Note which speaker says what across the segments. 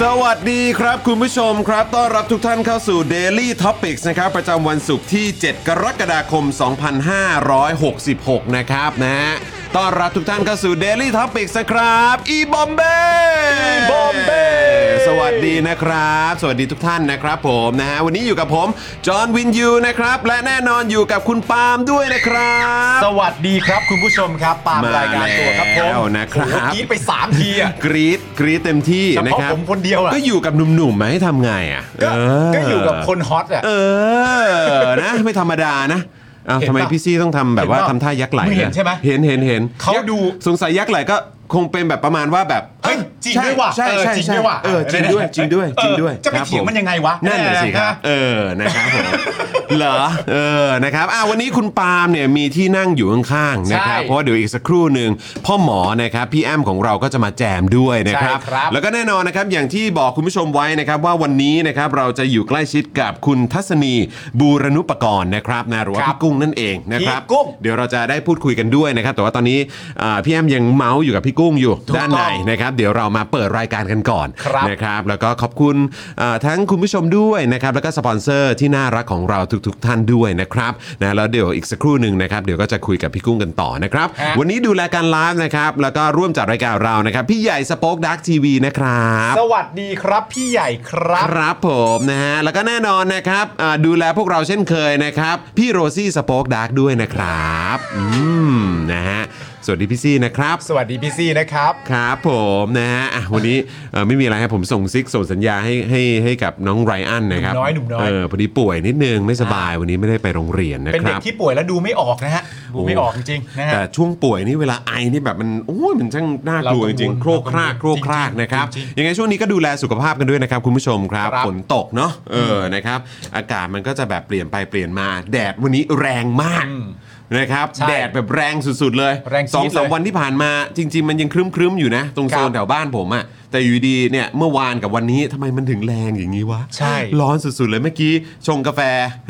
Speaker 1: สวัสดีครับคุณผู้ชมครับ ต้อนรับทุกท่านเข้าสู่ Daily Topics นะครับ ประจำวันศุกร์ที่ 7 กรกฎาคม 2566 นะครับนะฮะต้อนรับทุกท่านเข้าสู่ Daily Topics นะครับอีบอมเบ้อีบอมเบ้สวัสดีนะครับ สวัสดีทุกท่านนะครับผมนะฮะวันนี้อยู่กับผม จอห์นวินยูนะครับ และแน่นอนอยู่กับคุณปาล์มด้วยนะครับ
Speaker 2: สวัสดีครับคุณผู้ชมครับปาล์ม
Speaker 1: มาร
Speaker 2: ายการตัวครับผ
Speaker 1: แล้
Speaker 2: ม
Speaker 1: วนะครับ
Speaker 2: โอ้โหกรีดไป 3 ทีอ่ะ
Speaker 1: กรีดกรีดเต็มที่
Speaker 2: เฉ
Speaker 1: นะ
Speaker 2: พาะ
Speaker 1: ครับ
Speaker 2: ผมคนเดียวอ่ะ
Speaker 1: ก็อยู่กับหนุ่มๆไหมทำไงอ่ะ
Speaker 2: ก็
Speaker 1: เ
Speaker 2: ก็อยู่กับคนฮอตอ่ะ
Speaker 1: เออ นะ ไม่ธรรมดานะเอ้า
Speaker 2: เห็น
Speaker 1: ทำไม
Speaker 2: ปะ
Speaker 1: พี่ซี่ต้องทำแบบว่า
Speaker 2: เห็นปะ
Speaker 1: ทำท่ายักษ์ไหล
Speaker 2: มึงเห็นะ ใช่ไหม
Speaker 1: เห็นเห็นเห็น
Speaker 2: เขา
Speaker 1: ยักษ์
Speaker 2: ดู
Speaker 1: สงสัยยักษ์ไหลก็คงเป็นแบบประมาณว่าแบบ
Speaker 2: เฮ้ย
Speaker 1: ออ
Speaker 2: จริง
Speaker 1: ใช่
Speaker 2: ด้วยว่ะ
Speaker 1: ใช่
Speaker 2: เออ
Speaker 1: ใช่
Speaker 2: จริง
Speaker 1: ใช่
Speaker 2: ด้วยว่ะ
Speaker 1: เออจริงด้วยจริงด้วยจริงด้วย
Speaker 2: เออจะไป
Speaker 1: ครับ
Speaker 2: เถียง
Speaker 1: ผ
Speaker 2: มันยังไงวะ
Speaker 1: นั่นแหละสิครับ
Speaker 2: เออ
Speaker 1: เออนะครับผมเหรอเออนะครับอ่าวันนี้คุณปาล์มเนี่ยมีที่นั่งอยู่ข้างๆนะครับ
Speaker 2: ใช่
Speaker 1: เพราะว่าเดี๋ยวอีกสักครู่หนึ่งพ่อหมอนะครับพี่แอมของเราก็จะมาแจมด้วยนะครับ
Speaker 2: ใช่ครับ
Speaker 1: แล้วก็แน่นอนนะครับอย่างที่บอกคุณผู้ชมไว้นะครับว่าวันนี้นะครับเราจะอยู่ใกล้ชิดกับคุณทัศนีบูรณุปกรณ์นะครับนะหรือว่า
Speaker 2: ครับ
Speaker 1: พี่กุ้งนั่นเองนะครับ
Speaker 2: พี่กุ้ง
Speaker 1: เดี๋ยวเราจะได้พูดคุยกันด้วยนะครับ แต่ว่าตอนนี้อ่าพี่แอมยังเมาส์อยู่กับพี่กุ้งอยู่
Speaker 2: ถูก
Speaker 1: ด้าน
Speaker 2: ต้
Speaker 1: ใน
Speaker 2: อง
Speaker 1: นะครับเดี๋ยวเรามาเปิดรายการกันก่อน
Speaker 2: ครับ
Speaker 1: นะครับแล้วก็ขอบคุณอ่าทั้งคุณผู้ชมด้วยนะครับแล้วก็สปอนเซอร์ที่น่ารักของเราทุก ๆ ท่านด้วยนะครับนะแล้วเดี๋ยวอีกสักครู่หนึ่งนะครับเดี๋ยวก็จะคุยกับพี่กุ้งกันต่อนะครับ
Speaker 2: ฮะ
Speaker 1: วันนี้ดูแลการไลฟ์นะครับแล้วก็ร่วมจัดรายการเรานะครับพี่ใหญ่สป็อคดักทีวีนะครับ
Speaker 2: สวัสดีครับพี่ใหญ่ครับ
Speaker 1: ครับผมนะฮะ แล้วก็แน่นอนนะครับอ่าดูแลพวกเราเช่นเคยนะครับ พี่โรซี่สป็อคดักด้วยนะครับ อืม นะฮะ สวัสดีพี่ซี่นะครับ
Speaker 2: สวัสดีพี่ซี่นะครับ
Speaker 1: ครับผมนะฮะอ่ะวันนี้เอ่อไม่มีอะไรครับผมส่งซิกส่งสัญญาให้ให้ให้กับน้องไรอันนะครับ
Speaker 2: หนุ่มน้อยหนุ่มน้อย
Speaker 1: เออพอดีป่วยนิดนึงไม่สบายวันนี้ไม่ได้ไปโรงเรียนนะ
Speaker 2: เป็น
Speaker 1: ค
Speaker 2: เด็ก
Speaker 1: รับ
Speaker 2: ที่ป่วยแล้วดูไม่ออกนะฮะ ดูไม่ออกจริงๆนะฮะ
Speaker 1: แต่ช่วงป่วยนี่เวลาไอนี่แบบมันโอ้ยมันช่างน่ากลัวจ
Speaker 2: เรากังวล
Speaker 1: ริงๆโครกครากโครกคราก
Speaker 2: จริงๆ
Speaker 1: นะครับ
Speaker 2: จริง
Speaker 1: ยังไงช่วงนี้ก็ดูแลสุขภาพกันด้วยนะครับ คุณผู้ชมครับ
Speaker 2: ครับ
Speaker 1: ฝนตกเนาะเอออนะครับอากาศมันก็จะแบบเปลี่ยนไปเปลี่ยนมา แดดวันนี้แรงมากนะครับ
Speaker 2: ใช่
Speaker 1: แดดแบบแรงสุดๆเลย
Speaker 2: แรงจี๊ด
Speaker 1: สองสาม
Speaker 2: เลย
Speaker 1: วันที่ผ่านมาจริง ๆ มันยังครึ้มๆอยู่นะ ตรง
Speaker 2: ครั
Speaker 1: โซ
Speaker 2: บ
Speaker 1: นแถวบ้านผมอะแต่อยู่ดีเนี่ยเมื่อวานกับวันนี้ทำไมมันถึงแรงอย่างนี้วะ
Speaker 2: ใช่
Speaker 1: ร้อนสุดๆเลยเมื่อกี้ชงกาแฟ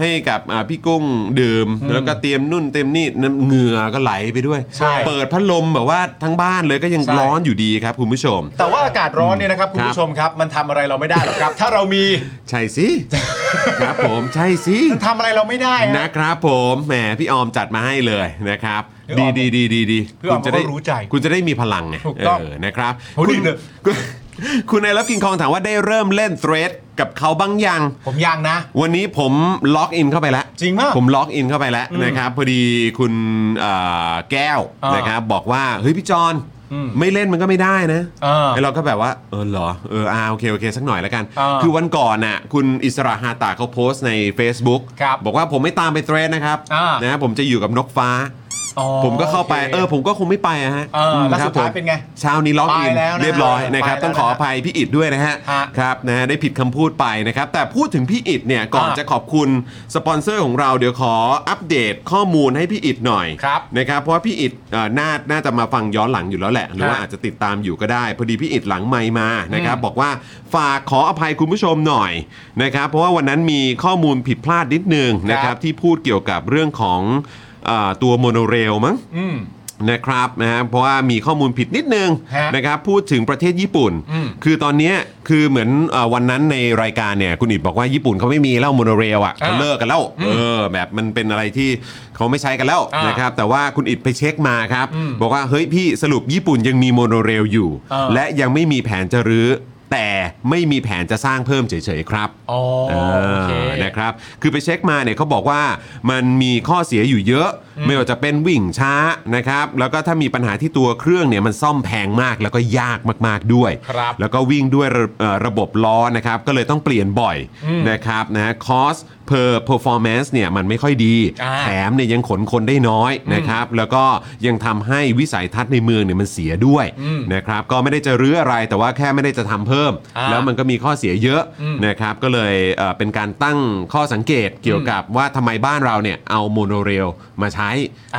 Speaker 1: ให้กับอ่าพี่กุ้งดื่มแล้วก็เตรียมนุ่นเตรียมนี่น้ำเหงื่อก็ไหลไปด้วย
Speaker 2: ใช่
Speaker 1: เปิดพัดลมแบบว่าทั้งบ้านเลยก็ยัง
Speaker 2: ใช่
Speaker 1: ร้อนอยู่ดีครับคุณผู้ชม
Speaker 2: แต่ว่าอากาศร้อนเนี่ยนะครับคุณ
Speaker 1: ครับ
Speaker 2: ผู้ชมครับ มันทำอะไรเราไม่ได้หรอก ครับ ถ้าเรามี
Speaker 1: ใช่สิ ครับผมใช่สิ
Speaker 2: มันทำอะไรเราไม่ได้ฮะ
Speaker 1: นะครับผมแหมพี่ออมจัดมาให้เลยนะครับ
Speaker 2: พี่อ
Speaker 1: ดี
Speaker 2: อม
Speaker 1: ดีดีดีดี
Speaker 2: พี่ออม
Speaker 1: คุณจะได้
Speaker 2: เขาก็รู้ใจ
Speaker 1: คุณจะได้มีพลังไง
Speaker 2: ถูกต้อง
Speaker 1: เนะครับ
Speaker 2: โหดี
Speaker 1: คุณ
Speaker 2: เลย
Speaker 1: คุณ คุณนายรับกินคองถามว่าได้เริ่มเล่นเทรดกับเขาบ้างยัง
Speaker 2: ผมยังนะ
Speaker 1: วันนี้ผมล็อกอินเข้าไปแล้ว
Speaker 2: จริงมาก
Speaker 1: ผมล็อกอินเข้าไปแล้วนะครับพอดีคุณเอ่อแก้ว
Speaker 2: อ่าน
Speaker 1: นะครับบอกว่าเฮ้ยพี่จอน
Speaker 2: อืม
Speaker 1: ไม่เล่นมันก็ไม่ได้นะ
Speaker 2: อ่า
Speaker 1: ไอ้เราก็แบบว่าเออเหรอเอออ่าโอเคโอเคสักหน่อยแล้วกัน
Speaker 2: อ่า
Speaker 1: คือวันก่อนน่ะคุณอิสระฮาตาเขาโพสต์ใน Facebook
Speaker 2: ครับ
Speaker 1: บอกว่าผมไม่ตามไปเทรนนะครับ
Speaker 2: อ่าน
Speaker 1: นะผมจะอยู่กับนกฟ้า
Speaker 2: อ๋อ
Speaker 1: ผมก็เข้าไป
Speaker 2: โอเค
Speaker 1: เออผมก็คงไม่ไปอะฮะ
Speaker 2: เออแล้ว
Speaker 1: ครั
Speaker 2: สุดท้าย
Speaker 1: ผม
Speaker 2: เป็นไง
Speaker 1: เช้านี้ล็อกอิน
Speaker 2: ไปแล้วนะ
Speaker 1: เรียบร้อย
Speaker 2: ไป
Speaker 1: นะครับ
Speaker 2: แล้ว
Speaker 1: ต้องขออ
Speaker 2: นะฮะ
Speaker 1: ภัยพี่อิดด้วยนะฮะ
Speaker 2: ฮะ
Speaker 1: ครับนะฮะได้ผิดคำพูดไปนะครับ แต่พูดถึงพี่อิดเนี่ยก่อน
Speaker 2: อ่า
Speaker 1: จะขอบคุณสปอนเซอร์ของเราเดี๋ยวขออัปเดตข้อมูลให้พี่อิดหน่อย
Speaker 2: ครับ
Speaker 1: นะครับเพราะว่าพี่อิดเอ่อน่าน่าจะมาฟังย้อนหลังอยู่แล้วแหละ หรือว่า
Speaker 2: ฮะ
Speaker 1: อาจจะติดตามอยู่ก็ได้ พอดีพี่อิดหลังไมค์มานะครับบอกว่าฝากขออภัยคุณผู้ชมหน่อยนะครับเพราะว่าวันนั้นมีข้อมูลผิดพลาดนิดนึงนะครับ ที่พูดเกี่ยวกับเรื่องของเออตัวโมโนเรลมั้ง
Speaker 2: อืม
Speaker 1: นะครับนะฮะเพราะว่ามีข้อมูลผิดนิดนึง
Speaker 2: ฮะ
Speaker 1: นะครับพูดถึงประเทศญี่ปุ่น
Speaker 2: อืม
Speaker 1: คือตอนเนี้ยคือเหมือนเออวันนั้นในรายการเนี่ยคุณอิดบอกว่าญี่ปุ่นเขาไม่มีแล้วโมโนเรลอ่ะเขา
Speaker 2: อ่า
Speaker 1: เลิกกันแล้วเออแบบมันเป็นอะไรที่เขาไม่ใช้กันแล้ว
Speaker 2: อ่าน
Speaker 1: นะครับแต่ว่าคุณอิดไปเช็คมาครับ
Speaker 2: อืม
Speaker 1: บอกว่าเฮ้ยพี่สรุปญี่ปุ่นยังมีโมโนเรลอยู่
Speaker 2: อ่า
Speaker 1: และยังไม่มีแผนจะรื้อแต่ไม่มีแผนจะสร้างเพิ่มเฉยๆครับ
Speaker 2: อ๋อโอเค
Speaker 1: เออนะครับ คือไปเช็คมาเนี่ยเขาบอกว่ามันมีข้อเสียอยู่เยอะ ไม่ว่าจะเป็นวิ่งช้านะครับ แล้วก็ถ้ามีปัญหาที่ตัวเครื่องเนี่ยมันซ่อมแพงมากแล้วก็ยากมากๆด้วย
Speaker 2: ครับ
Speaker 1: แล้วก็วิ่งด้วยระเอ่อระบบล้อนะครับ ก็เลยต้องเปลี่ยนบ่อยนะครับนะคอส per performance เนี่ยมันไม่ค่อยดี
Speaker 2: อ่า
Speaker 1: แถมเนี่ยยังขนคนได้น้อยนะครับ แล้วก็ยังทำให้วิสัยทัศน์ในเมืองเนี่ยมันเสียด้วยนะครับ ก็ไม่ได้จะรื้ออะไรแต่ว่าแค่ไม่ได้จะทำเพิ่ม
Speaker 2: อ่า
Speaker 1: แล้วมันก็มีข้อเสียเยอะนะครับ ก็เลยเอ่อเป็นการตั้งข้อสังเกตเกี่ยวกับว่าทำไมบ้านเราเนี่ยเอาโมโนเรลมาใช้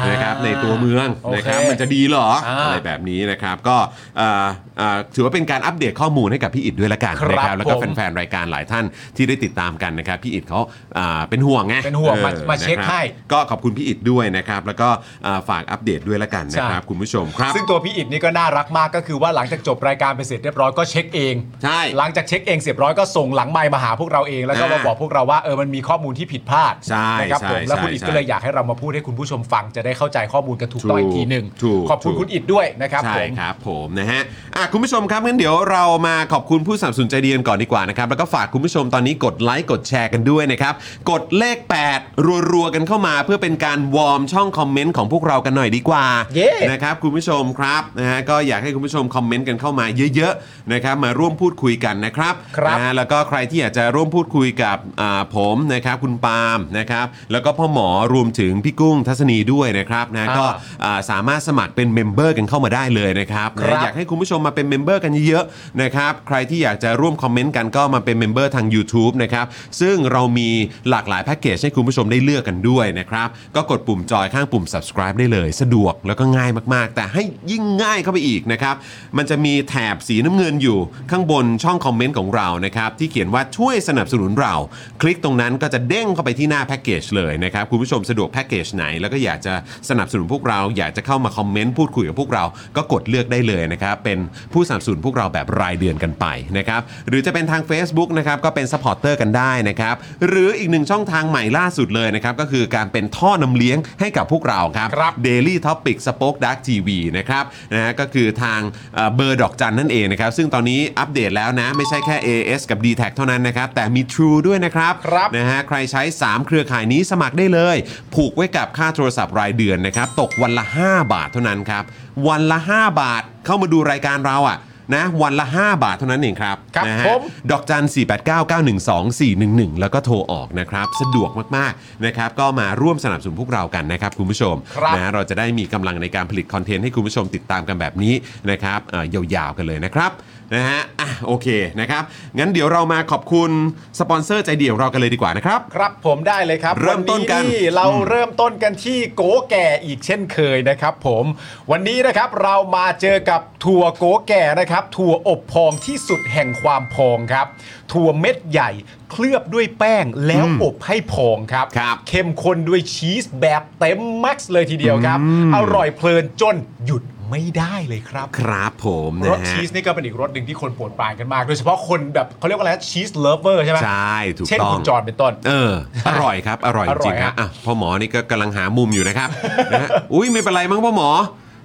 Speaker 1: นะครับ
Speaker 2: อ่า
Speaker 1: ในตัวเมือง
Speaker 2: โอเค
Speaker 1: นะครับมันจะดีเหรอ
Speaker 2: อ่า
Speaker 1: อะไรแบบนี้นะครับ ก็เอ่อเอ่อถือว่าเป็นการอัปเดตข้อมูลให้กับพี่อิดด้วยละกัน
Speaker 2: ครับ
Speaker 1: นะครับแล้วก็
Speaker 2: ผม
Speaker 1: แฟนๆรายการหลายท่านที่ได้ติดตามกันนะครับพี่อิดเขาอ่าเป็นห่วงไง
Speaker 2: เป็นห่วงมา
Speaker 1: ออ
Speaker 2: มาเช็ค
Speaker 1: นะครับ
Speaker 2: ให้
Speaker 1: ก็ขอบคุณพี่อิดด้วยนะครับ แล้วก็เอ่อฝากอัปเดตด้วยละกันนะครับ
Speaker 2: ใช่
Speaker 1: คุณผู้ชมครับ
Speaker 2: ซึ่งตัวพี่อิดนี่ก็น่ารักมากก็คือว่าหลังจากจบรายการไปเสร็จเรียบร้อยก็เช็คเอง
Speaker 1: ใช่
Speaker 2: หลังจากเช็คเองเสร็จร้อยก็ส่งหลังไมค์มาหาพวกเราเองแล้วก็มา
Speaker 1: อ่า
Speaker 2: บอกพวกเราว่าเออมันมีข้อมูลที่ผิดพลาด
Speaker 1: ใช่
Speaker 2: นะครับ
Speaker 1: ใช่
Speaker 2: ผมแล้วคุณ
Speaker 1: ใช่
Speaker 2: อิดก็เลยอยากให้เรามาพูดให้คุณผู้ชมฟังจะได้เข้าใจข้อมูลกันถูกต้องอีกทีหนึ่ง
Speaker 1: ถูก
Speaker 2: ขอบคุณ
Speaker 1: ถูก
Speaker 2: คุณอิดด้วยนะครับผ
Speaker 1: ใช่
Speaker 2: ม
Speaker 1: ครับผมนะฮะอ่ะคุณผู้ชมครับงั้นเดี๋ยวเรามาขอบคุณผู้สนับสนุนใจดีกันก่อนดีกว่านะครับ แล้วก็ฝากคุณผู้ชมตอนนี้กดไลค์กดแชร์กันด้วยนะครับ กดเลข 8 รัวๆกันเข้ามาเพื่อเป็นการวอร์มช่องคอมเมนต์ของพวกเรากันหน่อยดีกว่า
Speaker 2: เย้
Speaker 1: นะครับคุณผู้ชมครับนะฮะก็อยากให้คุณผู้ชมคอมเมนต์กันเข้ามาเยอะๆนะครับมาร่วมพูดคุยกันนะครับ
Speaker 2: ครับ
Speaker 1: นะฮะแล้วก็ใครที่อยากจะร่วมพูดคุยกับอ่าผมนะครับคุณปาล์มนะครับแล้วก็พ่อหมอรวมถึงพี่กุ้งทัศนีด้วยนะครับนะ
Speaker 2: อ่า
Speaker 1: ก็อ่าสามารถสมัครเป็นเมมเบอร์กันเข้ามาได้เลยนะครับ
Speaker 2: ครับ
Speaker 1: นะอยากให้คุณผู้ชมมาเป็นเมมเบอร์กันเยอะๆนะครับใครที่อยากจะร่วมคอมเมนต์กันก็มาเป็นเมมเบอร์ทาง YouTube นะครับซึ่งเรามีหลากหลายแพ็กเกจให้คุณผู้ชมได้เลือกกันด้วยนะครับก็กดปุ่มจอยข้างปุ่ม subscribe ได้เลย สะดวกแล้วก็ง่ายมากๆ แต่ให้ยิ่งง่ายเข้าไปอีกนะครับมันจะมีแถบสีน้ำเงินอยู่ข้างบนช่องคอมเมนต์ของเรานะครับ ที่เขียนว่าช่วยสนับสนุนเรา คลิกตรงนั้นก็จะเด้งเข้าไปที่หน้าแพ็กเกจเลยนะครับ คุณผู้ชมสะดวกแพ็กเกจไหน แล้วก็อยากจะสนับสนุนพวกเรา อยากจะเข้ามาคอมเมนต์พูดคุยกับพวกเรา ก็กดเลือกได้เลยนะครับ เป็นผู้สนับสนุนพวกเราแบบรายเดือนกันไปนะครับ หรือจะเป็นทาง Facebook นะครับ ก็เป็นสปอร์เตอร์กันได้นะครับ หรืออีกหนึ่งช่องทางใหม่ล่าสุดเลยนะครับ ก็คือการเป็นท่อนำเลี้ยงให้กับพวกเราครับ
Speaker 2: ครับ
Speaker 1: Daily Topic Spoke Dark TV นะครับนะฮะก็คือทางเอ่อเบอร์ดอกจันนั่นเองนะครับ ซึ่งตอนนี้อัปเดตแล้วนะ ไม่ใช่แค่ AS กับ d t แทเท่านั้นนะครับ แต่มี True ด้วยนะครับ
Speaker 2: ครับ
Speaker 1: นะฮะใครใช้ 3 เครือข่ายนี้สมัครได้เลย ผูกไว้กับค่าโทรศัพท์รายเดือนนะครับ ตกวันละ 5 บาทเท่านั้นครับ วันละ 5 บาทเข้ามาดูรายการเราอ่ะนะวันละ 5 บาทเท่านั้นเองครับ
Speaker 2: ครับ
Speaker 1: นะฮะ
Speaker 2: ผม
Speaker 1: ดอกจัน 4 8 9 9 1 2 4 1 1 แล้วก็โทรออกนะครับ สะดวกมากๆนะครับ ก็มาร่วมสนับสนุนพวกเรากันนะครับ คุณผู้ชม
Speaker 2: ครับ
Speaker 1: นะเราจะได้มีกำลังในการผลิตคอนเทนต์ให้คุณผู้ชมติดตามกันแบบนี้นะครับเอ่อยาวๆกันเลยนะครับนะฮะอ่ะโอเคนะครับ งั้นเดี๋ยวเรามาขอบคุณสปอนเซอร์ใจเดียวเรากันเลยดีกว่านะครับ
Speaker 2: ครับผมได้เลยครับ
Speaker 1: เริ่มต้นกัน
Speaker 2: วัเราเริ่มต้นกันที่โกแก่อีกเช่นเคยนะครับ ผมวันนี้นะครับเรามาเจอกับถั่วโกแก่นะครับ ถั่วอบพองที่สุดแห่งความพองครับ ถั่วเม็ดใหญ่เคลือบด้วยแป้งแล้วอบให้พองครับ
Speaker 1: ครับ
Speaker 2: เข้มข้นด้วยชีสแบบเต็มแม็กซ์เลยทีเดียวครับ อร่อยเพลินจนหยุดไม่ได้เลยครับ
Speaker 1: ครับผม
Speaker 2: ร
Speaker 1: นะ
Speaker 2: ส
Speaker 1: ฮะ
Speaker 2: ชีสนี่ก็เป็นอีกรสหนึ่งที่คนโปรดปรานกันมาก โดยเฉพาะคนแบบเขาเรียกว่าอะไรชีสเลิฟเวอร์ใช่ไหม
Speaker 1: ใช่ถูก
Speaker 2: เช่น
Speaker 1: ต้อง
Speaker 2: คุณจอร์นเป็นต้น
Speaker 1: เออ อร่อยครับ อร่อย
Speaker 2: อร่
Speaker 1: จ
Speaker 2: อย
Speaker 1: ริงๆ
Speaker 2: ครั
Speaker 1: ฮะ
Speaker 2: บ
Speaker 1: อ่ะพ่อหมอนี่ก็กำลังหามุมอยู่นะครับ นะฮะอุ้ยไม่เป็นไรมั้งพ่อหมอ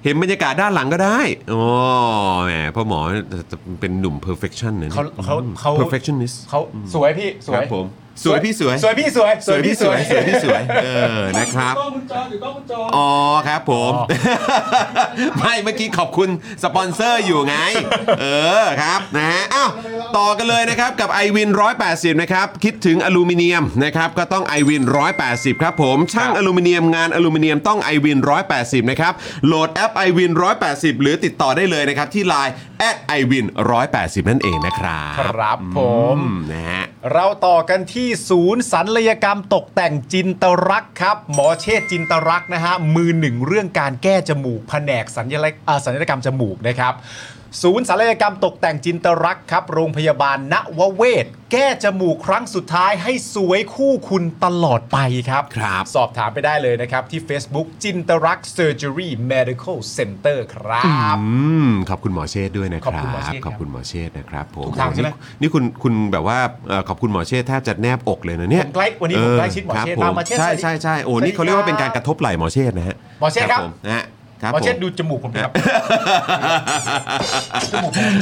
Speaker 1: เห็นบรรยากาศด้านหลังก็ได้อ๋อแหมพ่อหมอเป็นหนุ่ม perfection นะนี่ย
Speaker 2: เขาเขาเขา
Speaker 1: perfectionist
Speaker 2: เขาสวยพี่ สว
Speaker 1: ครั
Speaker 2: ย
Speaker 1: บผม สวยพี่สวย
Speaker 2: สวยพี่สวย
Speaker 1: สวยพี่สวย สวยพี่สวย เออ นะครับ
Speaker 3: กล้องคุณจออยู่กล้องคุณจอ
Speaker 1: อ๋อครับผม ไม่เมื่อกี้ขอบคุณสปอนเซอร์อยู่ ไง เออครับนะฮะอ้าวต่อกันเลยนะครับกับ i w วิน180 นะครับ คิดถึงอลูมิเนียมนะครับ ก็ต้อง i w วิน180 ครับผม ช่างอลูมิเนียมงานอลูมิเนียมต้อง i w วิน180 นะครับ โหลดแอป i w วิน180 หรือติดต่อได้เลยนะครับ ที่ Line at i w วิน180 นั่นเองนะครับ
Speaker 2: ครับผม
Speaker 1: อืมนะฮะ
Speaker 2: เราต่อกันที่ศูนย์ศัลยกรรมตกแต่งจินตรักษ์ครับ หมอเชษจินตรักษ์นะฮะ มือหนึ่งเรื่องการแก้จมูกแผนกสัญลักษณ์อ่าศัลยกรรมจมูกนะครับ ศูนย์ศัลยกรรมตกแต่งจินตรักษ์ครับ โรงพยาบาลณวเวศ แก้จมูกครั้งสุดท้ายให้สวยคู่คุณตลอดไปครับ
Speaker 1: ครับ
Speaker 2: สอบถามไปได้เลยนะครับ ที่ Facebook จินตรักษ์ Surgery Medical Center ครับ
Speaker 1: อืมขอบคุณหมอเชษฐ์ด้วยนะค
Speaker 2: ขอบ
Speaker 1: รั
Speaker 2: คุณหมอเช
Speaker 1: บ
Speaker 2: ษฐ์
Speaker 1: ขอบคุณหมอเชษฐ์นะครับผม
Speaker 2: ถูกทางใช่ไหม
Speaker 1: นี่นี่คุณคุณแบบว่าเอ่อขอบคุณหมอเชษฐ์แทบจะแนบอกเลยนะเนี่ย
Speaker 2: ผมใกล้วันนี้ผมใกล้ชิดหมอเชษฐ์
Speaker 1: ครับ
Speaker 2: มากหมอเชษฐ์
Speaker 1: ใช่
Speaker 2: สวัสดี
Speaker 1: ใช่ใช่โอ้นี่เขาเรียกว่าเป็นการกระทบไหล่หมอเชษฐ์นะฮะ
Speaker 2: หมอเชษฐ์ครับ
Speaker 1: ผมนะฮะครับ
Speaker 2: หมอเชษ
Speaker 1: ผ
Speaker 2: ดูจมูกผมดิครับ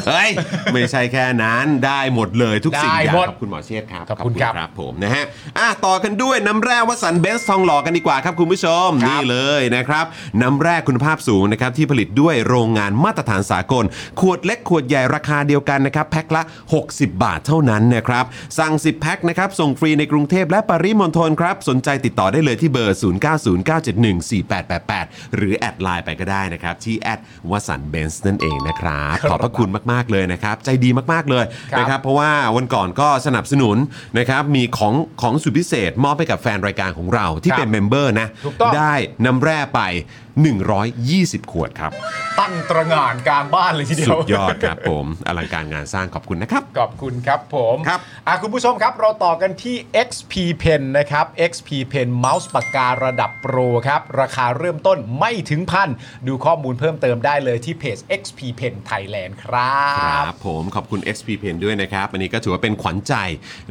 Speaker 1: เฮ้ย ไม่ใช่แค่นั้นได้หมดเลยทุกสิ่ง
Speaker 2: ได้
Speaker 1: อย่าง
Speaker 2: หมด
Speaker 1: ขอบคุณหมอเชษฐ์ครับ
Speaker 2: ขอบคุณครับ
Speaker 1: ผมนะฮะอ่ะต่อกันด้วยน้ำแร่วัสันเบสทองหล่อกันดีกว่าครับคุณผู้ชม
Speaker 2: ครับ
Speaker 1: นี่เลยนะครับ น้ำแร่คุณภาพสูงนะครับที่ผลิตด้วยโรงงานมาตรฐานสากล ขวดเล็กขวดใหญ่ราคาเดียวกันนะครับแพ็คละ 60 บาทเท่านั้นนะครับสั่ง 10 แพ็คนะครับส่งฟรีในกรุงเทพและปริมณฑลครับสนใจติดต่อได้เลยที่เบอร์ 0909714888 หรือแอดไลน์ไปก็ได้นะครับที่แอดวสันเบนซ์นั่นเองนะครับ
Speaker 2: ครับ
Speaker 1: ขอบพระคุณมาก ๆ เลยนะครับ ใจดีมาก ๆ เลย
Speaker 2: ครับ
Speaker 1: นะครับ เพราะว่าวันก่อนก็สนับสนุนนะครับมีของของสุดพิเศษ มอบให้กับแฟนรายการของเราที่
Speaker 2: ครับ
Speaker 1: เป็นเมมเบอร์นะ
Speaker 2: ถูกต้อง
Speaker 1: ได้น้ำแร่ไป 120 ขวดครับ
Speaker 2: ตั้งตระหง่านกลางบ้านเลยทีเดียว
Speaker 1: สุดยอดครับผม อลังการงานสร้างขอบคุณนะครับ
Speaker 2: ขอบคุณครับผม
Speaker 1: ครับ
Speaker 2: อ่ะคุณผู้ชมครับ เราต่อกันที่ XP Pen นะครับ XP Pen เมาส์ปากการะดับโปรครับ ราคาเริ่มต้นไม่ถึงพัน ดูข้อมูลเพิ่มเติมได้เลยที่เพจ XP Pen Thailand ครั
Speaker 1: ครับ บผมขอบคุณ XP Pen ด้วยนะครับ อันนี้ก็ถือว่าเป็นขวัญใจ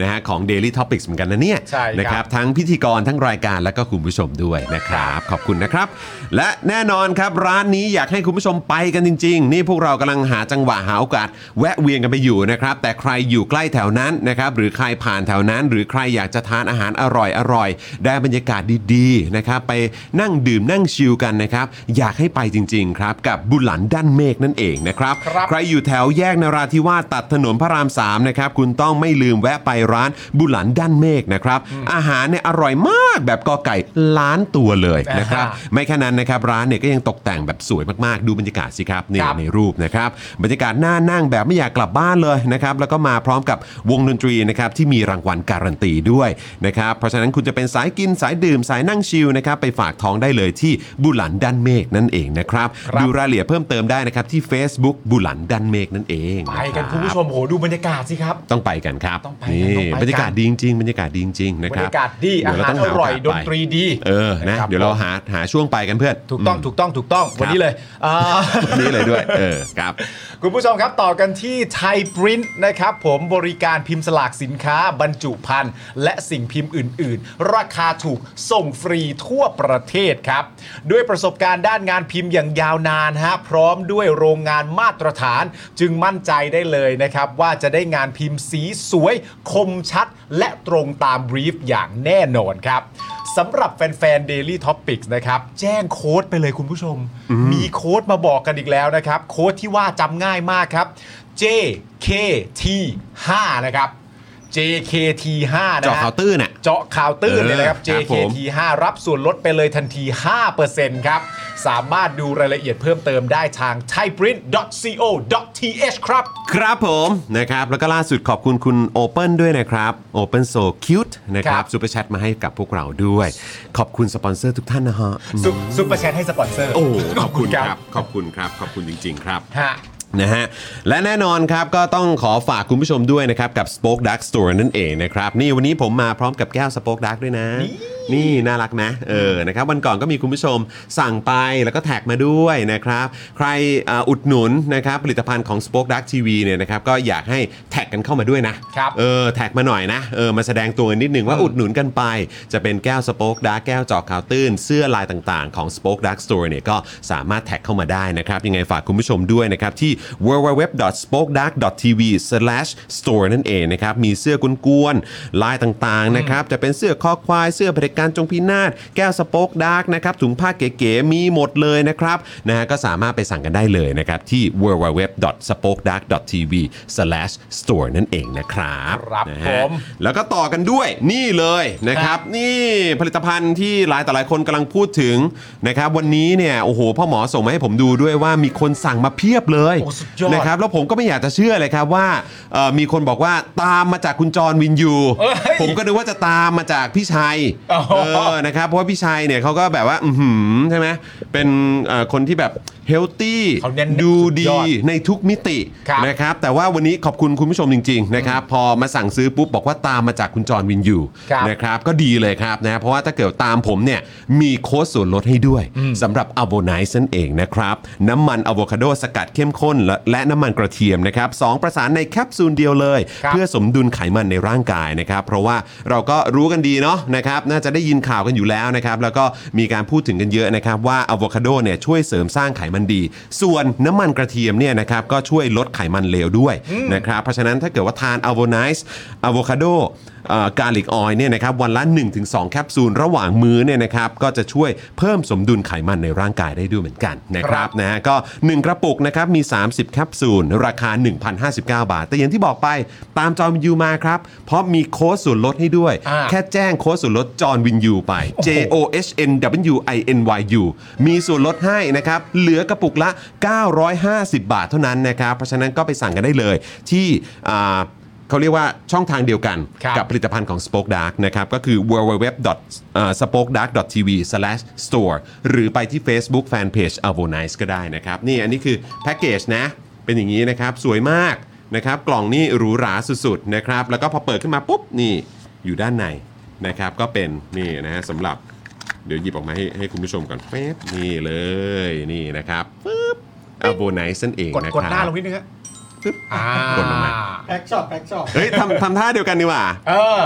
Speaker 1: นะฮะของ Daily Topics เหมือนกันนะเนี่ย
Speaker 2: ใช่ครับ
Speaker 1: นะทั้งพิธีกรทั้งรายการและก็คุณผู้ชมด้วยนะครับ ขอบคุณนะครับ และแน่นอนครับร้านนี้อยากให้คุณผู้ชมไปกันจริง ๆ นี่พวกเรากำลังหาจังหวะหาโอกาส แวะเวียนกันไปอยู่นะครับ แต่ใครอยู่ใกล้แถวนั้นนะครับหรือใครผ่านแถวนั้น หรือใครอยากจะทานอาหารอร่อยอร่อยๆได้บรรยากาศดีๆนะครับไปนั่งดื่มนั่งชิลกันนะครับอยากให้ไปจริงๆครับกับบุหลันด้านเมฆนั่นเองนะครับ
Speaker 2: ครับ
Speaker 1: ใครอยู่แถวแยกนราธิวาสตัดถนนพระราม3นะครับคุณต้องไม่ลืมแวะไปร้านบุหลันด้านเมฆนะครับ อาหารเนี่ยอร่อยมากแบบกอไก่ล้านตัวเลยนะครับ
Speaker 2: อ่าฮะ
Speaker 1: ไม่แค่นั้นนะครับร้านเนี่ยก็ยังตกแต่งแบบสวยมากๆ ดูบรรยากาศสิครับนี่
Speaker 2: ครับ
Speaker 1: ในรูปนะครับบรรยากาศน่านั่งแบบไม่อยากกลับบ้านเลยนะครับแล้วก็มาพร้อมกับวงดนตรีนะครับที่มีรางวัลการันตีด้วยนะครับเพราะฉะนั้นคุณจะเป็นสายกินสายดื่มสายนั่งชิลนะครับไปฝากท้องได้เลยที่บุหลันด้านเมฆนั่นเองนะครับ
Speaker 2: ครับ
Speaker 1: ดูรายละเอียดเพิ่มเติมได้นะครับที่ Facebook บุหลันด้านเมฆนั่นเอง
Speaker 2: ไป
Speaker 1: ะรับ
Speaker 2: กันคุณผู้ชมโหดูบรรยากาศสิครับ
Speaker 1: ต้องไปกันครับ
Speaker 2: ต้องไปกัน
Speaker 1: นี่
Speaker 2: ต้องไปกัน
Speaker 1: บรรยากาศดีจริงๆบรรยากาศดีจริงๆนะ
Speaker 2: บร
Speaker 1: ค
Speaker 2: ร
Speaker 1: รับ
Speaker 2: ยากาศดีอา
Speaker 1: เว
Speaker 2: หาร
Speaker 1: เง
Speaker 2: อร่อย
Speaker 1: โกาส
Speaker 2: ดนตรีดี
Speaker 1: เออนะ
Speaker 2: คบ
Speaker 1: เดี๋ยวเราหาหาช่วงไปกันเพื่อน
Speaker 2: ถูกต้อง
Speaker 1: ม
Speaker 2: ถูกต้องถูกต้องวันนี้เลยอ่า
Speaker 1: นี่เลยด้วย เออครับ
Speaker 2: คุณผู้ชมครับ ต่อกันที่ไทยปริ้นนะครับผมบริการพิมพ์สลากสินค้าบรรจุภัณฑ์และสิ่งพิมพ์อื่น ๆ ราคาถูกส่งฟรีทั่วประเทศครับ ด้วยประสบการณ์ด้านงานพิมพ์อย่างยาวนานฮะพร้อมด้วยโรงงานมาตรฐาน จึงมั่นใจได้เลยนะครับ ว่าจะได้งานพิมพ์สีสวย คมชัด และตรงตามบรีฟอย่างแน่นอนครับ สำหรับแฟน ๆ Daily Topics นะครับ แจ้งโค้ดไปเลยคุณผู้ชม มีโค้ดมาบอกกันอีกแล้วนะครับ โค้ดที่ว่าจำง่ายมากครับ JKT 5นะครับ JKT 5นะ
Speaker 1: เจาะ
Speaker 2: ฮะ
Speaker 1: ข่าวตื้นน่ะ
Speaker 2: เจาะข่าวตื้นเลยนะครับ
Speaker 1: เออครับผม
Speaker 2: JKT 5รับส่วนลดไปเลยทันที 5%ครับ สามารถดูรายละเอียดเพิ่มเติมได้ทาง thaiprint.co.th ครับ
Speaker 1: ครับผมนะครับ แล้วก็ล่าสุดขอบคุณคุณ Open ด้วยนะครับ Open So Cute นะค
Speaker 2: ครั
Speaker 1: รับบ ซูเปอร์แชทมาให้กับพวกเราด้วย ขอบคุณสปอนเซอร์ทุกท่านนะฮะ
Speaker 2: ซุปซุปเปอร์แชทให้สปอนเซอร์
Speaker 1: โอ้ขอบคุณครับ ขอบคุณครับ ขอบคุณจริง ๆ ครับ
Speaker 2: ฮะ
Speaker 1: นะฮะและแน่นอนครับก็ต้องขอฝากคุณผู้ชมด้วยนะครับ กับ Spoke Dark Store นั่นเองนะครับ นี่วันนี้ผมมาพร้อมกับแก้ว Spoke Dark ด้วยนะ นี่น่ารักนะเออนะครับวันก่อนก็มีคุณผู้ชมสั่งไปแล้วก็แท็กมาด้วยนะครับ ใครอ่าอุดหนุนนะครับผลิตภัณฑ์ของ Spoke Dark TV เนี่ยนะครับก็อยากให้แท็กกันเข้ามาด้วยนะครับ เออแท็กมาหน่อยนะเออมาแสดงตัวกันนิดนึงว่าอุดหนุนกันไป จะเป็นแก้ว Spoke Dark แก้วจอกขาวตื้น เสื้อลายต่างๆ ของ Spoke Dark Store เนี่ยก็สามารถแท็กเข้ามาได้นะครับ ยังไงฝากคุณผู้ชมด้วยนะครับที่ www.spokedark.tv/store นั่นเองนะครับ มีเสื้อกวนๆลายต่างๆนะครับจะเป็นเสื้อคอควายเสื้อเผด็จการจงพินาศแก้วสป็อกดาร์กนะครับถุงผ้าเก๋ๆมีหมดเลยนะครับนะฮะก็สามารถไปสั่งกันได้เลยนะครับ ที่ www.spokedark.tv/store นั่นเองนะครับ
Speaker 2: ครับ
Speaker 1: นะ
Speaker 2: ผ
Speaker 1: ฮะ
Speaker 2: ม
Speaker 1: แล้วก็ต่อกันด้วยนี่เลยนะครับ นี่ผลิตภัณฑ์ที่หลายต่อหลายคนกำลังพูดถึงนะครับ วันนี้เนี่ยโอ้โหพ่อหมอส่งมาให้ผมดูด้วยว่ามีคนสั่งมาเพียบเลย
Speaker 2: โอ้สุดยอด
Speaker 1: นะครับแล้วผมก็ไม่อยากจะเชื่อเลยครับว่าเอ่อมีคนบอกว่าตามมาจากคุณจรวินยู
Speaker 2: เอ้ย
Speaker 1: ผมก็นึกว่าจะตามมาจากพี่ชัย
Speaker 2: อ๋อ
Speaker 1: เออนะครับเพราะว่าพี่ชัยเนี่ยเขาก็แบบว่าอือหือใช่ไหมเป็นเอ่อคนที่แบบเฮลตี้
Speaker 2: เขาเน้น
Speaker 1: ดู
Speaker 2: สุดย
Speaker 1: ดี
Speaker 2: อด
Speaker 1: ในทุกมิติ
Speaker 2: ครับ
Speaker 1: นะครับแต่ว่าวันนี้ขอบคุณคุณผู้ชมจริงๆนะครับพอมาสั่งซื้อปุ๊บบอกว่าตามมาจากคุณจอห์นวินยู
Speaker 2: ครับ
Speaker 1: นะครับก็ดีเลยครับนะเพราะว่าถ้าเกิดตามผมเนี่ยมีโค้ดส่วนลดให้ด้วยสำหรับอโวไนซ์นั่นเองนะครับน้ำมันอะโวคาโดสกัดเข้มข้นและและน้ำมันกระเทียมนะครับสองประสานในแคปซูลเดียวเลย
Speaker 2: ครับ
Speaker 1: เพื่อสมดุลไขมันในร่างกายนะครับเพราะว่าเราก็รู้กันดีเนาะนะครับน่าจะได้ยินข่าวกันอยู่แล้วนะครับแล้วก็มีการพูดถึงกันเยอะนะครับว่าอะโวคาโดเนี่ยช่วยเสริมสร้างไขมันดี ส่วนน้ำมันกระเทียมเนี่ยนะครับก็ช่วยลดไขมันเลวด้วยนะครับเพราะฉะนั้นถ้าเกิดว่าทานอะโวไนซ์อะโวคาโดกาลิกออยเนี่ยนะครับวันละ 1-2 แคปซูลระหว่างมื้อเนี่ยนะครับก็จะช่วยเพิ่มสมดุลไขมันในร่างกายได้ด้วยเหมือนกันนะค
Speaker 2: ครั
Speaker 1: รับ
Speaker 2: บ
Speaker 1: นะฮะก็ 1 กระปุกนะครับมี 30 แคปซูล ราคา 1,059 บาท แต่อย่างที่บอกไปตามจอวินยูมาครับ เพราะมีโค้ดส่วนลดให้ด้วย
Speaker 2: อ่า
Speaker 1: แค่แจ้งโค้ดส่วนลดจอวินยูไป J O H N W I N Y U มีส่วนลดให้นะครับ เหลือกระปุกละ 950 บาทเท่านั้นนะครับ เพราะฉะนั้นก็ไปสั่งกันได้เลยที่อ่าเขาเรียกว่าช่องทางเดียวกัน
Speaker 2: ครับ
Speaker 1: กั ผลิตภัณฑ์ของ Spoke Dark นะครับ ก็คือ www.spokedark.tv/store หรือไปที่ Facebook Fanpage a v o n i c e ก็ได้นะครับ นี่อันนี้คือแพ็กเกจนะ เป็นอย่างนี้นะครับ สวยมากนะครับ กล่องนี่หรูหราสุดๆนะครับ แล้วก็พอเปิดขึ้นมาปุ๊บ นี่อยู่ด้านในนะครับ ก็เป็นนี่นะฮะสำหรับ เดี๋ยวหยิบออกมาให้ให้คุณผู้ชมก่อนแป๊บนี่เลยนี่นะครับปึ๊บอโบไนซ์นั่นเอง
Speaker 2: กด
Speaker 1: นะ
Speaker 2: กด
Speaker 1: ครับ
Speaker 2: หน้าลงนิดนึงฮะ
Speaker 1: ปึ๊บ
Speaker 2: อ่าก
Speaker 1: ดลงมา
Speaker 4: แพ็กช็อปแพ็กช็อป
Speaker 1: เฮ้ยทำทำท่าเดียวกันดีกว่า
Speaker 2: เออ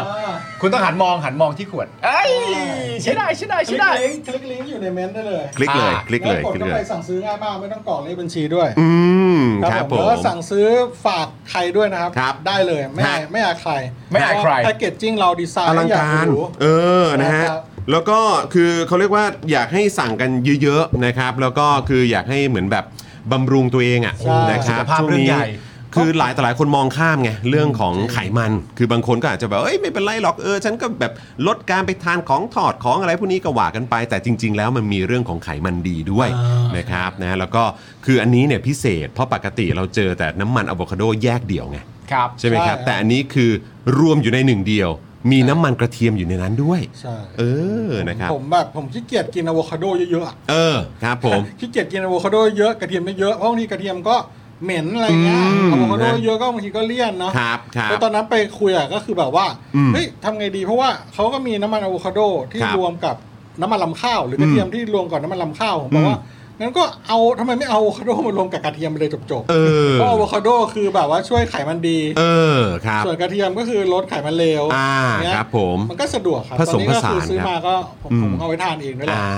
Speaker 2: คุณต้องหันมองหันมองที่ขวดเอ้ย
Speaker 4: อ่า
Speaker 2: ใช้ได้ใช้ได้
Speaker 4: ค
Speaker 2: ใช้
Speaker 4: ลิก
Speaker 2: ได้
Speaker 4: ลิงก์คลิกลิงก์อยู่ในเมนต์ได้เลย
Speaker 1: คลิกเลย
Speaker 2: อ่า
Speaker 1: คลิกเลย
Speaker 4: แวกด
Speaker 1: คลิก
Speaker 4: เข้า
Speaker 1: เล
Speaker 4: ไป
Speaker 1: ย
Speaker 4: สั่งซื้อง่ายมากไม่ต้องกรอกเลขบัญชีด้วย
Speaker 1: อืมครับผม
Speaker 4: แล้วก็สั่งซื้อฝากใครด้วยนะครับ
Speaker 1: ครับ
Speaker 4: ได้เลยไม่อาย
Speaker 1: ฮะ
Speaker 4: ไม่อายใคร
Speaker 2: ไม่อายใคร
Speaker 4: แพ็กเกจจิ้งเราดีไซน์
Speaker 1: อลัง
Speaker 4: ให้ย่
Speaker 1: การ
Speaker 4: ห
Speaker 1: เออ นะฮะ
Speaker 4: ครับ
Speaker 1: แล้วก็คือเขาเรียกว่าอยากให้สั่งกันเยอะๆนะครับ แล้วก็คืออยากให้เหมือนแบบบำรุงตัวเองอ่ะ
Speaker 4: ใช่
Speaker 1: นะครับ
Speaker 2: สุขภาพ
Speaker 1: ช่วง
Speaker 2: เรื่อง
Speaker 1: นี้
Speaker 2: ใหญ่
Speaker 1: คือหลายต่อหลายคนมองข้ามไงเรื่องของไขมัน คือบางคนก็อาจจะแบบเอ้ยไม่เป็นไรหรอกเออฉันก็แบบลดการไปทานของถอดของอะไรพวกนี้ก็ว่ากันไป แต่จริง ๆ แล้วมันมีเรื่องของไขมันดีด้วยนะครับนะแล้วก็คืออันนี้เนี่ยพิเศษเพราะปกติเราเจอแต่น้ำมันอะโวคาโดแยกเดี่ยวไง
Speaker 2: ครับ
Speaker 1: ใช่ไหมครับ
Speaker 4: ใช่
Speaker 1: แต่อันนี้คือรวมอยู่ในหนึ่งเดียว มีน้ำมันกระเทียมอยู่ในนั้นด้วย
Speaker 4: ใช่
Speaker 1: เออนะครับ
Speaker 4: ผมแบบผมขี้เกียจกินอะโวคาโดเยอะๆอะ
Speaker 1: เออครับผม
Speaker 4: ขี้เกียจกินอะโวคาโดเยอะกระเทียมเยอะๆเพราะบางทีกระเทียมก็เหม็นอะไรเงี้ย
Speaker 1: อืม
Speaker 4: อะโวคาโด
Speaker 1: นะ
Speaker 4: เยอะก็บางทีก็เลี่ยนเนาะ
Speaker 1: ครับครับ
Speaker 4: แล้วตอนนั้นไปคุยอะก็คือแบบว่า
Speaker 1: อืม
Speaker 4: เฮ้ยทำไงดีเพราะว่าเขาก็มีน้ำมันอะโวคาโดที่
Speaker 1: ครับ
Speaker 4: รวมกับน้ำมันลำข้าว หรือกระเทียมที่รวมกับน้ำมันลำข้าวผมบอกว่างั้นก็เอาทำไมไม่เอาอะโวคาโดมารวมกับกระเทียมไปเลยจบๆ
Speaker 1: เออ
Speaker 4: เพราะอะโวคาโดคือแบบว่าช่วยไขมันดี
Speaker 1: เออครับ
Speaker 4: ส่วนกระเทียมก็คือลดไขมันเลว
Speaker 1: อ่า
Speaker 4: เนี่ย
Speaker 1: ครับผม
Speaker 4: มันก็สะดวกครับ
Speaker 1: ผ
Speaker 4: ต
Speaker 1: ส
Speaker 4: อ
Speaker 1: ม
Speaker 4: นนี้ก็
Speaker 1: ผสาน
Speaker 4: คือซื้อ
Speaker 1: ครับ
Speaker 4: มาก็ผม
Speaker 1: อืม
Speaker 4: ผมเอาไว้ทานเองด้วยแหละ
Speaker 1: อ่า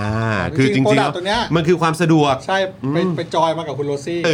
Speaker 1: คือจริง
Speaker 4: โปร
Speaker 1: ๆ
Speaker 4: ดั
Speaker 1: แล้ว
Speaker 4: กต์ตัวเนี้ย
Speaker 1: มันคือความสะดวก
Speaker 4: ใช่ไป
Speaker 1: อืม
Speaker 4: ไปจอยมากับคุณโรซี่
Speaker 1: เอ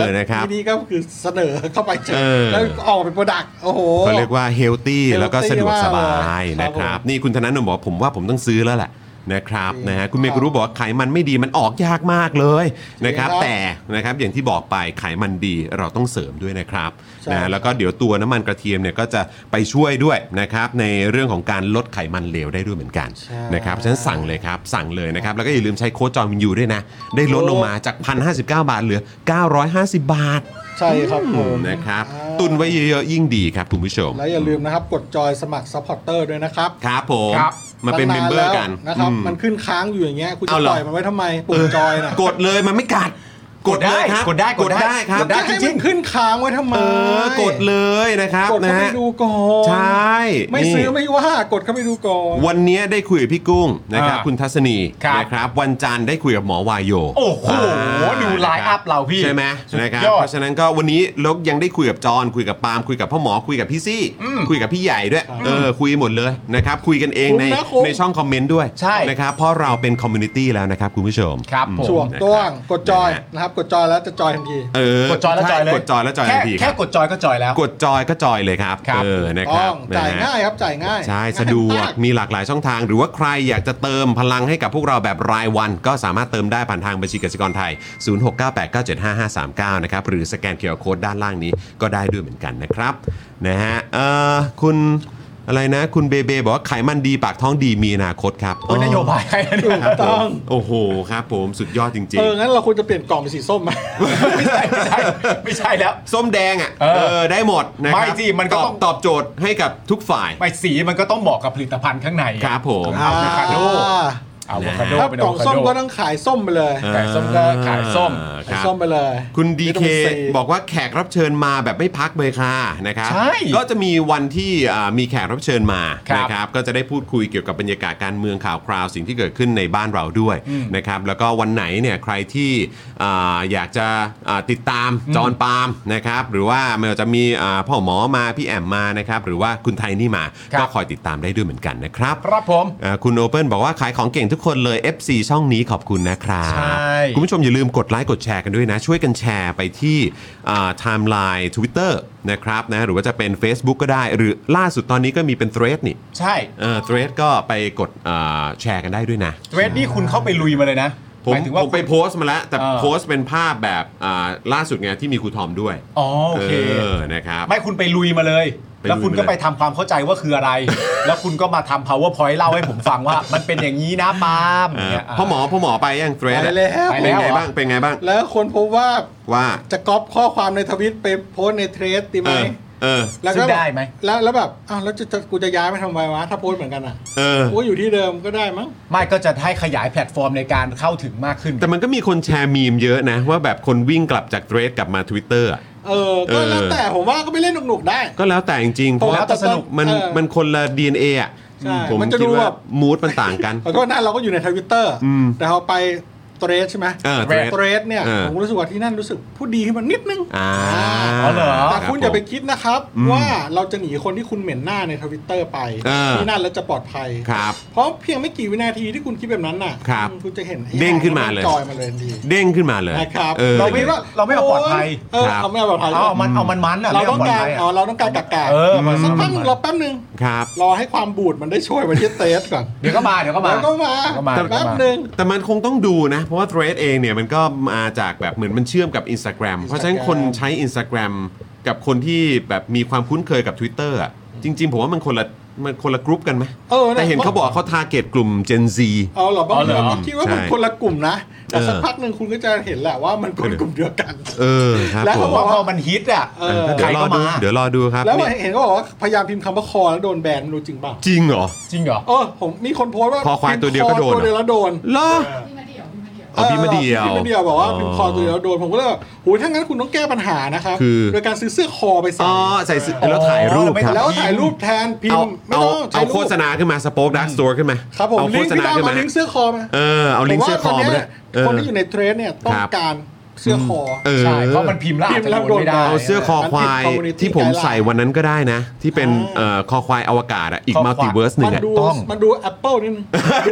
Speaker 1: อนะครับ
Speaker 4: ทีนี้ก็คือเสนอเข้าไปเจ
Speaker 1: เออ
Speaker 4: แล้วออกเป็นโปรดักต์โอ้โห
Speaker 1: เขาเรียกว่าเฮลตี้
Speaker 4: healthy
Speaker 1: แล้วก็สะดวกสบาม
Speaker 4: าก
Speaker 1: ย
Speaker 4: เลย
Speaker 1: นะครับ
Speaker 4: ครับผม
Speaker 1: นี่คุณธนาโนมบอกว่าผมว่าผมต้องซื้อแล้วแหละนะครับ
Speaker 4: จริง
Speaker 1: นะฮะคุณเมก
Speaker 4: ครั
Speaker 1: รู้
Speaker 4: บ
Speaker 1: บอกว่าไขมันไม่ดีมันออกยากมากเลยนะครับ
Speaker 4: จริงครับ
Speaker 1: แต่นะครับอย่างที่บอกไปไขมันดีเราต้องเสริมด้วยนะครับ
Speaker 4: ใช่
Speaker 1: นะฮะแล้วก็เดี๋ยวตัวน้ำมันกระเทียมเนี่ยก็จะไปช่วยด้วยนะครับในเรื่องของการลดไขมันเหลวได้ด้วยเหมือนกันนะครับฉะนั้นสั่งเลยครับสั่งเลยนะครับแล้วก็อย่าลืมใช้โค้ดจอห์นวินยูด้วยนะ ได้ลดลงมาจาก 1,059 บาทเหลือ 950 บาท
Speaker 4: ใช่ครับผม
Speaker 1: นะครับ
Speaker 4: อ่า
Speaker 1: ตุนไว้เยอะๆยิ่งดีครับคุณผู้ชม
Speaker 4: แล้วอย่าลืมนะครับ กดจอยสมัครซัพพอร์ตเตอร์ด้วยนะครับ
Speaker 1: ครับผม
Speaker 2: ครับ
Speaker 1: มาเป็นเม
Speaker 4: ตั้
Speaker 1: ม
Speaker 4: งา
Speaker 1: เบอร์
Speaker 4: แล้ว
Speaker 1: กัน
Speaker 4: นะครับ
Speaker 1: อืม
Speaker 4: มันขึ้นค้างอยู่อย่างเงี้ยคุณ
Speaker 1: เอา
Speaker 4: จะ
Speaker 1: เหรอ
Speaker 4: ปล่อยมันไว้ทำไมปุ่มจอยน่ะ
Speaker 1: กดเลยมันไม่กัด กดเลยครับ
Speaker 2: กดได้
Speaker 1: ก
Speaker 2: ก
Speaker 1: ด
Speaker 2: ดได้
Speaker 1: ได้ครับ
Speaker 2: กดได้
Speaker 4: ให้
Speaker 2: จริ
Speaker 4: มั
Speaker 2: ง
Speaker 4: น
Speaker 2: ๆ
Speaker 4: ขึ้นค้างไว้ทำไม
Speaker 1: เออกดเลยนะครับ
Speaker 4: กด
Speaker 1: นะ
Speaker 4: เข้าไป
Speaker 1: ฮะ
Speaker 4: ดูก่อน
Speaker 1: ใช่
Speaker 4: ไม่
Speaker 1: นี่
Speaker 4: ซื้อไม่ว่ากดเข้าไปดูก่อน
Speaker 1: วันเนี้ยได้คุยกับพี่กุ้งนะครับ
Speaker 2: อ่า
Speaker 1: คุณทัศนี
Speaker 2: ครับ
Speaker 1: นะครับวันจันทร์ได้คุยกับหมอวายโย
Speaker 2: โอ้โห
Speaker 1: อ่า
Speaker 2: ดู line up เราพี่
Speaker 1: ใช่ไหม
Speaker 2: สุดยอด
Speaker 1: นะครับเพราะฉะนั้นก็วันนี้แลกยังได้คุยกับจอนคุยกับปาล์มคุยกับพ่อหมอคุยกับพี่ซี่ คุยกับพี่ใหญ่ด้วยเออคุยหมดเลยนะครับคุยกันเอง
Speaker 4: คุ้ม
Speaker 1: ใน
Speaker 4: นะคุ้ม
Speaker 1: ในช่องคอมเมนต์ด้วย
Speaker 2: ใช่
Speaker 1: นะครับเพราะเราเป็นคอมมูนิตี้แล้วนะครับคุณผู้ชม
Speaker 2: ครับ
Speaker 1: อืม
Speaker 2: ผม
Speaker 4: ช่วงต้วง
Speaker 1: นะครับ
Speaker 4: กดจอย
Speaker 1: นะฮะ
Speaker 4: นะครับ กดจอยแล้วจะจอยทันที
Speaker 1: เออก
Speaker 2: ดจอยแล้วจอยเลย
Speaker 1: กดจอยแล้วจอยทันทีค
Speaker 2: แค่แค่
Speaker 1: รับ
Speaker 2: กดจอยก็จอยแล้ว
Speaker 1: กดจอยก็จอยเลยครับ
Speaker 2: ครับ
Speaker 1: เออนะค
Speaker 4: ต้
Speaker 1: รั
Speaker 4: อบ งจ่าย
Speaker 1: นะฮะ
Speaker 4: ง่ายครับจ่ายง่าย
Speaker 1: ใช่ สะดวก
Speaker 4: ง่ายมาก
Speaker 1: มีหลากหลายช่องทาง หรือว่าใครอยากจะเติมพลังให้กับพวกเราแบบรายวัน ก็สามารถเติมได้ผ่านทางบัญชีกสิกรไทย 0698975539 นะครับ หรือสแกนเคอร์โคดด้านล่างนี้ก็ได้ด้วยเหมือนกันนะครับนะฮะเอ่อคุณอะไรนะ คุณเบเบบอกว่าไขมันดีปากท้องดีมีอนาคตครับ
Speaker 2: โอ้ยนโยบายใครนะ เนี่ย
Speaker 1: ครับผม
Speaker 4: ต้อง
Speaker 1: โอ้โหครับผมสุดยอดจริง
Speaker 4: เออ งั้นเราควรจะเปลี่ยนกล่องเป็นสีส้มไหม
Speaker 2: ไม่ใช่ไม่ใช่ไม่ใช่แล้ว
Speaker 1: ๆ ส้มแดงอ่ะ
Speaker 2: เออ
Speaker 1: เออได้หมดนะค
Speaker 2: ไม่
Speaker 1: รับ
Speaker 2: สิมันก็
Speaker 1: ตอบ
Speaker 2: ต้อง
Speaker 1: ตอบโจทย์ให้กับทุกฝ่าย
Speaker 2: ไปสีมันก็ต้องเหมาะกับผลิตภัณฑ์ข้างใน
Speaker 1: ครับผม
Speaker 2: อะโวคาโดอะ
Speaker 4: อ่า
Speaker 2: โวคาโด
Speaker 4: ถ้า
Speaker 2: เป็น
Speaker 4: ก
Speaker 2: อะ
Speaker 4: ล่อ
Speaker 2: โว
Speaker 4: ง
Speaker 2: คา
Speaker 4: ส้ม
Speaker 2: โด
Speaker 4: ก็ต้องขายส้มไปเลย
Speaker 2: ขายส้มก็ขายส้ม
Speaker 1: ค
Speaker 4: ขาย
Speaker 1: รับ
Speaker 4: ส้มไปเลย
Speaker 1: คุณดี
Speaker 4: วิตา
Speaker 1: เค
Speaker 4: มินซี
Speaker 1: บอกว่าแขกรับเชิญมาแบบไม่พักเลยค่ะนะครับ
Speaker 2: ใช่
Speaker 1: ก็จะมีวันที่อ่ามีแขกรับเชิญมา
Speaker 2: ครับ
Speaker 1: นะครับก็จะได้พูดคุยเกี่ยวกับบรรยากาศการเมืองข่าวคราวสิ่งที่เกิดขึ้นในบ้านเราด้วยนะครับแล้วก็วันไหนเนี่ยใครที่อ่าอยากจะอ่าติดตามจอห์นปาล์มนะครับหรือว่าไม่ว่าจะมีอ่าพ่อหมอมาพี่แอมมานะครับหรือว่าคุณไทยนี่มา
Speaker 2: ครับ
Speaker 1: ก็คอยติดตามได้ด้วยเหมือนกันนะครับ
Speaker 2: ครับผม
Speaker 1: อ่าคุณโอเปิลบอกว่าขายของเก่งทุกคนเลย FC ช่องนี้ขอบคุณนะครับ
Speaker 2: ใช่
Speaker 1: คุณผู้ชมอย่าลืมกดไลค์กดแชร์กันด้วยนะ ช่วยกันแชร์ไปที่ไทม์ไลน์ Twitter นะครับนะหรือว่าจะเป็น Facebook ก็ได้ หรือล่าสุดตอนนี้ก็มีเป็น Thread นี่
Speaker 2: ใช่
Speaker 1: เอ่อ Thread ก็ไปกดอ่าแชร์กันได้ด้วยนะ
Speaker 2: เทรดนี่คุณเข้าไปลุยมาเลยนะ
Speaker 1: ผม
Speaker 2: หมายถึงว่า
Speaker 1: ผมไปโพสต์มาแล้ว แต่
Speaker 2: เออ
Speaker 1: โพสต์เป็นภาพแบบอ่าล่าสุดไงที่มีครูทอมด้วย
Speaker 2: อ๋อโอเค
Speaker 1: อนะครับ
Speaker 2: ไม่คุณไปลุยมาเลย
Speaker 1: ไปลุยมาเลย
Speaker 2: แล้วคุณก็ไปทำความเข้าใจว่าคืออะไร แล้วคุณก็มาทำ powerpoint เล่าให้ผมฟังว่า มันเป็นอย่างนี้นะปาล์ม
Speaker 1: เออ
Speaker 2: เนี่ยะ
Speaker 1: พ่อหมอพ่อหมอไปยัง Thread
Speaker 4: ไป
Speaker 1: อะ
Speaker 4: แล้ว
Speaker 1: เป็นไงบ้างเป็นไงบ้าง
Speaker 4: แล้วคนพบว่า
Speaker 1: ว่า
Speaker 4: จะก๊อปข้อความในทวิตไปโพสต์ในเทรสดีไห
Speaker 1: เออ
Speaker 4: ม
Speaker 1: เออ
Speaker 4: แล้วก็
Speaker 2: ซึ่งได้ไหม
Speaker 4: แล้วแล้วแบบอ้าวแล้วจะจะกูจะย้ายไปทำไมวะถ้าโพสต์เหมือนกันอ่ะ
Speaker 1: เออ
Speaker 4: กูอยู่ที่เดิมก็ได้มั้ง
Speaker 2: ไม่ก็จะให้ขยายแพลตฟอร์มในการเข้าถึงมากขึ้น
Speaker 1: แต่มันก็มีคนแชร์มีมเยอะนะ ว่าแบบคนวิ่งกลับจาก Thread กลับมา Twitter อะ
Speaker 4: เออ ก็แล้ว
Speaker 1: เออ
Speaker 4: แต่ผมว่าก็ไปเล่นหนุกๆได้
Speaker 1: ก็แล้วแต่จริงๆเพราะ
Speaker 2: แล้วแต่สนุก
Speaker 1: มัน
Speaker 4: เออ
Speaker 1: มันคนละ DNA อ่ะ
Speaker 4: ใช่
Speaker 1: ผม
Speaker 4: มันจะ
Speaker 1: คิด
Speaker 4: ดู
Speaker 1: ว่า
Speaker 4: แบบ
Speaker 1: มูดมันต่าง กัน
Speaker 4: ขอโทษนะเราก็อยู่ในทวิตเตอร์
Speaker 1: อืม
Speaker 4: แต่เราไปเทรสใช่ไหม
Speaker 1: เออ Thread
Speaker 4: เทรสเนี่ย
Speaker 1: เออ
Speaker 4: ผมรู้สึกว่าที่นั่นรู้สึกผู้ดีขึ้นมานิดนึง
Speaker 1: อ่า
Speaker 2: อ๋อเหรอ
Speaker 4: แต่คุณอย่าไป
Speaker 1: รับ
Speaker 4: คิดนะครับ
Speaker 1: อืม
Speaker 4: ว่าเราจะหนีคนที่คุณเหม็นหน้าในทวิตเตอร์ไป
Speaker 1: เออ
Speaker 4: ที่นั่นแล้วจะปลอดภัย
Speaker 1: ครับ
Speaker 4: เพราะเพียงไม่กี่วินาทีที่คุณคิดแบบนั้นน่ะ
Speaker 1: ครับ
Speaker 4: อืมคุณจะเห็นไอ้
Speaker 1: เด้งขึ้นมาเลย
Speaker 4: จอยมาเลยทันที
Speaker 1: ผมเด้งขึ้นมาเลย
Speaker 4: นะครับ
Speaker 1: ออ
Speaker 2: เราไม่ ว่าเราไม่เอาปลอดภัย
Speaker 4: เออ
Speaker 1: ครับ
Speaker 4: เอาไม่เอาปลอดภัย
Speaker 2: เอามันเอามันมันอะ
Speaker 4: เรา
Speaker 2: ไม่
Speaker 4: ต้อง
Speaker 2: ปลด
Speaker 4: การ
Speaker 2: ภัยอะ
Speaker 4: อ๋อเราต้องการกักกา
Speaker 2: เออมัน
Speaker 4: สัก
Speaker 2: มัน
Speaker 4: พักหนึ่
Speaker 2: มั
Speaker 4: ง
Speaker 2: น
Speaker 4: เราแป๊บหนึ่ง
Speaker 1: ครับ
Speaker 4: รอให้ความบูดมันได้ช่วยมาที่เตสก่อน
Speaker 2: เดี๋ยวก็มาเดี๋ยวก็มา
Speaker 4: แล้วก็มา
Speaker 2: เดี๋ยวก็มา
Speaker 4: แป๊บหนึ่ง
Speaker 1: แต่มันคงต้องดูนะ เพราะว่า Thread เองเนี่ยมันก็มาจากแบบเหมือนมันเชื่อมกับ Instagram เพราะฉะนั้นคนใช้ Instagram กับคนที่แบบมีความคุ้นเคยกับ Twitter อ่ะจริง ๆ ผมว่ามันคนละมันคนละกรุ๊ปกันไหม
Speaker 4: เออนะ
Speaker 1: แต่เห็นเขาบอกเขาทาร์เก็ตกลุ่ม Gen Z
Speaker 4: เอาเหรอบาง
Speaker 2: อ๋อเหรอ
Speaker 4: คนก็คิดว่ามัน
Speaker 1: ใช่
Speaker 4: คนละกลุ่มนะแต่
Speaker 1: เออ
Speaker 4: สักพักหนึ่งคุณก็จะเห็นแหละว่ามันคนกลุ่มเดียวกัน
Speaker 1: เออครับ
Speaker 4: แล้ว
Speaker 1: ผ
Speaker 4: เขา
Speaker 1: ม
Speaker 2: เพราะว่าพอมันฮิตอ่ะ
Speaker 4: เออ
Speaker 1: เดี๋
Speaker 2: ใค
Speaker 1: ย
Speaker 2: ร
Speaker 1: วรอ
Speaker 2: ก็
Speaker 1: ดู
Speaker 2: มา
Speaker 1: เดี๋ยวรอดูครับ
Speaker 4: แล้ว
Speaker 1: นี่
Speaker 4: เห็นก็บอกว่าพยายามพิมพ์คำว่าคอแล้วโดนแบนไม่รู้จริงเปล่า
Speaker 1: จริงเหรอ
Speaker 2: จริงเหรอ
Speaker 4: เออผมมีคนโพสต์ว่า
Speaker 1: คอควายตัวเดียวก็โดน
Speaker 4: คอตัวเดียวแล้วโดน
Speaker 1: เหรอเอาพี่มาเดียว
Speaker 4: พี่มาเดียวบอกว่าพิมพ์คอตัวเดียวแล้วโดนผมก็เลยแบบโอ้ยถ้างั้นคุณต้องแก้ปัญหานะครับ
Speaker 1: คือ
Speaker 4: โดยการซื้อเสื้อคอไปใส่
Speaker 1: อ๋อใส่เสื้อแล้วถ่ายรูป
Speaker 2: ไม่
Speaker 1: ค
Speaker 2: ต้
Speaker 1: รั
Speaker 2: อบง
Speaker 4: แล้วถ่ายรูปแทนพิม
Speaker 1: เอาเอา
Speaker 4: พ์ไม่ต้องถ่า
Speaker 1: เอา
Speaker 4: ยรูป
Speaker 1: โฆษณาขึ้นมาสปอคดักสโตร์ขึ้นมา
Speaker 4: ครับผม
Speaker 1: เอา
Speaker 4: ลิ
Speaker 1: โฆ
Speaker 4: งก์
Speaker 1: ษ
Speaker 4: ที่
Speaker 1: ณา
Speaker 4: บ้าน
Speaker 1: ขึ้นมา
Speaker 4: มาลิงก์เสื้อคอมา
Speaker 1: เออเอาลิงก์เสื้อคอ
Speaker 4: ผม
Speaker 1: มา
Speaker 4: ว่า
Speaker 1: ด้วยเออ
Speaker 4: ตนเนี้ยคนที่อยู่ในเทรนด์เนี่ยต้อง
Speaker 1: ครับ
Speaker 4: การเสื้อคอ
Speaker 1: เออ
Speaker 2: ใช่เพราะมันพิมพ์แล้วอาจจะโดนไม่ได้
Speaker 4: พิมพ์แล้วโดน
Speaker 1: เอาเสื้อคอควาย
Speaker 4: มันเป็น community
Speaker 1: ที่ผมใส่วันนั้นก็ได้นะ ที่เป็นเอ่อคอควายอวกาศอ่ะอีก
Speaker 2: คอควาย
Speaker 1: มัลติเวิร์สหนึ่
Speaker 4: มั
Speaker 1: ง
Speaker 4: น
Speaker 1: อ่ะ
Speaker 4: ดู
Speaker 2: ต้อง
Speaker 4: มันดู Apple นิดนึง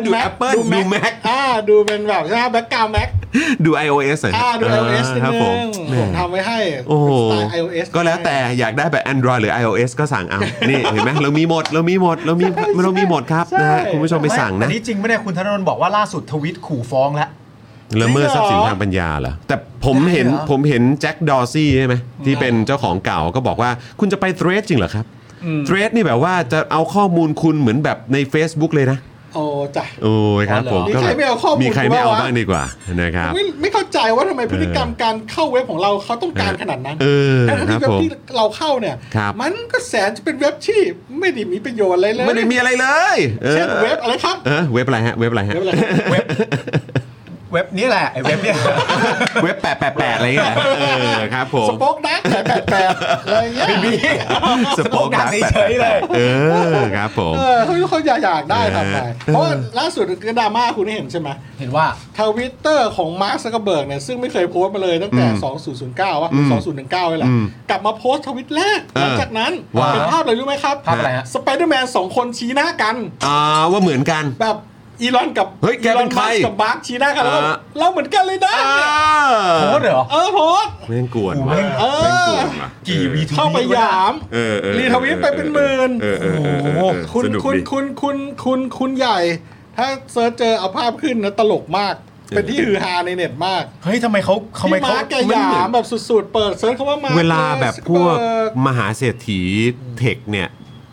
Speaker 1: ดู Apple ดู Mac
Speaker 4: อ่าดูเป็นแบบใช่ไหมแบ็กกราวด์แม็ก
Speaker 1: ดู iOS หน่อย
Speaker 4: อ่าดู iOS นิด
Speaker 1: ครับ
Speaker 4: นึ
Speaker 1: ผม
Speaker 4: งผมทำไว้ให้
Speaker 1: โอ้โห
Speaker 4: สไตล์ iOS
Speaker 1: ก็แล้วแต่อยากได้แบบ Android หรือ iOS ก็สั่งเอา นี่เห็นไหมเรามีหมดเรามีหมดเรามีเรามีหมดครับนะฮะ
Speaker 4: ใช่
Speaker 1: คุณผู้ชมไปสั่ง
Speaker 2: แต่
Speaker 1: นะ
Speaker 2: นี่จริงไม่ได้คุณธนนท์บอกว่าล่าสุดทวิตขู่ฟ้องแล้ว
Speaker 1: ละเมิดทรัพย์สิน
Speaker 4: จริงเหรอ
Speaker 1: ทางปัญญาเหรอแต่ผมเห็น
Speaker 2: ได้เหรอ
Speaker 1: ผมเห็นแจ็คดอร์ซี่ใช่ไหมที่เป็นเจ้าของเก่าก็บอกว่าคุณจะไปเทรดจริงเหรอครับเทรดนี่แบบว่าจะเอาข้อมูลคุณเหมือนแบบใน Facebook เลยนะ
Speaker 4: โอ้จ้ะ
Speaker 1: โอ้ยครับผม
Speaker 4: มี
Speaker 1: ก็
Speaker 4: ใคร
Speaker 1: แบบ
Speaker 4: ไม่เอาข้อมูล
Speaker 1: มีใครไม่เอา
Speaker 4: กูบ้างวะ
Speaker 1: บ้างดีกว่านะครับ
Speaker 4: ไม่ไม่เข้าใจว่าทำไมพฤติกรรมการเข้าเว็บของเราเขาต้องการขนาดนั้น
Speaker 1: เออ
Speaker 4: ทั้ง
Speaker 1: ครั
Speaker 4: ที่
Speaker 1: บ
Speaker 4: เว็บ
Speaker 1: ผม
Speaker 4: ที่เราเข้าเนี่ย
Speaker 1: ครับ
Speaker 4: มันก็แสนจะเป็นเว็บที่ไม่ได้มีประโยชน์อะไรเลย
Speaker 1: ไม่ได้มีอะไรเลย เออ
Speaker 4: เช่นเว็บอะไรครับ
Speaker 1: เออเว็บอะไรฮะเว็บอะไรฮะ
Speaker 4: เว็บอะไร
Speaker 2: เว็บเว็บนี่แหละไอ้เว็บเนี่ย
Speaker 1: เว็บแปดแปดแปดอะไรเงี้ยเออครับผม
Speaker 4: สปอคดักแปดแปดแปดอะไรเงี้ย
Speaker 1: สปอกดัก
Speaker 2: เฉยๆเลย
Speaker 1: เออครับผม
Speaker 4: เออเขาเขาอยากอยากได้ทำไม
Speaker 1: เออ
Speaker 4: เพราะว่าล่าสุดก็ดราม่าคุณเห็นใช่ไหม
Speaker 2: เห็นว่า
Speaker 4: ทวิตเตอร์ของมาร์คซักเกอร์เบิร์กเนี่ยซึ่งไม่เคยโพสต์มาเลยตั้งแต่ 2009ว่า2019เลยแหละ
Speaker 1: อืม
Speaker 4: กลับมาโพสต์ทวิตแรกหลังจากนั้น
Speaker 1: ว่า
Speaker 4: เป็นภาพอะไรรู้ไหมครับ
Speaker 2: ภาพอะไรฮะ
Speaker 4: สไปเดอร์แมนสองคนชี้หน้ากัน
Speaker 1: อ่าว่าเหมือนกัน
Speaker 4: แบบ อีลอนกับ
Speaker 1: เฮ้ยแกเป็นใคร
Speaker 4: อีลอมัสก์กับบาร์คชี้หน้ากันแล้ว
Speaker 1: อ่า
Speaker 4: เราเหมือนกันเลยนะ
Speaker 1: อ่า
Speaker 2: โพสเหรอ
Speaker 4: เออโพสต์
Speaker 1: แม่งกวนว่ะ
Speaker 4: เออ
Speaker 1: แม่งกวนว่ะ
Speaker 2: กี่วีทวีต
Speaker 4: เข้าไปหยาม
Speaker 1: เออเออเออ
Speaker 4: รีทวิตไปเป็นหมื่น
Speaker 1: เออเออเออเออ
Speaker 4: โอ้โห
Speaker 1: เออ
Speaker 4: คุณ
Speaker 1: สนุก
Speaker 4: คุณ
Speaker 1: ดี
Speaker 4: คุณคุณคุณคุณใหญ่ ถ้าเซิร์ชเจอเอาภาพขึ้นนะตลกมาก เป็นที่ฮือฮาในเน็ตมาก
Speaker 2: เฮ้ยทำไมเขาทำไม
Speaker 4: พี่
Speaker 2: เขา
Speaker 4: มาร์กแกหยามแบบสุดๆ เปิดเซิร์ชคำว่ามาร์ค
Speaker 1: เวลาแบบพวก
Speaker 4: เปิด
Speaker 1: มหาเศรษฐีเทคเนี่ย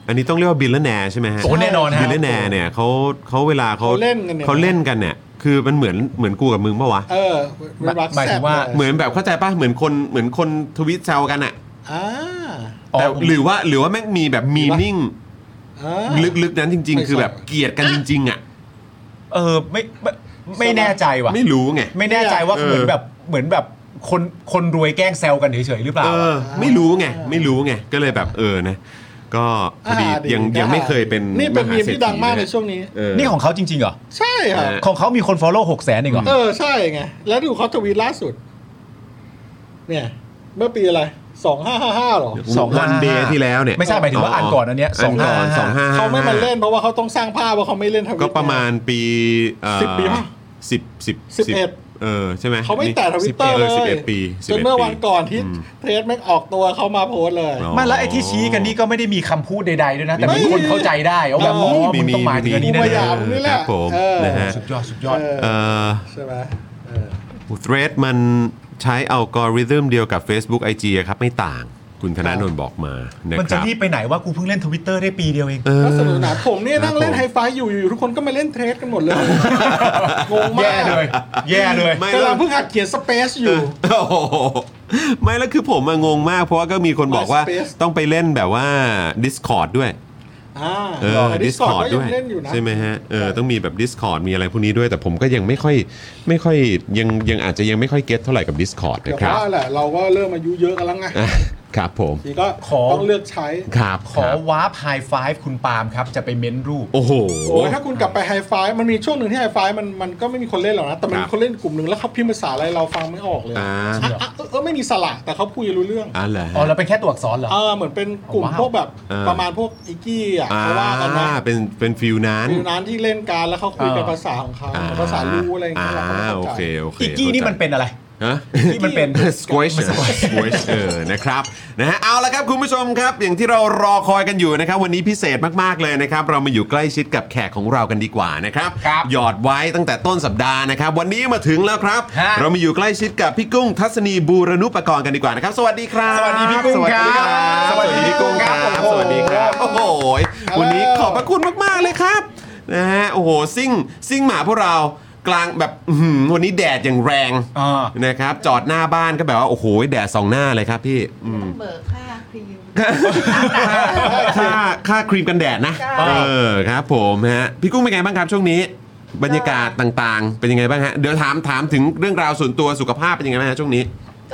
Speaker 1: อันนี้ต้องเรียกว่าบิลเลนแนร์ใช่ไหมฮะ
Speaker 2: โอ้แน่นอน
Speaker 1: บิ
Speaker 2: ฮะ
Speaker 1: ลเลนแนร์เนี่ยเขาเขาเวลาเขา
Speaker 4: เขาเล่นกันเนี่ย
Speaker 1: เขาเล่นกันเนี่ย คือมันเหมือนเหมือนกูกับมึงปะวะ
Speaker 4: เออเวลา
Speaker 2: หมายถึงว่า
Speaker 4: แซ่บ
Speaker 1: เหมือนแบบเข้าใจป่ะ เหมือนคนเหมือนคนทวิตแซวกันอะ
Speaker 4: อ่า
Speaker 1: แต่หรือว่าหรือว่าแม่งมีแบบมีนิ่ง
Speaker 4: อ่า
Speaker 1: ลึกๆนั้นจริง
Speaker 4: ไม่
Speaker 1: ๆ คือแบบ
Speaker 4: ใช่
Speaker 1: เกลียดกันจริง ๆอะ
Speaker 2: เออไม่ไม่ไม่แน่ใจว่ะ
Speaker 1: ไม่รู้ไง
Speaker 2: ไม่แน่ใจว่า
Speaker 1: เออ
Speaker 2: เหมือนแบบเหมือนแบบคนคนรวยแกล้งแซวกันเฉยๆหรือเปล่า
Speaker 1: เออ ไม่รู้ไง ไม่รู้ไง ก็เลยแบบเออนะ ก็พอดี
Speaker 4: อ่า
Speaker 1: ยังยังไม่เคยเป็น
Speaker 4: นี่เป็นมีมที่ดังมากในช่วงนี้
Speaker 1: เออ
Speaker 2: นี่ของเขาจริงๆเหรอ
Speaker 4: ใช่ค่ะ
Speaker 1: เออ
Speaker 2: ของเขามีคนฟอลโล่หกแสนเองเหรอ
Speaker 4: เออใช่ไง แล้วดูเขาทวีตล่าสุด เนี่ย เมื่อปีอะไรสองห้าห้าห้าหรอ
Speaker 1: วันเดย์ที่แล้วเนี่ย
Speaker 2: ไม่ใช่หมายถึงว่าอ่านก่อนอันเนี้ยสองห้า
Speaker 1: สองห้า
Speaker 4: เขาไม่มาเล่นเพราะว่าเขาต้องสร้างภาพว่าเขาไม่เล่นทวิต
Speaker 1: ก็ประมาณปีเอ่อ
Speaker 4: สิบปีปะ
Speaker 1: สิบสิบ
Speaker 4: สิบเอ็ด
Speaker 1: เออใช่ไหม
Speaker 4: เขาไม่แตะทวิตเตอร์เลย
Speaker 1: สิบเอ็ดปี
Speaker 4: จนเมื่อวันก่อนที่เทสแม่งออกตัวเขามาโพสต์เลย
Speaker 2: ไม่แล้วไอ้ที่ชี้กันนี่ก็ไม่ได้มีคำพูดใดๆด้วยนะ แต่
Speaker 4: ไม่
Speaker 2: มีคนเข้าใจได้เอาแบบ
Speaker 4: ไม่
Speaker 2: อ๋อมึงต้องหมายถึงอันนี้แน่ๆ
Speaker 4: มีมี มนี่แห
Speaker 1: ค
Speaker 4: ละ
Speaker 1: รับผม
Speaker 4: เออ
Speaker 1: นะฮะ
Speaker 2: สุดยอดสุดยอด
Speaker 4: เออ
Speaker 1: เอ่อ
Speaker 4: ใช่ไหมเออ
Speaker 1: t h r e a d มันใช้อัลกอริทึมเดียวกับ Facebook IG อะครับ ไม่ต่างคุณธนาโนนบอกมานะ
Speaker 2: มัน
Speaker 1: ค
Speaker 2: จะ
Speaker 1: รับ
Speaker 2: รีบไปไหนว่ากูเพิ่งเล่นทวิตเตอร์ได้ปีเดียวเอง
Speaker 4: ก็สนุกหนาผมเนี่ยนั่งเล่นไฮไฟอยู่อยู่ๆทุกคนก็มาเล่นเทสกันหมดเลยงงมา
Speaker 2: แย่
Speaker 4: ก
Speaker 2: เลย แย่เลย
Speaker 1: ไม่
Speaker 4: กำ
Speaker 1: แล้
Speaker 4: ลั
Speaker 1: ว
Speaker 4: งเพิ่งหัดเขียนสเปซอยู่
Speaker 1: โอ้โหไม่แล้วคือผมอะงงมาก เพราะว่าก็มีคนบอกว่า
Speaker 4: MySpace
Speaker 1: ต้องไปเล่นแบบว่า Discord ด้วย
Speaker 4: อ่า
Speaker 1: เออ Discord ด้วย
Speaker 4: เล่นอยู่นะ
Speaker 1: ใช่ไหมฮะเออต้องมีแบบ Discord มีอะไรพวกนี้ด้วย แต่ผมก็ยังไม่ค่อยไม่ค่อยยังยังอาจจะยังไม่ค่อยเก็ตเท่าไหร่กับ Discord
Speaker 4: เดี๋
Speaker 1: นะ
Speaker 4: ยว
Speaker 1: ครับ
Speaker 4: ว่าแหละเราก็เริ่มอายุเยอะกันแล้วไง
Speaker 1: อ่ะ ครับผม
Speaker 4: นี่ก็
Speaker 2: ขอ
Speaker 4: ต้องเลือกใช้
Speaker 1: ครับ
Speaker 2: ข
Speaker 1: ค
Speaker 2: อ
Speaker 1: รับ
Speaker 2: วาร์ปไฮไฟฟ์คุณปาล์มครับ จะไปเม้นรูป
Speaker 1: โอ้โห
Speaker 4: โอ้ยถ้าคุณกลับไปไฮไฟว์มันมีช่วงหนึ่งที่ไฮไฟว์มันมันก็ไม่มีคนเล่นหรอกนะ แต่มัน
Speaker 1: ครั
Speaker 4: มี
Speaker 1: บ
Speaker 4: คนเล่นกลุ่มหนึ่งแล้วเขาพิมพ์ภาษาอะไรเราฟังไม่ออกเลย
Speaker 1: อ่า
Speaker 4: อ่ะอ่ะเออเออไม่มีสระแต่เขาพูดรู้เรื่อง
Speaker 1: อ่ะเหรอ
Speaker 2: อ๋อ
Speaker 1: ฮะ
Speaker 2: เราเป็นแค่ตัวอักษรเหรอ
Speaker 4: เออเหมือนเป็นกลุ่ม
Speaker 2: ว้าว
Speaker 4: พวกแบบ
Speaker 1: เออ
Speaker 4: ประมาณพวกอิกกี้อ่ะ
Speaker 1: อ่า
Speaker 4: เขาว่ากันนะ
Speaker 1: เป็นเป็นฟิลนั้น
Speaker 4: อยู่นั้นที่เล่นการแล้วเขาคุยกันภาษาของเขา
Speaker 1: อ่
Speaker 4: ภาษารู้อะไรอย่างเงี้ยเราก็ไม่
Speaker 1: อ่า
Speaker 4: เข้า
Speaker 1: โอ
Speaker 4: ใจ
Speaker 1: เคโอเค
Speaker 2: อีกกี้นี่มันเป็นอะไร
Speaker 1: ฮะ
Speaker 2: ที่มันเป็น
Speaker 1: สควอชสควอชเออนะครับนะฮะเอาละครับคุณผู้ชมครับ อย่างที่เรารอคอยกันอยู่นะครับ วันนี้พิเศษมาก ๆ เลยนะครับ เรามาอยู่ใกล้ชิดกับแขกของเรากันดีกว่านะครับ
Speaker 2: ครับ
Speaker 1: หยอดไว้ตั้งแต่ต้นสัปดาห์นะครับ วันนี้มาถึงแล้วครับ
Speaker 2: ฮะ
Speaker 1: เรามาอยู่ใกล้ชิดกับพี่กุ้งทัศนีบูรณุปกรณ์กันดีกว่านะครับ สวัสดีครับ
Speaker 2: สวัสดีพี่กุ้งครับ
Speaker 1: สวัสดีพี่กุ้งครับ ส
Speaker 2: สวั
Speaker 1: วัส
Speaker 2: สดี
Speaker 1: ดีค
Speaker 2: ครั
Speaker 1: รับบ โอ้โหวันนี้ขอบพระคุณมาก ๆ เลยครับนะฮะโอ้โหซิ่งซิ่งหมาพวกเรากลางแบบอื้อหือวันนี้แดดอย่างแรง
Speaker 2: อ่า
Speaker 1: นะครับจอดหน้าบ้านก็แบบว่า โอ้โหแดดสองหน้าเลยครับพี่อืม
Speaker 5: ต้องเบิกค่าครีม
Speaker 1: ค่าค่าครีมกันแดดนะ
Speaker 5: ใช่
Speaker 1: เออครับผมฮะพี่กุ้งเป็นไงบ้างครับช่วงนี้ บรรยากาศต่างๆ เป็นยังไงบ้างฮะ เดี๋ยวถามถามถึงเรื่องราวส่วนตัวสุขภาพเป็นยังไงบ้างฮะช่วงนี้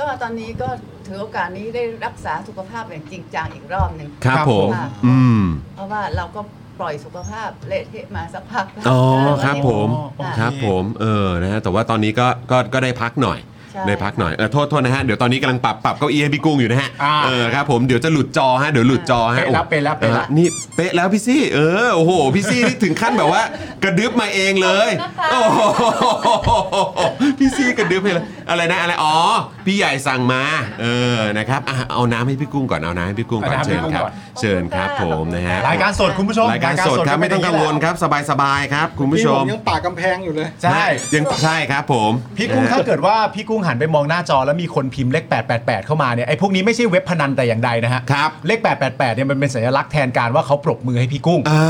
Speaker 5: ก็ตอนนี้ก็ถือโอกาสนี้ได้รักษาสุขภาพอย่างจริงจังอีกรอบหนึ่ง
Speaker 1: ครับผม
Speaker 5: ะ
Speaker 1: อืม
Speaker 5: เพราะว่าเราก็ปล่อยสุขภาพเละเทะมาสักพักแล้ว
Speaker 1: อ๋อ
Speaker 5: แล้ว
Speaker 1: ครับผม
Speaker 5: วันนี้
Speaker 1: ครับผมเออนะฮะแต่ว่าตอนนี้ก็ก็ก็ได้พักหน่อย
Speaker 5: ใช่
Speaker 1: ได้พักหน่อยเออโทษโทษนะฮะเดี๋ยวตอนนี้กำลังปรับปรับเก้าอี้ให้พี่กุ้งอยู่นะฮะ
Speaker 2: อ่า
Speaker 1: เออครับผมเดี๋ยวจะหลุดจอฮะเดี๋ยวหลุดจอฮะ
Speaker 2: เป๊ะแล้วเป๊ะแล้วเป๊ะแล้ว
Speaker 1: ออนี่เป๊ะแล้วพี่ซี่เออโอ้โหพี่ซี่นี่ถึงขั้นแบบว่ากระดึบมาเองเลยโอ้โหพี่ซี่กระดึบให้เลยอะไรนะอะไรอ๋อพี่ใหญ่สั่งมาเออนะครับอ่ะเอาน้ำให้พี่กุ้งก่อนเอาน้ำให้พี่กุ้งก่อน
Speaker 2: เอาน้ำ
Speaker 1: เชิญ
Speaker 2: ให้พี่กุ้ง
Speaker 1: ครับ
Speaker 2: ก่อน
Speaker 1: เชิญครับผมนะฮะ
Speaker 2: รายการสดคุณผู้ชม
Speaker 1: รายการสดครับไม่ต้องกังวลครับสบายๆครับคุณผู้
Speaker 4: พี่
Speaker 1: ช
Speaker 4: ผม
Speaker 1: ม
Speaker 4: ยังปากกำแพงอยู่เลย
Speaker 2: ใช่
Speaker 1: ยังใช่ครับผม
Speaker 2: พี่กุ้งถ้าเกิดว่าพี่กุ้งหันไปมองหน้าจอแล้วมีคนพิมพ์เลข 888 เข้ามาเนี่ยไอ้พวกนี้ไม่ใช่เว็บพนันแต่อย่างใดนะฮะ
Speaker 1: ครับ
Speaker 2: เลข 888 เนี่ยมันเป็นสัญลักษณ์แทนการว่าเขาปรบมือให้พี่กุ้ง
Speaker 1: อ่า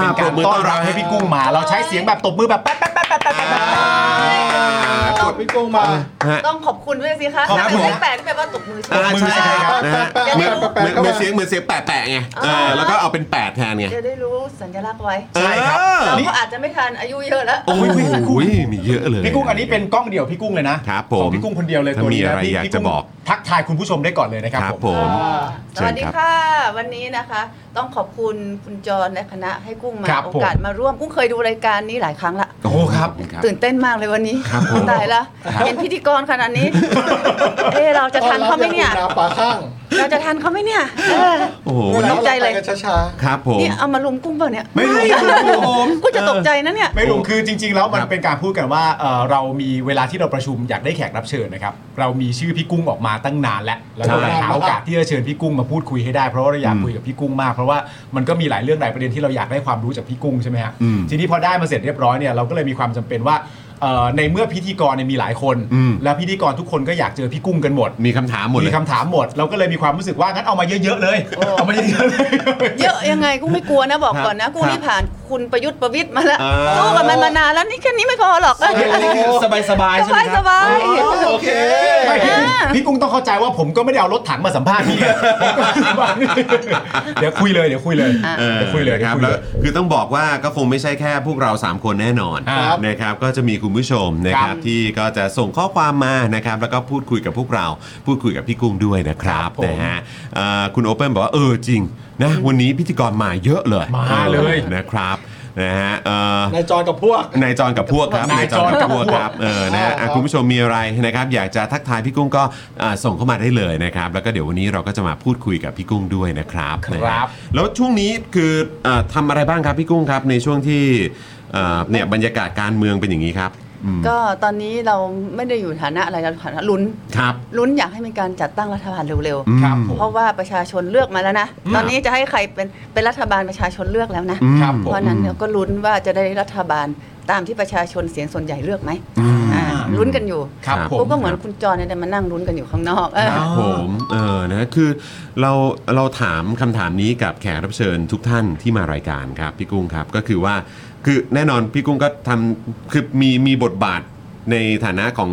Speaker 2: เป็น
Speaker 1: ป
Speaker 2: การ
Speaker 1: มื
Speaker 2: ต้อนรับ
Speaker 1: ฮะ
Speaker 2: ให้พี่กุ้งมา เราใช้เสียงแบบตบมือแบบแป๊ดแป๊ดแป๊ดแป๊ดแป๊ดแป๊ดแป๊ด
Speaker 4: กดพี่โกงมา
Speaker 1: ฮะ
Speaker 5: ต้องขอบคุณด้วยสิคะ
Speaker 2: ขอบ
Speaker 5: ถ้า
Speaker 2: คุ
Speaker 5: เป็
Speaker 2: ณ
Speaker 5: นเลขแปดก็แปลว่าตกมือใช่
Speaker 1: อ่า
Speaker 5: ไหม
Speaker 1: ใช่ครับนะฮะ
Speaker 4: แปะ
Speaker 1: เหมือน
Speaker 4: แปะ
Speaker 1: เหมือน
Speaker 4: แปะ
Speaker 1: เหมือน
Speaker 4: แปะ
Speaker 1: เสียงเหมือนเสียงแปะแปะไง
Speaker 5: อ่า
Speaker 1: เออแล้วก็เอาเป็นแปดแทนไง
Speaker 5: จะได้รู้สัญลักษณ์ไว้
Speaker 2: ใช่ครับ
Speaker 1: เออ
Speaker 5: เราก็อาจจะไม่ทันอายุเยอะแล้ว
Speaker 1: โอ้โหมีเยอะเลย
Speaker 2: พี่กุ้งอันนี้เป็นกล้องเดี่ยวพี่กุ้งเลยนะครับ
Speaker 1: ผม
Speaker 2: ของพี่กุ้งคนเดียวเลย
Speaker 1: ถ้า
Speaker 2: ตัวนี้
Speaker 1: มีอะไร
Speaker 2: พี่
Speaker 1: อยาก
Speaker 2: พี่
Speaker 1: จะบอก
Speaker 2: ทักทายคุณผู้ชมได้ก่อนเลยนะครับ
Speaker 1: ครับ
Speaker 2: ผ
Speaker 1: ผม ม
Speaker 5: สวัสดี
Speaker 1: เชิญครับ
Speaker 5: ค่ะ วันนี้นะคะ ต้องขอบคุณคุณจรและคณะให้กุ้งมา
Speaker 2: ครับผม
Speaker 5: โอกาสมาร่วมกุ้งเคยดูรายการนี้หลายครั้งละ
Speaker 2: โอ้ครับ
Speaker 1: ขอณ
Speaker 5: ตื่นเต้นมากเลยวันนี้
Speaker 1: ครับผม
Speaker 5: ตายละ
Speaker 1: ครับ
Speaker 5: เป็นพิธีกรขนาดนี้ เอะเราจะทันเขาไหมเนี่ย
Speaker 4: ต้รับอางอุ่นน้ำปลาข้าง
Speaker 5: เราจะทันเขาไหมเนี่ย
Speaker 1: โอ้โห
Speaker 6: เวลา
Speaker 5: ตกใจเลย
Speaker 6: ราไปกันช้า
Speaker 1: ครับผม
Speaker 5: เนี่ยเอามารุมกุ้งเปล่าเนี่ย
Speaker 1: ไม่รุมครับผม
Speaker 5: กูจะตกใจนะเนี่ย
Speaker 2: ไม่รู้คือจริง ๆ แล้ว
Speaker 1: ค
Speaker 2: มั
Speaker 1: น รับ
Speaker 2: เป็นการพูดกันว่าเอ่อเรามีเวลาที่เราประชุมอยากได้แขกรับเชิญนะครับเรามีชื่อพี่กุ้งออกมาตั้งนานแล้วแล้วก็
Speaker 1: ใช่
Speaker 2: หาโอกาสที่จะเชิญพี่กุ้งมาพูดคุยให้ได้เพราะว่าเราอยาก
Speaker 1: อืม
Speaker 2: คุยกับพี่กุ้งมากเพราะว่ามันก็มีหลายเรื่องหลายประเด็นที่เราอยากได้ความรู้จากพี่กุ้งใช่ไหมฮะ
Speaker 1: อืม
Speaker 2: ทีนี้พอได้มาเสร็จเรียบร้อยเนี่ยเราก็เลยมีความจำเป็นว่าเอ่อในเมื่อพิธีกรเนี่ยมีหลายคน
Speaker 1: อืม
Speaker 2: และพิธีกรทุกคนก็อยากเจอพี่กุ้งกันหมด
Speaker 1: มีคำถามหมดเล
Speaker 2: มี
Speaker 1: ย
Speaker 2: คำถามหมด เราก็เลยมีความรู้สึกว่างั้นเอามาเยอะๆเลยเอามาเยอะๆเลย
Speaker 5: เยอะยังไงกูไม่กลัวนะบอกก่อนนะกูนี่ผ่านคุณประยุทธ์ประวิตย์มาแล้ว
Speaker 1: อ่า
Speaker 5: สู้กับมันมานานแล้วนี่แค่นี้ไม่พอหรอก
Speaker 1: อันนี้คือสบายสบายๆใช่ไหมค
Speaker 5: ส
Speaker 1: รับ
Speaker 5: บายๆ
Speaker 1: อ๋อโอเค
Speaker 2: ไม่พี่กุ้งพี่กุ้งต้องเข้าใจว่าผมก็ไม่ได้เอารถถังมาสัมภาษณ์พี่ไงผมก็สัมภาษณ์เดี๋ยวคุยเลยเดี๋ยวคุยเลย
Speaker 1: เออ
Speaker 2: เดี๋ยวคุยเลย
Speaker 1: ครับ
Speaker 2: เดี๋
Speaker 1: แล้
Speaker 2: ยว วคุยเลย
Speaker 1: คือต้องบอกว่าก็คงไม่ใช่แค่พวกเรา 3 คนแน่นอน
Speaker 2: ครับ
Speaker 1: นะครับก็จะมีคุณผู้ชมนะครับที่ก็จะส่งข้อความมานะครับแล้วก็พูดคุยกับพวกเราพูดคุยกับพี่กุ้งด้วยนะครับ
Speaker 2: ครับผม
Speaker 1: นะฮะเอ่อคุณโอเปิลบอกว่าเออจริงนะวันนี้พิธีกรมาเยอะเลย
Speaker 2: มาเลย
Speaker 1: นะครับนะฮะเอ่อ
Speaker 6: ๆนายจอยกับพวก
Speaker 1: นายจอนกับพวกครับ
Speaker 2: นายจอนกับพวก
Speaker 1: ครับเออนะฮะอ่ะ
Speaker 6: ครับ
Speaker 1: คุณผู้ชมมีอะไรนะครับ อยากจะทักทายพี่กุ้งก็อ่าส่งเข้ามาได้เลยนะครับ แล้วก็เดี๋ยววันนี้เราก็จะมาพูดคุยกับพี่กุ้งด้วยนะครับ
Speaker 2: ครับ
Speaker 1: นะฮะแล้วช่วงนี้คืออ่าทำอะไรบ้างครับพี่กุ้งครับในช่วงที่อ่าเนี่ยบรรยากาศการเมืองเป็นอย่างนี้ครับอืม
Speaker 5: ก็ตอนนี้เราไม่ได้อยู่ฐานะอะไรเราฐานะลุ้น
Speaker 1: ครับ
Speaker 5: ลุ้นอยากให้มีการจัดตั้งรัฐบาลเร็ว
Speaker 1: อืม
Speaker 2: ครับผม
Speaker 5: ๆ เพราะว่าประชาชนเลือกมาแล้วนะ
Speaker 1: อืม
Speaker 5: ตอนนี้จะให้ใครเป็นเป็นรัฐบาลประชาชนเลือกแล้วนะ
Speaker 1: อืม
Speaker 2: ครับผม
Speaker 5: เพราะฉะนั้นเราก็ลุ้นว่าจะได้รัฐบาลตามที่ประชาชนเสียงส่วนใหญ่เลือกไหมอ่าลุ้นกันอยู่
Speaker 2: ครับผม
Speaker 5: ก็เหมือนคุณจรเนี่ยได้มานั่งลุ้นกันอยู่ข้างนอกเออ
Speaker 1: ครับผมเออนะคือเราเราถามคำถามนี้กับแขกรับเชิญทุกท่านที่มารายการครับพี่กุ้งครับก็คือว่าคือแน่นอนพี่กุ้งก็ทำคือมีมีบทบาทในฐานะของ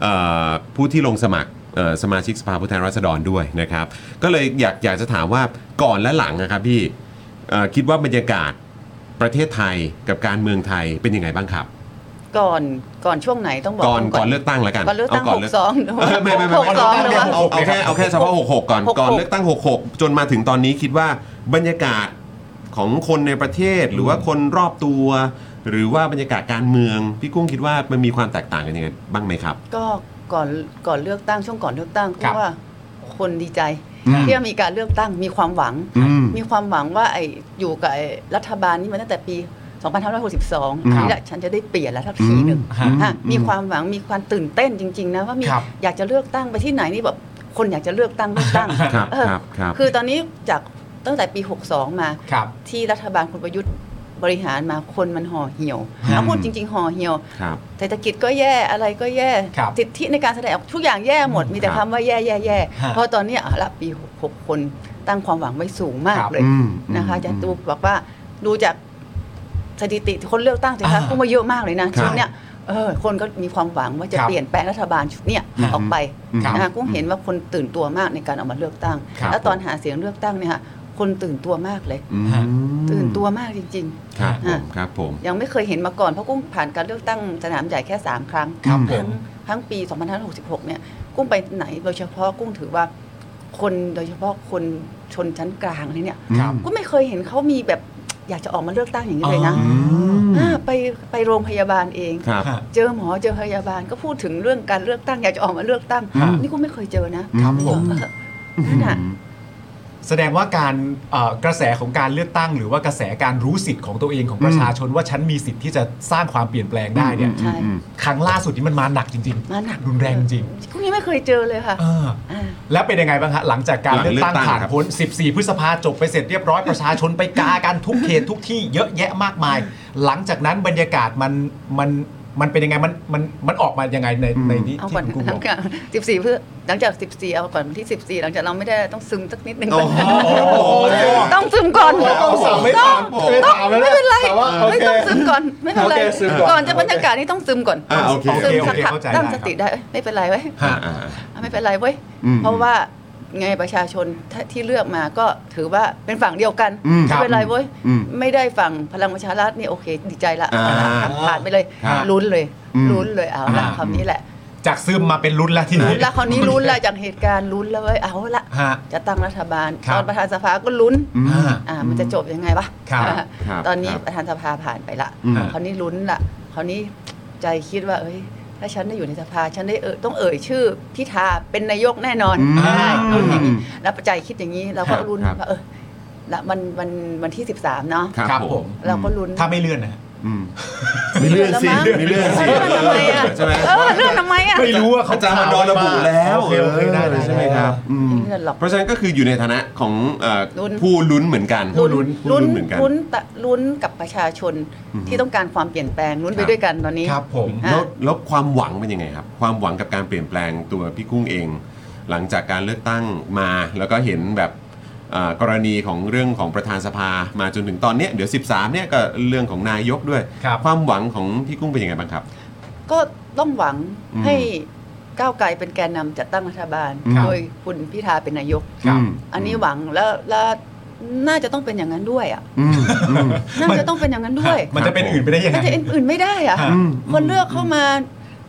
Speaker 1: เออผู้ที่ลงสมัครเอ่อสมาชิกสภาผู้แทนราษฎรด้วยนะครับ ก็เลยอยากอยากจะถามว่าก่อนและหลังนะครับพี่เอ่อคิดว่าบรรยากาศประเทศไทยกับการเมืองไทยเป็นยังไงบ้างครับ
Speaker 5: ก่อนก่อนช่วงไหนต้องบอก
Speaker 1: ก่อน
Speaker 5: ผม
Speaker 1: ก่อนเลือกตั้งแล้วกัน
Speaker 5: ก่อนเลือกตั้ง
Speaker 1: า
Speaker 5: หกสองหรือว่า
Speaker 1: เไม่ไม่ไม่
Speaker 5: หกสองหรือว่า
Speaker 1: เอาเอาแค่เอาแค่เฉพาะหกหกก่อน
Speaker 5: หกหก
Speaker 1: ก่อนเลือกตั้งหกหกจนมาถึงตอนนี้คิดว่าบรรยากาศของคนในประเทศหรือว่าคนรอบตัว หรือว่าบรรยากาศการเมืองพี่กุ้งคิดว่ามันมีความแตกต่างกันยังไงบ้างไหมครับ
Speaker 5: ก็ก่อนก่อนเลือกตั้งช่วงก่อนเลือกตั้ง
Speaker 2: ครั
Speaker 5: ก็
Speaker 2: บ
Speaker 5: ว่าคนดีใจ
Speaker 1: อืม
Speaker 5: ที่ว่ามีการเลือกตั้งมีความหวัง
Speaker 1: อืม
Speaker 5: มีความหวังว่าไอ้อยู่กับไอ้รัฐบาลนี้มาตั้งแต่ปี 2562
Speaker 1: ครับ
Speaker 5: นี่แหละฉันจะได้เปลี่ยนแล้วทักทีหนึ่ง
Speaker 2: ฮะ
Speaker 5: ฮะมีความหวังมีความตื่นเต้นจริง ๆ นะว่ามี
Speaker 2: ครับ
Speaker 5: อยากจะเลือกตั้งไปที่ไหนนี่แบบคนอยากจะเลือกตั้งเลือกตั้ง
Speaker 1: ครับ
Speaker 5: เออ
Speaker 1: ครับครับ
Speaker 5: คือตอนนี้จากตั้งแต่ปี 62 มา
Speaker 2: ครับ
Speaker 5: ที่รัฐบาลคุณประยุทธ์บริหารมาคนมันห่อเหี่ยว
Speaker 1: ครับ
Speaker 5: เอาพูดจริง ๆห่อเหี่ยว
Speaker 1: ครับ
Speaker 5: เศรษฐกิจก็แย่อะไรก็แย่
Speaker 2: ครับ
Speaker 5: สิทธิในการแสดงออกทุกอย่างแย่หมดมีแต่
Speaker 1: ครับ
Speaker 5: คำว่าแย่แย่แย่
Speaker 2: ฮะ
Speaker 5: เพราะตอนนี้เอาละปี6กคนตั้งความหวังไว้สูงมาก
Speaker 2: ครับ
Speaker 5: เลย
Speaker 1: อืม
Speaker 5: นะคะ
Speaker 1: อืม
Speaker 5: จะดูบอกว่าดูจากสถิติคนเลือกตั้งสิคะ
Speaker 2: อ่า
Speaker 5: พุ่งมาเยอะมากเลยนะครับ ชุดเนี้ยเออคนก็มีความหวังว่าจะ
Speaker 2: ครับ
Speaker 5: เปลี่ยนแปลงรัฐบาลชุดเนี้ย
Speaker 2: ฮะ
Speaker 5: ออกไป
Speaker 2: ครับ
Speaker 5: นะคะกุ้งเห็นว่าคนตื่นตัวมากในการออกมาเลือกตั้ง
Speaker 2: ครับ
Speaker 5: และตอนหาเสียงเลือกตั้งเนี่ยค่ะคนตื่นตัวมากเลย
Speaker 1: อืม
Speaker 5: ตื่นตัวมากจริง
Speaker 1: ครับผ
Speaker 5: อ่ะ
Speaker 1: มครับผม
Speaker 5: ๆ ยังไม่เคยเห็นมาก่อน เพราะกุ้งผ่านการเลือกตั้งสนามใหญ่แค่ 3 ครั้ง
Speaker 2: ครับผ
Speaker 5: ทั้
Speaker 2: ม
Speaker 5: งทั้งปี 2566 เนี่ย กุ้งไปไหนโดยเฉพาะกุ้งถือว่าคนโดยเฉพาะคนชนชั้นกลางเลยเนี่ย
Speaker 2: ครับ
Speaker 5: ก็ไม่เคยเห็นเขามีแบบอยากจะออกมาเลือกตั้งอย่างนี้เลยนะ
Speaker 2: อ๋อ
Speaker 5: อ่าไปไปโรงพยาบาลเอง
Speaker 1: ครับ
Speaker 2: ฮะ
Speaker 5: เจอหมอเจอพยาบาลก็พูดถึงเรื่องการเลือกตั้ง อยากจะออกมาเลือกตั้ง
Speaker 2: ครับ
Speaker 5: นี่กุ้งไม่เคยเจอนะครับ
Speaker 1: ผม
Speaker 5: เออนั่นน่ะ
Speaker 2: แสดงว่าการเอ่อกระแสของการเลือกตั้ง หรือว่ากระแสการรู้สิทธิ์ของตัวเองของประชาชนว่าฉันมีสิทธิ์ที่จะสร้างความเปลี่ยนแปลงได้เนี่ย
Speaker 5: ใช่
Speaker 2: ครั้งล่าสุดนี้มันมาหนักจริงๆ
Speaker 5: มาหนัก
Speaker 2: รุนแรงจริง
Speaker 5: กุ้งยังไม่เคยเจอเลยค่ะ
Speaker 2: เออ
Speaker 5: อ่า
Speaker 2: แล้วเป็นยังไงบ้างฮะหลังจากการ
Speaker 1: หลัง
Speaker 2: เลือกตั้ง
Speaker 1: เลือกตั้ง
Speaker 2: ผ่าน
Speaker 1: ครับ
Speaker 2: พ้น 14 พฤษภาจบไปเสร็จเรียบร้อยประชาชนไปกากันทุกเขตทุกที่เยอะแยะมากมาย หลังจากนั้นบรรยากาศมันมันมันเป็นยังไงมันมันมันออกมายังไงในในนี้
Speaker 5: เอา
Speaker 2: ที่
Speaker 5: ก่อน
Speaker 2: คุณกุ้ง
Speaker 5: ห
Speaker 2: บ
Speaker 5: ลั
Speaker 2: อง ก
Speaker 5: จากสิบสี่เพื่อหลังจากสิบสี่เอาก่อนวันที่สิบสี่หลังจากเราไม่ได้ต้องซึมสักนิดหนึ่ง
Speaker 1: โอ้โห
Speaker 5: ต้องซึมก่อน
Speaker 6: เราต้องสามไม่ถามไม่ถามแล้ว
Speaker 5: ไม่เป็นไร
Speaker 6: แต่ว่าโอ
Speaker 5: ไม่
Speaker 6: เค
Speaker 5: ต้องซึมก่อนไม่เป็นไร
Speaker 6: โอเคซึมก่อน
Speaker 5: ก่อนจะบรรยากาศนี่ต้องซึมก่อน
Speaker 1: อ่าโอเค
Speaker 5: ซึม
Speaker 2: โอ
Speaker 5: สัก
Speaker 2: เค
Speaker 5: พัก
Speaker 2: เข้าใจ
Speaker 5: ตั้ง
Speaker 2: ได้
Speaker 5: ส
Speaker 2: ครับ
Speaker 5: ติได้เอ้ยไม่เป็นไรเว้ย
Speaker 2: ฮะ
Speaker 1: อ่าอ่า
Speaker 5: อ่ะไม่เป็นไรเว้ย
Speaker 1: อืม
Speaker 5: เพราะว่าไงประชาชนที่เลือกมาก็ถือว่าเป็นฝั่งเดียวกัน
Speaker 1: อืม
Speaker 5: ไม่เป็นไรเว้ย
Speaker 1: อืม
Speaker 5: ไม่ได้ฝั่งพลังประชารัฐนี่โอเค ดีใจละ
Speaker 1: อ่า
Speaker 5: ผ่านไปเลย
Speaker 1: ครับ
Speaker 5: ลุ้นเลย
Speaker 1: อืม
Speaker 5: ลุ้นเลยเอาละ
Speaker 2: อ่า
Speaker 5: คำนี้แหละ
Speaker 2: จากซึมมาเป็นลุ้นแล้วทีนี้
Speaker 5: ลุ้นละคราวนี้ลุ้นละจากเหตุการณ์ลุ้นแล้วเว้ยเอาละ
Speaker 2: ฮะ
Speaker 5: จะตั้งรัฐบาล
Speaker 2: ครั
Speaker 5: ต
Speaker 2: บ
Speaker 5: อนประธานสภาก็ลุ้น
Speaker 1: อืม
Speaker 2: อ่า
Speaker 5: อ่ามันจะจบยังไงวะ
Speaker 2: ครับ
Speaker 5: อ่า
Speaker 1: ครับ
Speaker 5: ตอนนี้
Speaker 1: ครับ
Speaker 5: ประธานสภาผ่านไปละ
Speaker 1: อืม
Speaker 5: คราวนี้ลุ้นละคราวนี้ใจคิดว่าเอ้ย ถ้าฉันได้อยู่ในสภาฉันได้เออต้องเอ่ยชื่อพิธาเป็นนายกแน่นอน
Speaker 1: อืม
Speaker 5: ได้คิดอย่างนี้แล้วปัจจัยคิดอย่างนี้เราก็
Speaker 1: ครับ
Speaker 5: รุ้น
Speaker 1: ครับ
Speaker 5: ว่าเออละวันวันวันที่ 13 เนาะ
Speaker 1: ครับ
Speaker 2: ครับ
Speaker 1: ผ
Speaker 2: ผม ม
Speaker 5: เราก็ลุ้น
Speaker 2: ถ้าไม่เลื่อนนะ
Speaker 1: อืมไม่เลื่อนสิ
Speaker 5: แล้วง
Speaker 1: ไม่เลื่อนสิ
Speaker 5: เลื่อนทำไมอ่ะ
Speaker 1: ใช่ไหม
Speaker 5: เออเลื่อนทำไมอ่ะ
Speaker 2: ไม่รู้ว่าเขา
Speaker 1: อาจารย์มันดอนระบุแล้ว
Speaker 2: โอเคโอเคได้ได้
Speaker 1: ใช่ไหมครับอืม
Speaker 5: ไม่เลื่อนหรอก
Speaker 1: เพราะฉะนั้นก็คืออยู่ในฐานะของเอ่อ
Speaker 5: ลุ้น
Speaker 1: ผู้ลุ้นเหมือนกันผู้
Speaker 5: ลุ้น
Speaker 1: เหมือนกัน
Speaker 5: ลุ้นตะลุ้นกับประชาชน
Speaker 1: อืม
Speaker 5: ที่ต้องการความเปลี่ยนแปลงลุ้นไปด้วยกันตอนนี้
Speaker 2: ครับผม
Speaker 5: อ่ะ
Speaker 1: แล้วแล้วความหวังเป็นยังไงครับ ความหวังกับการเปลี่ยนแปลงตัวพี่กุ้งเอง หลังจากการเลือกตั้งมา แล้วก็เห็นแบบอ่ากรณีของเรื่องของประธานสภามาจนถึงตอนเนี้ยเดี๋ยว 13เนี่ยก็เรื่องของนายกด้วย
Speaker 2: ครับ
Speaker 1: ความหวังของพี่กุ้งเป็นยังไงบ้างครับ
Speaker 5: ก็ต้องหวัง
Speaker 1: อืม
Speaker 5: ให้ก้าวไกลเป็นแกนนำจัดตั้งรัฐบาล
Speaker 1: ครับ
Speaker 5: โดยคุณพิธาเป็นนายก
Speaker 2: ครับ
Speaker 1: ม
Speaker 5: อันนี้หวังแล้วแล้วน่าจะต้องเป็นอย่างนั้นด้วยอ่ะ
Speaker 1: อืมอืม
Speaker 5: น่าจะต้องเป็นอย่างนั้นด้วย
Speaker 2: มันจะเป็นอื่นไปได้ยังไง
Speaker 5: มันจะเป็นอื่นไม่ได้อ่ะ
Speaker 2: อื
Speaker 1: อืม
Speaker 5: คนเลือกเข้ามา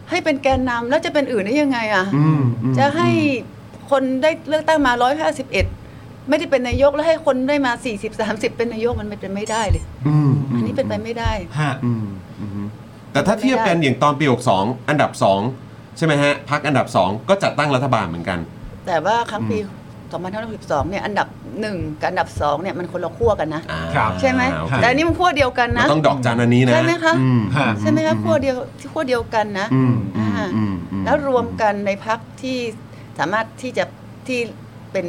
Speaker 5: ให้เป็นแกนนำแล้วจะเป็นอื่นได้ยังไงอ่ะ
Speaker 1: อืมอืม
Speaker 5: จะให้คนได้เลือกตั้งมา 151 ไม่ได้เป็นนายกแล้วให้คนได้มา 40 30 เป็นนายกมันเป็นไม่ได้เลย
Speaker 1: อืมม
Speaker 5: อันนี้เป็นไปไม่ได้
Speaker 2: ฮะ
Speaker 1: อืมอืมแต่ถ้าเทียบกันอย่างตอนปี62อันดับสองใช่ไหมฮะพักอันดับสองก็จัดตั้งรัฐบาลเหมือนกัน
Speaker 5: แต่ว่าครั้งปี
Speaker 1: อื
Speaker 5: 2562 เนี่ย อันดับ 1 กับอันดับ 2 เนี่ย มันคนละขั้วกันนะ
Speaker 1: อ่า
Speaker 2: ครับ
Speaker 5: ใช่ไหม
Speaker 1: โอเค
Speaker 5: แต่อันนี่มันขั้วเดียวกัน
Speaker 1: เรา
Speaker 5: นะ
Speaker 1: ต้องดอกจานอันนี้นะ
Speaker 5: ใช่ไหมคะ
Speaker 1: อื
Speaker 2: ฮะ
Speaker 5: ใช่ไหมคะขั้วเดียวที่ขั้วเดียวกันนะ
Speaker 1: อืมอืม
Speaker 5: อ่า
Speaker 1: อืมอื
Speaker 5: แล้วรวมกันในพักที่สามารถที่จะที่เป็น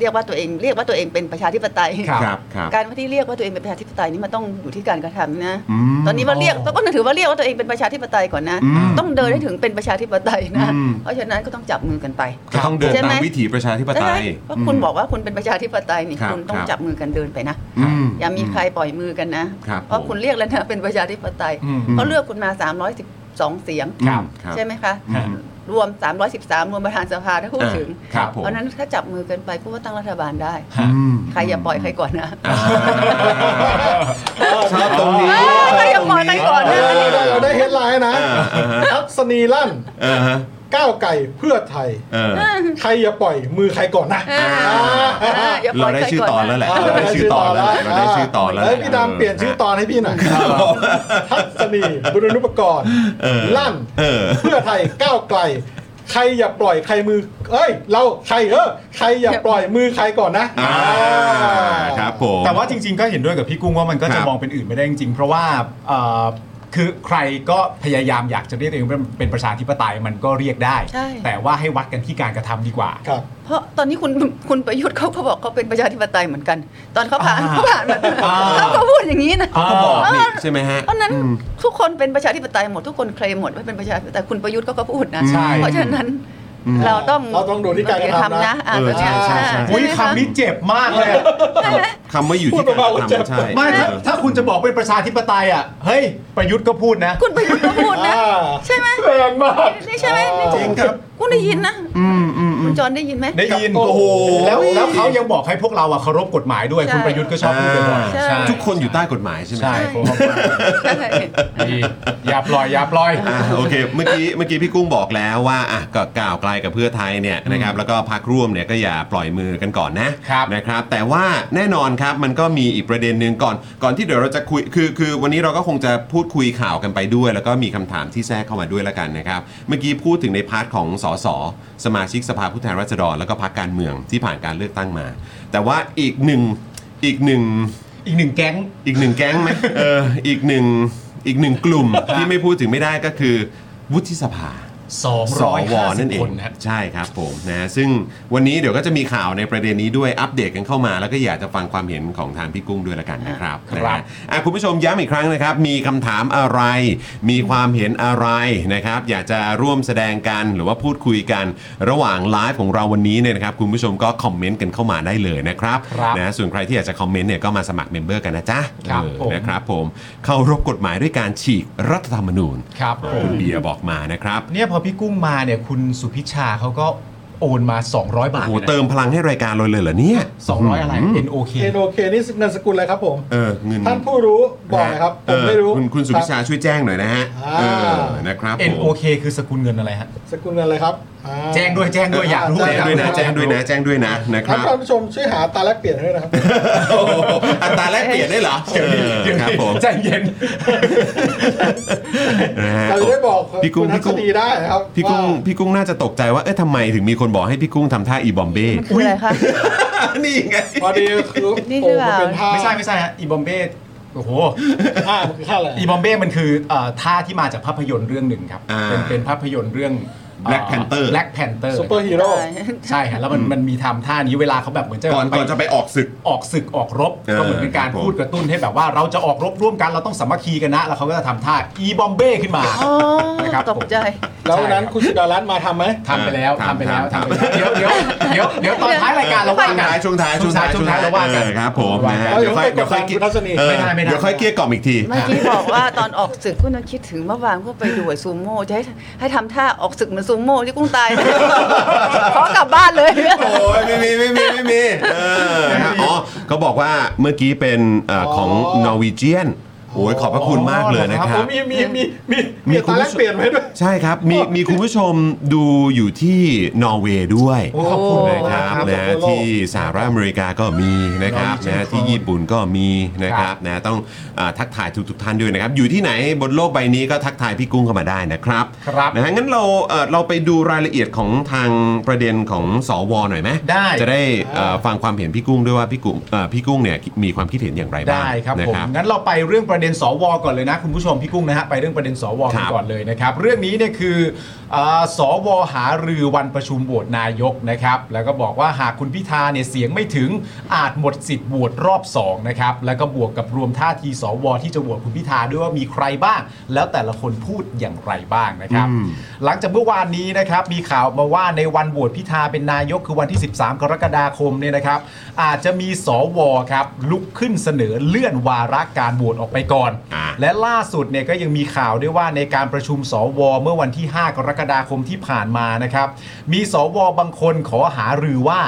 Speaker 5: เรียกว่าตัวเอง เรียกว่าตัวเองเป็นประชาธิปไตย
Speaker 2: ครับ
Speaker 1: ครับครับ
Speaker 5: การที่เรียกว่าตัวเองเป็นประชาธิปไตยนี่มันต้องอยู่ที่การกระทำนะ
Speaker 1: ม
Speaker 5: ตอนนี้ว่าเรียกก็ถือว่าเรียกว่าตัวเองเป็นประชาธิปไตยก่อนนะ
Speaker 1: อืม
Speaker 5: ต้องเดินให้ถึงเป็นประชาธิปไตยนะ
Speaker 1: อืม
Speaker 5: เพราะฉะนั้นก็ต้องจับมือกันไป
Speaker 1: ก็ต้องเดิน
Speaker 5: ใช่ไหม
Speaker 1: ตามวิถีประชาธิปไต
Speaker 5: ได้
Speaker 1: ย
Speaker 5: เพราะคุณบอกว่าคุณเป็นประชาธิปไตยนี่
Speaker 1: ครับ
Speaker 5: คุณต้อง
Speaker 1: ครับ
Speaker 5: จับมือกันเดินไปนะ
Speaker 1: อืม
Speaker 5: อย่ามีใครปล่อยมือกันนะ
Speaker 1: ครับ
Speaker 5: เพราะ
Speaker 1: ผม
Speaker 5: คุณเรียกแล้วนะเป็นประชาธิปไตย
Speaker 2: อืม
Speaker 5: เขาเลือกคุณมา 312 เสียง
Speaker 1: ครับครับ
Speaker 5: ใช่ไหมคะ
Speaker 1: อืม
Speaker 5: รวม 313 รวมประธานสภาถ้าพูดถึง
Speaker 1: อ่าครับผม
Speaker 5: เพราะฉะนั้นถ้าจับมือกันไปก็ว่าตั้งรัฐบาลได้
Speaker 2: ฮะ
Speaker 1: อืม
Speaker 5: ใครอย่าปล่อยใครก่อนนะ
Speaker 1: อ่าชอบตรงนี้
Speaker 5: ใครอย่าปล่อยใครก่อน
Speaker 6: เอ
Speaker 5: นะ
Speaker 6: อเราได้เฮดไลน์นะ
Speaker 1: อ่าอ่าฮะ
Speaker 6: ทัศนีลั่น
Speaker 1: อ่าฮะ
Speaker 6: ก้าวไก่เพื่อไทย
Speaker 1: เออ
Speaker 6: ใครอย่าปล่อยมือใครก่อนนะ
Speaker 5: อ่าอ่าอย่าปล่
Speaker 1: เรา
Speaker 5: อย
Speaker 1: ได้
Speaker 5: ใคร
Speaker 1: ชื่อ
Speaker 5: ก่อ
Speaker 1: ตอ
Speaker 5: น
Speaker 1: นแล้วแหละ เราได้ชื่อตอนแล้วแหละเราได้ชื่อตอนแล้วแห
Speaker 6: เฮ้ย
Speaker 1: ละ
Speaker 6: พี่ดำเปลี่ยนชื่อตอนให้พี่หน่อยทัศนีบุรณุปกรณ์
Speaker 1: เออ
Speaker 6: ลั่น
Speaker 1: เออ
Speaker 6: เพื่อไทยก้าวไกล ใครอย่าปล่อยใครมือ เอ้ย เราใครเออใครอย่าปล่อยมือใครก่อนนะ
Speaker 1: อ่าครับผม
Speaker 2: แต่ว่าจริง ๆ ก็เห็นด้วยกับพี่กุ้งว่ามันก็
Speaker 1: ครั
Speaker 2: จะ
Speaker 1: บ
Speaker 2: มองเป็นอื่นไม่ได้จริงๆ เพราะว่าเอ่อคือใครก็พยายามอยากจะเรียกตัวเองเป็นเป็นประชาธิปไตยมันก็เรียกได้
Speaker 5: ใช่
Speaker 2: แต่ว่าให้วัดกันที่การกระทำดีกว่า
Speaker 6: ครับ
Speaker 5: เพราะตอนนี้คุณคุณประยุทธ์เขาก็บอกเขาเป็นประชาธิปไตยเหมือนกัน ตอนเขาผ่าน
Speaker 2: อ่า
Speaker 5: เขาผ่านมา
Speaker 2: อ่า
Speaker 5: เขาก็พูดอย่างนี้นะ
Speaker 2: อ่า
Speaker 1: ก็บอกนี่ใช่ไหมฮะ
Speaker 5: เพราะฉะนั้นทุกคนเป็นประชาธิปไตยหมดทุกคนเคลมหมดว่าเป็นประชาธิปไตยคุณประยุทธ์ก็ก็พูดนะ
Speaker 2: ใช่
Speaker 5: เพราะฉะนั้นเราต้อง
Speaker 6: เราต้องดูที่การกระทำนะ
Speaker 5: อ่า
Speaker 1: เออ
Speaker 5: ตัวเนี้ย
Speaker 1: ใช่ใช่
Speaker 5: อ่า
Speaker 2: อุ้ย
Speaker 5: ไหมะ
Speaker 2: คำนี้เจ็บมากเลยอะ
Speaker 1: คำว่าอยู่ที่การกระทำใช่
Speaker 2: ไม่ถ้าถ้าคุณจะบอกเป็นประชาธิปไตยอ่ะเฮ้ยประยุทธ์ก็พูดนะ
Speaker 5: คุณประยุทธ์ก็พูดนะ
Speaker 6: อ่า
Speaker 5: ใช่ไหม
Speaker 2: แรงมาก
Speaker 5: นี่ใช่ไหมนี่
Speaker 1: จริงครับ
Speaker 5: คุณได้ยินนะคุณจอนได้ยินไหม
Speaker 2: ได้ยิน
Speaker 1: โอ้โห
Speaker 2: แล้วแล้วเขายังบอกให้พวกเราอ่ะเคารพกฎหมายด้วย
Speaker 5: ใช่
Speaker 2: คุณประยุทธ์ก็ชอบพูดบ่อยๆ
Speaker 5: ใช่
Speaker 2: ใช่
Speaker 1: ทุกคนอยู่ใต้กฎหมายใช่ไหม
Speaker 2: ใช่
Speaker 1: ครับ
Speaker 2: ผมว่า
Speaker 5: ใช่
Speaker 2: ดีอย่าปล่อยอย่าปล่อย
Speaker 1: อ่ะโอเค เมื่อกี้เมื่อกี้พี่กุ้งบอกแล้วว่าอ่ะก็ก้าวไกลกับเพื่อไทยเนี่ยนะครับแล้วก็พักร่วมเนี่ยก็อย่าปล่อยมือกันก่อนนะครับ นะครับ แต่ว่าแน่นอนครับมันก็มีอีกประเด็นหนึ่งก่อน ก่อนที่เดี๋ยวเราจะคุยคือคือวันนี้เราก็คงจะพูดคุยข่าวกันไปด้วย แล้วก็มีคำถามที่แทรกเข้ามาด้วยแล้วกันนะครับเมื่อกี้พูดถึงในพาร์ทของสสสมาชิกสภาผู้แทนราษฎร แล้วก็พรรคการเมืองที่ผ่านการเลือกตั้งมา แต่ว่าอีกหนึ่งอีกหนึ่ง
Speaker 2: อีกหนึ่งแก๊ง
Speaker 1: อีกหนึ่งแก๊งไหมเออ อีกหนึ่งอีกหนึ่งกลุ่มที่ไม่พูดถึงไม่ได้ก็คือ วุฒิสภาสวนั่นเอ
Speaker 2: 250ค
Speaker 1: ง
Speaker 2: นนะ
Speaker 1: ใช่ครับผมนะซึ่งวันนี้เดี๋ยวก็จะมีข่าวในประเด็นนี้ด้วยอัปเดตกันเข้ามา แล้วก็อยากจะฟังความเห็นของทางพี่กุ้งด้วยละกันนะครับ
Speaker 2: ครั
Speaker 1: นะ
Speaker 2: บ
Speaker 1: ฮะ อ่ะคุณผู้ชมย้ำอีกครั้งนะครับ มีคำถามอะไร มีความเห็นอะไรนะครับ อยากจะร่วมแสดงกันหรือว่าพูดคุยกัน ระหว่างไลฟ์ของเราวันนี้เนี่ยนะครับ คุณผู้ชมก็คอมเมนต์กันเข้ามาได้เลยนะครับ
Speaker 2: ครับ
Speaker 1: นะส่วนใครที่อยากจะคอมเมนต์เนี่ยก็มาสมัครเมมเบอร์กันนะจ๊ะ
Speaker 2: ครับ
Speaker 1: เออ
Speaker 2: ผม
Speaker 1: นะครับผมเข้ารบกฎหมายด้วยการฉีกรัฐธรรมนูญ
Speaker 2: ครับผ
Speaker 1: คุ
Speaker 2: ม
Speaker 1: ณเบียร์บอกมานะครับ
Speaker 2: เนี่ยพอพี่กุ้งมาเนี่ยคุณสุพิชาเขาก็โอนมา 200 บา
Speaker 1: โอ้โห
Speaker 2: ทเลยนะ
Speaker 1: เติมพลังให้รายการเราเลยเหรอเนี่ย
Speaker 2: 200 อะไร NOK
Speaker 6: เอนโอเคนี่นามสกุลอะไรครับผม
Speaker 1: เออเงิน
Speaker 6: ท่านผู้รู้บอกหนะครับ ผมไม่รู้
Speaker 1: เออคุณคุณสุพิชาช่วยแจ้งหน่อยนะฮะ
Speaker 6: อ่า
Speaker 1: เออนะครับผม
Speaker 2: NOK คือสกุลเงินอะไรฮะ
Speaker 6: สกุลเงินอะไรครับ อ่า
Speaker 2: แจ้งด้วยแจ้งด้วยอยากรู้
Speaker 1: แจ้งด้วยนะ
Speaker 2: อยากรู้
Speaker 1: แจ้งด้วยนะ แจ้งด้วยนะนะค
Speaker 6: ครับ
Speaker 1: รับ
Speaker 6: ท่านผู้ชมช่วยหาอัตราแลกเปลี่ยนให้ด้วยนะครับ
Speaker 1: โอ้โหอัตราแลกเปลี่ยนได้เหรอ
Speaker 2: เดี๋ยวนี้
Speaker 1: เออ
Speaker 2: เดี๋ยว
Speaker 1: ครับ
Speaker 2: นี้
Speaker 1: ผม
Speaker 2: ใจเย็น
Speaker 1: นะฮะ
Speaker 6: เราจะได้บอก
Speaker 1: พี่กุ้ง
Speaker 6: คุณ
Speaker 1: พี่กุ้ง
Speaker 6: ทัศนีได้นะครับ
Speaker 1: พี่กุ้ง
Speaker 6: ว่า
Speaker 1: พี่กุ้งน่าจะตกใจว่าเอ๊ะทำไมถึงมีคนบอกให้พี่กุ้งทำท่าอีบอมเบ้
Speaker 5: คืออะไรคะ
Speaker 1: นี่ไง
Speaker 6: พอดีคือ
Speaker 5: นี่
Speaker 6: โอ้
Speaker 5: คือแบบ
Speaker 6: มันเป็นท่า
Speaker 2: ไม่ใช่ไม่ใช่ฮะอีบอมเบ้โอ้โห
Speaker 6: ท่ามันคือท่าอะไร
Speaker 2: อีบอมเบ้มันคือเอ่อท่าที่มาจากภาพยนตร์เรื่องหนึ่งครับ
Speaker 1: อ่า
Speaker 2: เป็นเป็นภาพยนตร์เรื่อง
Speaker 1: Black Panther
Speaker 2: Black Panther
Speaker 6: ซูเปอร์ฮีโร่
Speaker 2: ใช่ฮะแล้วมันมันมีทำท่านี้เวลาเขาแบบเหมือนจะ
Speaker 1: ก่อนก่อนจะไปออกศึก
Speaker 2: ออกศึกออกรบ
Speaker 1: เออ
Speaker 2: ก็เหมือนเป็นการ
Speaker 1: ครับผม
Speaker 2: พูดกระตุ้นให้แบบว่าเราจะออกรบร่วมกันเราต้องสามัคคีกันนะ แล้วเขาก็จะทำท่าอีบอมเบ้ขึ้นมา
Speaker 5: อ๋อ
Speaker 2: นะครับ
Speaker 5: ตกใจ
Speaker 6: แล้ววันนั้นคุณสุดารัตน์มาทำไหม
Speaker 2: ทำไปแล้ว
Speaker 1: ทำ
Speaker 2: ทำไปแล้ว
Speaker 1: ทำ
Speaker 2: ทำไปแล้วเดี๋ยวเดี๋ยวเดี๋ยวเดี๋ยวตอนท้ายรายการเราว่า
Speaker 1: ช่วง
Speaker 2: กัน
Speaker 1: ท้ายช่วงท้าย
Speaker 2: ช่วงท้ายช่วงท้ายเราว่ากัน
Speaker 1: ออครับผมนะฮะ
Speaker 6: เอา
Speaker 1: เดี๋ยวค่อย
Speaker 6: เดี๋
Speaker 1: เดี๋ย
Speaker 6: ยว ว
Speaker 1: ค่อย
Speaker 6: คุณ
Speaker 1: เกลีย
Speaker 6: ทัศนี
Speaker 1: เออ
Speaker 2: ไม่ได้ไม่ได้
Speaker 1: เดี๋ยวค่อยเกลี้ยกล่อมอีกที
Speaker 5: เมื่อกี้บอกว่าตอนออกศึกกุ้งคิดถึงเมื่อวานก็ไปดูไอ้ซูโม่จะให้ให้ทำท่าออกศึกเหมือนซูโม่ที่กุ้งตายนะ ขอกลับบ้านเลย
Speaker 1: โอ้ยไม่มีไม่มีไม่มีเออนะครับอ๋อเขาบอกว่าเมื่อกี้เป็นเอ่อของ
Speaker 6: อ๋อ
Speaker 1: นอร์วีเจียนโอ้ยขอบพระคุณมากเลยนะครับ
Speaker 6: มีมีมีมี
Speaker 1: มี
Speaker 6: มี
Speaker 1: คุ
Speaker 6: ต
Speaker 1: ณ
Speaker 6: ราแล
Speaker 1: ผู้ชม
Speaker 6: กเปลี่ยนไหมด้วย
Speaker 1: ใช่ครับมีมีคุณผู้ชมดูอยู่ที่นอร์เวย์ด้วย
Speaker 2: โอ้ขอบคุณเลย
Speaker 1: นะค
Speaker 2: ครั
Speaker 1: รับ บ
Speaker 6: ครับ
Speaker 1: นะฮะ
Speaker 6: ขอบคุณโลก
Speaker 1: ที่สหรัฐอเมริกาก็มีนะครับ
Speaker 2: เรามี
Speaker 1: นะฮะ
Speaker 2: เช่นเคย
Speaker 1: ที่ญี่ปุ่นก็มีนะค
Speaker 2: ครั
Speaker 1: รับบ นะฮะต้องอ่าทักทายทุกทุกๆท่านด้วยนะครับ อยู่ที่ไหนบนโลกใบนี้ก็ทักทายพี่กุ้งเข้ามาได้นะครับ
Speaker 2: ครับ
Speaker 1: นะฮะงั้นเราเอ่อเราไปดูรายละเอียดของทางประเด็นของสวหน่อยไหม
Speaker 2: ได้
Speaker 1: จะได้เอ่อฟังความเห็นพี่กุ้งด้วยว่าพี่กุ้งเอ่อพี่กุ้งเนี่ยมีความคิดเห็นอย่างไรบ้าง
Speaker 2: ได้ครับ
Speaker 1: นะ
Speaker 2: ผมงั้นเราไปเรื่องประเด็นสวก่อนเลยนะคุณผู้ชมพี่กุ้งนะฮะไปเรื่องประเด็นสว
Speaker 1: ค
Speaker 2: กั
Speaker 1: รั
Speaker 2: น
Speaker 1: บ
Speaker 2: ก่อนเลยนะครับเรื่องนี้เนี่ยคืออาสวหารือวันประชุมโหวตนายกนะครับแล้วก็บอกว่าหากคุณพิธาเนี่ยเสียงไม่ถึงอาจหมดสิทธิ์โหวตรอบสองนะครับแล้วก็บวกกับรวมท่าทีสวที่จะโหวตคุณพิธาด้วยว่ามีใครบ้าง แล้วแต่ละคนพูดอย่างไรบ้างนะครับ
Speaker 1: อืม
Speaker 2: หลังจากเมื่อวานนี้นะครับมีข่าวมาว่าในวันโหวตพิธาเป็นนายกคือวันที่ 13 กรกฎาคมเนี่ยนะครับ อาจจะมีสวครับลุกขึ้นเสนอเลื่อนวาระการโหวตออกไปก่อน
Speaker 1: อ่า
Speaker 2: และล่าสุดเนี่ยก็ยังมีข่าวด้วยว่าในการประชุมสวเมื่อวันที่ 5 กรกฎาคมที่ผ่านมานะครับ มีสวบางคนขอหารือว่า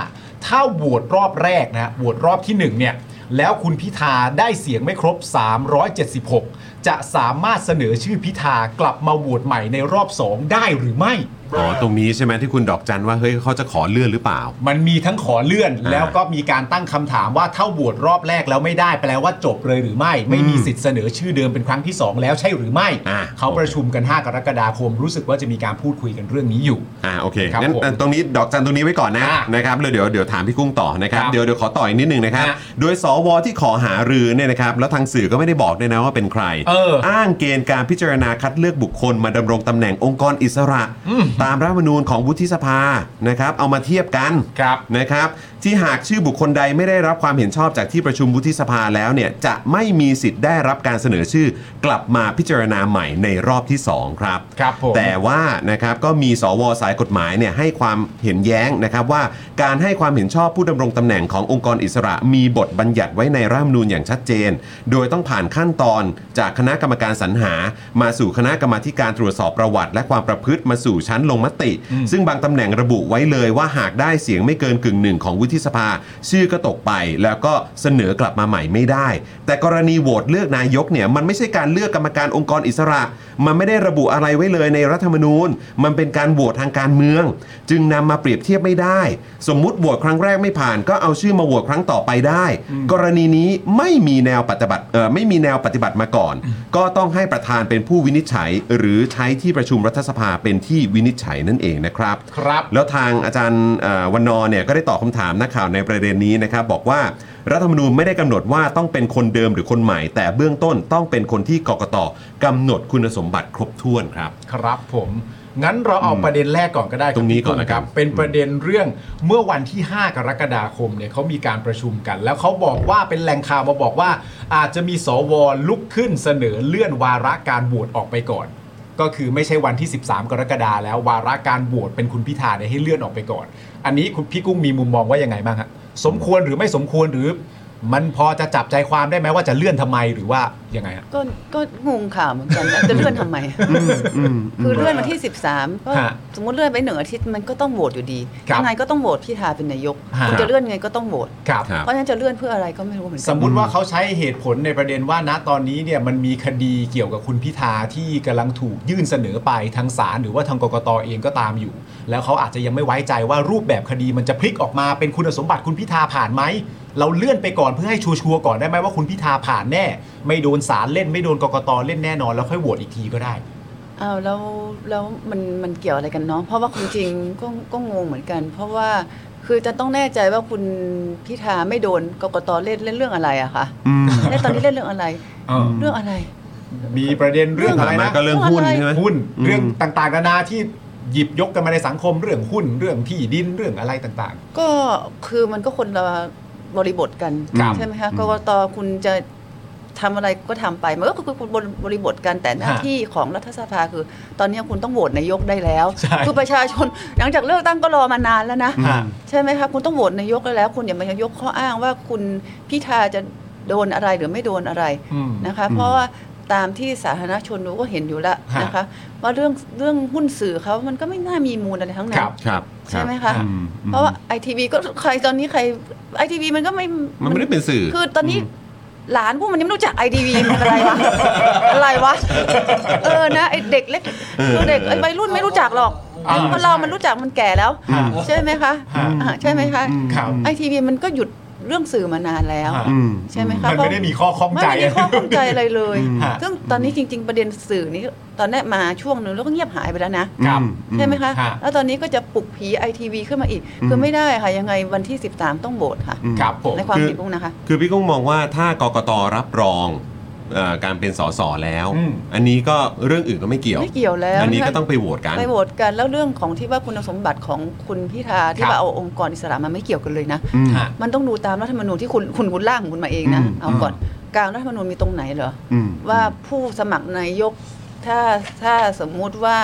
Speaker 2: ถ้าโหวตรอบแรกนะโหวตรอบที่หนึ่งเนี่ยแล้วคุณพิธาได้เสียงไม่ครบ 376 จะสามารถเสนอชื่อพิธากลับมาโหวตใหม่ในรอบ 2 ได้หรือไม่
Speaker 1: อ๋อตรงนี้ใช่ไหมที่คุณดอกจันว่าเฮ้ยเขาจะขอเลื่อนหรือเปล่า
Speaker 2: มันมีทั้งขอเลื่อน
Speaker 1: อ่า
Speaker 2: แล้วก็มีการตั้งคำถามว่าถ้าโหวตรอบแรกแล้วไม่ได้แปลว่าจบเลยหรือไม่ ไม่มีสิทธิ์เสนอชื่อเดิมเป็นครั้งที่ 2 แล้วใช่หรือไม่
Speaker 1: อ่า
Speaker 2: เขาประชุมกัน 5 กรกฎาคมรู้สึกว่าจะมีการพูดคุยกันเรื่องนี้อยู่
Speaker 1: อ่าโอเค
Speaker 2: ครับ
Speaker 1: งั้น
Speaker 2: ผม
Speaker 1: เอ่อตรงนี้ดอกจันตรงนี้ไว้ก่อนนะ
Speaker 2: อ่า
Speaker 1: นะครับแล้วเดี๋ยวเดี๋ยวถามพี่กุ้งต่อนะครับ
Speaker 2: ครับ
Speaker 1: เดี๋ยวเดี๋ยวขอต่ออีกนิดนึงนะครับ
Speaker 2: ฮะ
Speaker 1: โดยสวที่ขอหารือเนี่ยนะครับแล้วทางสื่อก็ไม่ได้บอกด้วยนะว่าเป็นใคร
Speaker 2: เอออ้
Speaker 1: อ้างเกณฑ์การพิจารณาคัดเลือกบุคคล มาดำรงตำแหน่งองค์กรอิสระ ตามรัฐธรรมนูญของวุฒิสภานะครับเอามาเทียบกัน
Speaker 2: ครับ
Speaker 1: นะครับ ที่หากชื่อบุคคลใดไม่ได้รับความเห็นชอบจากที่ประชุมวุฒิสภาแล้วเนี่ยจะไม่มีสิทธิ์ได้รับการเสนอชื่อ กลับมาพิจารณาใหม่ในรอบที่สองครับ
Speaker 2: ครับผม
Speaker 1: แต่ว่านะครับก็มีสวสายกฎหมายเนี่ยให้ความเห็นแย้งนะครับว่าการให้ความเห็นชอบผู้ดำรงตำแหน่งขององค์กรอิสระ มีบทบัญญัติไว้ในรัฐธรรมนูญอย่างชัดเจน โดยต้องผ่านขั้นตอนจากคณะกรรมการสรรหา มาสู่คณะกรรมาธิการตรวจสอบประวัติ และความประพฤติมาสู่ชั้นลงมติ ซึ่งบางตำแหน่งระบุไว้เลยว่าหากได้เสียงไม่เกินกึ่งหนึ่งของวุฒิสภา ชื่อก็ตกไป แล้วก็เสนอกลับมาใหม่ไม่ได้ แต่กรณีโหวตเลือกนายกเนี่ยมันไม่ใช่การเลือกกรรมการองค์กรอิสระ มันไม่ได้ระบุอะไรไว้เลยในรัฐธรรมนูญ มันเป็นการโหวตทางการเมือง จึงนำมาเปรียบเทียบไม่ได้ สมมุติโหวตครั้งแรกไม่ผ่าน ก็เอาชื่อมาโหวตครั้งต่อไปได้ กรณีนี้ไม่มีแนวปฏิบัติเอ่อไม่มีแนวปฏิบัติมาก่อน ก็ต้องให้ประธานเป็นผู้วินิจฉัย หรือใช้ที่ประชุมรัฐสภาเป็นที่วินิจฉัยนั่นเองนะครับ
Speaker 2: ครับ
Speaker 1: แล้วทางอาจารย์เอ่อวันนอร์เนี่ยก็ได้ตอบคำถามนักข่าวในประเด็นนี้นะครับบอกว่ารัฐธรรมนูญไม่ได้กำหนดว่าต้องเป็นคนเดิมหรือคนใหม่ แต่เบื้องต้นต้องเป็นคนที่กกตกำหนดคุณสมบัติครบถ้วนครับ
Speaker 2: ครับผมงั้นเราเอาประเด็นแรกก่อนก็ได้คบ
Speaker 1: ตรงนี้ก่อน
Speaker 2: พี่
Speaker 1: นะ
Speaker 2: ตุ้ม
Speaker 1: ครับ
Speaker 2: เป็นประเด็นเรื่องเมื่อวันที่ 5 กรกฎาคมเนี่ยเขามีการประชุมกัน แล้วเขาบอกว่าเป็นแหล่งข่าวมาบอกว่า อาจจะมีสวลุกขึ้นเสนอเลื่อนวาระการโหวตออกไปก่อน ก็คือไม่ใช่วันที่ 13 กรกฎาแล้ววาระการโหวตเป็นคุณพิธาเนี่ยให้เลื่อนออกไปก่อน อันนี้คุณพี่กุ้งมีมุมมองว่ายังไงบ้างฮะสมควรหรือไม่สมควรหรือ มันพอจะจับใจความได้ไหมว่าจะเลื่อนทำไมหรือว่ายังไงฮะ
Speaker 5: ก็ก็งงข่าวเหมือนกันนะจะเลื่อนทำไม
Speaker 1: อืมอืม
Speaker 5: คือเลื่อนมาที่ 13ก็
Speaker 2: ฮะ
Speaker 5: สมมติเลื่อนไปหนึ่งอาทิตย์มันก็ต้องโหวตอยู่ดี
Speaker 2: ครับ
Speaker 5: ยังไงก็ต้องโหวตพิธาเป็นนายก
Speaker 2: ฮะ
Speaker 5: คุณจะเลื่อนไงก็ต้องโหวต
Speaker 2: ครับ
Speaker 1: ครับ
Speaker 5: เพราะฉะนั้นจะเลื่อนเพื่ออะไรก็ไม่รู้เหมือน
Speaker 2: ส
Speaker 5: กั
Speaker 2: มมุติว่าเขาใช้เหตุผลในประเด็นว่าณตอนนี้เนี่ยมันมีคดีเกี่ยวกับคุณพิธาที่กำลังถูกยื่นเสนอไปทางศาลหรือว่าทางกกตเองก็ตามอยู่ แล้วเขาอาจจะยังไม่ไว้ใจว่ารูปแบบคดีมันจะพลิกออกมาเป็นคุณสมบัติคุณพิธาผ่านไหม เราเลื่อนไปก่อนเพื่อให้ชัวร์ๆก่อนได้ไหมว่าคุณพิธาผ่านแน่ ไม่โดนศาลเล่นไม่โดนกกตเล่นแน่นอนแล้วค่อยโหวตอีกทีก็ได้
Speaker 5: อ้าวแล้วแล้วมันมันเกี่ยวอะไรกันเนาะเพราะว่าคุณจริง ก็ก็งงเหมือนกัน เพราะว่าคือจะต้องแน่ใจว่าคุณพิธาไม่โดนกกตเล่นเล่นเรื่องอะไรอะคะ
Speaker 1: อืม
Speaker 5: เล่นตอนนี้เล่นเรื่องอะไร เรื่องอะไร
Speaker 2: มีประเด็นเรื่องอะไร
Speaker 1: มา
Speaker 2: นะ
Speaker 1: ก็เรื่องหุ้นใช่ไหม
Speaker 2: หุ้น
Speaker 1: อืม
Speaker 2: เรื่องต่างๆนานาที่หยิบยกกันมาในสังคมเรื่องหุ้นเรื่องที่ดินเรื่องอะไรต่าง
Speaker 5: ก็คือมันก็คนละบริบทกัน
Speaker 2: ครับ
Speaker 5: ใช่ไหมคะกกตคุณจะทำอะไรก็ทำไป มันก็คือบนบริบทกันแต่หน้า
Speaker 2: ฮะ
Speaker 5: ที่ของรัฐสภาคือ ตอนนี้คุณต้องโหวตนายกได้แล้ว
Speaker 2: ใช่
Speaker 5: คือประชาชนหลังจากเลือกตั้งก็รอมานานแล้วนะ
Speaker 2: ๆฮะ
Speaker 5: ใช่ไหมคะคุณต้องโหวตนายกได้แล้ว คุณอย่ามายกข้ออ้างว่าคุณพิธาจะโดนอะไรหรือไม่โดนอะไร
Speaker 2: อืม
Speaker 5: นะคะ เพราะว่าตามที่สาธารณชนรู้ก็เห็นอยู่แล้ว
Speaker 2: ฮะ
Speaker 5: นะคะ ว่าเรื่องเรื่องหุ้นสื่อเขามันก็ไม่น่ามีมูลอะไรทั้งนั้
Speaker 2: คน รับ
Speaker 1: ครับ
Speaker 5: ใช่ไหม
Speaker 1: รั
Speaker 5: คะ
Speaker 1: บอืมอืม
Speaker 5: เพราะว่าไอทีวีก็ใครตอนนี้ใครไอทีวีมันก็ไม่
Speaker 1: มันไม่ได้เป็นสื่อ
Speaker 5: คือตอนนี้หลานพวกมันยังไม่รู้จักไอทีวีมันอะไรวะ อะไรวะ เออนะไอเด็กเล็กคือเด็กไอวัยรุ่นไม่รู้จักหรอก
Speaker 2: อ่า
Speaker 5: เพราะเรา มันรู้จักมันแก่แล้ว
Speaker 2: ฮะ
Speaker 5: ใช่ไหมคะ
Speaker 2: ฮะ
Speaker 5: อ่าใช่ไหมคะ
Speaker 2: ครับ
Speaker 5: ไอทีวีมันก็หยุดเรื่องสื่อมานานแล้ว
Speaker 2: ฮะ
Speaker 1: อืม
Speaker 5: ใช่ไหมคะ
Speaker 2: มันไม่ได้มีข้อข้อง
Speaker 5: ไม่
Speaker 2: ใจ
Speaker 5: ได้มีข้อข้องใจอะไรเลย
Speaker 2: อืมฮะ
Speaker 5: ซึ่งตอนนี้จริง ๆ ประเด็นสื่อนี้ตอนแรกมาช่วงหนึ่งแล้วก็เงียบหายไปแล้วนะ
Speaker 2: ครับ
Speaker 5: ใช่ไหมคะ
Speaker 2: ฮะ
Speaker 5: แล้วตอนนี้ก็จะปลุกผีไอทีวีขึ้นมาอีก คือไม่ได้ค่ะ ยังไงวันที่ 13 ต้องโหวตค่ะ
Speaker 2: ครับผม
Speaker 5: ในความ
Speaker 1: คือ
Speaker 5: ผิดพวกนะคะ
Speaker 1: คือพี่กุ้งมองว่าถ้ากกตรับรองเอ่อการเป็นสสแล้ว
Speaker 2: อืม
Speaker 1: อันนี้ก็เรื่องอื่นก็ไม่เกี่ยว
Speaker 5: ไม่เกี่ยวแล้ว
Speaker 1: อันนี้
Speaker 5: ะคะ
Speaker 1: ก็ต้องไปโหวตกัน
Speaker 5: ไปโหวตกัน แล้วเรื่องของที่ว่าคุณสมบัติของคุณพิธาที่
Speaker 2: ครับ
Speaker 5: ว่าเอาองค์กรอิสระมาไม่เกี่ยวกันเลยนะ
Speaker 1: อืม
Speaker 2: ฮะ
Speaker 5: มันต้องดูตามรัฐธรรมนูญที่คุณคุณคุณร่างของคุณมาเองนะ
Speaker 1: อืม
Speaker 5: เอาก่อนกลางรัฐธรรมนูญมีตรงไหนเหรอ
Speaker 1: อืม
Speaker 5: ว่าผู้สมัครนายกถ้าถ้าสมมุติว่า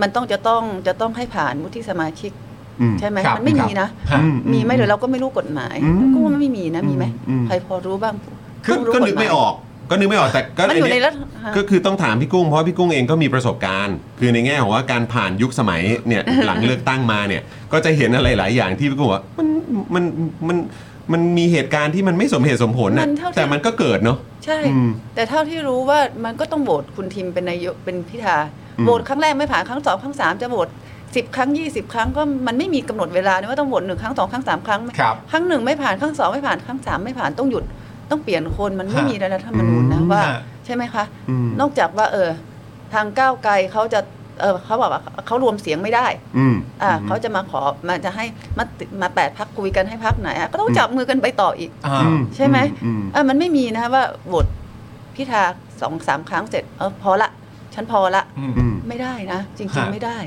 Speaker 5: มันต้องจะต้องจะต้องให้ผ่านวุฒิสมาชิก
Speaker 1: อืม
Speaker 5: ใช่ไหม
Speaker 2: ครับ
Speaker 5: มันไม่มีนะ
Speaker 2: ครับ
Speaker 5: มีไหมหรือเราก็ไม่รู้กฎหมาย
Speaker 1: อืม
Speaker 5: ก็ว่าไม่มีนะมีไหม
Speaker 1: อืม
Speaker 5: ใครพอรู้บ้าง
Speaker 1: คือ
Speaker 5: ต้องรู้
Speaker 1: ก็นึกไม่ออก ก็นึกไม่ออกแต่ก็
Speaker 5: มันอยู่ใน
Speaker 1: เย
Speaker 5: รัฐฮะ
Speaker 1: ก็คือต้องถามพี่กุ้งเพราะพี่กุ้งเองก็มีประสบการณ์ คือในแง่ของว่าการผ่านยุคสมัย เนี่ยหลังเลือกตั้งมาเนี่ย ก็จะเห็นอะไรหลายอย่างที่พี่กุ้งบอกว่ามันมันมันมันมีเหตุการณ์ที่มันไม่สมเหตุสมผลน่ะ
Speaker 5: มันเท่าที่
Speaker 1: แต่มันก็เกิดเนาะ
Speaker 5: ใช่
Speaker 1: อืม
Speaker 5: แต่เท่าที่รู้ว่ามันก็ต้องโหวตคุณทิมเป็นนายกเป็นพิธา
Speaker 1: อืม
Speaker 5: โหวตครั้งแรกไม่ผ่านครั้งสองครั้งสามจะโหวตสิบครั้งยี่สิบครั้งก็มันไม่มีกำหนดเวลานะว่าต้องโหวตหนึ่งครั้งสองครั้งสามครั้ง
Speaker 2: ครับ
Speaker 5: ครั้งหนึ่งไม่ผ่านครั้งสองไม่ผ่านครั้งสามไม่ผ่านต้องหยุดต้องเปลี่ยนคนมันไม่มีในรัฐธรรมนูญนะว่า
Speaker 2: ฮะ
Speaker 5: ใช่ไหมคะ
Speaker 1: อืม
Speaker 5: นอกจากว่าเออทางก้าวไกลเขาจะเออเขาบอกว่าเขารวมเสียงไม่ได้
Speaker 1: อืม
Speaker 5: อ่าเขาจะมาขอมาจะให้มาติมาแปดพักคุยกันให้พักไหนอ่ะก็ต้องจับมือกันไปต่ออีก
Speaker 2: อ่า
Speaker 1: อืม
Speaker 5: ใช่ไหม
Speaker 1: อืม
Speaker 5: อ่ะมันไม่มีนะว่าโหวตพิธาสองสามครั้งเสร็จเออพอละ ฉันพอละ
Speaker 2: อืม
Speaker 1: อืม
Speaker 5: ไม่ได้นะ จริง
Speaker 2: ฮะ
Speaker 5: ๆไม่ได้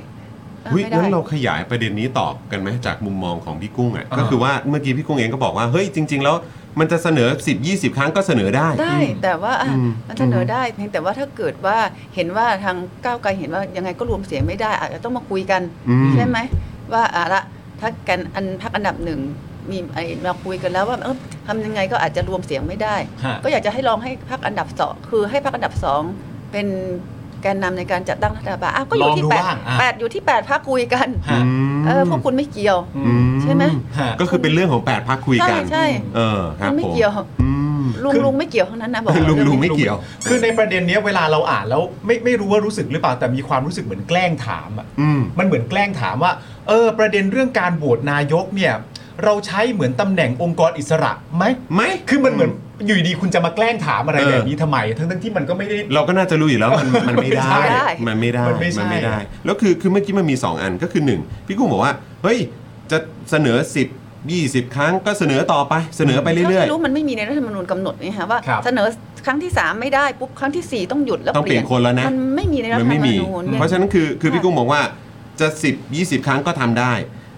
Speaker 5: อ่ะ
Speaker 1: เฮ้ย
Speaker 5: ไม่
Speaker 1: งั้
Speaker 5: ได้
Speaker 1: นเราขยายประเด็นนี้ตอบกันไหมจากมุมมองของพี่กุ้งอ่ะ
Speaker 2: อ่า
Speaker 1: ก็คือว่าเมื่อกี้พี่กุ้งเองก็บอกว่าเฮ้ยจริง ๆ แล้วมันจะเสนอ 10 20 ครั้งก็เสนอได้
Speaker 5: ได้แต่ว่าอ่ะ
Speaker 1: อืม
Speaker 5: มันเสนอได้เพียงแต่ว่าถ้าเกิดว่าเห็นว่าทางก้าวไกลเห็นว่ายังไงก็รวมเสียงไม่ได้อาจจะต้องมาคุยกัน
Speaker 1: อืม
Speaker 5: ใช่ไหมว่าอะละถ้ากันอันพักอันดับหนึ่งมีไอ้มาคุยกันแล้วว่าเออทำยังไงก็อาจจะรวมเสียงไม่ได้
Speaker 2: ฮะ
Speaker 5: ก็อยากจะให้ลองให้พักอันดับสองคือให้พักอันดับสองเป็นแกนนำในการจัดตั้งรัฐบาลอ่ะก็อยู่ที่
Speaker 2: ลองดู
Speaker 5: แปด
Speaker 2: บ้างอ่ะ
Speaker 5: แปดอยู่ที่แปดพักคุยกัน
Speaker 2: ฮะ
Speaker 5: เออพวกคุณไม่เกี่ยว
Speaker 2: อื
Speaker 1: อื
Speaker 2: ม
Speaker 5: ใช่ไหม
Speaker 2: ฮะ
Speaker 1: ก็คือเป็นเรื่องของ 8พักคุยกั
Speaker 5: ใช่
Speaker 1: น
Speaker 5: ใช่
Speaker 1: เออครับ
Speaker 5: มันไม่
Speaker 1: ผม
Speaker 5: เกี่ยว
Speaker 1: อืม
Speaker 5: ลุง
Speaker 2: คือ
Speaker 5: ลุงไม่เกี่ยวทั้งนั้นนะบอก
Speaker 1: ลุง
Speaker 5: เรื่อง
Speaker 1: ลุง
Speaker 5: นี้
Speaker 1: ไม่เกี่ยว
Speaker 2: คือในประเด็นเนี้ยเวลาเราอ่านแล้วไม่ไม่รู้ว่ารู้สึกหรือเปล่าแต่มีความรู้สึกเหมือนแกล้งถามอ่ะ
Speaker 1: อืม
Speaker 2: มันเหมือนแกล้งถามว่า เออ ประเด็นเรื่องการโหวตนายกเนี่ย เราใช้เหมือนตำแหน่งองค์กรอิสระไหม
Speaker 1: ไหม
Speaker 2: คือมันเหมือนอยู่ดีๆคุณจะมาแกล้งถามอะไร
Speaker 1: เออ
Speaker 2: แบบนี้ทำไม ทั้งๆที่มันก็ไม่ได้
Speaker 1: เราก็น่าจะรู้อยู่แล้วมันมันไม่ได้
Speaker 5: ไม่ได้
Speaker 1: มันไม่ได้
Speaker 2: มันไม่ใช่
Speaker 1: มันไม่ได้ แล้วคือคือเมื่อกี้มันมี 2 อันก็คือ 1 พี่กุ้งบอกว่า เฮ้ย จะเสนอ 10 20 ครั้งก็เสนอต่อไปเสนอไป
Speaker 5: เท่า
Speaker 1: เรื่อย
Speaker 5: ที่รู้มันไม่มีในรัฐธรรมนูญกำหนดนี่ฮะว่า
Speaker 2: ครับ
Speaker 5: เสนอครั้งที่ 3 ไม่ได้ปุ๊บครั้งทีสี่ 4 ต้องหยุดแล้ว
Speaker 1: ต้องเปลี่ยนคนแล้วนะ
Speaker 5: มันไม่มีใน
Speaker 1: ๆ
Speaker 5: รัฐ
Speaker 1: มั
Speaker 5: ธ
Speaker 1: น
Speaker 5: รรม
Speaker 1: ไม่มี
Speaker 5: นูญ
Speaker 1: เพราะฉะนั้นคือคือพี่กุ้งบอกว่าจะ 10 20 ครั้งก็ทำได้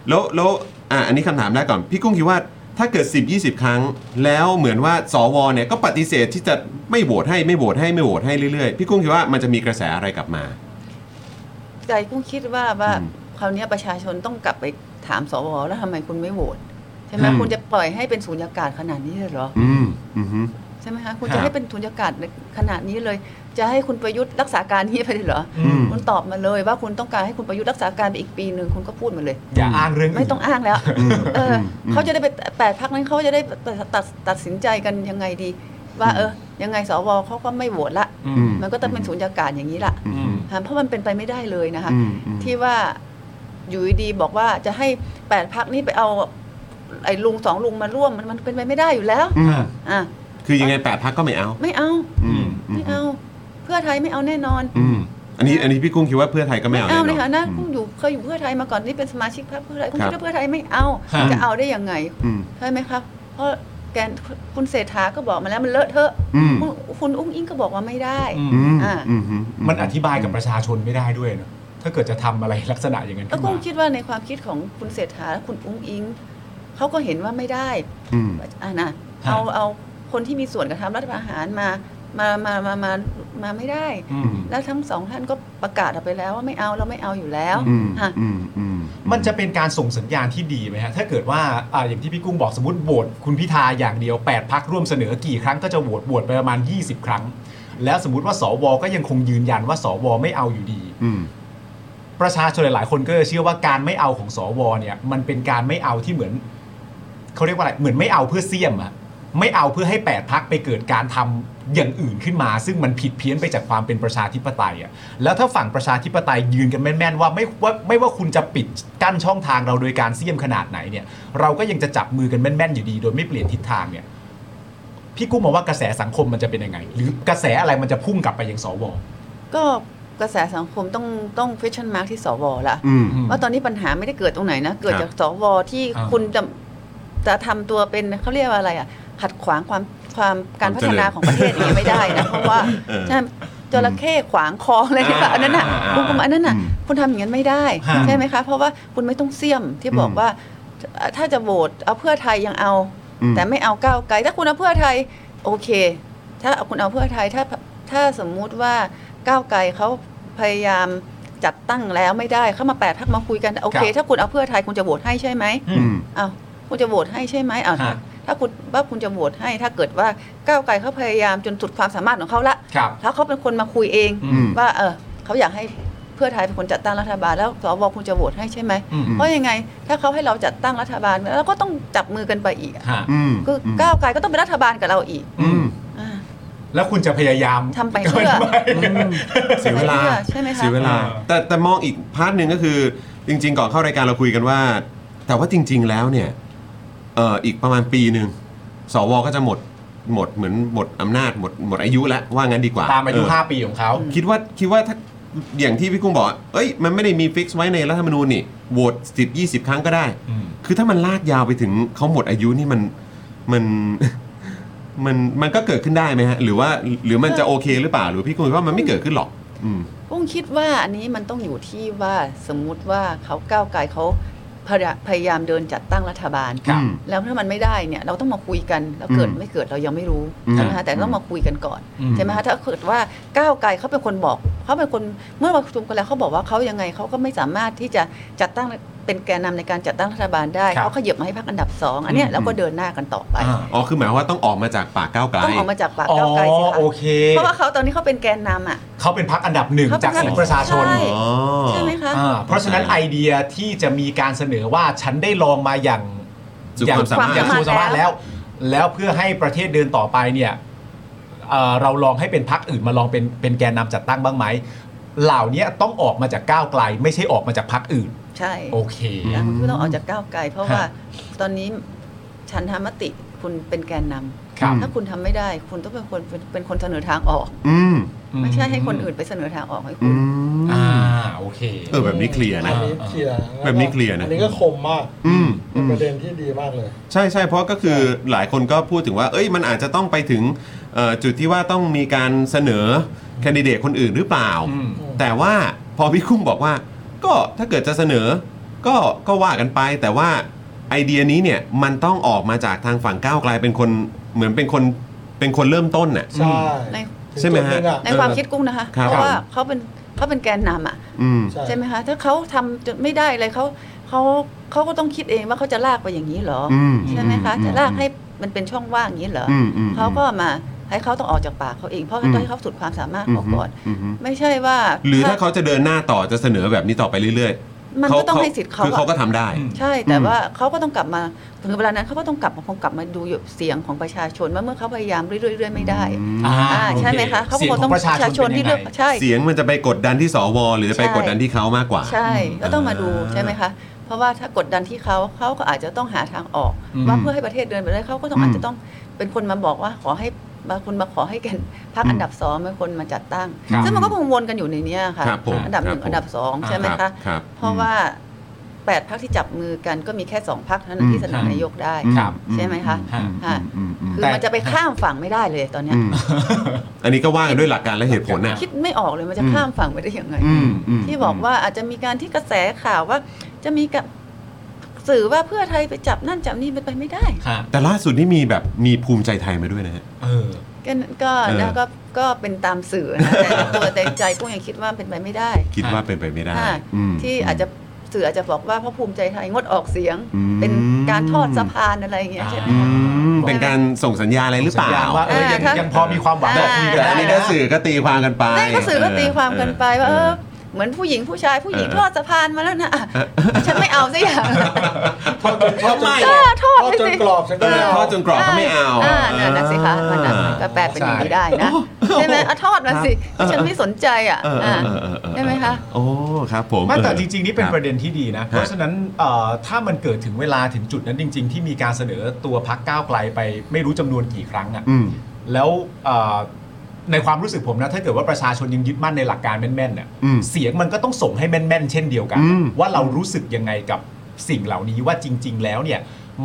Speaker 1: แล้วแล้วอ่ะอันนี้คำถามแรกก่อน พี่กุ้งคิดว่าถ้าเกิด 10 20 ครั้ง แล้วเหมือนว่าสวเนี่ยก็ปฏิเสธที่จะไม่โหวตให้ไม่โหวตให้ไม่โหวตให้เรื่อยๆพี่กุ้งคิดว่ามันจะมีกระแสอะไรกลับมา
Speaker 5: ใจกุ้งคิดว่าว่า
Speaker 1: อืม
Speaker 5: คราวเนี้ยประชาชนต้องกลับไปถามสวแล้วทำไมคุณไม่โหวตใช่ ไหม
Speaker 1: อืม
Speaker 5: คุณจะปล่อยให้เป็นสูญญากาศขนาดนี้เลยเหรอ
Speaker 1: อืมอืม
Speaker 5: ใช่ไหมคะคุณ
Speaker 1: ครั
Speaker 5: จะ
Speaker 1: บ
Speaker 5: ให้เป็นสุญญากาศในขนาดนี้เลย จะให้คุณประยุทธ์รักษาการนี้ไปเลยเหรออ
Speaker 1: อืม
Speaker 5: คุณตอบมาเลยว่าคุณต้องการให้คุณประยุทธ์รักษาการไปอีกปีหนึ่งคุณก็พูดมาเลย
Speaker 2: อย่าอ้างเรื่องน
Speaker 5: ไม่ต้องอ้างแล้ว
Speaker 1: อืม
Speaker 5: เอออ
Speaker 1: ม
Speaker 5: เขาจะได้ไปแปดพักนั้นเขาจะได้ตัดตัดสินใจกันยังไงดี ว่าเออ ยังไงสวเขาก็ไม่โหวตละ
Speaker 2: อื
Speaker 1: อื
Speaker 2: ม
Speaker 5: มันก็ต้องเป็นสุญญากาศอย่างนี้ละ
Speaker 1: อืม
Speaker 5: ค่ะเพราะมันเป็นไปไม่ได้เลยนะคะ
Speaker 1: อืมอืม
Speaker 5: ที่ว่าอยู่ดีๆบอกว่าจะให้แปดพักนี้ไปเอาไอ้ลุงสองลุงมาร่วมมันมันเป็นไปไม่ได้อยู่แล้ว
Speaker 1: อืม
Speaker 5: อ่ะ
Speaker 1: คือยังไงแปดพักก็ไม่เอา
Speaker 5: ไม่เอา
Speaker 1: อืม
Speaker 5: ไม่เอาเพื่อไทยไม่เอาแน่นอน
Speaker 1: อืมอันนี้อันนี้พี่กุ้งคิดว่าเพื่อไทยก็ไม่เอา
Speaker 5: เอาใน
Speaker 1: แอ
Speaker 5: ฐานะคุณอยู่เคยอยู่เพื่อไทยมาก่อนนี่เป็นสมาชิกพรรคเพื่อไทยคุณ
Speaker 1: ครับ
Speaker 5: คิดว่าเพื่อไทยไม่เอา
Speaker 2: ฮะ
Speaker 5: จะเอาได้ยังไง
Speaker 1: อืม
Speaker 5: ใช่ไหมครับ เพราะแกนคุณเศรษฐาก็บอกมาแล้วมันเลอะเทอะ
Speaker 1: อืม
Speaker 5: คุณคุณอุ้งอิงก็บอกว่าไม่ได้
Speaker 2: อืม
Speaker 1: อืม
Speaker 5: อ่า
Speaker 1: อืมอื
Speaker 2: มันอธิบายกับประชาชนไม่ได้ด้วยเนอะถ้าเกิดจะทำอะไรลักษณะอย่างนั้น
Speaker 5: ก็
Speaker 2: ขึ้น
Speaker 5: คุ
Speaker 2: มา
Speaker 5: ณคิดว่าในความคิดของคุณเศรษฐาและคุณอุ้งอิงเขาก็เห็นว่าไม่ได้
Speaker 1: อืม
Speaker 5: อ่านะเอาเอาคนที่มีส่วนกระทำรัฐประหารมามามามามามาไม่ได้
Speaker 2: อืม
Speaker 5: แล้วทั้งสองท่านก็ประกาศออกไปแล้วว่าไม่เอาเราไม่เอาอยู่แล้ว
Speaker 1: อืม
Speaker 5: ฮะ
Speaker 1: อืมอืม
Speaker 2: มันจะเป็นการส่งสัญญาณที่ดีไหมฮะ ถ้าเกิดว่าอาอย่างที่พี่กุ้งบอกสมมติโหวตคุณพิธาอย่างเดียว 8พักร่วมเสนอกี่ครั้งก็จะโหวตโหวตไปประมาณ 20 ครั้ง แล้วสมมติว่าสวก็ยังคงยืนยันว่าสวไม่เอาอยู่ดี
Speaker 1: อืม
Speaker 2: ประชาชนหลายๆคนก็จะเชื่อว่าการไม่เอาของสวเนี่ยมันเป็นการไม่เอาที่เหมือนเขาเรียกว่าอะไรเหมือนไม่เอาเพื่อเสี่ยมอะไม่เอาเพื่อให้แปดพักไปเกิดการทำอย่างอื่นขึ้นมา ซึ่งมันผิดเพี้ยนไปจากความเป็นประชาธิปไตยอะแล้วถ้าฝั่งประชาธิปไตยยืนกันแม่นๆว่าไม่ว่าไม่ว่าคุณจะปิดกั้นช่องทางเราโดยการเสี่ยมขนาดไหนเนี่ย เราก็ยังจะจับมือกันแม่นๆอยู่ดี โดยไม่เปลี่ยนทิศทางเนี่ยพี่กุ้งมองว่ากระแสสังคมมันจะเป็นยังไง หรือกระแสอะไรมันจะพุ่งกลับไปยังสว
Speaker 5: ก็กระแสสังคมต้องต้อง question mark ที่สวละ
Speaker 1: อืม
Speaker 5: ว่าตอนนี้ปัญหาไม่ได้เกิดตรงไหนนะ เกิด
Speaker 1: ครับ
Speaker 5: จากสวที่
Speaker 2: อ่า
Speaker 5: คุณจะจะทำตัวเป็นเขาเรียกว่าอะไรอ่ะขัดขวางความความการพัฒนาของประเทศนี้ไม่ได้นะ เพราะว่าใช่จระเข้ขวางคลองอะไรเนี่ยค่ะอันนั้นน่ะคุณกุมอันนั้นน่ะ คุณทำอย่างนั้นไม่ได้
Speaker 2: ฮะ
Speaker 5: ใช่ไหมคะ เพราะว่าคุณไม่ต้องเสี่ยมที่บอกว่าถ้าจะโหวตเอาเพื่อไทยยังเอา
Speaker 1: อืม
Speaker 5: แต่ไม่เอาก้าวไกลถ้าคุณเอาเพื่อไทยโอเค ถ้าเอาคุณเอาเพื่อไทยถ้าถ้าสมมุติว่าก้าวไกลเขาพยายามจัดตั้งแล้วไม่ได้เข้ามาแปดพักมาคุยกันโอเค
Speaker 2: ครับ
Speaker 5: ถ้าคุณเอาเพื่อไทยคุณจะโหวตให้ใช่ไหม
Speaker 2: อื
Speaker 1: อื
Speaker 2: ม
Speaker 1: ม
Speaker 5: อ้าวคุณจะโหวตให้ใช่ไหมอ้าวถ้า
Speaker 2: ฮะ
Speaker 5: ถ้าคุณว่าคุณจะโหวตให้ ถ้าเกิดว่าก้าวไกลเขาพยายามจนสุดความสามารถของเขาละ
Speaker 2: ครับ
Speaker 5: ถ้าเขาเป็นคนมาคุยเอง
Speaker 2: อืม
Speaker 5: ว่าเออเขาอยากให้เพื่อไทยเป็นคนจัดตั้งรัฐบาลแล้วสวคุณจะโหวตให้ใช่ไหม
Speaker 2: อืม
Speaker 5: เพราะยังไง ถ้าเขาให้เราจัดตั้งรัฐบาลแล้วก็ต้องจับมือกันไปอีกอะ
Speaker 2: ฮะ
Speaker 1: อืม
Speaker 5: คือก้าวไกลก็ต้องเป็นรัฐบาลกับเราอีก
Speaker 1: อืม
Speaker 5: อ่า
Speaker 2: แล้วคุณจะพยายาม
Speaker 5: ทำไปเพื่อ
Speaker 1: เสียเวลา
Speaker 5: ใช่ไหมคะ
Speaker 1: เสียเวลา แต่แต่มองอีกพาร์ทหนึ่งก็คือ จริง ๆ ก่อนเข้ารายการเราคุยกันว่า แต่ว่าจริง ๆ แล้วเนี่ยเอ่ออีกประมาณปีหนึ่งสวก็จะหมดหมดเหมือนหมดอำนาจหมดหมดอายุแล้วว่างั้นดีกว่า
Speaker 2: ตามอายุ
Speaker 1: เ
Speaker 2: 5 ปีของเขา
Speaker 1: คิดว่าคิดว่าถ้าอย่างที่พี่กุ้งบอกเอ้ยมันไม่ได้มีฟิกซ์ไว้ในรัฐธรรมนูญนี่โหวต10 20 ครั้งก็ได้
Speaker 2: อืม
Speaker 1: คือถ้ามันลากยาวไปถึงเขาหมดอายุนี่มันมัน มันมันก็เกิดขึ้นได้ไหมฮะ หรือว่าหรือมันจะโอเคหรือเปล่า หรือพี่กุ้งคิดว่ามันไม่เกิดขึ้นหรอก อืม
Speaker 5: ปุ้งคิดว่าอันนี้มันต้องอยู่ที่ว่าสมมุติว่าเขาก้าวไกลเขาพยาพยายามเดินจัดตั้งรัฐบาล
Speaker 1: ครับ
Speaker 5: แล้วถ้ามันไม่ได้เนี่ยเราต้องมาคุยกันแล้วเกิด
Speaker 1: อืม
Speaker 5: ไม่เกิดเรายังไม่รู้
Speaker 1: อืม
Speaker 5: ใช่ไหมคะแต่ต้องมาคุยกันก่อน
Speaker 2: อืม
Speaker 5: ใช่ไหมคะถ้าเกิดว่าก้าวไกลเขาเป็นคนบอกเขาเป็นคนเมื่อมาประชุมกันแล้วเขาบอกว่าเขายังไงเขาก็ไม่สามารถที่จะจัดตั้งเป็นแกนนำในการจัดตั้งรัฐบาลได้
Speaker 2: ครับ
Speaker 5: เขาขยับมาให้พรรคอันดับสองอันเนี้ย
Speaker 1: อืม
Speaker 5: เราก็เดินหน้ากันต่อไป
Speaker 2: อ่า
Speaker 1: อ๋อคือหมายความว่าต้องออกมาจากปากก้าวไกล
Speaker 5: ต้องออกมาจากปาก
Speaker 2: อ๋อ
Speaker 5: ก้าวไกลสิคะ
Speaker 2: โอเค
Speaker 5: เพราะว่าเขาตอนนี้เขาเป็นแกนนำอ่ะ
Speaker 2: เขาเป็นพักอันดับหนึ่ง
Speaker 5: เขาเป็น
Speaker 2: จากเสียงประชาชน
Speaker 5: ใช่
Speaker 1: อ๋อ
Speaker 5: ใช่ไหมคะ
Speaker 2: อ่าเพราะฉะนั้นไอเดียที่จะมีการเสนอว่าฉันได้ลองมาอย่าง
Speaker 1: สุดความสามารถ
Speaker 2: อย่างสุดความสามารถแล้ว แล้วเพื่อให้ประเทศเดินต่อไปเนี่ยเอ่อเราลองให้เป็นพักอื่นมาลองเป็นเป็นแกนนำจัดตั้งบ้างไหมเหล่านี้ต้องออกมาจากก้าวไกล ไม่ใช่ออกมาจากพักอื่น
Speaker 5: ใช่
Speaker 2: โอเค
Speaker 5: แล้วมันก็ต้องออกจากก้าวไกล เพราะว่า
Speaker 2: ฮะ
Speaker 5: ตอนนี้ฉันทามติคุณเป็นแกนนำ
Speaker 2: ครับ
Speaker 5: ถ้าคุณทำไม่ได้ คุณต้องเป็นคนเป็นเป็นคนเสนอทางออก
Speaker 1: อืม
Speaker 5: ไม่ใช่ให้คนอื่นไปเสนอทางออกให้คุ
Speaker 1: อื
Speaker 5: ณ
Speaker 1: ม
Speaker 2: อ่าโอเค
Speaker 1: เออแบบนี้เคลียร์นะ
Speaker 6: อันนี้เคลียร์ล้วก็
Speaker 1: แบบนี้เคลียร์นะ
Speaker 6: อันนี้ก็คมมาก
Speaker 1: อืม
Speaker 6: เป็นประเด็นที่ดีมากเลย
Speaker 1: ใช่ใช่เพราะก็คือหลายคนก็พูดถึงว่า เอ้ยมันอาจจะต้องไปถึงเอ่อจุดที่ว่าต้องมีการเสนอแคนดิเดตคนอื่นหรือเปล่า
Speaker 2: อืม
Speaker 1: แต่ว่าพอพี่คุ้มบอกว่า ก็ถ้าเกิดจะเสนอ ก็ก็ว่ากันไป แต่ว่าไอเดียนี้เนี่ยมันต้องออกมาจากทางฝั่งก้าวไกลเป็นคนเหมือนเป็นคนเป็นคนเริ่มต้นน่ะ
Speaker 6: ใช่
Speaker 5: ใน
Speaker 6: ถึง
Speaker 1: ใช่ไหม
Speaker 6: จุด
Speaker 1: ฮะ
Speaker 6: นึ่งอ
Speaker 5: ในความคิดกุ้งนะคะ
Speaker 1: ครับ
Speaker 5: เพราะว่าเขาเป็นเขาเป็นแกนนำอ่ะ
Speaker 1: อืม
Speaker 5: ใช่ไหมคะ ถ้าเขาทำจนไม่ได้เลยเขาเขา เขาเขาก็ต้องคิดเองว่าเขาจะลากไปอย่างนี้เหรออ
Speaker 1: อืม
Speaker 5: ใช่ไหมคะ
Speaker 1: อืม
Speaker 5: จะลากให้มันเป็นช่องว่างอย่างนี้เหรออ
Speaker 1: อืมอืม
Speaker 5: เขาก็มาให้เขาต้องออกจากปากเขาเองเพราะ
Speaker 1: อืม
Speaker 5: ต้องให้เขาสุดความสามารถ
Speaker 1: อืม
Speaker 5: เขาก่อน
Speaker 1: อืมอืม
Speaker 5: ไม่ใช่ว่า
Speaker 1: หรือถ้าเขาจะเดินหน้าต่อจะเสนอแบบนี้ต่อไปเรื่อยๆ
Speaker 5: มัน
Speaker 1: เขา
Speaker 5: ก็ต้องให้สิทธิ์เขา
Speaker 1: คือเขา
Speaker 5: อะ
Speaker 1: ก็ทำได้
Speaker 5: ใช่แต่
Speaker 1: อืม
Speaker 5: ว่าเขาก็ต้องกลับมาถึงเวลานั้นเขาก็ต้องกลับมาคงกลับมาดูเสียงของประชาชนว่าเมื่อเขาพยายามเรื่อยๆเรื่อยๆไม่ได้
Speaker 2: อ่า
Speaker 5: อ่าใช่ไหมคะ
Speaker 2: โอ
Speaker 5: เขาก็คงต้อง
Speaker 2: เสียของประชาชน
Speaker 5: ที่เลือก
Speaker 2: เป็นยังไง
Speaker 5: ใช่
Speaker 1: เสียงมันจะไปกดดันที่สวหรือจะไป
Speaker 5: ใช่
Speaker 1: กดดันที่เขามากกว่า
Speaker 5: ใช่ก็ต้องมาดู
Speaker 1: อ่า
Speaker 5: ใช่ไหมคะ เพราะว่าถ้ากดดันที่เขาเขาก็อาจจะต้องหาทางออก ว่าเพื่อให้ประเทศเดินไปได้เขาก็ต้องอาจจะต้องเป็นคนมาบอกว่าขอให้บางคนมาขอให้แกนพรรคอันดับสองเป็นคนมาจัดตั้ง
Speaker 2: ครับ
Speaker 5: ซึ่งมันก็คงวนกันอยู่ในเนี้ยค่ะ
Speaker 1: ครับผม
Speaker 5: อันดับหนึ่ง
Speaker 1: ครับผม
Speaker 5: อันดับสองใช่ไหม
Speaker 1: รั
Speaker 5: คะ
Speaker 1: บครับ
Speaker 5: เพราะว่าแปดพรรคที่จับมือกันก็มีแค่สองพรรคเท่านั้
Speaker 1: อื
Speaker 5: น
Speaker 1: ม
Speaker 5: ที่เสนอนายกได้
Speaker 1: อื
Speaker 2: ครับ
Speaker 5: ใช่ไหมคะ
Speaker 1: อืม
Speaker 5: ค่ะ
Speaker 1: อืมอืม
Speaker 5: คือ
Speaker 2: แต่
Speaker 5: มันจะไปข้ามฝั่งไม่ได้เลยตอนเนี้ย
Speaker 1: อืมอันนี้ก็ว่ากันด้วยหลักการและเหตุผลน่ะ
Speaker 5: คิดไม่ออกเลยมันจะ
Speaker 1: อืม
Speaker 5: ข้ามฝั่งไปได้ยังไง
Speaker 1: อืมม
Speaker 5: ที่บอกว่าอาจจะมีการที่กระแสข่าวว่า จะมีกับสื่อว่าเพื่อไทยไปจับนั่นจับนี่มันไปไม่ได้
Speaker 2: ครับ
Speaker 1: แต่ล่าสุดนี่มีแบบมีภูมิใจไทยมาด้วยนะฮะ
Speaker 2: เออ
Speaker 5: ก็ก็
Speaker 1: เออ
Speaker 5: นะก็ก็เป็นตามสื่อ นะแต่ตัวแต่ใจกุ้งยังคิดว่าเป็นไปไม่ได้
Speaker 1: คิดว่าเป็นไปไม่ได้
Speaker 5: ค่ะ
Speaker 1: อืม
Speaker 5: ที่อาจจะสื่ออาจจะบอกว่าเพราะภูมิใจไทยงดออกเสียง
Speaker 1: อืม
Speaker 5: เป็นการทอดสะพานอะไรอย่างเงี้ยใช่ไหม
Speaker 1: อื
Speaker 5: คะ
Speaker 1: มเป็นการส่งสัญญาอะไรหรือเปล่า
Speaker 2: สัญญณว่าเออยัง
Speaker 5: อ่าถ้ายั
Speaker 2: ยังพอมีความหวัง
Speaker 5: อ่า
Speaker 2: คุยกั
Speaker 1: แต่
Speaker 2: น
Speaker 1: อันนี้ก็สื่อก็ตีความกันไป
Speaker 5: ได้ก็สื่อก็ตีความกันไปว่าเออเหมือนผู้หญิงผู้ชายผู้หญิง
Speaker 1: เออ
Speaker 5: ทอดสะพานมาแล้วนะอ่ะฉันไม่เอาสักอย่าง
Speaker 2: ทอดจนทอดจน
Speaker 5: เออทอด
Speaker 2: ทอด
Speaker 5: ไป
Speaker 2: จน
Speaker 5: สิ
Speaker 2: กรอบฉัน
Speaker 1: เอ
Speaker 2: ก็ไม่
Speaker 1: อ
Speaker 2: เอา
Speaker 1: ทอดจนกรอบก็ไม่เอา
Speaker 5: อ่านั่นนะสิคะมันน่ะมันก็แปลเป็นอย่างนี้ได้นะใช่ไหมอ่ะทอดมาสิฉันไม่สนใจอ่ะ
Speaker 1: เออเอ
Speaker 5: อ่า
Speaker 1: อเออเออเออ
Speaker 5: ได้ไหมคะ
Speaker 1: โอ้ครับผม
Speaker 2: ไม่แต่จริง ๆ นี่เป็น
Speaker 1: คบ
Speaker 2: ประเด็นที่ดีนะ เพราะฉะนั้นเอ่อถ้ามันเกิดถึงเวลาถึงจุดนั้นจริง ๆ ที่มีการเสนอตัวพักก้าวไกลไปไม่รู้จำนวนกี่ครั้งอะ
Speaker 1: อืม
Speaker 2: แล้วเอ่อในความรู้สึกผมนะ ถ้าเกิดว่าประชาชนยังยึดมั่นในหลักการแม่นๆเนี่ย
Speaker 1: อืม
Speaker 2: เสียงมันก็ต้องส่งให้แม่นๆ เช่นเดียวกัน
Speaker 1: อืม
Speaker 2: ว่าเรารู้สึกยังไงกับสิ่งเหล่านี้ว่าจริง ๆ แล้วเนี่ย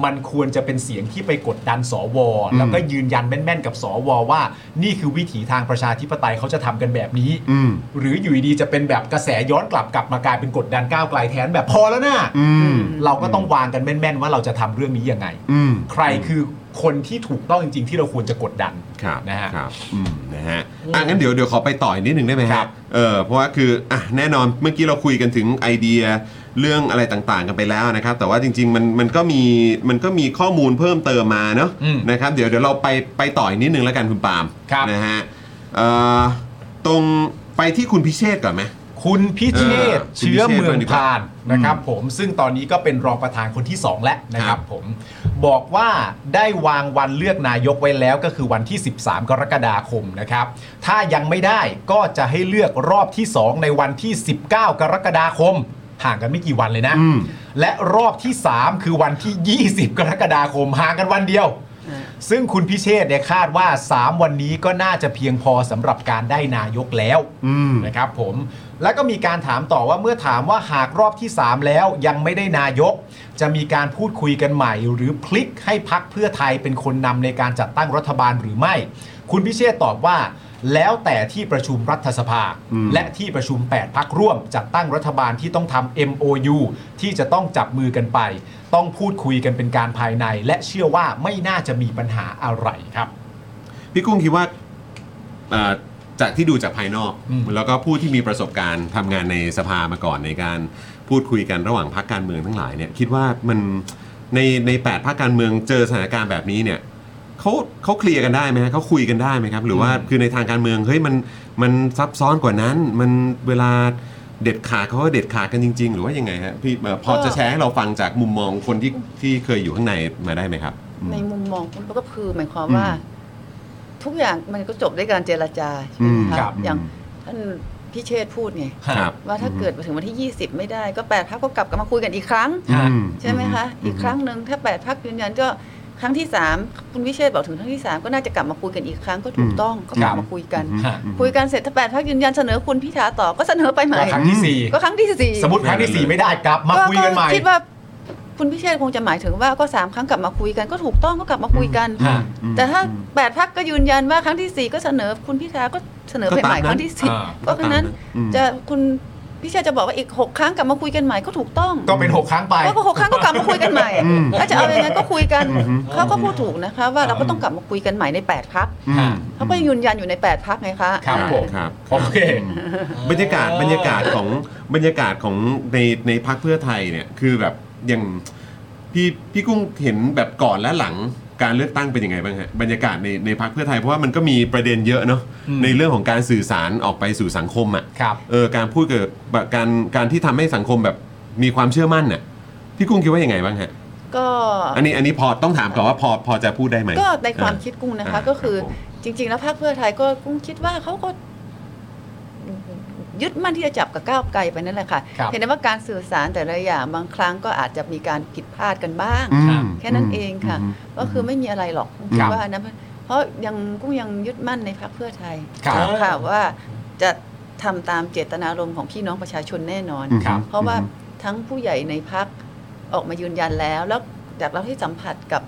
Speaker 2: มันควรจะเป็นเสียงที่ไปกดดันสวแล้วก็ยืนยันแม่นๆ กับสวว่า นี่คือวิถีทางประชาธิปไตยเขาจะทำกันแบบนี้
Speaker 1: อืม
Speaker 2: หรืออยู่ดีๆจะเป็นแบบกระแสย้อนกลับกลับมากลายเป็นกดดันก้าวไกลแทนแบบพอแล้วนะ
Speaker 1: อืม
Speaker 2: เราก็ต้องวางกันแม่นๆ ว่าเราจะทำเรื่องนี้ยังไง
Speaker 1: อืม
Speaker 2: ใครคือคนที่ถูกต้องจริง ๆ ที่เราควรจะกดดัน
Speaker 1: ครับ
Speaker 2: นะฮะ
Speaker 1: ครับอืมนะฮะอ่ะงั้นเดี๋ยวเดี๋ยวขอไปต่ออีกนิดหนึ่งได้ไหมค
Speaker 2: ครั
Speaker 1: รับบ เออเพราะว่าคืออ่ะแน่นอนเมื่อกี้เราคุยกันถึงไอเดียเรื่องอะไรต่างๆกันไปแล้วนะครับ แต่ว่าจริง ๆ มันมันก็มีมันก็มีข้อมูลเพิ่มเติมมาเนาะ
Speaker 2: อืม
Speaker 1: นะครับเดี๋ยวเดี๋ยวเราไปไปต่ออีกนิดหนึ่งแล้วกันคุณปาล์ม
Speaker 2: ครับ
Speaker 1: นะฮะเอ่อตรงไปที่คุณพิเชษก่อนไหม
Speaker 2: คุณพิเชษฐ์
Speaker 1: เออ
Speaker 2: เชื้อเมือ
Speaker 1: คุ
Speaker 2: งพาน
Speaker 1: ณพิเชษฐ์
Speaker 2: นะครับผมซึ่งตอนนี้ก็เป็นรองประธานคนที่ 2 แล้วนะครับผมบอกว่าได้วางวันเลือกนายกไว้แล้วก็คือวันที่ 13 กรกฎาคมนะครับ ถ้ายังไม่ได้ก็จะให้เลือกรอบที่ 2 ในวันที่ 19 กรกฎาคม ห่างกันไม่กี่วันเลยนะ
Speaker 1: อืม
Speaker 2: และรอบที่ 3 คือวันที่ 20 กรกฎาคมห่างกันวันเดียว ซึ่งคุณพิเชษฐ์เนี่ยคาดว่า 3 วันนี้ก็น่าจะเพียงพอสำหรับการได้นายกแล้ว
Speaker 1: อืม
Speaker 2: นะครับผมแล้วก็มีการถามต่อว่าเมื่อถามว่าหากรอบที่ 3 แล้วยังไม่ได้นายก จะมีการพูดคุยกันใหม่ หรือพลิกให้พักเพื่อไทยเป็นคนนำในการจัดตั้งรัฐบาลหรือไม่ คุณพิเชษฐ์ตอบว่า แล้วแต่ที่ประชุมรัฐสภา
Speaker 1: อืม
Speaker 2: และที่ประชุม 8 พักร่วม จัดตั้งรัฐบาลที่ต้องทำ MOU ที่จะต้องจับมือกันไป ต้องพูดคุยกันเป็นการภายใน และเชื่อว่าไม่น่าจะมีปัญหาอะไรครับ
Speaker 1: พี่กุ้งคิดว่าเอ่อจากที่ดูจากภายนอก
Speaker 2: อืม
Speaker 1: แล้วก็ผู้ที่มีประสบการณ์ทำงานในสภามาก่อนในการพูดคุยกันระหว่างพรรคการเมืองทั้งหลายเนี่ยคิดว่ามันในในแปดพรรคการเมืองเจอสถานการณ์แบบนี้เนี่ยเขาเขาเคลียร์กันได้ไหมฮะเขาคุยกันได้ไหมครับ หรือว่า
Speaker 2: อืม
Speaker 1: คือในทางการเมืองเฮ้ยมันมันซับซ้อนกว่านั้น มันเวลาเด็ดขาดเขาก็เด็ดขาดกันจริง ๆ หรือว่ายังไงฮะพี่เอ่อพอจะแชร์ให้เราฟังจากมุมมองคนที่ที่เคยอยู่ข้างในมาได้ไหมครับอืม
Speaker 5: ในมุมมองคุณก็คือหมายความว่า
Speaker 1: อืม
Speaker 5: ทุกอย่างมันก็จบด้วยการเจรจาใช่ไหม
Speaker 1: อืม
Speaker 5: คะ
Speaker 2: ครับ
Speaker 5: อย่างท่านพิเชษฐ์พูดไง
Speaker 1: ครับ
Speaker 5: ว่าถ้าเกิดมาถึงวันที่ 20 ไม่ได้ก็แปดพักก็กลับมาคุยกันอีกครั้ง
Speaker 1: อืม
Speaker 5: ใช่ไหมคะ
Speaker 1: อืม
Speaker 5: อีกครั้งหนึ่งถ้า 8พักยืนยันก็ครั้งที่ 3 คุณวิเชษฐ์บอกถึงครั้งที่ 3 ก็น่าจะกลับมาคุยกันอีกครั้งก็ถูกต้องก็กลับมาคุยกัน
Speaker 2: ฮะ
Speaker 5: คุยกันเสร็จถ้า 8พักยืนยันเสนอคุณพิธาต่อก็เสนอไปใหม่
Speaker 2: ก็ครั้งที่สี่
Speaker 5: ก็ครั้งที่สี่
Speaker 2: สมมติครั้งที่สี่ไม่ได้กลับมาคุยกันใหม่
Speaker 5: คิดว่าคุณพิเชษฐ์คงจะหมายถึงว่าก็สามครั้งกลับมาคุยกันก็ถูกต้องก็กลับมาคุยกัน
Speaker 2: ฮะ
Speaker 5: แต่ถ้าแปดพักก็ยืนยันว่าครั้งที่สี่ก็เสนอคุณพิธาก็เสนอไปใหม่
Speaker 1: ก็ตามนั้น
Speaker 5: ครั้งที่สี่
Speaker 2: อ่า
Speaker 5: ก็ครั้ง
Speaker 1: ก็ตาม
Speaker 5: นั้น
Speaker 1: นั้นอืม
Speaker 5: จะคุณ พี่เชยจะบอกว่าอีก 6 ครั้งกลับมาคุยกันใหม่ก็ถูกต้อง
Speaker 2: ก็เป็นหกครั้งไป
Speaker 5: แล้วก็หกครั้งก็กลับมาคุยกันใหม่อะแล้วจะเอายังไงก็คุยกันเขาก็พูดถูกนะคะ ว่าเราก็ต้องกลับมาคุยกันใหม่ในแปดพัก
Speaker 1: อืม
Speaker 5: เขาก็ยังยืนยันอยู่ในแปดพักไงคะ
Speaker 2: ครับผม
Speaker 1: ครับ
Speaker 2: โอเค
Speaker 1: บรรยากาศบรรยากาศของบรรยากาศของในในพักเพื่อไทยเนี่ยคือแบบอย่างพี่พี่กุ้งเห็นแบบก่อนและหลังการเลือกตั้งเป็นยังไงบ้างฮะบรรยากาศในในพักเพื่อไทยเพราะว่ามันก็มีประเด็นเยอะเนาะ
Speaker 2: อืม
Speaker 1: ในเรื่องของการสื่อสารออกไปสู่สังคมอ่ะ
Speaker 2: ครับ
Speaker 1: เออการพูดเกี่ยวกับการการที่ทำให้สังคมแบบมีความเชื่อมั่นน่ะพี่กุ้งคิดว่ายังไงบ้างฮะ
Speaker 5: ก็
Speaker 1: อันนี้อันนี้พอต้องถามก่อนว่าพอพอจะพูดได้ไหม
Speaker 5: ก็ในความคิดกุ้งนะคะ
Speaker 1: อ่า
Speaker 5: ก็คือ
Speaker 1: ครับผ
Speaker 5: จริง ๆ แล้วพรรคเพื่อไทยก็กุ้งคิดว่าเขาก็ ยึดมั่นที่จะจับกับก้าวไกลไปนั่นแหละค่ะ
Speaker 2: ครับ
Speaker 5: เห็นได้ว่าการสื่อสารแต่ละอย่างบางครั้งก็อาจจะมีการผิดพลาดกันบ้าง
Speaker 1: อืม
Speaker 5: แค่นั้นเองค่ะ
Speaker 1: อืม
Speaker 5: ก็คือไม่มีอะไรหรอกกุ้ง
Speaker 1: ค
Speaker 5: คิ
Speaker 1: รั
Speaker 5: ด
Speaker 1: บ
Speaker 5: ว่านะเพราะยังกุ้งยังยึดมั่นในพรรคเพื่อไทย
Speaker 2: ครับ
Speaker 5: ค่ะว่าจะทำตามเจตนารมณ์ของพี่น้องประชาชนแน่นอน
Speaker 1: อืม
Speaker 2: ครับ
Speaker 5: เพราะว่าทั้งผู้ใหญ่ในพักออกมายืนยันแล้ว แล้วจากเราที่สัมผัสกับ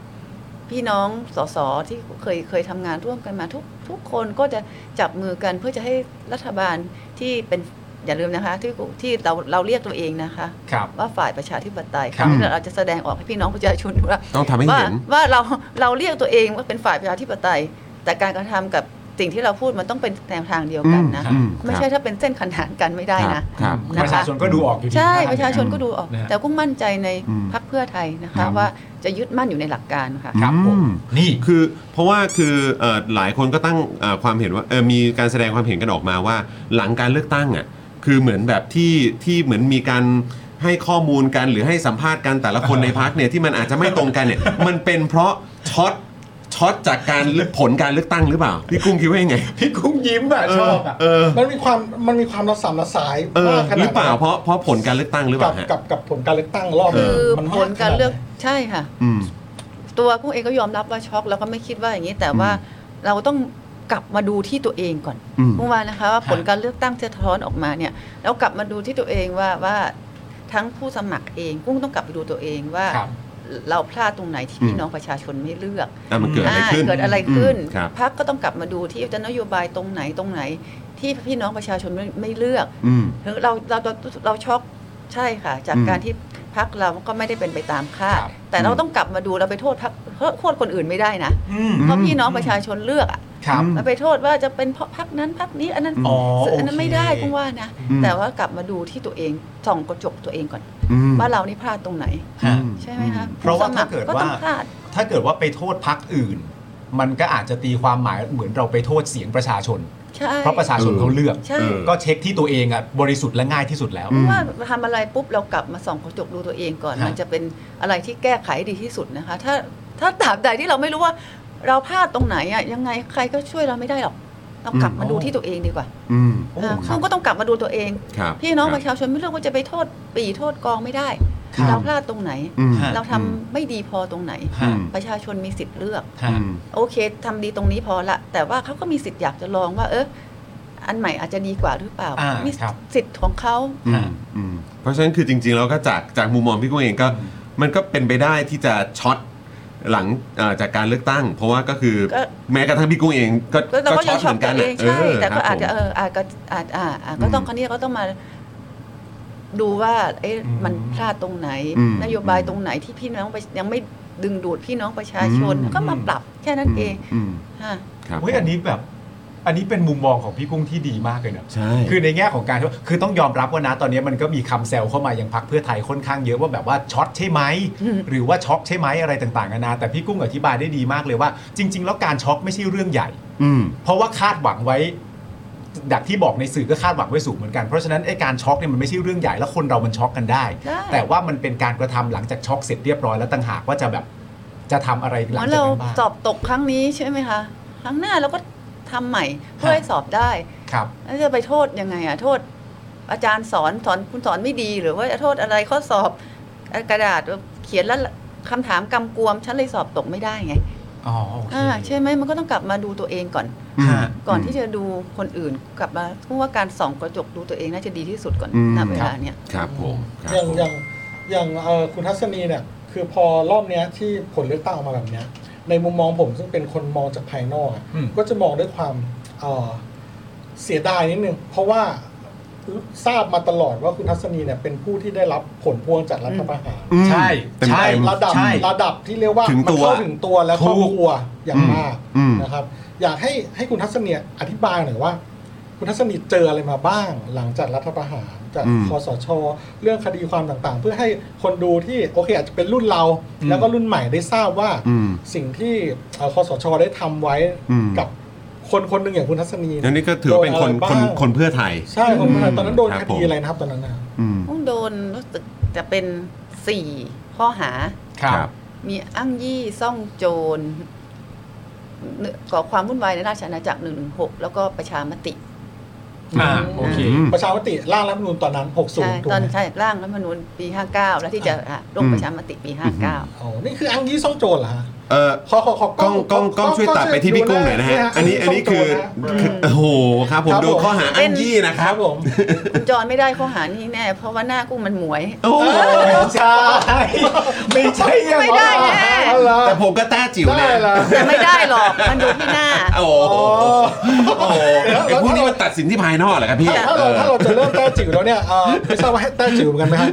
Speaker 5: พี่น้องสสที่เคยเคยทำงานร่วมกันมาทุกทุกคนก็จะจับมือกันเพื่อจะให้รัฐบาลที่เป็นอย่าลืมนะคะ ที่ที่เราเราเรียกตัวเองนะคะ
Speaker 2: ครับ
Speaker 5: ว่าฝ่ายประชาธิปไตย
Speaker 2: ครับ
Speaker 5: ที่เราจะแสดงออกให้พี่น้องประชาชนดูว่า
Speaker 1: ต้องทำให้
Speaker 5: ว่า
Speaker 1: เห็น
Speaker 5: ว่าเราเราเรียกตัวเองว่าเป็นฝ่ายประชาธิปไตย แต่การกระทำกับสิ่งที่เราพูดมันต้องเป็นแนวทางเดียวกันนะ
Speaker 1: อืมอืม
Speaker 5: ไม่ใช่ถ้าเป็นเส้นขนานกันไม่ได้นะ
Speaker 1: ครับ
Speaker 5: นะคะ
Speaker 2: ประชาชนก็ดูออกอยู่ดี
Speaker 5: ใช่
Speaker 2: ท่
Speaker 5: ประชาชนก็ดูออก
Speaker 2: นะฮะ
Speaker 5: แต่กุ้งมั่นใจใน
Speaker 1: อืม
Speaker 5: พรรคเพื่อไทยนะ
Speaker 1: ครั
Speaker 5: คะ
Speaker 1: บ
Speaker 5: ว่าจะยึดมั่นอยู่ในหลักการค่ะ
Speaker 2: ครับผม
Speaker 1: อืม
Speaker 2: นี่
Speaker 1: คือเพราะว่าคือเอ่อหลายคนก็ตั้งเอ่อความเห็นว่าเอ่อมีการแสดงความเห็นกันออกมาว่า หลังการเลือกตั้งอ่ะคือเหมือนแบบที่ที่เหมือนมีการให้ข้อมูลกันหรือให้สัมภาษณ์กันแต่ละคนในพักเนี่ยที่มันอาจจะไม่ตรงกันเนี่ย มันเป็นเพราะช็อตช็อตจากการเลือกผลการเลือกตั้งหรือเปล่าพี่กุ้งคิดว่ายังไง
Speaker 2: พี่กุ้งยิ้มอ่ะ ชอบอ่ะ
Speaker 1: เออ
Speaker 6: มันมีความมันมีความระสำระสาย
Speaker 1: เออ
Speaker 6: มากขนด
Speaker 1: ห
Speaker 6: นั้น
Speaker 1: รือเปล่าเพราะเพราะผลการเลือกตั้งหรือเป
Speaker 6: กั
Speaker 1: ล่า
Speaker 6: บ
Speaker 1: ฮะ
Speaker 6: กับกับผลการเลือกตั้งรอบ
Speaker 5: คือ
Speaker 6: มันม
Speaker 5: ผลการเลือก
Speaker 6: ขนดไหน
Speaker 5: ใช่ค่ะ
Speaker 1: อืม
Speaker 5: ตัวกุ้งเองก็ยอมรับว่าช็อกแล้วก็ไม่คิดว่าอย่างนี้แต่ว่าเราต้องกลับมาดูที่ตัวเองก่อน
Speaker 1: อืม
Speaker 5: เมื่อวานนะคะว่าผลการเลือกตั้งจะท้อนออกมาเนี่ยแล้วกลับมาดูที่ตัวเองว่าว่าทั้งผู้สมัครเองกุ้งต้องกลับไปดูตัวเองว่า
Speaker 2: ครับ
Speaker 5: เราพลาดตรงไหนที่พี่น้องประชาชนไม่เลือก
Speaker 1: อ่ะมันเกิดอะไรขึ้น
Speaker 5: เกิดอะไรขึ้น
Speaker 1: อืมครับ
Speaker 5: พักก็ต้องกลับมาดูที่จะนโยบายตรงไหนตรงไหน ที่พี่น้องประชาชนไม่ไม่เลือก
Speaker 1: อืม
Speaker 5: ถึงเราเราเราเราช็อกใช่ค่ะ จาก
Speaker 1: อืม
Speaker 5: การที่พักเราก็ไม่ได้เป็นไปตามคาด
Speaker 2: ครับ
Speaker 5: แต่เราต้องกลับมาดูเราไปโทษพักโทษคนอื่นไม่ได้นะ
Speaker 2: อืม
Speaker 5: เพราะพี่น้องประชาชนเลือกอะ
Speaker 2: ครับ
Speaker 1: อืม
Speaker 5: เราไปโทษว่าจะเป็นเพราะพักนั้นพักนี้อันนั้น
Speaker 2: อ๋อโอเค
Speaker 5: นนั้นไม่ได้กุ้งว่านะ
Speaker 1: อืม
Speaker 5: แต่ว่ากลับมาดูที่ตัวเองส่องกระจกตัวเองก่อน
Speaker 1: อืม
Speaker 5: ว่าเรานี่พลาดตรงไหน
Speaker 2: ฮะ
Speaker 5: ใช่ไหมคะ
Speaker 2: เพราะว่าถ้าเกิด
Speaker 5: ผู้
Speaker 2: ว่า
Speaker 5: สมัครต้องพลาด
Speaker 2: ถ้าเกิดว่าไปโทษพักอื่น มันก็อาจจะตีความหมายเหมือนเราไปโทษเสียงประชาชน
Speaker 5: ใช่
Speaker 2: เพราะประชาชน
Speaker 1: เออ
Speaker 2: เขาเลือก
Speaker 5: ใช่
Speaker 1: เออ
Speaker 2: ก็เช็คที่ตัวเองอ่ะบริสุทธิ์และง่ายที่สุดแล้ว
Speaker 1: อืม
Speaker 5: ว่าทำอะไรปุ๊บเรากลับมาส่องกระจกดูตัวเองก่อน
Speaker 2: ฮะ
Speaker 5: มันจะเป็นอะไรที่แก้ไขดีที่สุดนะคะ ถ้าถ้าตราบใดที่เราไม่รู้ว่าเราพลาดตรงไหนอะยังไงใครก็ช่วยเราไม่ได้หรอกเรากลับมาดูที่ตัวเองดีกว่า
Speaker 1: อืม
Speaker 2: โอ้
Speaker 5: อ่า
Speaker 2: ครับ
Speaker 5: ก็ต้องกลับมาดูตัวเอง
Speaker 1: ครับ
Speaker 5: พี่น้อง
Speaker 1: ค
Speaker 5: ป
Speaker 1: บ
Speaker 5: ระชาชนไม่เลือกว่าจะไปโทษปีโทษกองไม่ได้
Speaker 2: ครับ
Speaker 5: เราพลาดตรงไหน
Speaker 1: อืม
Speaker 5: เราทำไม่ดีพอตรงไหน
Speaker 2: ฮะ
Speaker 1: อืม
Speaker 5: ประชาชนมีสิทธิ์เลือก
Speaker 2: ฮะ
Speaker 1: อืม
Speaker 5: โอเคทำดีตรงนี้พอละ แต่ว่าเขาก็มีสิทธิ์อยากจะลองว่า เอออันใหม่อาจจะดีกว่าหรือเปล่า
Speaker 2: อ่ามี
Speaker 5: มี
Speaker 2: ครับ
Speaker 5: สิทธิ์ของเขา
Speaker 1: อืมอืมเพราะฉะนั้นคือจริงๆแล้วก็จากจากมุมมองพี่กุ้งเองก็มันก็เป็นไปได้ที่จะช็อตหลังเอ่อจากการเลือกตั้ง เพราะว่าก็คือ
Speaker 5: ก็
Speaker 1: แม้กระทั่งพี่กุ้งเองก็
Speaker 5: ก็เราก็ยังช็อกตัวเองใช่
Speaker 1: เออ
Speaker 5: แต่ก็อาจจะ
Speaker 1: ครับผม
Speaker 5: เอออาจจะอาจอ่าอ่าก็ต้อง
Speaker 1: อืม
Speaker 5: คนนี้ก็ต้องมาดูว่าเอ๊ะ
Speaker 2: อืม
Speaker 5: มันพลาดตรงไหน
Speaker 1: อืม
Speaker 5: นโยบายตรงไหนที่พี่น้องประยังไม่ดึงดูดพี่น้องประชาชน
Speaker 1: อืม
Speaker 5: ก็มาปรับแค่นั้นเอง
Speaker 1: อืม
Speaker 5: ฮะ
Speaker 1: ครับ
Speaker 2: เฮ้ยอันนี้แบบ อันนี้เป็นมุมมองของพี่กุ้งที่ดีมากเลยนะ
Speaker 1: ใช่
Speaker 2: คือในแง่ของการที่ว่าคือต้องยอมรับว่านะตอนนี้มันก็มีคำแซวเข้ามายังพักเพื่อไทยค่อนข้างเยอะว่าแบบว่าช็อตใช่ไหม
Speaker 5: อืม
Speaker 2: หรือว่าช็อกใช่ไหมอะไรต่างๆนานาแต่พี่กุ้งอธิบายได้ดีมากเลยว่า จริง ๆ แล้วการช็อกไม่ใช่เรื่องใหญ่
Speaker 1: อืม
Speaker 2: เพราะว่าคาดหวังไว้ดักที่บอกในสื่อก็คาดหวังไว้สูงเหมือนกันเพราะฉะนั้นไอ้การช็อกเนี่ยมันไม่ใช่เรื่องใหญ่แล้วคนเรามันช็อกกันได้
Speaker 5: ได้
Speaker 2: แต่ว่ามันเป็นการกระทำหลังจากช็อกเสร็จเรียบร้อยแล้วต่างหากว่าจะแบบจะทำอะไรห
Speaker 5: เห
Speaker 2: ลัง
Speaker 5: มือน
Speaker 2: จาก
Speaker 5: เรา
Speaker 2: นั้นบ้าง
Speaker 5: สอบตกครั้งนี้ใช่ไหมคะ ครั้งหน้าเราก็ทำใหม่เพื่อ
Speaker 2: ฮะ
Speaker 5: ให้สอบได้
Speaker 2: ครับ
Speaker 5: แล้วจะไปโทษยังไงอ่ะโทษ อาจารย์สอนสอนคุณสอนไม่ดีหรือว่าจะโทษอะไรข้อสอบกระดาษเขียนแล้วคำถามกำกวมฉันเลยสอบตกไม่ได้ไง
Speaker 2: อ๋อโอเค
Speaker 5: อ่าใช่ไหมมันก็ต้องกลับมาดูตัวเองก่อน
Speaker 2: ฮะ
Speaker 5: ก่อนที่จะดูคนอื่นกลับมาเพราะว่าการส่องกระจกดูตัวเองน่าจะดีที่สุดก่อน
Speaker 1: อืม
Speaker 5: ณเวลาเนี้ย
Speaker 1: ครับผมครับ
Speaker 6: อย่าง
Speaker 1: ผม
Speaker 6: อย่างอย่างเอ่อคุณทัศนีเนี่ยคือพอรอบเนี้ยที่ผลเลือกตั้งออกมาแบบเนี้ยในมุมมองผมซึ่งเป็นคนมองจากภายนอกอะ
Speaker 2: อืม
Speaker 6: ก็จะมองด้วยความเอ่อเสียดายนิดนึงเพราะว่า
Speaker 4: ทราบมาตลอดว่าคุณทัศนีเนี่ยเป็นผู้ที่ได้รับผลพวงจากรัฐประหาร
Speaker 1: อืม
Speaker 2: ใช่
Speaker 1: เต็ม
Speaker 2: ใช่
Speaker 1: เต็ม
Speaker 4: ระดับ
Speaker 2: ใช่
Speaker 4: ระดับที่เรียกว่า
Speaker 1: ถึง
Speaker 4: มั
Speaker 1: ตัว
Speaker 4: เข้าถึงตัวและครอบครัวอย่างมาก
Speaker 1: อืม
Speaker 4: นะครับ อยากให้ให้คุณทัศนีอธิบายหน่อยว่า คุณทัศนีเจออะไรมาบ้างหลังจากรัฐประหารจาก
Speaker 1: อืม
Speaker 4: คอสช เรื่องคดีความต่างๆ เพื่อให้คนดูที่โอเคอาจจะเป็นรุ่นเรา แล้วก็รุ่นใหม่ได้ทราบว่า
Speaker 1: อืม
Speaker 4: สิ่งที่เอ่อคอสชได้ทำไว้
Speaker 1: อืม
Speaker 4: กับคนคนหนึ่งอย่างคุณทัศนี
Speaker 1: อันนี้ก็ถือว่าเป็นคนค
Speaker 4: โด
Speaker 1: น
Speaker 4: อะไรบ้าง
Speaker 1: คนเพื่อไทย
Speaker 4: ใช่คนเพื่อไทยตอนนั้นโดน
Speaker 1: ครับ
Speaker 4: ค
Speaker 1: ผ
Speaker 4: ดี
Speaker 1: ม
Speaker 4: อะไรนะครับตอนนั้นนะ
Speaker 1: อืม
Speaker 5: ต้องโดนรู้สึกจะเป็นสี่ข้อหา
Speaker 2: ครับ
Speaker 5: มีอ้างยี่ซ่องโจรก่อความวุ่นวายในราชอาณาจักร 116 แล้วก็ประชามติ
Speaker 2: อ่าโอเค
Speaker 1: อืม
Speaker 4: ประชามติร่างรัฐธรรมนูญตอนนั้น
Speaker 5: ใช่
Speaker 4: 60ถูก
Speaker 5: ตอน
Speaker 4: ไหม
Speaker 5: ใช่ร่างรัฐธรรมนูญปี 59 แล้วที่จะอ่ะลง
Speaker 1: อืม
Speaker 5: ประชามติปี 59
Speaker 4: อ๋อนี่คืออ้างยี่ซ่องโจรเหรอฮะ
Speaker 1: เออ
Speaker 4: ขอขอขอก
Speaker 1: ล้องกล้องกล้องช่วยตัดไปที่พี่กุ้งหน่อยนะฮะ อันนี้อันนี้คือคือโอ้โหครับผมโดนข้อหาอ้างยี่นะ
Speaker 4: นะ
Speaker 1: ค
Speaker 4: ค
Speaker 1: รั
Speaker 4: รั
Speaker 1: บบ
Speaker 4: ผม
Speaker 5: คุณจอนไม่ได้ข้อหานี้แน่ เพราะว่าหน้ากุ้งมันหมวย
Speaker 1: โอ้
Speaker 2: ไม่ใช่ไม่ใช่อย่าง
Speaker 5: ไม่ได้แน่
Speaker 4: เอาล่ะ
Speaker 1: แต่ผมก็แต้จิ๋ว
Speaker 4: ได้
Speaker 1: นะ
Speaker 4: ละ
Speaker 5: แต่ไม่ได้หรอกมันดูที่หน้า
Speaker 1: โอ้โหโอ้โหไอ้พวกนี้มันตัดสินที่ภายนอกเหรอครับพี่
Speaker 4: ถ้า
Speaker 1: เอ
Speaker 4: เรา
Speaker 1: อ
Speaker 4: ถ้าเราจะเริ่มแต้จิ๋วแล้วเนี่ยเอ่อไม่ทราบว่าให้แต้จิ๋วเหมือนกันไหมครับ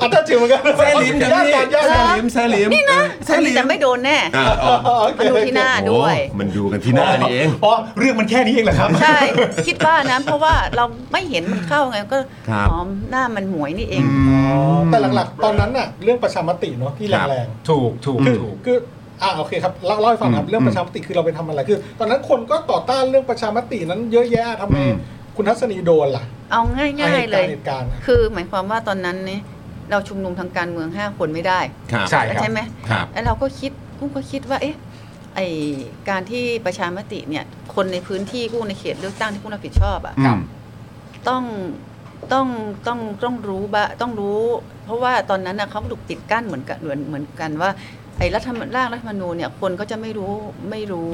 Speaker 4: อ่ะแต้จิ๋วเหมือนกัน
Speaker 1: แซ่ลิ้มกัน
Speaker 4: ย่าน
Speaker 1: พี่
Speaker 4: กันย่าน
Speaker 1: แซ่
Speaker 4: กัน
Speaker 1: ลิ้มแซ่ลิ้มนี่นะแซ่
Speaker 5: อันนี้
Speaker 1: ลิ้ม
Speaker 5: จะไม่โดนแน่
Speaker 1: อ่าอ๋อ
Speaker 4: โอเค
Speaker 5: มันดูที่หน้า
Speaker 1: โอ้
Speaker 5: ด้วย
Speaker 1: มันดูกันที่หน้านี่เอง
Speaker 2: อ๋อเรื่องมันแค่นี้เองเหรอครับ
Speaker 5: ใช่ คิดว่านะเพราะว่าเราไม่เห็นมันเข้าไงก็
Speaker 1: ครับ
Speaker 5: หอมหน้ามันหมวยนี่เอง
Speaker 4: แต่หลักๆ ตอนนั้นน่ะเรื่องประชามติเนาะที่
Speaker 1: ครับ
Speaker 4: แรง
Speaker 2: ถูกถูก
Speaker 4: ๆคือ
Speaker 2: ถูก
Speaker 4: คืออ่าโอเคครับเล่าเล่าให้ฟังครับ
Speaker 1: อืม
Speaker 4: เรื่องประชามติคือเราไปทำอะไรคือ ตอนนั้นคนก็ต่อต้านเรื่องประชามตินั้นเยอะแยะทำไม
Speaker 1: อืม
Speaker 4: คุณทัศนีโดนล่ะ
Speaker 5: เอาง่ายๆเลย
Speaker 4: เหตุการณ์เหตุการณ์
Speaker 5: คือหมายความว่าตอนนั้นเนี่ยเราชุมนุมทางการเมือง 5 คนไม่ได้
Speaker 1: ครับ
Speaker 2: ใช่ครับ
Speaker 5: ใช่ไหม
Speaker 1: ครับ
Speaker 5: แล้วเราก็คิดกุ้งก็คิดว่าเอ๊ะไอการที่ประชามติเนี่ยคนในพื้นที่กุ้งในเขตเลือกตั้งที่กุ้งรับผิดชอบอ่ะ
Speaker 1: อืม
Speaker 5: ต้องต้องต้องต้องรู้บะต้องรู้ เพราะว่าตอนนั้นนะเขาถูกติดกั้นเหมือนกันเหมือนเหมือนกันว่าไอ้รัฐธรรมร่างรัฐธรรมนูญเนี่ยคนก็จะไม่รู้ไม่รู้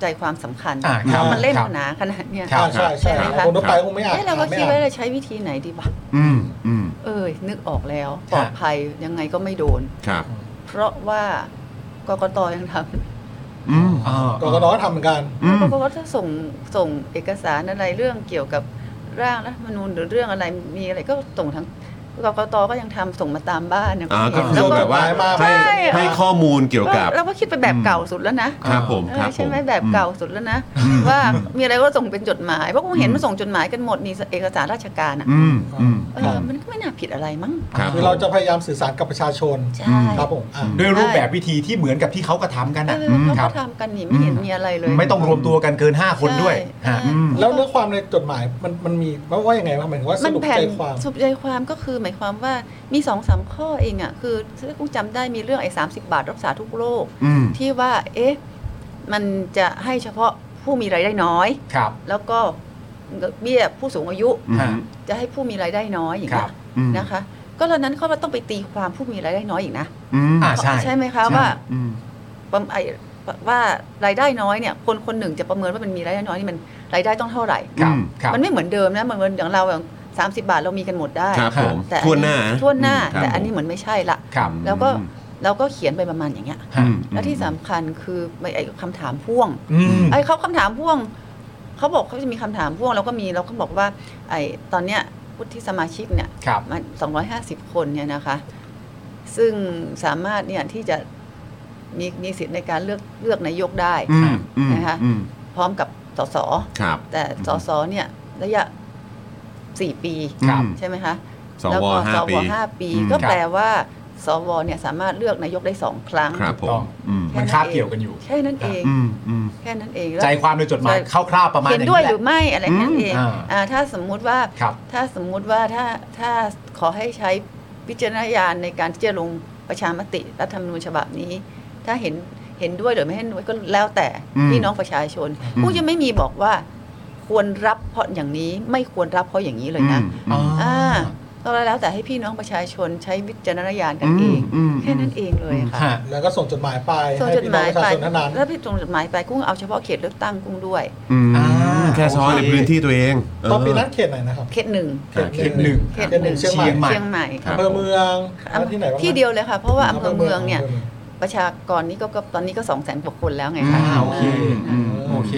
Speaker 5: ใจความสำคัญ
Speaker 2: อ่าครับ
Speaker 5: มันเล่น
Speaker 2: ครับ
Speaker 5: หนาขนาดเนี้ย
Speaker 2: ครับ
Speaker 4: อ่าใช่ใช่
Speaker 5: ใช่ไหมคะ
Speaker 4: คนทั่วไปคงไม่อ่าน
Speaker 5: เอ๊ะเราก็
Speaker 4: ไม่
Speaker 5: คิด
Speaker 4: อ่าน
Speaker 5: ว่าจะใช้วิธีไหนดีวะ
Speaker 1: อืมอืม
Speaker 5: เอ้ยนึกออกแล้วปลอดภัยยังไงก็ไม่โดน
Speaker 1: ครับ
Speaker 5: เพราะว่ากกตยังทำ
Speaker 1: อืม
Speaker 2: อ่าก
Speaker 4: รกตก็ทำเหมือนกัน
Speaker 1: อืม
Speaker 5: เพราะว่าถ้าส่งส่งเอกสารอะไรเรื่องเกี่ยวกับร่างรัฐธรรมนูญหรือเรื่องอะไรมีอะไรก็ส่งทางกกตก็ยังทำส่งมาตามบ้านเนี่ย
Speaker 1: อ่าก็
Speaker 5: เห็น
Speaker 1: คื
Speaker 5: แล้ว
Speaker 1: อ
Speaker 5: ก็
Speaker 1: แบบว่า
Speaker 5: ใช่
Speaker 1: ให้ให้ข้อมูลเกี่ยวกับ
Speaker 5: เราก็คิดไปแบบเก่าสุดแล้วนะครับ
Speaker 1: ผม
Speaker 5: เอ
Speaker 1: ครั
Speaker 5: อบ
Speaker 1: ผม
Speaker 5: ใช่ไหมแบบเก่าสุดแล้วนะ ว่ามีอะไรก็ส่งเป็นจดหมายเพราะกูเห็นมันส่งจดหมายกันหมดนี่เอกสารราชการอ่ะ
Speaker 1: อืมอืม
Speaker 5: เออมันก็ไม่น่าผิดอะไรมั้ง
Speaker 1: ครับ
Speaker 4: คือเราจะพยายามสื่อสารกับประชาชน
Speaker 5: ใช่
Speaker 4: ครับผมอ่ะ
Speaker 2: ด้วยรูปแบบวิธีที่เหมือนกับที่เขากระทำกัน
Speaker 5: เอ
Speaker 2: อ่ะ
Speaker 5: อเขา
Speaker 2: ครั
Speaker 5: ก็
Speaker 2: บ
Speaker 5: ทำกันนี่ไม่เห็นมีอะไรเลย
Speaker 2: ไม่ต้องรวมตัวกันเกิน 5 คนด้วย
Speaker 5: ใช่
Speaker 2: ฮะ
Speaker 5: ใช่
Speaker 1: อืม
Speaker 4: แล้วเนื้อความในจดหมายมันมันมีว่าว่ายังไงบ้างหมายถึงว่าส
Speaker 5: มัน
Speaker 4: รุป
Speaker 5: แผ่น
Speaker 4: ใจความ
Speaker 5: สรุปใจความก็คือหมายความว่ามีสองสามข้อเองอะ่ะ คือถ้ากูจำได้มีเรื่องไอ้สาบาทรักษาทุกโรค
Speaker 1: อืม
Speaker 5: ที่ว่า เอ๊ะ มันจะให้เฉพาะผู้มีรายได้น้อย
Speaker 2: ครับ
Speaker 5: แล้วก็เบี้ยผู้สูงอายุ
Speaker 1: อืม
Speaker 2: ฮะ
Speaker 5: จะให้ผู้มีรายได้น้อยอย่าง
Speaker 2: ครับ
Speaker 5: เงี้ย
Speaker 1: อืม
Speaker 5: นะคะ ก็ตอนนั้นเขาว่าต้องไปตีความผู้มีรายได้น้อยอีกนะ
Speaker 1: อืม
Speaker 2: อ่าใช่
Speaker 5: ไหมคะ
Speaker 2: ใช่
Speaker 5: ว่า
Speaker 1: อืม
Speaker 5: ประไอ้ว่ารายได้น้อยเนี่ย คนคนหนึ่งจะประเมินว่ามันมีรายได้น้อยนี่มันรายได้ต้องเท่าไหร่
Speaker 2: ครับ
Speaker 1: อืม
Speaker 2: ครับ
Speaker 5: มันไม่เหมือนเดิมนะมันเหมือนอย่างเราอย่างสามสิบาทเรามีกันหมดได้
Speaker 1: ครับผม
Speaker 5: แต่
Speaker 1: ทั่วหน้าะ
Speaker 5: ทั่วหน้า
Speaker 1: ครับ
Speaker 5: แต่อันนี้เหมือนไม่ใช่ละ
Speaker 2: ครับ
Speaker 5: แล้วก็เราก็เขียนไปประมาณอย่างเงี้ย
Speaker 1: อืม
Speaker 5: แล้วที่สำคัญคือไม่ไอ้คำถามพ่วง
Speaker 2: อืม
Speaker 5: ไอ้เขาคำถามพ่วงเขาบอกเขาจะมีคำถามพ่วงแล้วก็มีเราก็บอกว่า ไอ้ตอนเนี้ยวุฒิสมาชิกเนี่ย
Speaker 2: ครับ
Speaker 5: มันสองร้อยห้าสิบคนเนี่ยนะคะ ซึ่งสามารถเนี่ยที่จะมีมีสิทธิ์ในการเลือกเลือกนายกได้
Speaker 1: อืมอืม
Speaker 5: นะคะ
Speaker 1: อืม
Speaker 5: พร้อมกับสส
Speaker 1: ครับ
Speaker 5: แต่สสเนี่ยระยะสี่ปี
Speaker 2: ครับ
Speaker 1: อืม
Speaker 5: ใช่ไหมคะ
Speaker 1: สว
Speaker 5: แล้วก็
Speaker 1: ห้า
Speaker 5: สว
Speaker 1: ปี
Speaker 5: ห้าปี
Speaker 1: อืม
Speaker 5: ก็แปลว่า สวเนี่ยสามารถเลือกนายกได้สองครั้ง
Speaker 1: ครับผ
Speaker 2: ถูก
Speaker 1: ม
Speaker 2: ต้อง
Speaker 1: อืม
Speaker 5: แค่
Speaker 2: มันคาบเกี่ยวกันอยู่
Speaker 5: แค่นั้นเอง
Speaker 1: อืมอืม
Speaker 5: แค่นั้นเองแล้ว
Speaker 2: ใจความโดยจดหมายคร่าวๆประมาณ
Speaker 5: เห็น
Speaker 2: อา
Speaker 5: ด้วย
Speaker 2: แะ
Speaker 5: หรือไม่อะไรแค่นั้นเอง
Speaker 2: อืมอ่า
Speaker 5: อ่าถ้าสมมุติว่า
Speaker 2: ครับ
Speaker 5: ถ้าสมมุติว่าถ้าถ้าขอให้ใช้วิจารณญาณในการที่จะลงประชามติรัฐธรรมนูญฉบับนี้ ถ้าเห็นเห็นด้วยหรือไม่เห็นด้วยก็แล้วแต่
Speaker 1: อืม
Speaker 5: พี่น้องประชาชน
Speaker 1: อืม
Speaker 5: ผู้จะไม่มีบอกว่าควรรับเพราะอย่างนี้ไม่ควรรับเพราะอย่างนี้เลยนะ
Speaker 1: อืม
Speaker 5: อ่าก็แล้วแต่ให้พี่น้องประชาชนใช้วิจารณญาณกัน
Speaker 1: ม
Speaker 5: เอง
Speaker 1: ม
Speaker 5: แค่นั้นเองเลยค่ะ
Speaker 2: ฮะ
Speaker 4: แล้วก็ส่งจดหมายไป
Speaker 5: ส่ง
Speaker 4: ให้
Speaker 5: จด
Speaker 4: พี่
Speaker 5: ห
Speaker 4: น้อง
Speaker 5: มาย
Speaker 4: ประชา
Speaker 5: ไป
Speaker 4: ชนเท่านั้น
Speaker 5: แล้วพี่ส่งจดหมายไปกุ้งเอาเฉพาะเขตเลือกตั้งกุ้งด้วย
Speaker 1: อืม
Speaker 2: อ่า
Speaker 1: แค่ซ้อนใน
Speaker 2: โอเค
Speaker 1: พื้นที่ตัวเอง
Speaker 4: ตอนปีนั้น นเขตไหนนะครับ
Speaker 5: เขตหนึ่ง
Speaker 2: เขตหนึ่ง
Speaker 5: เข
Speaker 4: เข
Speaker 5: ต
Speaker 4: ต
Speaker 5: ห
Speaker 4: ห
Speaker 5: นึ่
Speaker 4: นึ่
Speaker 5: ง
Speaker 4: งเชียงใหม่
Speaker 2: เชียงใหม่
Speaker 5: เชียงใหม่
Speaker 1: ครับ
Speaker 4: อำเภอเมืองแล้วที่ไหนบ้าง
Speaker 5: ที่เดียวเลยค่ะ เพราะว่าอำเภอเมืองเนี่ย
Speaker 4: ำภมือ
Speaker 5: ประชากรนี่ก็ก็ตอนนี้ก็สองแสนกว่าคนแล้วไง
Speaker 2: อ่า
Speaker 5: คะ
Speaker 2: โอเค
Speaker 1: อืมอืม
Speaker 2: โอเค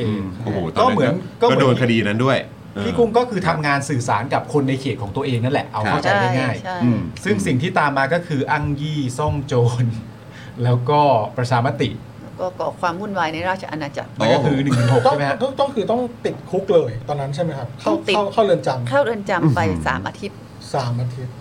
Speaker 1: โอ้โห
Speaker 2: ก็เหมือน
Speaker 1: ก็
Speaker 2: ก็เหมือน
Speaker 1: โดนคดีนั้นด้วย
Speaker 2: พี่กุ้งก็คือทำงานสื่อสารกับคนในเขตของตัวเองนั่นแหละเอาเข้าใจง่าย
Speaker 5: ใช่
Speaker 1: อืม
Speaker 2: ๆซึ่งสิ่งที่ตามมาก็คืออังยี่ซ่องโจร แล้วก็ประชามติ
Speaker 5: ก็ก่อความวุ่นวายในราชอาณาจักร
Speaker 1: โอ้
Speaker 2: มันก็คือหนึ่งหก
Speaker 4: ต้อง
Speaker 2: ใช่ไหมฮะ
Speaker 4: ต้องต้องคือต้องติดคุกเลยตอนนั้นใช่ไหมครับ
Speaker 5: ต้
Speaker 4: เข้า
Speaker 5: องติด
Speaker 4: เข้าเข้าเรือนจ
Speaker 5: เข้าเรือนจำไปสามอาทิตย์
Speaker 4: ำสามอาทิตย์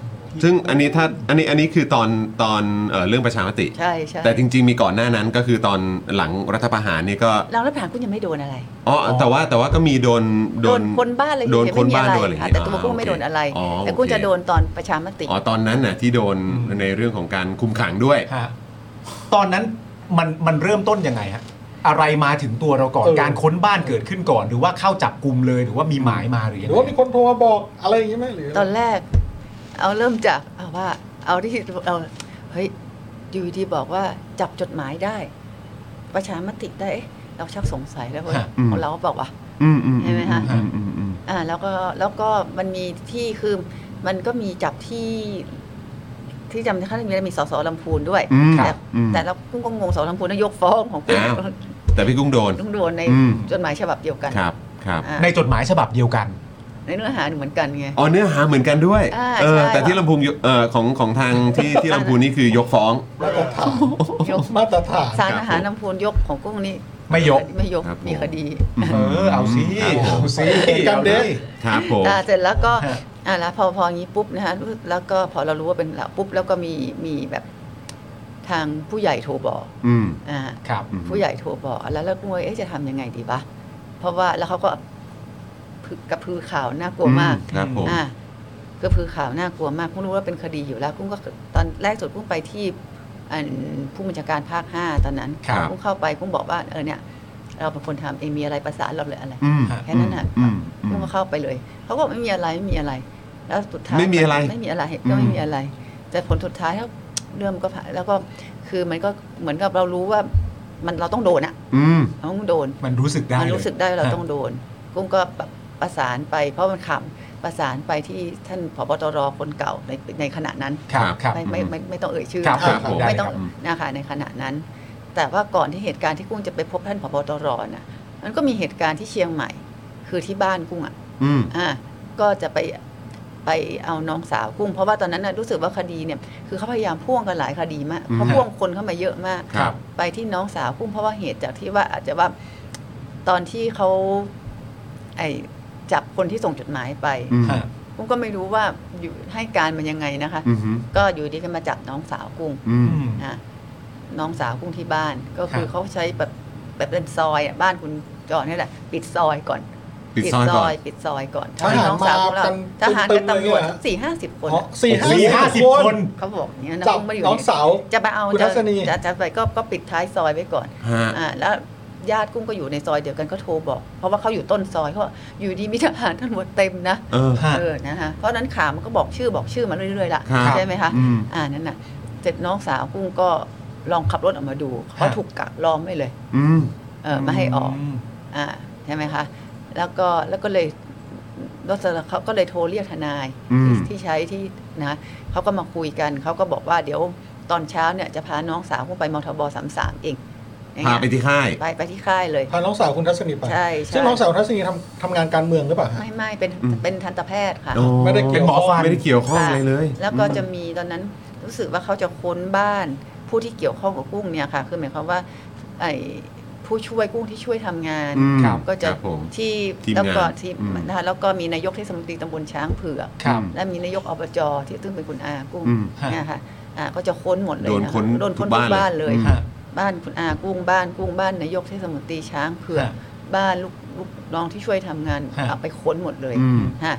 Speaker 1: ซึ่งอันนี้ถ้าอันนี้อันนี้คือตอนตอนเอ่อเรื่องประชามติ
Speaker 5: ใช่ใช่
Speaker 1: แต่จริง ๆ มีก่อนหน้านั้นก็คือตอนหลังรัฐประหารนี่ก็
Speaker 5: เรารับผ่านคุณยังไม่โดนอะไร
Speaker 1: อ๋อแต่ว่าแต่ว่าก็มีโดน
Speaker 5: โดนคนบ้านเลย
Speaker 1: โดน
Speaker 5: เฉยๆ
Speaker 1: คน
Speaker 5: ไม่มี
Speaker 1: บ้าน
Speaker 5: อะไร
Speaker 1: โดนอะไรอย่า
Speaker 5: ค่ะ
Speaker 1: เย
Speaker 5: แต่ตัวกุ้งไม่โดนอะไร
Speaker 1: อ๋อ
Speaker 5: แต่กุ้ง
Speaker 1: โอเค
Speaker 5: จะโดนตอนประชามติ
Speaker 1: อ๋อตอนนั้นน่ะที่โดน
Speaker 2: อืม
Speaker 1: ในเรื่องของการคุมขังด้วย
Speaker 2: ฮะตอนนั้นมันมันเริ่มต้นยังไงฮะอะไรมาถึงตัวเราก่อน
Speaker 4: เออ
Speaker 2: การค้นบ้านเกิดขึ้นก่อน หรือว่าเข้าจับกลุ่มเลยหรือว่ามีหมายมาหรือยั
Speaker 4: ห
Speaker 2: ง
Speaker 4: รือว่ามี
Speaker 2: ไง
Speaker 4: คนโทรมาบอกอะไรอย่างงี้ไหมหรือ
Speaker 5: ตอนแรก เอาเริ่มจากเอาว่า เอาที่เอาเฮ้ยอยู่ดีๆบอกว่าจับจดหมายได้ ประชามติได้เอ๊ะเราชักสงสัยแล้วเว้ย
Speaker 1: อืม
Speaker 5: ของเราก็บอกว่า
Speaker 1: อืมอืม
Speaker 5: ใช่ไหมคะ
Speaker 1: อืมอืมอืม
Speaker 5: อ่าแล้วก็แล้วก็มันมีที่คือมันก็มีจับที่ที่จำได้ข้างมีมีสสลำพูนด้วย
Speaker 1: อืม
Speaker 5: แต่
Speaker 1: ครับอืม
Speaker 5: แต่เรากุ้งก็งงสสลำพูนนายกฟ้องของกุ้ง
Speaker 1: อ้าว แต่พี่กุ้งโดน
Speaker 5: ต้องโดนใน
Speaker 1: อืม
Speaker 5: จดหมายฉบับเดียวกัน
Speaker 1: ครับครับ
Speaker 5: อ่า
Speaker 2: ในจดหมายฉบับเดียวกัน
Speaker 5: ในเนื้อหาเหมือนกันไง
Speaker 1: อ๋อเนื้อหาเหมือนกันด้วย
Speaker 5: อ่า
Speaker 1: เออ
Speaker 5: ใช่
Speaker 1: แต่ที่ลำพูนยกเอ่อของของ ทางที่ที่ลำพูนนี่คือยกฟ้อง
Speaker 4: มาตรฐาน
Speaker 5: ยก
Speaker 4: มาตรฐาน
Speaker 5: สารอาหารลำพูนยกของกุ้งนี่
Speaker 2: ไม่ยก
Speaker 5: ไม่ยก
Speaker 1: ครับผม
Speaker 5: มีคดี
Speaker 2: เออเอาสิเอาสิ
Speaker 4: จำเด้
Speaker 2: อา
Speaker 1: ครับผม
Speaker 5: อ่าเสร็จแล้วก็
Speaker 2: ฮะ
Speaker 5: อ่าแล้วพอพออย่างนี้ปุ๊บนะฮะแล้วก็พอเรารู้ว่าเป็นเราปุ๊บแล้วก็มีมีแบบทางผู้ใหญ่โทรบอก
Speaker 1: อืม
Speaker 5: อ่า
Speaker 2: ครับ
Speaker 1: อืม
Speaker 5: ผู้ใหญ่โทรบอกแล้วแล้วกุ้งเลยเอ๊ะจะทำยังไงดีวะเพราะว่าแล้วเขาก็พึกระพือข่าวน่ากลัวมาก
Speaker 1: อืครับผม
Speaker 5: อ่ากระพือข่าวน่ากลัวมากกุ้งรู้ว่าเป็นคดีอยู่แล้วกุ้งก็ตอนแรกสุดกุ้งไปที่อันผู้บัญชาการภาคห้าตอนนั้น
Speaker 1: ครับ
Speaker 5: กุ้งเข้าไปกุ้งบอกว่าเออเนี่ย เราเป็นคนทำเองมีอะไรประสานเราเลยอะไร
Speaker 1: อืม
Speaker 5: แค่นั้นน่ะ
Speaker 1: อืมอื
Speaker 5: กุ้
Speaker 1: ม
Speaker 5: งก็เข้าไปเลยเขาก็บอกไม่มีอะไรไม่มีอะไร แล้วสุดท้าย
Speaker 1: ไม่มีอะไร
Speaker 5: ไม่มีอะไร
Speaker 1: อื
Speaker 5: ก็
Speaker 1: ม
Speaker 5: ไม่มีอะไร แต่ผลสุดท้ายแล้วเรื่องก็ผ่านแล้วก็คือมันก็เหมือนกับเรารู้ว่ามันเราต้องโดนอะ
Speaker 1: อืม
Speaker 5: เราต้องโดน
Speaker 2: มันรู้สึกได้
Speaker 5: มันรู้สึกได้ว่าเรา
Speaker 2: ฮะ
Speaker 5: ต้องโดน กุ้งก็แบบประสานไป เพราะมันขำประสานไปที่ท่านผบตรคนเก่าในในขณะนั้น
Speaker 2: ครับครับ
Speaker 5: ไม่ไม่ไม่ไม่ต้องเอ่ยชื่อ
Speaker 2: ครับ
Speaker 5: นะะ
Speaker 2: ครับผม
Speaker 5: ไม่ต้อง
Speaker 2: ได้ครับ
Speaker 5: นะคะในขณะนั้น แต่ว่าก่อนที่เหตุการณ์ที่กุ้งจะไปพบท่านผบตรนะมันก็มีเหตุการณ์ที่เชียงใหม่ คือที่บ้านกุ้งอ่ะ
Speaker 1: อืม
Speaker 5: อ่าก็จะไปไปเอาน้องสาวกุ้ง เพราะว่าตอนนั้นนะรู้สึกว่าคดีเนี่ยคือเขาพยายามพ่วงกันหลายคดีมากเขาพ่วงคนเข้ามาเยอะมาก
Speaker 2: ครับ
Speaker 5: ไปที่น้องสาวกุ้งเพราะว่าเหตุจากที่ว่าอาจจะว่าตอนที่เขาไอจับคนที่ส่งจดหมายไป
Speaker 1: อืม
Speaker 2: ฮะ
Speaker 5: กุ้งก็ไม่รู้ว่าอยู่ให้การมันยังไงนะคะ
Speaker 1: อืมฮึ
Speaker 5: ก็อยู่ดีก็มาจับน้องสาวกุ้ง
Speaker 1: อืม
Speaker 5: นะน้องสาวกุ้งที่บ้าน ก็
Speaker 2: ครั
Speaker 5: คือบ เขาใช้แบบแบบเป็นซอยอะบ้านคุณจอนนี่แหละ ปิดซอยก่อน
Speaker 1: ปิดซอยก่อน
Speaker 5: ปิดซอยก่อน
Speaker 4: ทหารมากัน
Speaker 5: ทหารกับตำรวจ
Speaker 4: ตึมๆเลยเหอ
Speaker 5: สี่ห้าสิบคน
Speaker 4: อ๋อ
Speaker 5: อะ
Speaker 4: สี่
Speaker 2: สี่ห้า
Speaker 4: ห้า
Speaker 2: สิ
Speaker 4: สิ
Speaker 2: บบ ค
Speaker 4: คน น
Speaker 5: เขาบอกอย่างเนี้ยนะ
Speaker 4: จับ
Speaker 5: กุ้งไม่ได้อยู่
Speaker 4: น้อง
Speaker 5: ใน
Speaker 4: สาว
Speaker 5: จะไปเอา
Speaker 4: คุณทัศนี
Speaker 5: จะจะไปก็ก็ปิดท้ายซอยไว้ก่อน
Speaker 1: ฮะ
Speaker 5: อ่าแล้วญาติกุ้งก็อยู่ในซอยเดียวกันก็โทรบอก เพราะว่าเขาอยู่ต้นซอยเขาบอกอยู่ดีมีทหารตำรวจเต็มนะ
Speaker 1: เออ
Speaker 2: ฮะ
Speaker 5: เออนะคะเพราะฉะนั้นข่าวมันก็บอกชื่อบอกชื่อมาเรื่อยๆล่ะ
Speaker 1: ครับ
Speaker 5: ใช่ไหมคะ
Speaker 1: อืม
Speaker 5: อ่านั่นน่ะเสร็จน้องสาวกุ้งก็ลองขับรถออกมาดูเขาถูกกักล้อมไว้เลย
Speaker 1: อืม
Speaker 5: เออไม่ให้ออกอ่าใช่ไหมคะแล้วก็แล้วก็เลยรถเขาก็เลยโทรเรียกทนาย
Speaker 1: อืม
Speaker 5: ที่ที่ใช้ที่นะเขาก็มาคุยกันเขาก็บอกว่าเดี๋ยวตอนเช้าเนี่ยจะพาน้องสาวผมไปมทบสามสามเองอย่ง
Speaker 1: พา
Speaker 5: เงี้ย
Speaker 1: ไปที่ค่าย
Speaker 5: ไปไปที่ค่ายเลย
Speaker 4: พาน้องสาวคุณทัศนีไป
Speaker 5: ใช่ใช่
Speaker 4: ซึ่งน้องสาวคุณทัศนีทำทำงานการเมืองหรือเปล่าฮะ
Speaker 5: ไม่ไม่เป็น
Speaker 1: อืม
Speaker 5: เป็นทันตแพทย์ค่ะ
Speaker 1: โอ้
Speaker 4: ไม่ได้เกี่ยว
Speaker 2: เป็นหมอฟัน
Speaker 1: ไม่ได้เกี่ยวข้องอะไรเลย
Speaker 5: แล้วก็จะมีตอนนั้นรู้สึกว่าเขาจะค้นบ้านผู้ที่เกี่ยวข้องกับกุ้งเนี่ยค่ะ คือหมายความว่าไอ้ผู้ช่วยกุ้งที่ช่วยทำงาน
Speaker 1: อืม
Speaker 2: ครับ
Speaker 5: ก็
Speaker 1: ค
Speaker 5: จะ
Speaker 1: รับผม
Speaker 5: ที่
Speaker 1: ทีม
Speaker 5: แล้วก็
Speaker 1: งาน
Speaker 5: ที่
Speaker 1: อืม
Speaker 5: นะคะแล้วก็มีนายกเทศมนตรีตำบลช้างเผือก
Speaker 2: ครับ
Speaker 5: และมีนายกอบจที่ซึ่งเป็นคุณอากุ้ง
Speaker 1: อืม
Speaker 5: เนี่ยค่ะอ่าก็จะค้นหมดเลย
Speaker 1: โดน
Speaker 5: นะคะ
Speaker 1: ค้น
Speaker 5: โดนค้น
Speaker 1: ทุก
Speaker 5: ทุก
Speaker 1: บ้า
Speaker 5: บ้าน น
Speaker 1: เล
Speaker 5: เลย ย
Speaker 2: ฮะ
Speaker 5: บ้านคุณอากุ้งบ้านกุ้งบ้านนายกเทศมนตรีช้างเผือก
Speaker 2: ฮะ
Speaker 5: บ้านลูกลูกน้องที่ช่วยทำงาน
Speaker 2: ฮะ
Speaker 5: เอาไปค้นหมดเลย
Speaker 1: อืม
Speaker 5: ฮะ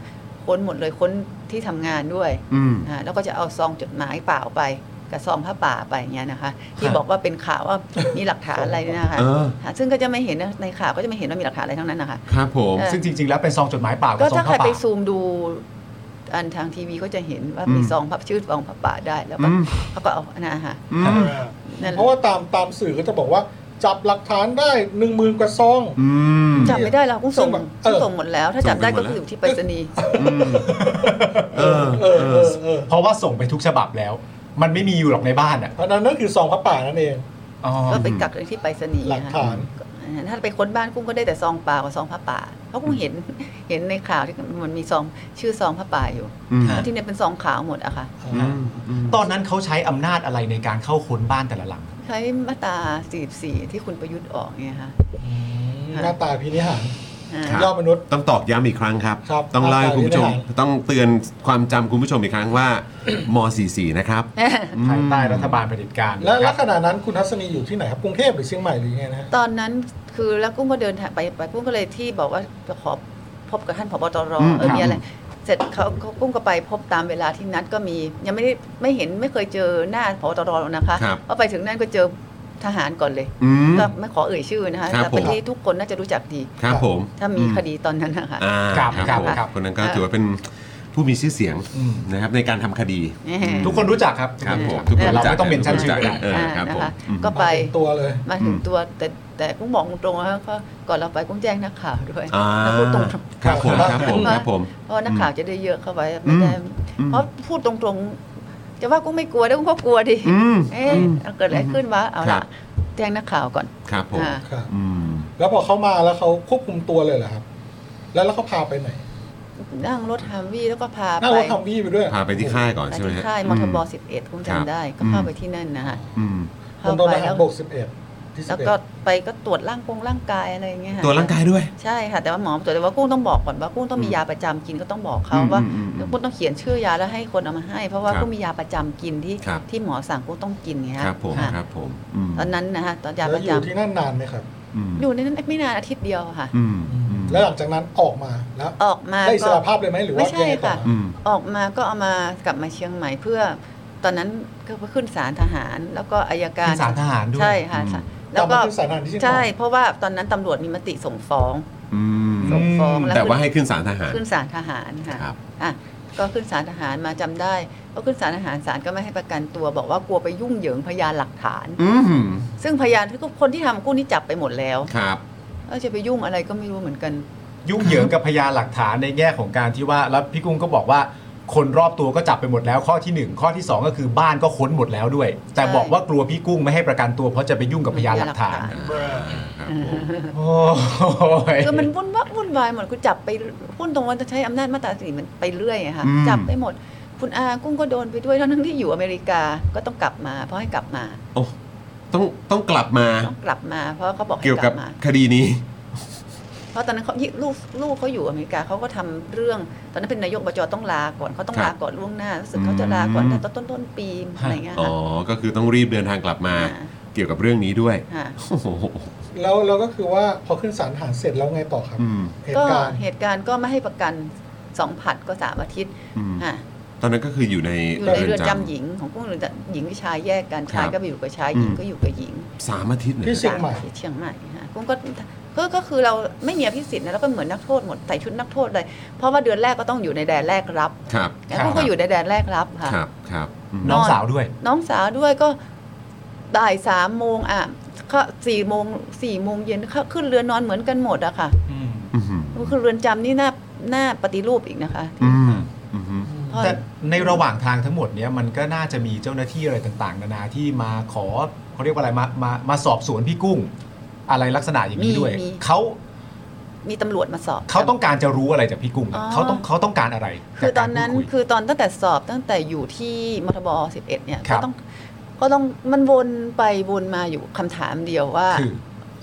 Speaker 5: ค้นหมดเลยค้นที่ทำงานด้วย
Speaker 1: อืม
Speaker 5: ฮะแล้วก็จะเอาซองจดหมายเปล่าไปกับซองผ้าป่าไปอย่างเงี้ยนะคะ ที่บอกว่าเป็นข่าวว่ามีหลักฐานอะไรเนี่ยนะคะ
Speaker 1: เออ
Speaker 5: ฮะซึ่งก็จะไม่เห็นนะในข่าวก็จะไม่เห็นว่ามีหลักฐานอะไรทั้งนั้นนะคะ
Speaker 1: ครับผม
Speaker 5: เออ
Speaker 2: ซึ่งจริง ๆ แล้วเป็นซองจดหมายเปล่ากับ
Speaker 5: ก็
Speaker 2: ซอ
Speaker 5: ถ้าง ใคร
Speaker 2: ผ้า
Speaker 5: ไป
Speaker 2: ป่า
Speaker 5: ซูมดูอันทางทีวีก็จะเห็นว่ามี
Speaker 1: อืม
Speaker 5: ซองผ้าชื่อซองผ้าป่าได้แล้วก็
Speaker 1: อืม
Speaker 5: เขาก็เอานะฮะ
Speaker 1: อืม
Speaker 5: นั่นแหละ
Speaker 4: เพราะว่าตามตามสื่อก็จะบอกว่า จับหลักฐานได้หนึ่งหมื่นกว่าซอง
Speaker 1: อืม
Speaker 5: จำไม่ได้เรากุ้งส่ง
Speaker 4: เออ
Speaker 5: ส่งหมดแล้ว ถ้าจำได้ก็คืออยู่ที่ไปรษณีย์
Speaker 1: เออ
Speaker 4: เออเออเออ
Speaker 2: เพราะว่าส่งไปทุกฉบับแล้ว มันไม่มีอยู่หรอกในบ้านอ่ะ
Speaker 4: เพราะนั้นนั่นคือซองพระป่านั่นเอง
Speaker 2: อ๋อ
Speaker 5: ก็ไปกักไว้ที่ไปรษณีย์
Speaker 4: หลักฐาน
Speaker 5: ะคะ ถ้าไปค้นบ้านกุ้งก็ได้แต่ซองเปล่ากับซองผ้าป่า เพราะกุ้งเห็นเห็นในข่าวที่มันมีซองชื่อซองผ้าป่าอยู่
Speaker 1: อืม
Speaker 5: แล้วที่เนี่ยเป็นซองขาวหมดอะค่ะ
Speaker 1: อืมอืม
Speaker 7: ตอนนั้นเขาใช้อำนาจอะไรในการเข้าค้นบ้านแต่ละหลัง
Speaker 5: ใช้มาตรา44 ที่คุณประยุทธ์ออกเนี่ยค่ะ
Speaker 4: หน้าตาพินิหาร
Speaker 5: อ่า
Speaker 4: ยอดมนุษย์
Speaker 1: ต้องตอกย้ำอีกครั้งครับ
Speaker 4: ครับ
Speaker 1: ต้องเล่าให้คุณผู้ชม
Speaker 4: ได้ได้
Speaker 1: ต้องเตือนความจำคุณผู้ชมอีกครั้งว่าม44นะครับ
Speaker 2: ภายใต้รัฐบาลเผด็จการ
Speaker 4: และ
Speaker 2: นะค
Speaker 4: ลั
Speaker 2: รั
Speaker 4: ก
Speaker 2: บ
Speaker 4: ษณะนั้นคุณทัศนีอยู่ที่ไหนครับกรุงเทพหรือเชียงใหม่หรือยังไงนะฮะ
Speaker 5: ตอนนั้นคือแล้วกุ้งก็เดินทางไปไปกุ้งก็เลยที่บอกว่าจะขอพบกับท่านผบตร
Speaker 1: อืม
Speaker 5: เออมีอะไร
Speaker 1: ครับ
Speaker 5: เสร็จเขาเขากุ้งก็ไปพบตามเวลาที่นัดก็มี ยังไม่ได้ไม่เห็นไม่เคยเจอหน้าผบตรหรอกนะคะ
Speaker 1: ครับ
Speaker 5: พอไปถึงนั่นก็เจอทหารก่อนเลย
Speaker 1: อืม
Speaker 5: ก็ไม่ขอเอ่ยชื่อนะคะ
Speaker 1: ครับ
Speaker 5: แต่เป็น
Speaker 1: ผม
Speaker 5: ที่ทุกคนน่าจะรู้จักดี
Speaker 1: ครับผม
Speaker 5: ถ้ามี
Speaker 1: อื
Speaker 5: คดีตอนนั้นนะคะ
Speaker 1: อ่า
Speaker 2: ค
Speaker 1: ค
Speaker 2: รั
Speaker 1: รั
Speaker 2: บบ ค
Speaker 1: ผ
Speaker 2: รับ
Speaker 1: ม
Speaker 2: ครับ
Speaker 1: คนนั้นก็
Speaker 5: เอ่อ
Speaker 1: ถือว่าเป็นผู้มีชื่อเสียง
Speaker 2: อืม
Speaker 1: นะครับในการทำคดี
Speaker 5: แหม่
Speaker 2: ทุกคนรู้จักครับ
Speaker 1: ครับผมทุกคน
Speaker 2: เรา
Speaker 1: รู้จัก
Speaker 2: ไม่ต้องเป็นชั้นชื่อ
Speaker 1: รู้
Speaker 2: ก็
Speaker 1: จั
Speaker 2: ได้
Speaker 1: เออครับ
Speaker 5: นะ
Speaker 1: ผม
Speaker 5: คะ
Speaker 1: อืม
Speaker 5: ก็ไป
Speaker 4: มาถึงตัวเลย
Speaker 5: มาถึง
Speaker 1: อืม
Speaker 5: ตัวแต่แต่กุ้งบอกตรงๆนะคะก็ก่อนเราไปกุ้งแจ้งนักข่าวด้วย
Speaker 1: อ่า
Speaker 5: แล้วพูดตรงๆ
Speaker 1: ครับผมครับผมครับผม
Speaker 5: เพราะนักข่าวจะได้เยอะเข้าไปไม่ได้
Speaker 1: อืม
Speaker 5: เพราะพูดตรงๆ จะว่ากูไม่กลัวได้กูก็กลัวดิ
Speaker 1: อืม
Speaker 5: เอ๊ะ
Speaker 1: อืม
Speaker 5: เกิดอะไรขึ้นวะเอา
Speaker 1: ครั
Speaker 5: ละ
Speaker 1: บ
Speaker 5: แจ้งนักข่าวก่อน
Speaker 1: ครับผม
Speaker 5: อ่า
Speaker 4: ครับ
Speaker 1: อืม
Speaker 4: แล้วพอเขามาแล้วเขาควบคุมตัวเลยเหรอครับ แล้วแล้วเขาพาไปไหน
Speaker 5: นั่งรถฮามวี่แล้วก็พา
Speaker 4: นั่ง
Speaker 5: ไป
Speaker 4: รถทำวี่ไปด้วย
Speaker 1: พาไปที่ค่ายก่อน
Speaker 5: ไป
Speaker 1: ใช่ไหม
Speaker 5: ที่
Speaker 1: ฮะ
Speaker 5: ค่ายมอทบ
Speaker 1: อ
Speaker 5: สิบเอ็ดคุณ
Speaker 1: ครับ
Speaker 5: จำได้ก็
Speaker 1: อืม
Speaker 5: เข้าไปที่นั่นนะคะ
Speaker 1: อืม
Speaker 4: มณ
Speaker 5: เข้า
Speaker 4: ฑล
Speaker 5: ไป
Speaker 4: ทหา
Speaker 5: แล้
Speaker 4: ร
Speaker 5: ว
Speaker 4: บก11ที่
Speaker 5: แล้ว
Speaker 4: 11
Speaker 5: ก็ไปก็ตรวจร่างกงร่างกายอะไรอย่างเงี้ยค่ะ
Speaker 1: ตัวจร่างกายด้วย
Speaker 5: ใช่ค่ะแต่ว่าหมอตรวจแต่ว่ากุ้งต้องบอกก่อนว่ากุ้งต้องมี
Speaker 1: อืม
Speaker 5: ยาประจำกินก็ต้องบอกเขา
Speaker 1: อืม
Speaker 5: ว่า
Speaker 1: อืมอืม
Speaker 5: กุ้งต้องเขียนชื่อยาแล้วให้คนเอามาให้ เพราะว่า
Speaker 1: ครับ
Speaker 5: กุ้งมียาประจำกินที่
Speaker 1: ครับ
Speaker 5: ที่หมอสั่งกุ้งต้องกินไงฮะ
Speaker 1: ครับผม
Speaker 5: ค่ะ
Speaker 1: ครับผมอืม
Speaker 5: ตอนนั้นนะฮะตอนยา
Speaker 4: แล้
Speaker 5: ป
Speaker 4: ว
Speaker 5: ระ
Speaker 4: อ
Speaker 5: จำ
Speaker 4: ยู่ที่นั่นนานไหมครับ
Speaker 1: อืม
Speaker 5: อยู่ในนั้นไม่นานอาทิตย์เดียวค่ะ
Speaker 1: อืมอืม
Speaker 4: แล้วหลังจากนั้นออกมาแล้ว
Speaker 5: ออกมา
Speaker 4: ได้อิส
Speaker 5: ก็
Speaker 4: รภาพเลยไหมหรือว่า
Speaker 5: ไม่ใช่
Speaker 4: ยังงต่อ
Speaker 5: ค่ะ
Speaker 1: อืม
Speaker 5: ออกมาก็เอามากลับมาเชียงใหม่เพื่อ ตอนนั้นก็ขึ้นศาลทหาร แล้วก็อายการ
Speaker 7: ขึ้นศาลทหารด้วย
Speaker 5: ใช่ค่ะ
Speaker 1: อืม
Speaker 5: ศาล
Speaker 4: ก
Speaker 5: แล้
Speaker 4: ลับ
Speaker 5: ว
Speaker 4: มา
Speaker 5: ก็
Speaker 4: ขึ้นศาลทหารที่เชียงใหม่
Speaker 5: ใช่ เพราะว่าตอนนั้นตำรวจมีมติส่งฟ้อง
Speaker 1: อืม
Speaker 5: ส่งฟ้อง
Speaker 1: แต่ว่าให้ขึ้นศาลทหาร
Speaker 5: ขึ้นศาลทหารค่ะ
Speaker 1: ครับ
Speaker 5: อ่ะก็ขึ้นศาลทหารมาจำได้ก็ขึ้นศาลทหารศาลก็ไม่ให้ประกันตัว บอกว่ากลัวไปยุ่งเหยิงพยานหลักฐาน
Speaker 1: อืม
Speaker 5: ซึ่งพยานทุกคนที่ทำกู้นี่จับไปหมดแล้ว
Speaker 1: ครับ
Speaker 5: แล้วจะไปยุ่งอะไรก็ไม่รู้เหมือนกัน
Speaker 2: ยุ่งเหยิงกับพยานหลักฐานในแง่ของการที่ว่าแล้วพี่กุ้งก็บอกว่าคนรอบตัวก็จับไปหมดแล้วข้อทีหนึ่งข้อที่สองก็คือบ้านก็ค้นหมดแล้วด้วย แต่
Speaker 5: ใช่
Speaker 2: บอกว่ากลัวพี่กุ้งไม่ให้ประกันตัวเพราะจะไปยุ่งกับพยานหลักฐาน
Speaker 1: ครับผม
Speaker 2: โอ้ย
Speaker 5: คือมันวุ่นวะวุ่นวายหมดคุณจับไปพุ่นตรงว่าจะใช้อำนาจมาตราสี่มันไปเรื่อยอะค่ะ
Speaker 1: อืม
Speaker 5: จับไปหมด คุณอากุ้งก็โดนไปด้วยทั้งทั้งที่อยู่อเมริกาก็ต้องกลับมา เพราะให้กลับมา
Speaker 1: โอ้ต้องต้องกลับมา
Speaker 5: ต้องกลับมา เพราะเขาบอกให้
Speaker 1: เกี่ยว
Speaker 5: ก
Speaker 1: กั
Speaker 5: ลั
Speaker 1: บบ
Speaker 5: มา
Speaker 1: คดีนี้
Speaker 5: เพราะตอนนั้นเขาลูกลูกเขาอยู่อเมริกาเขาก็ทำเรื่อง ตอนนั้นเป็นนายกบจต้องลาก่อนเขาต้อง
Speaker 1: ครับ
Speaker 5: ลาก่อนล่วงหน้ารู้สึ
Speaker 1: อื
Speaker 5: ก
Speaker 1: ม
Speaker 5: เขาจะลาก่อนแต่ต้นต้นต้นปีอะไรเงี้ย
Speaker 1: อ๋อ
Speaker 5: ค่ะ
Speaker 1: ก็คือต้องรีบเดินทางกลับมา
Speaker 5: อ่า
Speaker 1: เกี่ยวกับเรื่องนี้ด้วย
Speaker 5: ค่ะ
Speaker 1: โอ้โห
Speaker 4: แล้วเราก็คือว่าพอขึ้นศาลทหารเสร็จแล้วไงต่อครับ
Speaker 1: อืม
Speaker 4: เห
Speaker 5: ก็
Speaker 4: ตุการณ์
Speaker 5: เหตุการณ์ก็ไม่ให้ประกันสองผัดก็สามอาทิตย์
Speaker 1: อืม
Speaker 5: ค่ะ
Speaker 1: ตอนนั้นก็คืออยู่ใน
Speaker 5: อยู่ในเรือนจำ
Speaker 1: ห
Speaker 5: ห
Speaker 1: ญิง
Speaker 5: ญิงของพวกเรือนจำหญิงกับชายแยกกัน
Speaker 1: ครับ
Speaker 5: ชายก็ไปอยู่กับชายหญิง
Speaker 1: อืม
Speaker 5: ก็อยู่กับหญิง
Speaker 1: สามอาทิตย์เลย
Speaker 4: ที่เชียงใหม่
Speaker 5: ที่เชียงใหม่ฮะกุ้งก็ก็ก็คือเราไม่มีอภิสิทธิ์นะแล้วก็เหมือนนักโทษหมดใส่ชุดนักโทษเลย เพราะว่าเดือนแรกก็ต้องอยู่ในแดนแรกรับ
Speaker 1: ครับ
Speaker 5: งั้นกุ้งก็อยู่ในแดนแรกรับค่ะ
Speaker 1: ครับครับอืม
Speaker 2: น้องสาวด้วย
Speaker 5: น้องสาวด้วยก็บ่ายสามโมงอ่ะก็สี่โมงสี่โมงเย็นเข้าขึ้นเรือนนอนเหมือนกันหมดอะค่ะ
Speaker 1: อืม
Speaker 5: ก็คือเรือนจำนี่น่าน่าปฏิรูปอีกนะคะ
Speaker 1: อืมอืม
Speaker 5: เพราะ
Speaker 2: แต่ในระหว่างทางทั้งหมดเนี้ยมันก็น่าจะมีเจ้าหน้าที่อะไรต่างๆ นานาที่มาขอเขาเรียกว่าอะไรมามามาสอบสวนพี่กุ้ง อะไรลักษณะอย่างนี้ด้วย
Speaker 5: มีมี
Speaker 2: เขา
Speaker 5: มีตำรวจมาสอบ
Speaker 2: เขาต้องการจะรู้อะไรจากพี่กุ้ง
Speaker 5: อ๋อ
Speaker 2: เขาต้องเขาต้องการอะไรจาก
Speaker 5: คือตอนนั้น
Speaker 2: การพูดคุย
Speaker 5: คือตอนตั้งแต่สอบตั้งแต่อยู่ที่มทบ11เนี่ย
Speaker 2: ครั
Speaker 5: ก็
Speaker 2: บ
Speaker 5: ต้องก็ต้องมันวนไปวนมาอยู่คำถามเดียวว่า
Speaker 2: คือ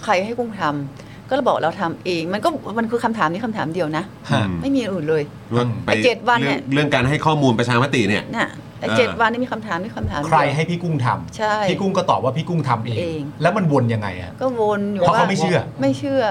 Speaker 5: ใครให้กุ้งทำก็เราบอกเราทำเอง มันก็มันคือคำถามนี้คำถามเดียวนะ
Speaker 2: ฮะ
Speaker 5: ไม่มีอื่นเลย
Speaker 1: ว่าไป
Speaker 5: ไอ้เจ็ดวันเนี่ย
Speaker 1: รื่องเรื่องการให้ข้อมูลประชามติเนี่ย
Speaker 5: น่ะแต่
Speaker 1: อ่า
Speaker 5: เจ็ดวันนี่มีคำถามนี่คำถามเดียว
Speaker 2: ใครให้พี่กุ้งทำ
Speaker 5: ใช่
Speaker 2: พี่กุ้งก็ตอบว่าพี่กุ้งทำเอง
Speaker 5: เอง
Speaker 2: แล้วมันวนยังไงอะ
Speaker 5: ก็วนอยู่
Speaker 2: เพราะ
Speaker 5: ว่า
Speaker 2: เขาไม่เชื่อ
Speaker 5: ไม่เชื่อ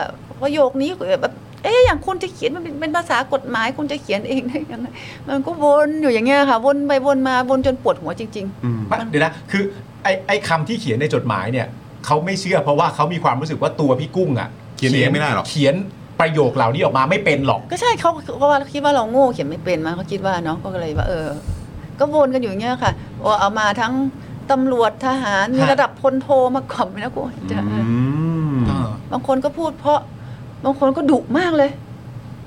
Speaker 5: ประโยคนี้แบบเอ๊ะอย่างคุณจะเขียนมันเป็นเป็นภาษากฎหมายคุณจะเขียนเองได้ยังไงมันก็วนอยู่อย่างเงี้ยค่ะ วนไปวนมาวนจนปวดหัวจริง ๆ
Speaker 1: อืม
Speaker 2: ไม่เดี๋ยวนะ คือไอ้ไอ้คำที่เขียนในจดหมายเนี่ยเขาไม่เชื่อเพราะว่าเขามีความรู้สึกว่าตัวพี่กุ้งอ่ะ
Speaker 1: เขียนเองไม่ได้หรอก
Speaker 2: เขียนประโยคเหล่านี้ออกมาไม่เป็นหรอก
Speaker 5: ก็ใช่เขาเขาว่าคิดว่าเราโง่เขียนไม่เป็นมาเขาคิดว่าเนาะก็เลยว่าเออ ก็วนกันอยู่อย่างเงี้ยค่ะว่าเอามาทั้งตำรวจทหารมี
Speaker 2: ฮะ
Speaker 5: ระดับพลโทมาก่อนนะกูจะ
Speaker 1: อืม
Speaker 5: บางคนก็พูดเพราะ บางคนก็ดุมากเลย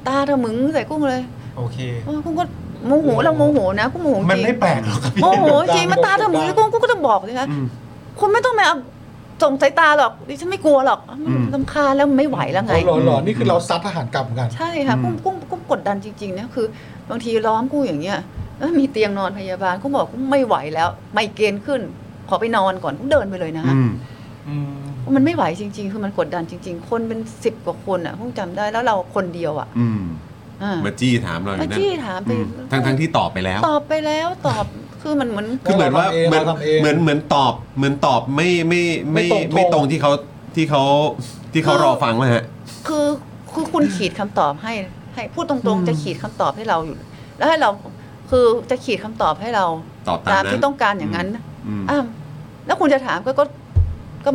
Speaker 5: ตาถมึงใส่กุ้งเลย
Speaker 2: โอเค
Speaker 5: เออกุ้งก็โมโหเราโมโหนะกุ้งโมโหจ
Speaker 2: มัน
Speaker 5: ริง
Speaker 2: ไม่แปลกหรอกครับพี่
Speaker 5: โมโหจริงมาตาถมึงเลยกุ้งกุ้งก็ต้องบอกเลยนะ
Speaker 1: อืม
Speaker 5: คุณไม่ต้องมาเอา ส่งสายตาหรอกดิฉันไม่กลัวหรอกลำคาญแล้วไม่ไหวแล้วไง
Speaker 4: หรอหรอนี่คือเราซัดทหารกลับเหมือนกัน
Speaker 5: ใช่ค่ะกุ้งกุ้งกุ้งกดดันจริงๆนะคือ บางทีล้อมกุ้งอย่างเงี้ยเอ้ยมีเตียงนอนพยาบาลกุ้งบอกกุ้งไม่ไหวแล้วไมเกรนขึ้น ขอไปนอนก่อนกุ้งเดินไปเลยนะ
Speaker 1: อืม
Speaker 5: มันไม่ไหวจริง ๆ คือมันกดดันจริง ๆ คนเป็นสิบกว่าคนอ่ะกุ้งจำได้แล้วเราคนเดียวอ่ะ
Speaker 1: อืม
Speaker 5: อ่า
Speaker 1: มาจี้ถามเราอยู่
Speaker 5: มา
Speaker 1: นั่น
Speaker 5: จี้ถามไป
Speaker 1: ทั้งทั้งๆที่ตอบไปแล้ว
Speaker 5: ตอบไปแล้วตอบคือมันเหมือน
Speaker 1: คือเหมือนว่าเหมือน
Speaker 4: เราทำเอง
Speaker 1: เหมือนเหมือนตอบเหมือนตอบไม่ไม่ไม่
Speaker 4: ไม่ตรง
Speaker 1: ไม่ตรงที่เขาที่เขาที่เขา
Speaker 5: คือ
Speaker 1: รอฟังมาฮะ
Speaker 5: คือคือคุณขีดคำตอบให้ ให้พูดตรงๆ จะขีดคำตอบให้เราอยู่ แล้วให้เราคือจะขีดคำตอบให้เรา
Speaker 1: ตอบตามนั้น
Speaker 5: ที่ต้องการอย่างนั้น
Speaker 1: อืม
Speaker 5: อ้าวแล้วคุณจะถามก็ก็ก็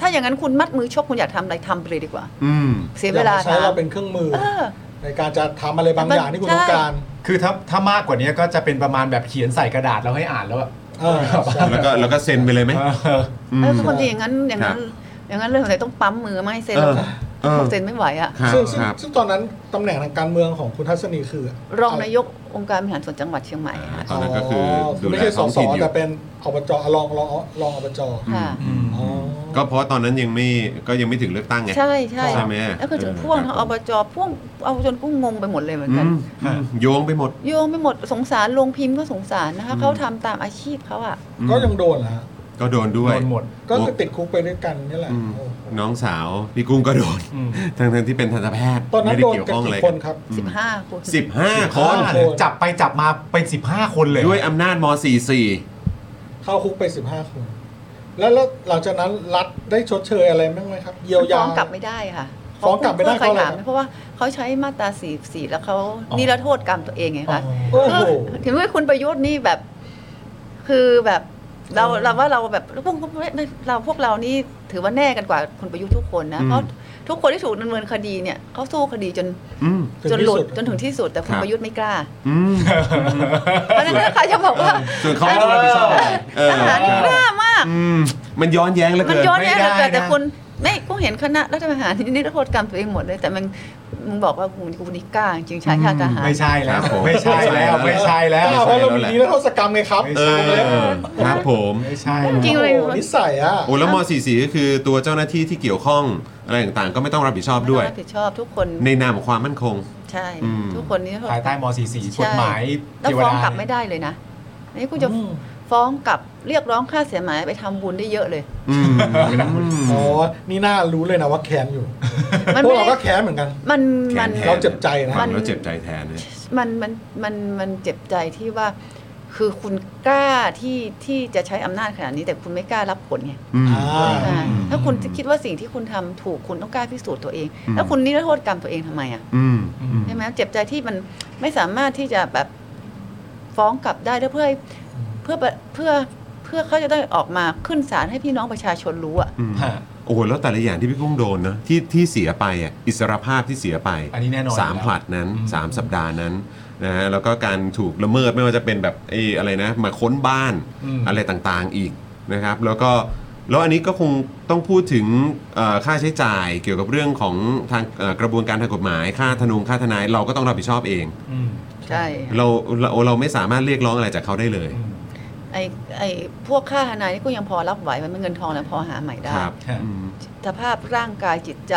Speaker 5: ถ้าอย่างนั้นคุณมัดมือชกคุณอยากทำอะไรทำไปเลยดีกว่า
Speaker 1: อืม
Speaker 5: เสียเวลา
Speaker 4: อมใช้
Speaker 5: ถาม
Speaker 4: เราเป็นเครื่องมือ
Speaker 5: เออ
Speaker 4: ในการจะทำอะไรบางอย่างที่คุณต้องการ
Speaker 7: คือถ้าถ้ามากกว่านี้ก็จะเป็นประมาณแบบเขียนใส่กระดาษแล้วให้อ่านแล้วอะ
Speaker 4: เออใช่
Speaker 1: แล้วก็แล้วก็เซ็นไปเลยไหมอืม
Speaker 5: เออคือคนที่อย่างนั้นอย่างนั้น
Speaker 1: ครั
Speaker 5: อย่างนั้นเรื่องอะไรต้องปั๊มมือไม่ให้เซ็นแล้ว
Speaker 1: เออ
Speaker 5: เซ็นไม่ไหวอ่ะ
Speaker 1: ครับ
Speaker 4: ซึ่งซึ่ง
Speaker 1: ครับ
Speaker 4: ซึ่งตอนนั้นตำแหน่งทางการเมืองของคุณทัศนีคืออะ
Speaker 5: รองนายกองค์การบริหารส่วนจังหวัดเชียงใหม่ค่ะ
Speaker 1: ตอนนั้นก็คือดู
Speaker 4: ไม่
Speaker 1: แล
Speaker 4: ใช่ส
Speaker 1: ท้อง
Speaker 4: ส
Speaker 1: ถิ่นอยู่
Speaker 4: แต่เป็นอบจรองรองรองอบจ
Speaker 5: ค่ะ
Speaker 4: อ๋อ
Speaker 1: ก็เพราะว่าตอนนั้นยังไม่ก็ยังไม่ถึงเลือกตั้งไง
Speaker 5: ใช่ใช่
Speaker 1: ใช่ไหม
Speaker 5: แล้วก็ถึงพ่วง
Speaker 1: เออครั
Speaker 5: ทั้
Speaker 1: บ
Speaker 5: งอบจพ่วงเอาจนกุ้งงงไปหมดเลยเหมือน
Speaker 1: อื
Speaker 5: กัน
Speaker 1: มอืมโยงไปหมด
Speaker 5: โยงไปหมดสงสารโรงพิมพ์ก็สงสารนะ
Speaker 1: อื
Speaker 5: คะ
Speaker 1: ม
Speaker 5: เขาทำตามอาชีพเขาอะ
Speaker 1: อืม
Speaker 4: ก็ยังโดนเหรอฮะ
Speaker 1: ก็โดนด้วย
Speaker 7: โดนหมด
Speaker 4: ก็คือติดคุกไปด้วยกันนี่แหละ
Speaker 1: อืม
Speaker 4: โอ้โห
Speaker 1: น้องสาวพี่กุ้งก็โดน
Speaker 7: อืม
Speaker 1: ทั้งทั้งๆที่เป็นทันตแพทย์
Speaker 4: ตอนนั้น
Speaker 1: ไม่ได้
Speaker 4: โดน
Speaker 1: เกี่ยว
Speaker 4: กัน
Speaker 1: ข้องอะไร
Speaker 4: กี่
Speaker 1: กั
Speaker 4: คน
Speaker 1: น
Speaker 4: ครับ
Speaker 5: สิบห้าคน
Speaker 1: สิบห้าคน
Speaker 7: อ่าเนี่ยจับไปจับมาเป็น 15 คนเลย
Speaker 1: ด้วยอำนาจม .44
Speaker 4: เข้าคุกไป 15 คน แล้วแล้วหลังจากนั้นรัฐได้ชดเชยอะไรบ้างไหมครับ เยียวยา
Speaker 5: ฟ้องกลับไม่ได้ค่ะ
Speaker 4: ฟ้องกลับไม่ได้
Speaker 5: เขา
Speaker 4: เพราะอะไร
Speaker 5: ถาม
Speaker 4: ครับ
Speaker 5: เพราะว่าเขาใช้มาตราสี่สี่แล้วเขานิรโทษกรรมตัวเองไงคะ
Speaker 4: โอ้โห
Speaker 5: ถึงว่าคุณประยุทธ์นี่แบบ คือแบบเราเราว่าเราแบบพวกเราพวกเรานี่ถือว่าแน่กันกว่าคุณประยุทธ์ทุกคนนะ
Speaker 1: อืม
Speaker 5: เพราะทุกคนที่ถูกดำเนินคดีเนี่ยเขาสู้คดีจน
Speaker 1: อืม
Speaker 4: ถึง
Speaker 5: จ
Speaker 4: ที่
Speaker 5: นหลุด
Speaker 4: สุด
Speaker 5: จนถึงที่สุดแต่
Speaker 1: ค
Speaker 5: คุณ
Speaker 1: รับ
Speaker 5: ประยุทธ์ไม่กล้า
Speaker 1: อืม
Speaker 5: เพราะฉะนั้นถ้าใครจะบอกว่า
Speaker 1: ส่วนเขาไม่ต้องรับผิดชอบเออ
Speaker 5: ทหารนี่กล้ามาก
Speaker 1: อืมมันย้อนแย้งเหลือ
Speaker 5: มัน
Speaker 1: เกิน
Speaker 5: ย้อนแย้งเหลือ
Speaker 7: ไม่ได้นะ
Speaker 5: เกินแต่คุณไม่กูเห็นคณะรัฐประหารนี่นิรโทษกรรมตัวเองหมดเลย แต่มันมึงบอกว่ากูกูนี่กล้าจริงๆใช้ชาติทหาร
Speaker 7: ไม่ใช่แล้ว
Speaker 1: ครับผม
Speaker 7: ไม่ใช่แล้ว ไม่ใช่แล้ว
Speaker 4: อ้าวเพราะเรามีนี้แล้วทศกรรมไงครับ
Speaker 1: เออครับผม
Speaker 7: ไม่ใช่
Speaker 5: จริง
Speaker 4: โอ้โหนิสัยอ่ะ
Speaker 1: โอ้แล้วม .44 ก็คือตัวเจ้าหน้าที่ที่เกี่ยวข้องอะไรต่างๆ ก็ไม่ต้องรับผิดชอบด้วย
Speaker 5: ไม่ต้องรับผิดชอบทุกคน
Speaker 1: ในนามของความมั่นคง
Speaker 5: ใช่
Speaker 1: อืม
Speaker 5: ทุกคนนี่
Speaker 7: ภายใต้ม .44 กฎหมาย
Speaker 5: แล้ว
Speaker 7: เทว
Speaker 5: ฟ้อง
Speaker 7: ดาก
Speaker 5: ลับไม่ได้เลยนะอันนี่กูจะฟ้องกลับเรียกร้องค่าเสียหายไปทำบุญได้เยอะเลย
Speaker 1: อืม
Speaker 4: อ๋อ นี่น่ารู้เลยนะว่าแค้นอยู่
Speaker 5: มัน
Speaker 4: พวก
Speaker 5: ไม่
Speaker 4: เรา
Speaker 5: ได้
Speaker 4: ก็แค้นเหมือนกัน
Speaker 5: มัน
Speaker 1: แข
Speaker 5: มัน
Speaker 1: นแทน
Speaker 4: เราเจ็บใจนะ
Speaker 1: ฟังแล้วเจ็บใจแทนเนี่ย
Speaker 5: มันมันมันมันเจ็บใจที่ว่า คือคุณกล้าที่ที่จะใช้อำนาจขนาดนี้แต่คุณไม่กล้ารับผลไง
Speaker 1: อืม
Speaker 4: อ่า
Speaker 5: อ่าถ้าคุณคิดว่าสิ่งที่คุณทำถูกคุณต้องกล้าพิสูจน์ตัวเอง
Speaker 1: อืม
Speaker 5: แล้วคุณนิรโทษกรรมตัวเองทำไมอ่ะ
Speaker 1: อืมอืม
Speaker 5: ใช่ไหมเจ็บใจที่มันไม่สามารถที่จะแบบฟ้องกลับได้แล้วเพื่อให้เพื่อเพื่อเพื่อเขาจะได้ออกมาขึ้นศาลให้พี่น้องประชาชนรู้อ่ะ
Speaker 1: อืม
Speaker 7: ฮะ
Speaker 1: โอ้โหแล้วแต่ละอย่างที่พี่กุ้งโดนนะที่ที่เสียไปอ่ะอิสรภาพที่เสียไป
Speaker 7: อันนี้แน่นอน
Speaker 1: สาม
Speaker 7: อยู่แล้ว
Speaker 1: ผลัดนั้น
Speaker 7: อืม
Speaker 1: สามสัปดาห์นั้นนะฮะแล้วก็การถูกละเมิดไม่ว่าจะเป็นแบบไอ้อะไรนะมาค้นบ้านอะไรต่างๆอีกนะครับแล้วก็แล้วอันนี้ก็คงต้องพูดถึงเอ่อค่าใช้จ่ายเกี่ยวกับเรื่องของทางเอ่อกระบวนการทางกฎหมาย ค่าทนงค่าทนายเราก็ต้องรับผิดชอบเอง
Speaker 7: อืม
Speaker 5: ใช่
Speaker 1: เราเราเราไม่สามารถเรียกร้องอะไรจากเขาได้เลย
Speaker 5: ไอไอพวกค่าทนายนี่ก็ยังพอรับไหวมันเป็นเงินทองแล้วพอหาใหม่ได้
Speaker 1: ครับ
Speaker 7: ค่ะ
Speaker 1: อืม
Speaker 5: สภาพร่างกายจิตใจ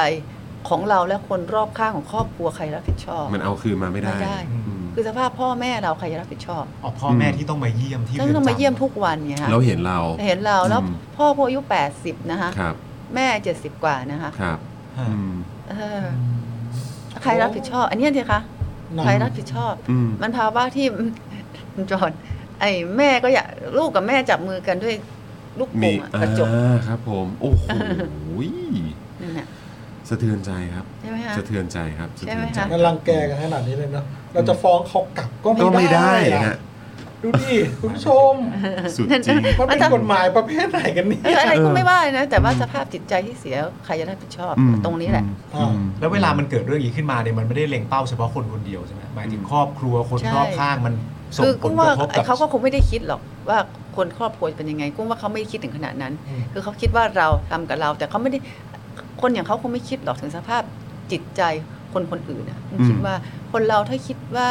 Speaker 5: ของเราและคนรอบข้างของครอบครัวใครรับผิดชอบ
Speaker 1: มันเอาคืนมาไม่ได้
Speaker 5: ไม่ได้
Speaker 1: อืม
Speaker 5: คือสภาพพ่อแม่เราใครจะรับผิดชอบ
Speaker 7: อ๋อพ่อแม่ที่ต้องมาเยี่ยมที่
Speaker 5: ต้อง
Speaker 7: รืน
Speaker 5: ต้องมา
Speaker 7: จำ
Speaker 5: เยี่ยมทุกวันไงฮะ
Speaker 1: เราเห็นเรา
Speaker 5: เห็นเราแล้ว
Speaker 1: อืม
Speaker 5: พ่อพวกอายุ 80 นะคะ
Speaker 1: ครับ
Speaker 5: แม่ 70 กว่านะคะ
Speaker 1: ครับ
Speaker 7: ฮะ
Speaker 1: อืม
Speaker 5: เออใครรับผิดชอบ อันเนี้ยสิคะ
Speaker 4: หนัก
Speaker 5: ใครรับผิดชอบ
Speaker 1: อืม
Speaker 5: มันภาวะที่ จอนไอ้แม่ก็อยากลูกกับแม่จับมือกันด้วยลูกโป่งอะกระจก
Speaker 1: อ่าครับผม โอ้โห
Speaker 5: นั่นน่ะ
Speaker 1: สะเทือนใจครับ
Speaker 5: ใช่ไหมคะ
Speaker 1: สะเทือนใจครับสะเทือน
Speaker 5: ใช่
Speaker 1: ใจ
Speaker 5: ไหมคะ
Speaker 4: มันรังแกกันขนาดนี้เลยเนาะ เราจะฟ้องเขากลับก็ไม่
Speaker 1: ก็ไม่ได้
Speaker 4: อะ
Speaker 1: ฮะ
Speaker 4: ดูดิคุณผู้ชม
Speaker 1: สุด จริง
Speaker 4: มันเป็นกฎหมายประเภทไหนกันเนี่
Speaker 5: เออย อะไรก็ไม่ว่านะ แต่ว่าสภาพจิตใจที่เสียใครจะรับผิดชอบ
Speaker 1: อืม
Speaker 5: ตรงนี้แหละ
Speaker 4: อ่า
Speaker 7: แล้วเวลามันเกิดเรื่องอย่างนี้ขึ้นมาเนี่ยมันไม่ได้เล็งเป้าเฉพาะคนคนเดียวใช่ไหมหมายถึงครอบครัวคน
Speaker 5: ใช่
Speaker 7: รอบข้างมันส่ง
Speaker 5: คือ
Speaker 7: ผ
Speaker 5: กุ้
Speaker 7: ล
Speaker 5: ง
Speaker 7: ก
Speaker 5: ว่า
Speaker 7: ระทบ
Speaker 5: ไอ้
Speaker 7: กับ
Speaker 5: เขาก็คงไม่ได้คิดหรอกว่าคนครอบครัวจะเป็นยังไงกุ้งว่าเขาไม่ได้คิดถึงขนาดนั้น
Speaker 4: อืม
Speaker 5: คือเขาคิดว่าเราทำกับเรา แต่เขาไม่ได้คนอย่างเขาคงไม่คิดหรอกถึงสภาพจิตใจคนคนอื่นนะกุ้งคิดว่าคนเราถ้าคิดว่า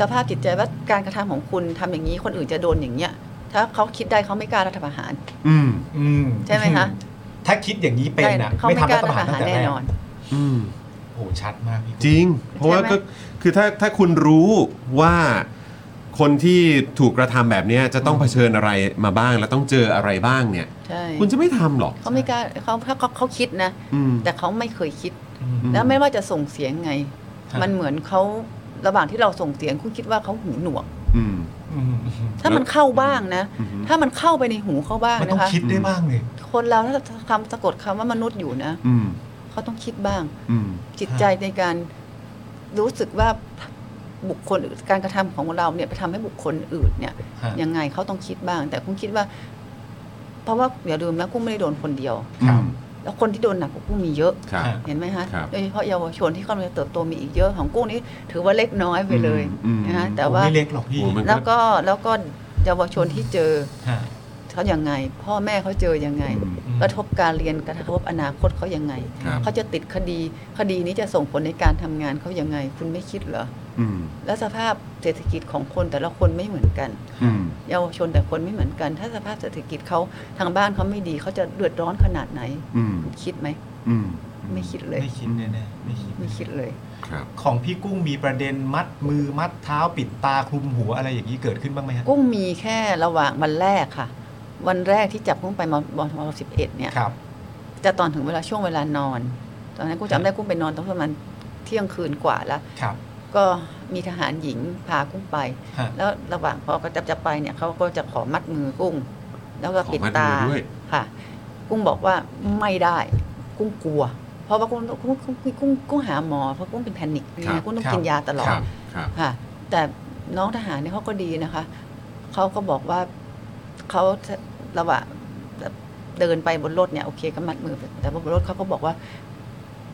Speaker 5: สภาพจิตใจว่าการกระทำของคุณทำอย่างนี้คนอื่นจะโดนอย่างเนี้ยถ้าเขาคิดได้เขาไม่กล้ารัฐประหาร
Speaker 1: อืม
Speaker 7: อืม
Speaker 5: ใช่ไหมคะ
Speaker 7: ถ้าคิดอย่างนี้เป็น
Speaker 5: ได้
Speaker 7: อ่ะ
Speaker 5: เขา
Speaker 7: ไม่
Speaker 5: ไม่
Speaker 7: ทำ
Speaker 5: ก
Speaker 7: รั
Speaker 5: ล้า
Speaker 7: ฐประ
Speaker 5: ทำ
Speaker 7: หาร
Speaker 5: อา
Speaker 7: ตั้
Speaker 5: หาง ร
Speaker 7: แต่แร
Speaker 5: แน่
Speaker 7: ก
Speaker 5: นอน
Speaker 1: อืม
Speaker 7: โอ้โหชัดมากพี่
Speaker 1: จริง เพราะว่า
Speaker 5: ใช่ไหม
Speaker 1: ก็คือถ้าถ้าคุณรู้ว่าคนที่ถูกกระทำแบบเนี้ยจะต้องเผชิญอะไรมาบ้าง และต้องเจออะไรบ้างเนี่ย
Speaker 5: ใช่
Speaker 1: คุณจะไม่ทำหรอก
Speaker 5: เขาไม่กล้าเขาถ้าเขาเขาคิดนะ
Speaker 1: อืม
Speaker 5: แต่เขาไม่เคยคิด
Speaker 7: อืม
Speaker 5: แล้วไม่ว่าจะส่งเสียงไง
Speaker 7: ครับ
Speaker 5: มันเหมือนเขาระหว่างที่เราส่งเสียงคุณคิดว่าเขาหูหนวก
Speaker 1: อืม
Speaker 7: อืม
Speaker 5: ถ้ามันเข้าบ้างนะ
Speaker 1: อือหือ
Speaker 5: ถ้ามันเข้าไปในหูเขาบ้าง
Speaker 7: มันต้อง
Speaker 5: นะคะ
Speaker 7: คิดได้บ้างเลย
Speaker 5: คนเราถ้าคำสะกดคำว่ามนุษย์อยู่นะ
Speaker 1: อืม
Speaker 5: เขาต้องคิดบ้าง
Speaker 1: อืม
Speaker 5: จิตใจในการรู้สึกว่าบุคคลอื่นการกระทำของเราเนี่ยไปทำให้บุคคลอื่นเนี่ย
Speaker 7: ฮะ
Speaker 5: ยังไงเขาต้องคิดบ้าง แต่กุ้งคิดว่า เพราะว่าอย่าลืมนะกุ้งไม่ได้โดนคนเดียว
Speaker 7: ครับ
Speaker 5: แล้วคนที่โดนหนักกว่ากุ้งมีเยอะ
Speaker 1: ครับ
Speaker 5: เห็นไหมฮะ
Speaker 1: ครับ
Speaker 5: โดยเฉพาะเยาวชนที่กำลังเติบโตมีอีกเยอะของกุ้งนี่ถือว่าเล็กน้อยไปเลย
Speaker 1: อืม
Speaker 5: นะฮะแต่
Speaker 7: โอ้
Speaker 5: ว่า
Speaker 7: ไม่เล็กหรอกพี่
Speaker 1: โอ้มัน
Speaker 5: แล้
Speaker 1: ก็
Speaker 5: วก็แล้วก็เยาวชนที่เจอ
Speaker 7: ฮะ
Speaker 5: เขายังไง พ่อแม่เขาเจอยังไง
Speaker 1: อืม
Speaker 7: อืม
Speaker 5: กระทบการเรียนกระทบอนาคตเขายังไง
Speaker 1: ครับ
Speaker 5: เขาจะติดคดีคดีนี้จะส่งผลในการทำงานเขายังไง คุณไม่คิดเหรอ
Speaker 1: อืม
Speaker 5: และสภาพเศรษฐกิจของคนแต่ละคนไม่เหมือนกัน
Speaker 1: อืม
Speaker 5: เยาวชนแต่คนไม่เหมือนกัน ถ้าสภาพเศรษฐกิจเขาทางบ้านเขาไม่ดีเขาจะเดือดร้อนขนาดไหน
Speaker 1: อืม
Speaker 5: คิดไหม
Speaker 1: อืม
Speaker 5: ไม่คิดเลย
Speaker 7: ไม่คิดแน่ๆไม่คิด
Speaker 5: ไม่คิดเลย
Speaker 1: ครับ
Speaker 7: ของพี่กุ้งมีประเด็นมัดมือมัดเท้าปิดตาคลุมหัวอะไรอย่างนี้เกิดขึ้นบ้างไหมฮะ
Speaker 5: กุ้งมีแค่ระหว่างวันแรกค่ะ วันแรกที่จับกุ้งไปมบอทมสิบเอ็ดเนี่ย
Speaker 7: ครับ
Speaker 5: จะตอนถึงเวลาช่วงเวลานอน ตอนนั้นกุ้งจำได้กุ้งไปนอนตอนประมาณเที่ยงคืนกว่าแล้ว
Speaker 7: ครับ
Speaker 5: ก็มีทหารหญิงพากุ้งไป
Speaker 7: ฮะ
Speaker 5: แล้วระหว่างพอก็จะจะไปเนี่ยเขาก็จะขอมัดมือกุ้ง แล้วก็ปิด
Speaker 1: ขอมัด
Speaker 5: ตา
Speaker 1: มือด้วย
Speaker 5: ค่ะ กุ้งบอกว่าไม่ได้ กุ้งกลัว เพราะว่ากุ้งกุ้งกุ้งกุ้งกุ้งหาหมอเพราะกุ้งเป็นแพนิคนะกุ้งต้องกินยาตลอ
Speaker 1: ค
Speaker 5: ด
Speaker 1: รับครับ
Speaker 5: ค่ะ แต่น้องทหารเนี่ยเขาก็ดีนะคะเขาก็บอกว่าเขาจะระหว่างเดินไปบนรถเนี่ยโอเคก็มัดมือ แต่ว่าบนรถเขาก็บอกว่า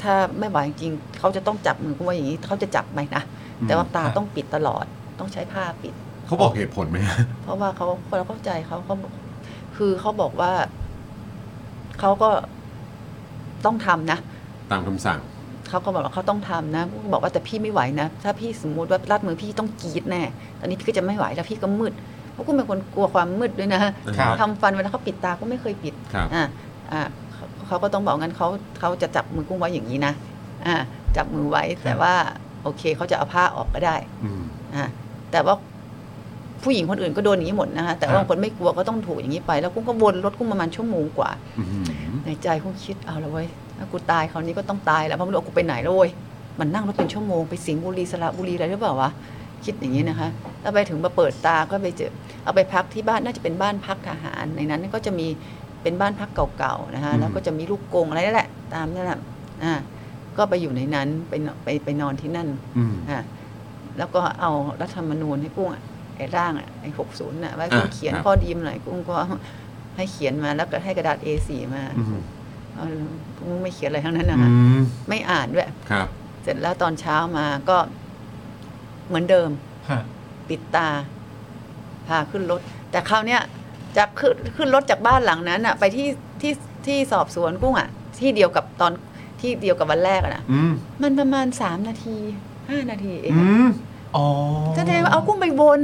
Speaker 5: ถ้าไม่ไหวจริงๆเขาจะต้องจับมือกุ้งว่าอย่างนี้เขาจะจับไหมนะแต่ว่าตาต้องปิดตลอดต้องใช้ผ้าปิด
Speaker 1: เขาบอกเหตุผลไหมฮะ
Speaker 5: เพราะว่าเขาเราเข้าใจเขาเขาคือเขาบอกว่าเขาก็ต้องทำนะ
Speaker 1: ตามคำสั่ง
Speaker 5: เขาก็บอกว่าเขาต้องทำนะก็บอกว่าแต่พี่ไม่ไหวนะ ถ้าพี่สมมุติว่ารัดมือพี่ต้องกรีดแน่ตอนนี้พี่ก็จะไม่ไหวแล้วพี่ก็มืดเพราะกูเป็นคนกลัวความมืดด้วยนะทำฟันเวลาเขาปิดตาก็ไม่เคยปิด
Speaker 1: ครับ
Speaker 5: อ่าอ่าเขาเขาก็ต้องบอกงั้นเขาเขาจะจับมือกุ้งไว้อย่างนี้นะอ่าจับมือไว้แต่ว่าโอเคเขาจะเอาผ้าออกก็ได้
Speaker 1: อืม
Speaker 5: อ่ะแต่ว่าผู้หญิงคนอื่นก็โดนอย่างนี้หมดนะคะแต่ว่า
Speaker 1: ครับ
Speaker 5: คนไม่กลัวก็ต้องถูกอย่างนี้ไป แล้วกุ้งก็วนรถกุ้งประมาณชั่วโมงกว่า
Speaker 1: อืม
Speaker 5: ในใจกุ้งคิดเอาละเว้ยถ้ากูตายคราวนี้ก็ต้องตายแหละเพราะไม่รู้ว่ากูไปไหนแล้วเว้ยมันนั่งรถเป็นชั่วโมงไปสิงห์บุรีสระบุรีอะไรหรือเปล่าวะคิดอย่างนี้นะคะแล้วไปถึงมาเปิดตาก็ไปเจอเอาไปพักที่บ้านน่าจะเป็นบ้านพักทหารในนั้นก็จะมีเป็นบ้านพักเก่าๆนะคะแล้วก็จะมีลูกกรงอะไรนั่นแหละ ตามนั่นแหละอ่าก็ไปอยู่ในนั้นไปนอนไปไปนอนที่นั่น
Speaker 1: อืม
Speaker 5: อ่ะแล้วก็เอารัฐธรรมนูญให้กุ้งอ่ะไอ้ร่างอ่ะไอ้หกศูนย์อ่ะไว้กุ้ง
Speaker 1: อ่ะ
Speaker 5: เขียน
Speaker 1: ครับ
Speaker 5: ข้อดีมาหน่อยกุ้งก็ให้เขียนมาแล้วก็ให้กระดาษ A4 มา
Speaker 1: อืม
Speaker 5: เอากุ้งไม่เขียนอะไรทั้งนั้นนะ
Speaker 1: อื
Speaker 5: คะ
Speaker 1: ม
Speaker 5: ไม่อ่านด้วย
Speaker 1: ครับ
Speaker 5: เสร็จแล้วตอนเช้ามาก็เหมือนเดิม
Speaker 7: ฮะ
Speaker 5: ปิดตา พาขึ้นรถ แต่คราวเนี้ยจะขึ้นขึ้นรถจากบ้านหลังนั้นอ่ะ ไปที่ที่ที่สอบสวนกุ้งอ่ะ ที่เดียวกับตอนที่เดียวกับวันแรกอ่ะนะ
Speaker 1: อืม
Speaker 5: มันประมาณสามนาทีห้านาทีเอง
Speaker 1: อื
Speaker 5: อะ
Speaker 1: ม
Speaker 7: อ๋อ
Speaker 5: แสดงว่าเอากุ้งไปบน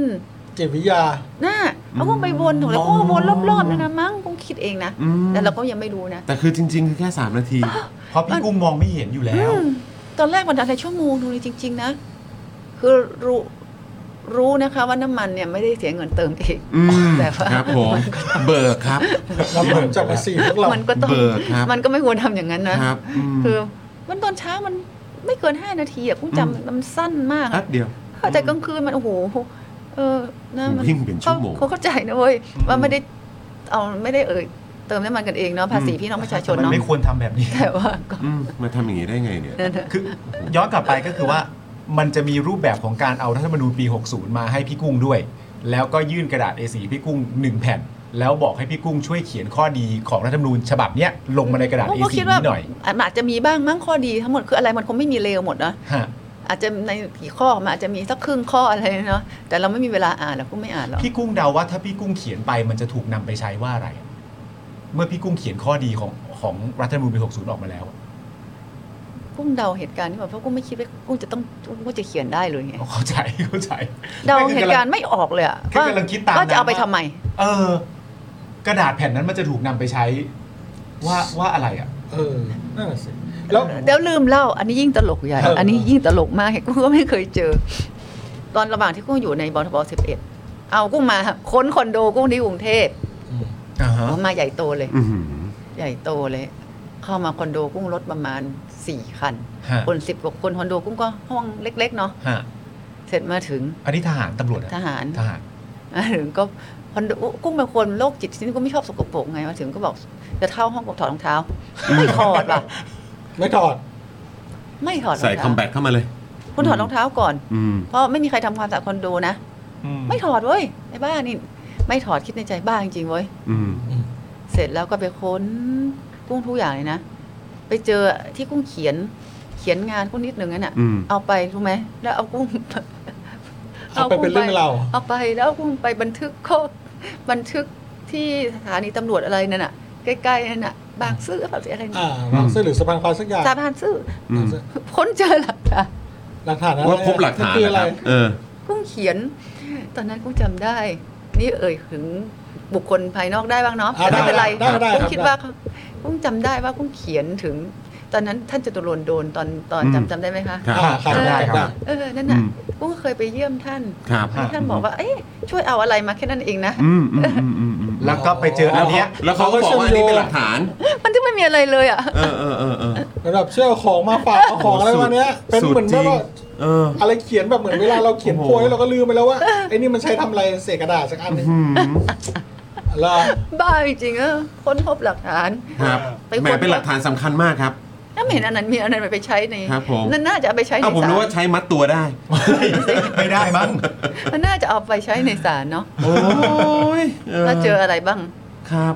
Speaker 4: จิตวิทยา
Speaker 5: น่ะเอากุ้งไปบนถูกแล้ว
Speaker 7: อ๋อ
Speaker 5: กุ้งก็วนรอบๆเลยนะมั้งกุ้งคิดเองนะ
Speaker 1: อืม
Speaker 5: แต่เราก็ยังไม่รู้นะ
Speaker 1: แต่คือจริง ๆ คือแค่ 3 นาที
Speaker 7: เพราะพี่กุ้งมองไม่เห็นอยู่แล้ว
Speaker 5: อืมตอนแรกมันอะไรชั่วโมงดูเลยจริง ๆ นะ คือรู้รู้นะคะว่าน้ำมันเนี่ยไม่ได้เสียเงินเติมเอง
Speaker 1: อืม
Speaker 5: แต่ว่า
Speaker 1: ครับผม เบิกครับ
Speaker 4: เราเหมือนจากภาษีพวกเรา
Speaker 5: มันก็ต้อง
Speaker 1: เบิกครับ
Speaker 5: มันก็ไม่ควรทำอย่างนั้นนะครับ
Speaker 1: ม
Speaker 5: คือมันตอนเช้ามันไม่เกินห้านาทีอ่ะกุ้งจำมันสั้นมาก
Speaker 1: แป๊บเดียว
Speaker 5: แต่กลางคืนมันโอ้โหเออนะมัน
Speaker 1: วิ่งเป็นชั่วโมง
Speaker 5: เขาเข้าใจนะเว้ยว่าไม่ได้เอาไม่ได้เอ่ยเติมน้ำมันกันเองเนาะภาษีพี่น้องประชาชน
Speaker 7: มัน
Speaker 5: เนาะ
Speaker 7: ไม่ควรทำแบบนี้
Speaker 5: แต่ว่าก็
Speaker 1: อืมมาทำอย่างนี้ได้ไงเนี่ย
Speaker 5: นั่นน่ะ
Speaker 7: คือย้อนกลับไปก็คือว่ามันจะมีรูปแบบของการเอารัฐธรรมนูญปี 60 มาให้พี่กุ้งด้วย แล้วก็ยื่นกระดาษ A4 พี่กุ้งหนึ่งแผ่น แล้วบอกให้พี่กุ้งช่วยเขียนข้อดีของรัฐธรรมนูญฉบับเนี้ยลงมาในกระดาษ
Speaker 5: ผมก็
Speaker 7: A4
Speaker 5: คิดว่า
Speaker 7: นี้หน่อย
Speaker 5: มันอาจจะมีบ้างมั้งข้อดีทั้งหมดคืออะไรมันคงไม่มีเลวหมดนะ
Speaker 7: ฮะ
Speaker 5: อาจจะในกี่ข้อมันอาจจะมีสักครึ่งข้ออะไรเนาะแต่เราไม่มีเวลาอ่านเราก็ไม่อ่านหรอก
Speaker 7: พี่กุ้งเดาว่าถ้าพี่กุ้งเขียนไปมันจะถูกนำไปใช้ว่าอะไร เมื่อพี่กุ้งเขียนข้อดีของของรัฐธรรมนูญปี 60 ออกมาแล้ว
Speaker 5: กุ้งเดาเหตุการณ์นี่แบบเพราะกุ้งไม่คิดว่ากุ้งจะต้องกุ้งจะเขียนได้เลยไง
Speaker 7: เข้าใจเข้าใจ
Speaker 5: เดา
Speaker 7: ไม่คื
Speaker 5: เห
Speaker 7: อ
Speaker 5: ตุ
Speaker 7: กำ
Speaker 5: กา
Speaker 7: ลัง
Speaker 5: รณ์ไม่ออกเลยอะ
Speaker 7: คือกำลังคิดตามนั้น
Speaker 5: ว่าจะเอาไปทำไม
Speaker 7: เออกระดาษแผ่นนั้นมันจะถูกนำไปใช้ ว่าว่าอะไรอ่ะ
Speaker 4: เออนั่นแหะสิแล้ว
Speaker 5: เดี๋ยวลืมเล่า อันนี้ยิ่งตลกใหญ่
Speaker 4: เอออั
Speaker 5: อันนี้ยิ่งตลกมากกุ้งก็ไม่เคยเจอ ตอนระหว่างที่กุ้งอยู่ในบทบสิบเอ็ดเอากุ้งมาค้นคอนโดกุ้งที่กรุงเทพโอ้มาใหญ่โตเลย
Speaker 1: อื้อหือ
Speaker 5: ใหญ่โตเลย เข้ามาคอนโดกุ้งรถประมาณสี่คัน
Speaker 7: ฮะ
Speaker 5: คนสิบกว่าคนคอนโดกุ้งก็ห้องเล็ก ๆ เนาะ
Speaker 7: ฮะ
Speaker 5: เสร็จมาถึง
Speaker 7: อันนี้ทหารตำรวจอะ
Speaker 5: ทหาร
Speaker 7: ทหาร
Speaker 5: มาถึงก็คอนโดกุ้งเป็นคนโรคจิตที่กุ้งไม่ชอบสกปรกไงมาถึงก็บอกจะเข้าห้องกับถอดรองเท้า ไม่ถอดว่ะ
Speaker 4: ไม่ถอด
Speaker 5: ไม่ถอดรอง
Speaker 1: ใส่
Speaker 5: เท้า
Speaker 1: คอมแบทเข้ามาเลย
Speaker 5: คุณถอดรองเท้าก่อน
Speaker 1: อืม
Speaker 5: เพราะไม่มีใครทำความสะอาดคอนโดนะ
Speaker 7: อืม
Speaker 5: ไม่ถอดเว้ยไอ้บ้านี่ ไม่ถอดคิดในใจบ้าจริงๆเว้ย
Speaker 1: อืม
Speaker 5: เสร็จแล้วก็ไปค้นกุ้งทุกอย่างเลยนะ ไปเจอที่กุ้งเขียน เขียนงานกุ้งนิดนึงนั่นน่ะ
Speaker 1: อืม
Speaker 5: เอาไปรู้ไหมแล้วเอากุ้ง
Speaker 4: เอาไปเป็นเรื่องราว
Speaker 5: เอาไปแล้วเอากุ้งไปบันทึกข้อบันทึกที่สถานีตำรวจอะไรนั่นน่ะ ใกล้ๆนั่นน่ะ บางซื่อเปล่าหรืออะไรนะ
Speaker 4: อ่าบางซื่อหรือสะพานควายสักอย่าง
Speaker 5: สาพานซื่อ
Speaker 1: อืม
Speaker 5: ค้นเจอหลักฐาน
Speaker 4: หลักฐานอะไร
Speaker 1: ว่าพบหลักฐาน
Speaker 4: มันคือ
Speaker 1: นะ
Speaker 4: อะไร
Speaker 1: ครับ เออ
Speaker 5: กุ้งเขียน ตอนนั้นกุ้งจำได้ นี่เอ่ยถึงบุคคลภายนอกได้บ้างเนาะ
Speaker 4: อ่า
Speaker 5: แต่ไม่เป็นไร
Speaker 4: ได้ได้
Speaker 5: กุ้ง
Speaker 4: รับ
Speaker 5: คิด
Speaker 4: ไ
Speaker 5: ว่าเขากุ้งจำได้ว่ากุ้งเขียนถึง ตอนนั้นท่านจตุรนต์โดนตอนตอน
Speaker 1: อืม
Speaker 5: จำจำได้ไหมคะ
Speaker 1: ครับ
Speaker 4: อ่าครับได้ครับ
Speaker 5: เออนั่นน่ะ
Speaker 1: อืม
Speaker 5: กุ้งเคยไปเยี่ยมท่าน
Speaker 1: ครับ
Speaker 5: ท่านบอกว่าเอ๊ะช่วยเอาอะไรมาแค่นั้นเองนะ
Speaker 1: อืมอืมอืมอืมอืม
Speaker 7: แล้วก็ไปเจอ
Speaker 1: แล้
Speaker 7: อั
Speaker 1: วน เขา
Speaker 7: เนี้ย
Speaker 1: แล้วเขาก็บอกว่าอันนี้เป็นหลักฐาน
Speaker 5: มันถึงไม่มีอะไรเลยอ่ะ
Speaker 1: เออเออเออเออ
Speaker 4: แล้วแบบเชื่อของมาฝากเอาของอะไรมาเนี้ยเป็น
Speaker 1: สูตร
Speaker 4: เหมือน
Speaker 1: จริ
Speaker 4: ว่าง แบบ
Speaker 1: เออ
Speaker 4: อะไรเขียนแบบเหมือนเวลาเราเขียน
Speaker 1: โอ้
Speaker 4: โพ
Speaker 1: โห
Speaker 4: ยเราก็ลืมไปแล้วว่าไอ้นี่มันใช้ทำอะไรเศษกระดาษสักอันหนึง
Speaker 1: อืม
Speaker 4: แล้ว
Speaker 5: บ้าจริงๆเออค้นพบหลักฐาน
Speaker 1: ครับ
Speaker 5: ไปค้น
Speaker 1: แหมเป็นหลักฐานสำคัญมากครับ
Speaker 5: ถ้าไม่เห็นอันนั้นมีอันนั้นไปใช้ใน
Speaker 1: ครับผม
Speaker 5: นั่นน่าจะเอาไปใช้ใน
Speaker 1: เอาผม
Speaker 5: ศา
Speaker 1: นึก
Speaker 5: ล
Speaker 1: ว่าใช้มัดตัวได้
Speaker 7: ไม่ได้มั้ง
Speaker 5: มันน่าจะเอาไปใช้ในศาลเนาะ
Speaker 1: โอ้ย
Speaker 5: แล้วเจออะไรบ้าง
Speaker 1: ครับ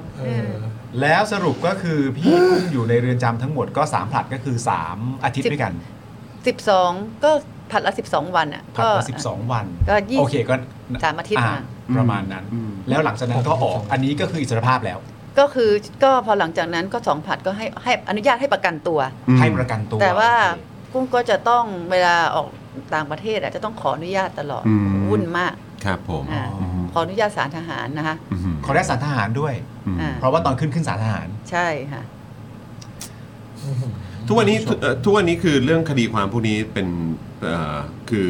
Speaker 7: แล้วสรุปก็คือพี่กุ้งอยู่ในเรือนจำทั้งหมดก็สามผลัดก็คือสามอาทิตย์ด้วยกัน
Speaker 5: สิบสองก็ผัดละสิบสองวันอ่ะ
Speaker 7: ผลัด
Speaker 5: ก็
Speaker 7: ละสิบสองวัน
Speaker 5: ก็ยี่สิบ
Speaker 7: โอเคก็
Speaker 5: สามอาทิต
Speaker 7: ะ
Speaker 5: ย์มา
Speaker 7: ประมาณนั้น
Speaker 1: อืม
Speaker 7: แล้วหลังจากนั้นก็ออกอันนี้ก็คืออิสรภาพแล้ว
Speaker 5: ก็คือก็พอหลังจากนั้นก็สองผัดก็ให้ให้อนุญาตให้ประกันตัว
Speaker 1: อืม
Speaker 7: ให้ประกันตัว
Speaker 5: แต่ว่ากุ้งก็จะต้องเวลาออกต่างประเทศอะจะต้องขออนุญาตตลอด
Speaker 1: อืม
Speaker 5: วุ่นมาก
Speaker 1: ครับผม
Speaker 5: อ่าขออนุญาตสารทหารนะคะ
Speaker 1: ม
Speaker 7: ขอได้สารทหารด้วย
Speaker 1: อืม
Speaker 5: อ่า
Speaker 7: เพราะว่าตอนขึ้นขึ้นสารทหาร
Speaker 5: ใช่ค่ะ
Speaker 1: ทุกวันนี้เอ่อทุกวันนี้คือเรื่องคดีความพวกนี้เป็นเอ่อคือ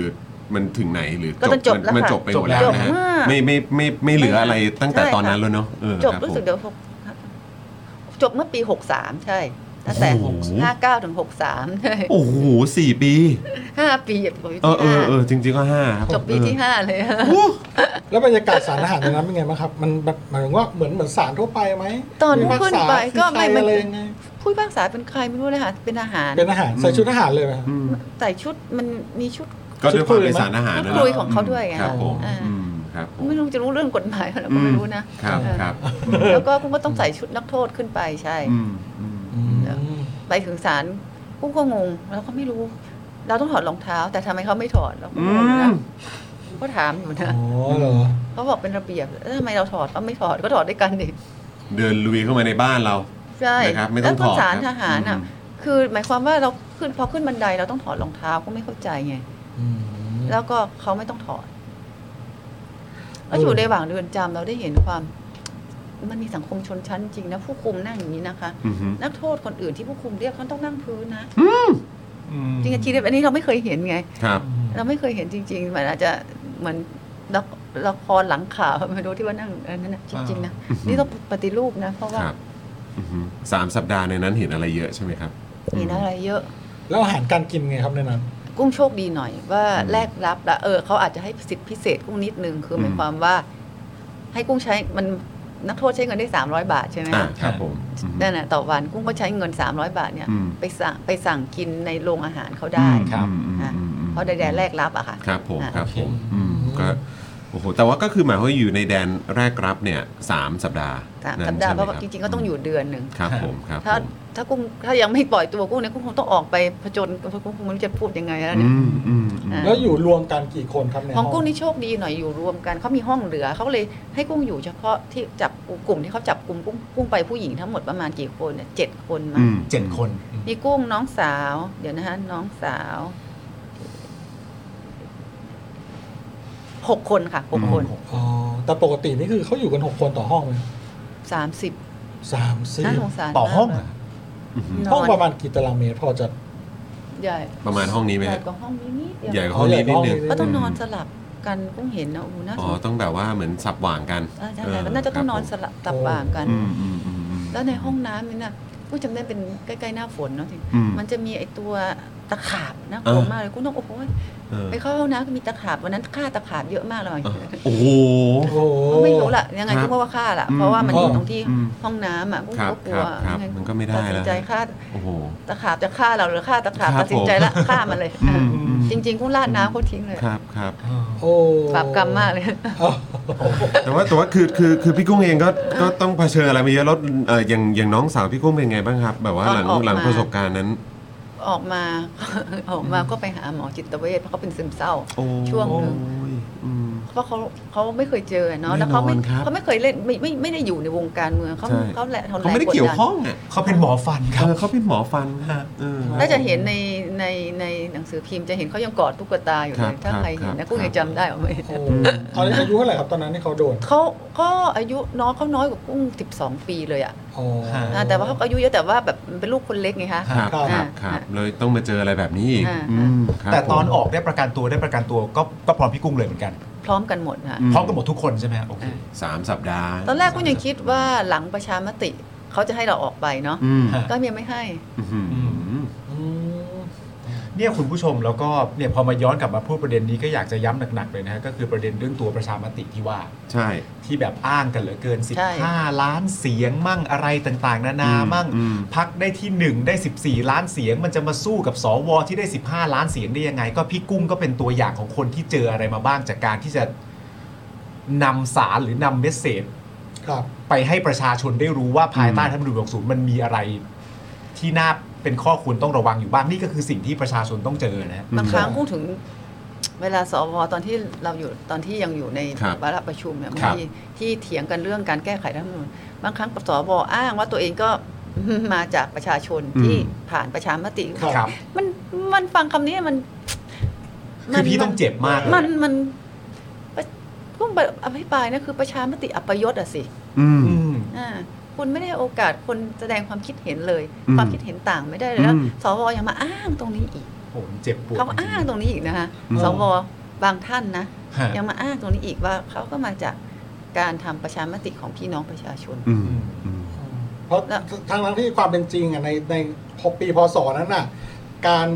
Speaker 1: มันถึงไหนหรือ
Speaker 5: ก็ต้องจบแล้ว
Speaker 1: มัน
Speaker 5: ค่ะ
Speaker 1: จบไปหมดแล้วนะฮะ
Speaker 5: จบมาก
Speaker 1: ไม่ไม่ไม่ไม่เหลืออะไรตั้งแต่
Speaker 5: ใช่ค่ะ
Speaker 1: ตอนนั้นแล้วเนาะเออ
Speaker 5: จบ
Speaker 1: คผม
Speaker 5: รู้สึกเดี๋ยวหกจบเมื่อปีหกสามใช่ตั้งแต่
Speaker 1: โอ้โห
Speaker 5: ห้าเก้าถึงหกสามใช่
Speaker 1: โอ้โหสี่ปี
Speaker 5: ห้าปีจบปี
Speaker 1: เอ
Speaker 5: ที่
Speaker 1: อเอ
Speaker 5: ห้า
Speaker 1: อเออจริงๆก็ห้าครับ
Speaker 5: จบปีที่ห้าเลย
Speaker 4: แล้วบรรยากาศสารทหารตอนนั้นเป็นไงบ้างครับ มันแบบหมายถึงว่าเหมือนเหมือนสารทั่วไปไหม
Speaker 5: ตอน
Speaker 4: มีภาษา
Speaker 5: ขึ้นไปก็ไม่
Speaker 4: คือใคร
Speaker 5: มัน
Speaker 4: อะไรยังไง
Speaker 5: ผู้พิพากษาเป็นใครไม่รู้เลยค่ะเป็นอาหาร
Speaker 4: เป็นทหารใส่ชุดทหารเลยไหมครับ
Speaker 1: อืม
Speaker 5: ใส่ชุดมันมีชุด
Speaker 1: ก็ด้วยความเป็นสารอาหารนะ
Speaker 5: คุยของเขาด้วยไง
Speaker 1: ครับผม
Speaker 5: อ่า
Speaker 1: อืมครับผม
Speaker 5: ไม่รู้จะรู้เรื่องกฎหมายอะไรก็ไม่รู้นะ
Speaker 1: ครับครับ
Speaker 5: แล้วก็คุณก็ต้องใส่ชุดนักโทษขึ้นไปใช่
Speaker 1: อืมอืม
Speaker 5: ไปถึงศาลกุ้งก็งงแล้วก็ไม่รู้ เราต้องถอดรองเท้า แต่ทำไมเขาไม่ถอดเราก็งง
Speaker 1: อื
Speaker 5: นะ
Speaker 1: ม
Speaker 5: ก็ถามอยู่นะ
Speaker 4: อ๋อเหรอ
Speaker 5: เขาบอกเป็นระเบียบแล้วทำไมเราถอดก็ไม่ถอดก็ถอดด้วยกันดิ
Speaker 1: เดินลุยเข้ามาในบ้านเรา
Speaker 5: ใช่
Speaker 1: นะครับไม่ต้
Speaker 5: แล้ว
Speaker 1: องถอด
Speaker 5: ก็ศาล
Speaker 1: ครับ
Speaker 5: ทหารอ่ะ
Speaker 1: อืม
Speaker 5: คือหมายความว่าเราขึ้นพอขึ้นบันไดเราต้องถอดรองเท้าก็ไม่เข้าใจไง
Speaker 4: อืม
Speaker 5: แล้วก็เขาไม่ต้องถอด
Speaker 4: เอ
Speaker 5: ก็
Speaker 4: อ
Speaker 5: อ
Speaker 4: อ
Speaker 5: ยู่ในหว่างเรือนจำเราได้เห็นความ มันมีสังคมชนชั้นจริงนะผู้คุมนั่งอย่างนี้นะคะ
Speaker 1: อือหือ
Speaker 5: นักโทษคนอื่นที่ผู้คุมเรียกเขาต้องนั่งพื้นนะ
Speaker 7: อืม
Speaker 5: จริงๆจริงๆอันนี้เราไม่เคยเห็นไง
Speaker 1: ครับ
Speaker 5: เราไม่เคยเห็นจริงๆมันอาจจะเหมือนละละครหลังข่าวไม่รู้ที่ว่านั่งอันนั้นนะจริงๆนะนี่ต้องปฏิรูปนะ เพราะว่า
Speaker 1: ครับอือหือสามสัปดาห์ในนั้นเห็นอะไรเยอะใช่ไหมครับ
Speaker 5: เห็นอะไรเยอะ
Speaker 4: แล้วอาหารการกินไงครับในนั้น
Speaker 5: กุ้งโชคดีหน่อยว่าแลกรับละเออเขาอาจจะให้สิทธิพิเศษกุ้งนิดนึงคือหมาย
Speaker 1: อืม
Speaker 5: ความว่า ให้กุ้งใช้มันนักโทษใช้เงินได้ 300 บาทใช่ไหม
Speaker 1: อ่าครับผมอือหือ
Speaker 5: นั่นแหะต่อวันกุ้งก็ใช้เงิน 300 บาทเนี่ย
Speaker 1: อืม
Speaker 5: ไปสั่งไปสั่งกินในโรงอาหารเขาได้
Speaker 1: อืม
Speaker 7: ครับ
Speaker 1: อืมอืม
Speaker 5: อ่ะ
Speaker 1: อืมอืม
Speaker 5: เพราะแดนแลกรับอะค่ะ
Speaker 1: ครับผม
Speaker 5: อ่ะ
Speaker 1: ครับผมอืมก็โอ้โหแต่ว่าก็คือหมายความว่าอยู่ในแดนแรกรับเนี่ยสามสัปดาห์
Speaker 5: สาม
Speaker 1: นั้น
Speaker 5: สัปดาห์
Speaker 1: ใช่ไหม
Speaker 5: เพราะว่าจริงๆก็ต้องอยู่เดือนหนึ่ง
Speaker 1: ครับผมครับ
Speaker 5: ถ้า
Speaker 1: ผม
Speaker 5: ถ้ากุ้งถ้ายังไม่ปล่อยตัวกุ้งเนี่ยกุ้งคงต้องออกไปผจญกุ้งคงไม่รู้จะพูดยังไงแล้วเนี่ย
Speaker 1: อืมอืมอืม
Speaker 5: อ่ะ
Speaker 4: แล้วอยู่รวมกันกี่คนครับใน
Speaker 5: ข
Speaker 4: ห้
Speaker 5: อ
Speaker 4: อง ง
Speaker 5: กุ้งนี่โชคดีหน่อยอยู่รวมกันเขามีห้องเหลือเขาเลยให้กุ้งอยู่เฉพาะที่จับกลุ่มที่เขาจับกลุ่มกุ้งกุ้งไปผู้หญิงทั้งหมดประมาณกี่คนเนี่ยเจ็ดคนมา
Speaker 1: อืม
Speaker 7: เจ็ดคน
Speaker 5: มีกุ้งน้องสาว เดี๋ยวนะฮะน้องสาวหกคนค่ะหกคน
Speaker 4: อ๋อแต่ปกตินี่คือเขาอยู่กันหกคนต่อห้องไหม
Speaker 5: สามสิบ
Speaker 4: สามสี่
Speaker 5: น่าสงสาร
Speaker 7: ต่อห้องอะ
Speaker 5: น
Speaker 4: ห้อ
Speaker 5: อง น
Speaker 4: ประมาณกี่ตารางเมตรพอจะ
Speaker 5: ใหญ่
Speaker 1: ประมาณห้องนี้ไหม
Speaker 5: ใหญ่
Speaker 1: ฮะ
Speaker 5: กว่าห้องนี้นิดเดียว
Speaker 1: ใหญ่กว่าห้องนี้นิดนึง
Speaker 5: ก็ต้องนอนสลับกันกุ้งเห็นนะโอ้โหน่า
Speaker 1: อ๋
Speaker 5: ส
Speaker 1: อง
Speaker 5: สาร
Speaker 1: ต้องแบบว่าเหมือนสับหว่างกัน
Speaker 5: อ่าใช่ใช่น่าจะต้องนอน
Speaker 1: ค
Speaker 5: ส
Speaker 1: รับ
Speaker 5: ลับตับบ่างกัน
Speaker 1: ผมอืมอืมอืมอืม
Speaker 5: แล้วในห้องน้ำนี่นะกูจำได้เป็นใกล้ๆหน้าฝนเนาะที่
Speaker 1: อืม
Speaker 5: มันจะมีไอตัวตะขาบนะกลัวมากเลยกูต้องโอ้โห
Speaker 1: เออ
Speaker 5: ไปเข้าห้องน้ำก็มีตะขาบวันนั้นฆ่าตะขาบเยอะมากเลย
Speaker 1: เออโอ้โห
Speaker 4: โอ้โห
Speaker 5: ไม่รู้ละยังไง
Speaker 1: ครับ
Speaker 5: กูก็ว่าฆ่าละ
Speaker 1: อืม
Speaker 5: เพราะว่ามันอยู่
Speaker 4: อ๋อ
Speaker 5: ตรงที่
Speaker 1: อืม
Speaker 5: ห้องน้ำอ่ะกู
Speaker 1: ครับ
Speaker 5: ก็กลัว
Speaker 1: ครับครับ
Speaker 5: ยังง
Speaker 1: มันก็ไม่ได้
Speaker 5: ตัดสินใจ
Speaker 1: แล้ว
Speaker 5: ฆ่า
Speaker 1: โอ้โห
Speaker 5: ตะขาบจะฆ่าเราหรือฆ่าตะขาบ
Speaker 1: ครับ
Speaker 5: ตัดสินใจละฆ่ามันเลย
Speaker 1: อืม
Speaker 5: เออ
Speaker 1: ม
Speaker 5: อจริงๆกูราดน้ำเขาทิ้งเลย
Speaker 1: ครับครับ
Speaker 4: โอ้
Speaker 5: บาปกรรมมากเลย
Speaker 1: แต่ว่าแต่ว่าคือคือคือพี่กุ้งเองก็ก็ต้องเผชิญอะไรมาเยอะแล้วเอ่ออย่างอย่างน้องสาวพี่กุ้งเป็นไงบ้างครับ แบบว่าหลัง
Speaker 5: ตอนออกมา
Speaker 1: หลังประสบการณ์นั้น
Speaker 5: ออกมา ออกมาก็ไปหาหมอจิตเวชเพราะเขาเป็นซึมเศร้า
Speaker 1: โอ้
Speaker 5: ช่วงหนึ่ง
Speaker 1: ยอืม
Speaker 5: เพราะเขาเขาไม่เคยเจอเนาะแล้วเขาไม่
Speaker 1: แน่นอนครับ
Speaker 5: เขาไม่เคยเล่นไม่ไม่ไม่ได้อยู่ในวงการเมืองเขา
Speaker 1: ใช่
Speaker 5: เขาแหละ
Speaker 1: เขาไม่ได้เกี่ยวข้องอ่ะ
Speaker 7: เขาเป็นหมอฟันค
Speaker 1: เอ
Speaker 7: รับ
Speaker 1: อเขาเป็นหมอฟันฮะเออ
Speaker 5: ถ้าจะเห็นในในในหนังสือพิมพ์จะเห็นเขายังกอดตุ๊กตาอยู่
Speaker 1: ค
Speaker 5: เล
Speaker 1: รับ
Speaker 5: ยถ้าใครเห็
Speaker 1: ค
Speaker 5: น
Speaker 1: รั
Speaker 5: นะ
Speaker 1: บ
Speaker 5: กูยังจำได้ว่าไม่
Speaker 4: โอ้ตอนนี้อายุเท่าไหร่ครับตอนนั้นที่เขาโดน
Speaker 5: เขาก็อายุน้องเขาน้อยกว่ากุ้ง12 ปีเลยอ่ะ
Speaker 4: อ๋อ
Speaker 5: อ่าแต่ว่าเขาอายุเยอะแต่ว่าแบบมันเป็นลูกคนเล็กไงคะ
Speaker 1: ครับค
Speaker 5: อ่า
Speaker 1: รับครับเลยต้องมาเจออะไรแบบนี้อีก
Speaker 5: อ่า
Speaker 1: อืมครับ
Speaker 7: แต่ตอน
Speaker 1: ผม
Speaker 7: ออกได้ประกันตัวได้ประกันตัวก็ก็พร้อมพี่กุ้งเลยเหมือนกัน
Speaker 5: พร้อมกันหมดนะ
Speaker 7: พร้อมกันหมดทุกคนใช่ไหมฮะโอเค
Speaker 1: สามสัปดาห์
Speaker 5: ตอนแรกกูยังคิดว่าหลังประชามติเขาจะให้เราออกไปเนาะ
Speaker 1: อืม
Speaker 7: ฮะ
Speaker 5: ก็ยังไม่ให้
Speaker 1: อื้อหืออ
Speaker 7: เนี่ยคุณผู้ชมแล้วก็เนี่ยพอมาย้อนกลับมาพูดประเด็นนี้ก็อยากจะย้ำหนักๆเลยนะฮะก็คือประเด็นเรื่องตัวประชามติที่ว่า
Speaker 1: ใช่
Speaker 7: ที่แบบอ้างกันเหลือเกิน
Speaker 5: ใช่
Speaker 7: 15 ล้านเสียงมั่งอะไรต่างๆ นานา
Speaker 1: อืม
Speaker 7: มั่ง
Speaker 1: อืม
Speaker 7: พักได้ทีหนึ่1 ได้ 14 ล้านเสียง มันจะมาสู้กับสวที่ได้ 15 ล้านเสียงได้ยังไง ก็พี่กุ้งก็เป็นตัวอย่างของคนที่เจออะไรมาบ้างจากการที่จะนำสารหรือนำเมสเซจ
Speaker 4: ครับ
Speaker 7: ไปให้ประชาชนได้รู้ว่าภายใต้รัฐธรรมนูญ60มันมีอะไร ที่น่าเป็นข้อควรต้องระวังอยู่บ้างนี่ก็คือสิ่งที่ประชาชนต้องเจอนะฮะ
Speaker 5: บางครั้งพูดถึงเวลาสวตอนที่เราอยู่ตอนที่ยังอยู่ใน
Speaker 1: ครับ
Speaker 5: วาระประชุมเนี่ยบาง
Speaker 7: ครับ
Speaker 5: ทีที่เถียงกันเรื่องการแก้ไขรัฐธรรมนูญบางครั้งสวอ้างว่าตัวเองก็ มาจากประชาชน
Speaker 1: อืม
Speaker 5: ที่ผ่านประชามติ
Speaker 7: ครับ
Speaker 5: มันมันฟังคำนี้มัน
Speaker 7: คือพี่ต้องเจ็บมากเลย
Speaker 5: มันมันพุ่งอภิปรายนะคือประชามติอัปยศอะสิ
Speaker 1: อืม
Speaker 7: อืม
Speaker 5: อ่าคุณไม่ได้ให้โอกาสคนแสดงความคิดเห็นเลย
Speaker 1: อืม
Speaker 5: ความคิดเห็นต่างไม่ได้เลยแล้ว
Speaker 1: อืม
Speaker 5: สวยังมาอ้างตรงนี้อีก
Speaker 7: ผมเจ็บปวด
Speaker 5: เขาก็อ้างตรงนี้อีกนะคะ
Speaker 1: อืม
Speaker 5: สวบางท่านนะ
Speaker 7: ฮะ
Speaker 5: ยังมาอ้างตรงนี้อีกว่าเขาก็มาจากการทำประชามติของพี่น้องประชาชน
Speaker 1: อืม
Speaker 7: อืม
Speaker 1: อืม
Speaker 4: เพราะ
Speaker 5: แล้ว
Speaker 4: ทางทั้งที่ความเป็นจริงอ่ะในในพอปีพศนั้นน่ะ การ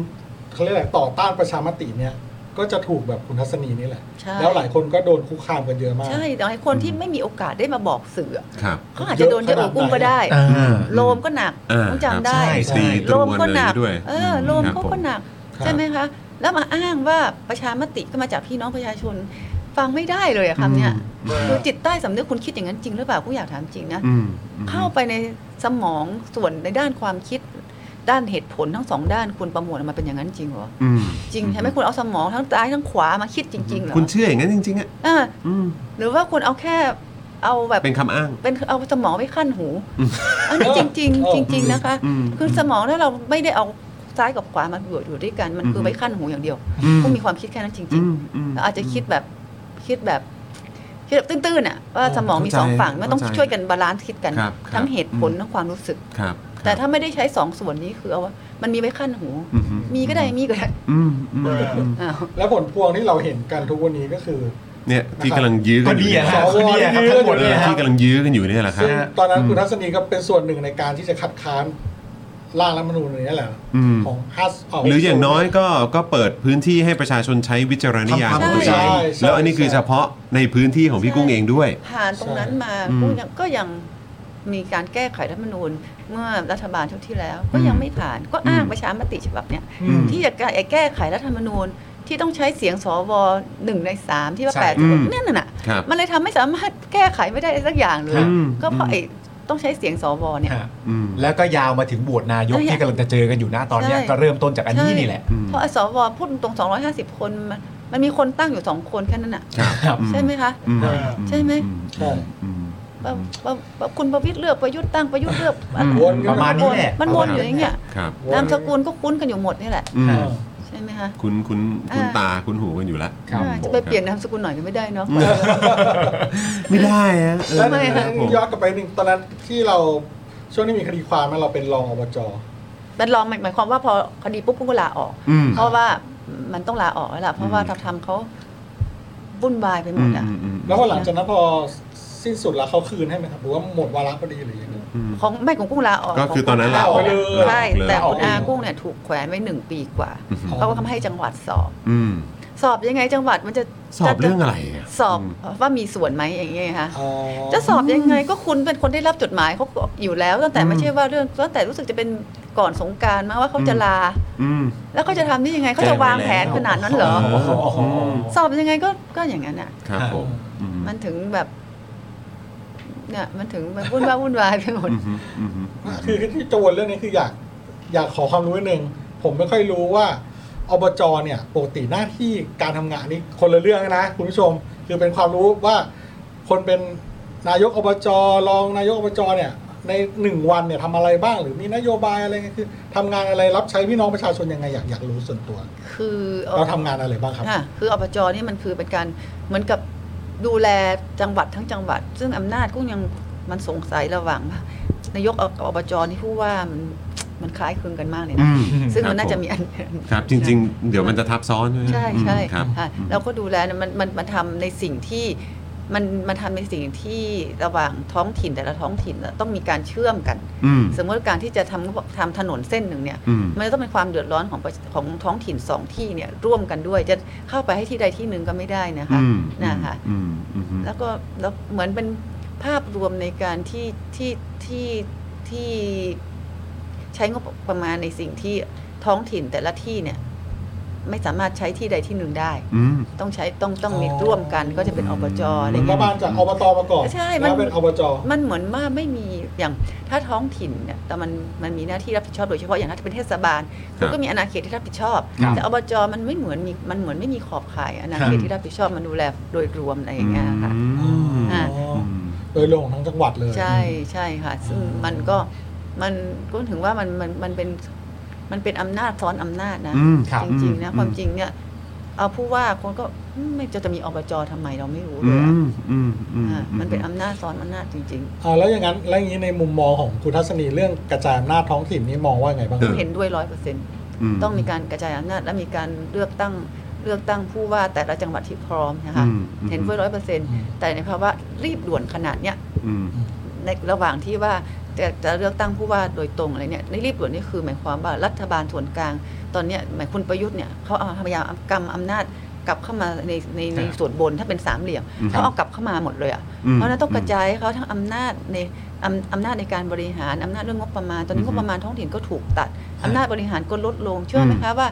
Speaker 4: เขาเรียกอะไรต่อต้านประชามติเนี่ย ก็จะถูกแบบคุณทัศนีนี่แหละ
Speaker 5: ใช่
Speaker 4: แล้วหลายคนก็โดนคุกคามกันเยอะมาก
Speaker 5: ใช่แต่ให้คนที่ไม่มีโอกาสได้มาบอกสื่ออะ
Speaker 1: ครับ
Speaker 5: เขาอาจจะโดนเจะโอกุ้งก็ได้โลมก็หนัก
Speaker 1: อ่า
Speaker 5: ต้องจำได้
Speaker 1: ครับ
Speaker 4: ใช่
Speaker 1: ตีตร
Speaker 5: โล
Speaker 1: ว
Speaker 5: ม
Speaker 1: น
Speaker 5: ก็
Speaker 1: อะไรอ
Speaker 5: ห
Speaker 1: ย่าง
Speaker 5: นัก
Speaker 1: นี้ด้วย
Speaker 5: เออโลม
Speaker 1: ครับ
Speaker 5: เขา
Speaker 1: ผ
Speaker 5: ก็หนัก
Speaker 4: ครับ
Speaker 5: ใช่ไหมคะ แล้วมาอ้างว่าประชามติก็มาจากพี่น้องประชาชน ฟังไม่ได้เลยอะคำเนี้ยคือจิตใต้สำนึกคุณคิดอย่างนั้นจริงหรือเปล่ากูอยากถามจริงนะ
Speaker 1: อืมอืม
Speaker 5: เข้าไปในสมองส่วนในด้านความคิดด้านเหตุผลทั้งสองด้านคุณประมวลออกมาเป็นอย่างนั้นจริงเหรอ
Speaker 1: อืม
Speaker 5: จริงใช่ไหมคุณเอาสมองทั้งซ้ายทั้งขวามาคิดจริงๆเหรอ
Speaker 1: คุณเชื่ออย่างนั้นจริงๆอ่ะ
Speaker 5: อ่า
Speaker 1: อืม
Speaker 5: หรือว่าคุณเอาแค่เอาแบบ
Speaker 1: เป็นคำอ้าง
Speaker 5: เป็นเอาสมองไปขั้นหูอันนี้จริง
Speaker 4: เอ
Speaker 5: ๆ
Speaker 4: อ
Speaker 5: จริง ๆนะคะ
Speaker 1: อืม
Speaker 5: คือสมองถ้าเราไม่ได้เอาซ้ายกับขวามาอยู่อยู่ด้วยกันมันคือ
Speaker 1: ม
Speaker 5: อไปขั้นหูอย่างเดียว
Speaker 1: อืม
Speaker 5: ก็มีความคิดแค่นั้นจ
Speaker 1: อื
Speaker 5: ริง
Speaker 1: มม
Speaker 5: ๆแล้วอาจจะคิดแบบคิดแบบคิดแบบตื้นๆอ่ะว่าสมองมีสอง
Speaker 1: เข้าใจ
Speaker 5: ฝั่งมันต้อง
Speaker 1: เข้าใจ
Speaker 5: ช่วยกันบาลานซ์คิดกัน
Speaker 1: ครับ
Speaker 5: ทั้ง
Speaker 1: ครับ
Speaker 5: เหตุผล
Speaker 1: อืม
Speaker 5: ทั้งความรู้สึก
Speaker 1: ครับ
Speaker 5: แต่ถ้าไม่ได้ใช้สองส่วนนี้คือเอาว่ามันมีไว้ขั้นหู
Speaker 1: อืม
Speaker 5: มีก็ได้มีก็ได้
Speaker 1: อืมอืมอืม
Speaker 5: อ้าว
Speaker 4: แล้วผลพวงที่เราเห็นกันทุกวันนี้ก็คือ
Speaker 1: เนี่ยที่กำลังยื้อ
Speaker 7: ก็
Speaker 1: กันอยู่
Speaker 7: นี่
Speaker 1: เนี่ย
Speaker 7: ฮะก็นี่ครับทั้งหมด
Speaker 1: เอ
Speaker 7: เลย
Speaker 1: อ
Speaker 7: ฮะ
Speaker 1: ที่กำลังยื้อกันอยู่เนี่ยแหละครับ
Speaker 4: ซึ่งตอนนั้น
Speaker 1: อืม
Speaker 4: คุณทัศนีก็เป็นส่วนหนึ่งในการที่จะขัดค้านร่างรัฐธรรมนูญอันนี้แหละ
Speaker 1: อืม
Speaker 4: ของฮัสก
Speaker 1: หรืออย่างน้อยก็ก็เปิดพื้นที่ให้ประชาชนใช้วิจารณญาณของตัวเอ
Speaker 4: ใช่
Speaker 1: ง
Speaker 4: ใช่
Speaker 1: แล้วอันนี้คือเฉพาะในพื้นที่ของพี่กุ้งเองด้วย
Speaker 5: ผ่านตรงนั้นมา
Speaker 1: อืม
Speaker 5: ก็ยังก็ยังมีการแก้ไขรัฐธรรมนูญเมื่อรัฐบาลชุดที่แล้ว ก็
Speaker 1: อืม
Speaker 5: ยังไม่ผ่านก็อ้าง
Speaker 1: อืม
Speaker 5: ประชามติฉบับเนี้ย
Speaker 1: อืม
Speaker 5: ที่จะแก้ไขรัฐธรรมนูญที่ต้องใช้เสียงสวหนึ่งในสามที่ว่า
Speaker 7: ใช่
Speaker 5: แปด
Speaker 1: อืม
Speaker 5: นั่นน่ะ
Speaker 1: ครับ
Speaker 5: มันเลยทำไม่สามารถแก้ไขไม่ได้สักอย่างเลย
Speaker 1: อืม
Speaker 5: ก็เพราะไอ้ต้องใช้เสียงสวเนี่ย
Speaker 7: ฮะ
Speaker 1: อืม
Speaker 7: แล้วก็ยาวมาถึงบวชนายกที่กำลังจะเจอกันอยู่นะตอนเนี้ย
Speaker 5: ใช่
Speaker 7: ก็เริ่มต้นจากอันนี้นี่แหละ
Speaker 1: อืม
Speaker 5: เพราะอสวพูดตรงๆ250 คนมันมันมีคนตั้งอยู่สองคนแค่นั้นน่ะ
Speaker 7: ครับ
Speaker 5: ใช่ไหมคะ
Speaker 1: อืม
Speaker 4: อ่า
Speaker 5: ใช่ไหม
Speaker 1: อื
Speaker 4: ใช่
Speaker 1: อืม
Speaker 5: ปะปะปะคุณประวิตรเลือกประยุทธ์ตั้งประยุทธ์เลือก
Speaker 1: อืม
Speaker 5: อะไร
Speaker 4: วน
Speaker 7: ประมาณนี้แหละ
Speaker 5: มันวนอยู่อย่างเงี้ย
Speaker 1: ครับ
Speaker 5: นามสกุลก็คุ้นกันอยู่หมดนี่แหละ
Speaker 1: อืม
Speaker 5: ใช่ ใช่ไหมคะ
Speaker 1: คุณคุณคุณ
Speaker 5: อ่า
Speaker 1: ตาคุณหูกันอยู่แล้ว
Speaker 2: ครับ
Speaker 5: อ่า
Speaker 2: ผ
Speaker 5: จะ
Speaker 2: ม
Speaker 5: ไปเปลี่ยนนามสกุลหน่อยก็ไม่ได้เนาะ
Speaker 1: ไม่ได้ฮะเออ
Speaker 4: แล้ว
Speaker 5: ไม่
Speaker 1: ครับผม
Speaker 4: ย้อนกลับไปหนึ่งตอนนั้นที่เราช่วงนี้มีคดีความนะเราเป็นรองอบจ
Speaker 5: มันลองหมายหมายความว่าพอคดีปุ๊บกุ้งก็ลาออก
Speaker 1: อืม
Speaker 5: เพราะว่ามันต้องลาออกแล้วล่ะเพราะว่า
Speaker 1: อืม
Speaker 5: ทำทำเขาวุ่นวายไปหมดอ่ะ
Speaker 1: อืม
Speaker 4: แล้วพอหลังจากนั้นพอสิ้นสุดแล้วเขาคืนให้ไหมครับหรือว่าหมดวาระพอดีหรือยังไง
Speaker 1: อืม
Speaker 5: ของไม่ของกุ้งลาออก
Speaker 1: ก็คือตอนนั้นลาออก
Speaker 4: ลาออกเลย
Speaker 5: ใช่
Speaker 1: ลาออกเลย
Speaker 5: แต่คุณอากุ้งเนี่ยถูกแขวนไว้หนึ่งปีกว่า
Speaker 1: อือหือ
Speaker 5: เขาก็ทำให้จังหวัดสอบ
Speaker 1: อืม
Speaker 5: สอบยังไงจังหวัดมันจะ
Speaker 1: สอบเรื่องอะไระ
Speaker 5: สอบ
Speaker 1: ม
Speaker 5: ว่ามีส่วนไหมอย่างเงี้ยค่ะ
Speaker 4: อ๋อ
Speaker 5: จะสอบยังไงก็คุณเป็นคนได้รับจดหมายเขาอยู่แล้ว ตั้งแต่ไม่ใช่ว่าเรื่องตั้งแต่รู้สึกจะเป็นก่อนสงกรารมั้งว่าเขาจะลา
Speaker 1: อืม
Speaker 5: แล้วเขาจะทำได้ยังไงเขาจะวางแผนขนาดนั้นเหรอ สอบยังไงก็ก็อย่างนั้นอ่ะ
Speaker 1: ครับผมอืม
Speaker 5: มันถึงแบบเนี่ยมันถึงแบบวุ่นวายวุ่นวายไปหมด
Speaker 1: อืมฮึอืมฮึ
Speaker 4: คือคือที่จะวนเรื่องนี้คืออยากอยากขอความรู้นิดนึงผมไม่ค่อยรู้ว่าอบจเนี่ยปกติหน้าที่การทำงานนี่คนละเรื่องนะคุณผู้ชมคือเป็นความรู้ว่า คนเป็นนายกอบจรองนายกอบจเนี่ย ในหนึ่งวันเนี่ยทำอะไรบ้าง หรือมีนโยบายอะไรไงคือทำงานอะไรรับใช้พี่น้องประชาชนยังไงอยากอยากรู้ส่วนตัว
Speaker 5: คือ
Speaker 4: เราทำงานอะไรบ้างครับ
Speaker 5: ค่ะคืออบจนี่มันคือเป็นการเหมือนกับดูแลจังหวัดทั้งจังหวัด ซึ่งอำนาจก็ยังมันสงสัยระหว่างว่านายกกับอบจนี่ผู้ว่ามันมันคล้ายคลึงกันมากเลย
Speaker 1: อื
Speaker 5: นะ
Speaker 1: ม
Speaker 5: ซึ่งมันน่าจะมี
Speaker 1: ครับผ
Speaker 5: อัน
Speaker 1: ครับจริง ๆ เดี๋ยวมันจะทับซ้อนไหม
Speaker 5: ใช่ใช่
Speaker 1: อืมครับ
Speaker 5: ค่ะเราก็ดูแลนะมันมันมันทำในสิ่งที่มันมันทำในสิ่งที่ระหว่างท้องถิ่นแต่ละท้องถิ่นน่ะต้องมีการเชื่อมกัน
Speaker 1: อืม
Speaker 5: สมมติการที่จะทำทำถนนเส้นหนึ่งเนี่ย
Speaker 1: อืม
Speaker 5: มันจะต้องเป็นความเดือดร้อนของประของท้องถิ่นสองที่เนี่ยร่วมกันด้วยจะเข้าไปให้ที่ใดที่หนึ่งก็ไม่ได้นะคะ
Speaker 1: อืม
Speaker 5: นะคะ
Speaker 1: อืมอืมอืม
Speaker 5: แล้วก็แล้วเหมือนเป็นภาพรวมในการที่ที่ที่ที่ใช้งบประมาณในสิ่งที่ท้องถิ่นแต่ละที่เนี่ยไม่สามารถใช้ที่ใดที่หนึ่งได้
Speaker 1: อืม
Speaker 5: ต้องใช้ต้องต้องมี
Speaker 4: อ๋อ
Speaker 5: ร่วมกันก็จะเป็นอบจอะไร
Speaker 4: รั
Speaker 5: เงี้ย
Speaker 4: ฐบาลจากอบตมาก่อน
Speaker 5: ใช่มัน
Speaker 4: แล้วเป็นอบจ
Speaker 5: มันเหมือนว่าไม่มีอย่างถ้าท้องถิ่นเนี่ยแต่มันมันมีหน้าที่รับผิดชอบโดยเฉพาะอย่างถ้าเป็นเทศบาลคุณก็มีอาณาเขตที่รับผิดชอบ
Speaker 2: ครับ
Speaker 5: แต่อบจมันไม่เหมือนมีมันเหมือนไม่มีขอบข่ายอาณาเขตที่รับผิดชอบมันดูแลโดยรวมอะไรอย่างเงี้ยค่ะ อ่า
Speaker 1: อืม
Speaker 4: โดยรวมของทั้งจังหวัดเลย
Speaker 5: ใช่ใช่ค่ะ ซึ่งมันก็มันก็ถึงว่ามันมันมันเป็นมันเป็นอำนาจซ้อนอำนาจนะ
Speaker 1: อืม
Speaker 2: ครับ
Speaker 5: จริงๆนะ
Speaker 1: อืม
Speaker 5: ความจริงเนี่ยเอาผู้ว่าคนก็อืมไม่จะจะมีอบจทำไมเราไม่รู้เล
Speaker 1: อื
Speaker 5: ยอะ
Speaker 1: มอืมอืม
Speaker 5: อ่ามันเป็นอำนาจซ้อนอำนาจจริง
Speaker 4: อ่าแล้วอย่างนั้นแล้วอย่างนี้ในมุมมองของคุณทัศนีเรื่องกระจายอำนาจท้องถิ่นนี่มองว่าไงบ้างครับ
Speaker 5: ๆ เห็นด้วยร้อยเปอร์เซ็นต์
Speaker 1: ม
Speaker 5: ต้องมีการกระจายอำนาจและมีการเลือกตั้งเลือกตั้งผู้ว่าแต่ละจังหวัดที่พร้อมนะคะ
Speaker 1: อืมอืม
Speaker 5: เห็นด้วยร้อยเปอร์เซ็นต์แต่ในภาวะรีบด่วนขนาดเนี้ย
Speaker 1: อืม
Speaker 5: ในระหว่างที่ว่าจะจะเลือกตั้งผู้ว่าโดยตรงอะไรเนี่ยในรีบด่วนนี่คือหมายความว่ารัฐบาลส่วนกลาง ตอนเนี้ยหมายคุณประยุทธ์เนี่ยเขาเอาพยายามกำอำนาจกลับเข้ามาในในในส่วนบนถ้าเป็นสามเหลี่ยมเขาเอากลับเข้ามาหมดเลยอะ เพราะฉะนั้นต้องกระจายให้เขาทั้งอำนาจในอำอำนาจในการบริหารอำนาจเรื่องงบประมาณ ตอนนี้งบประมาณท้องถิ่นก็ถูกตัดอำนาจบริหารก็ลดลง เชื่อไหมคะว่า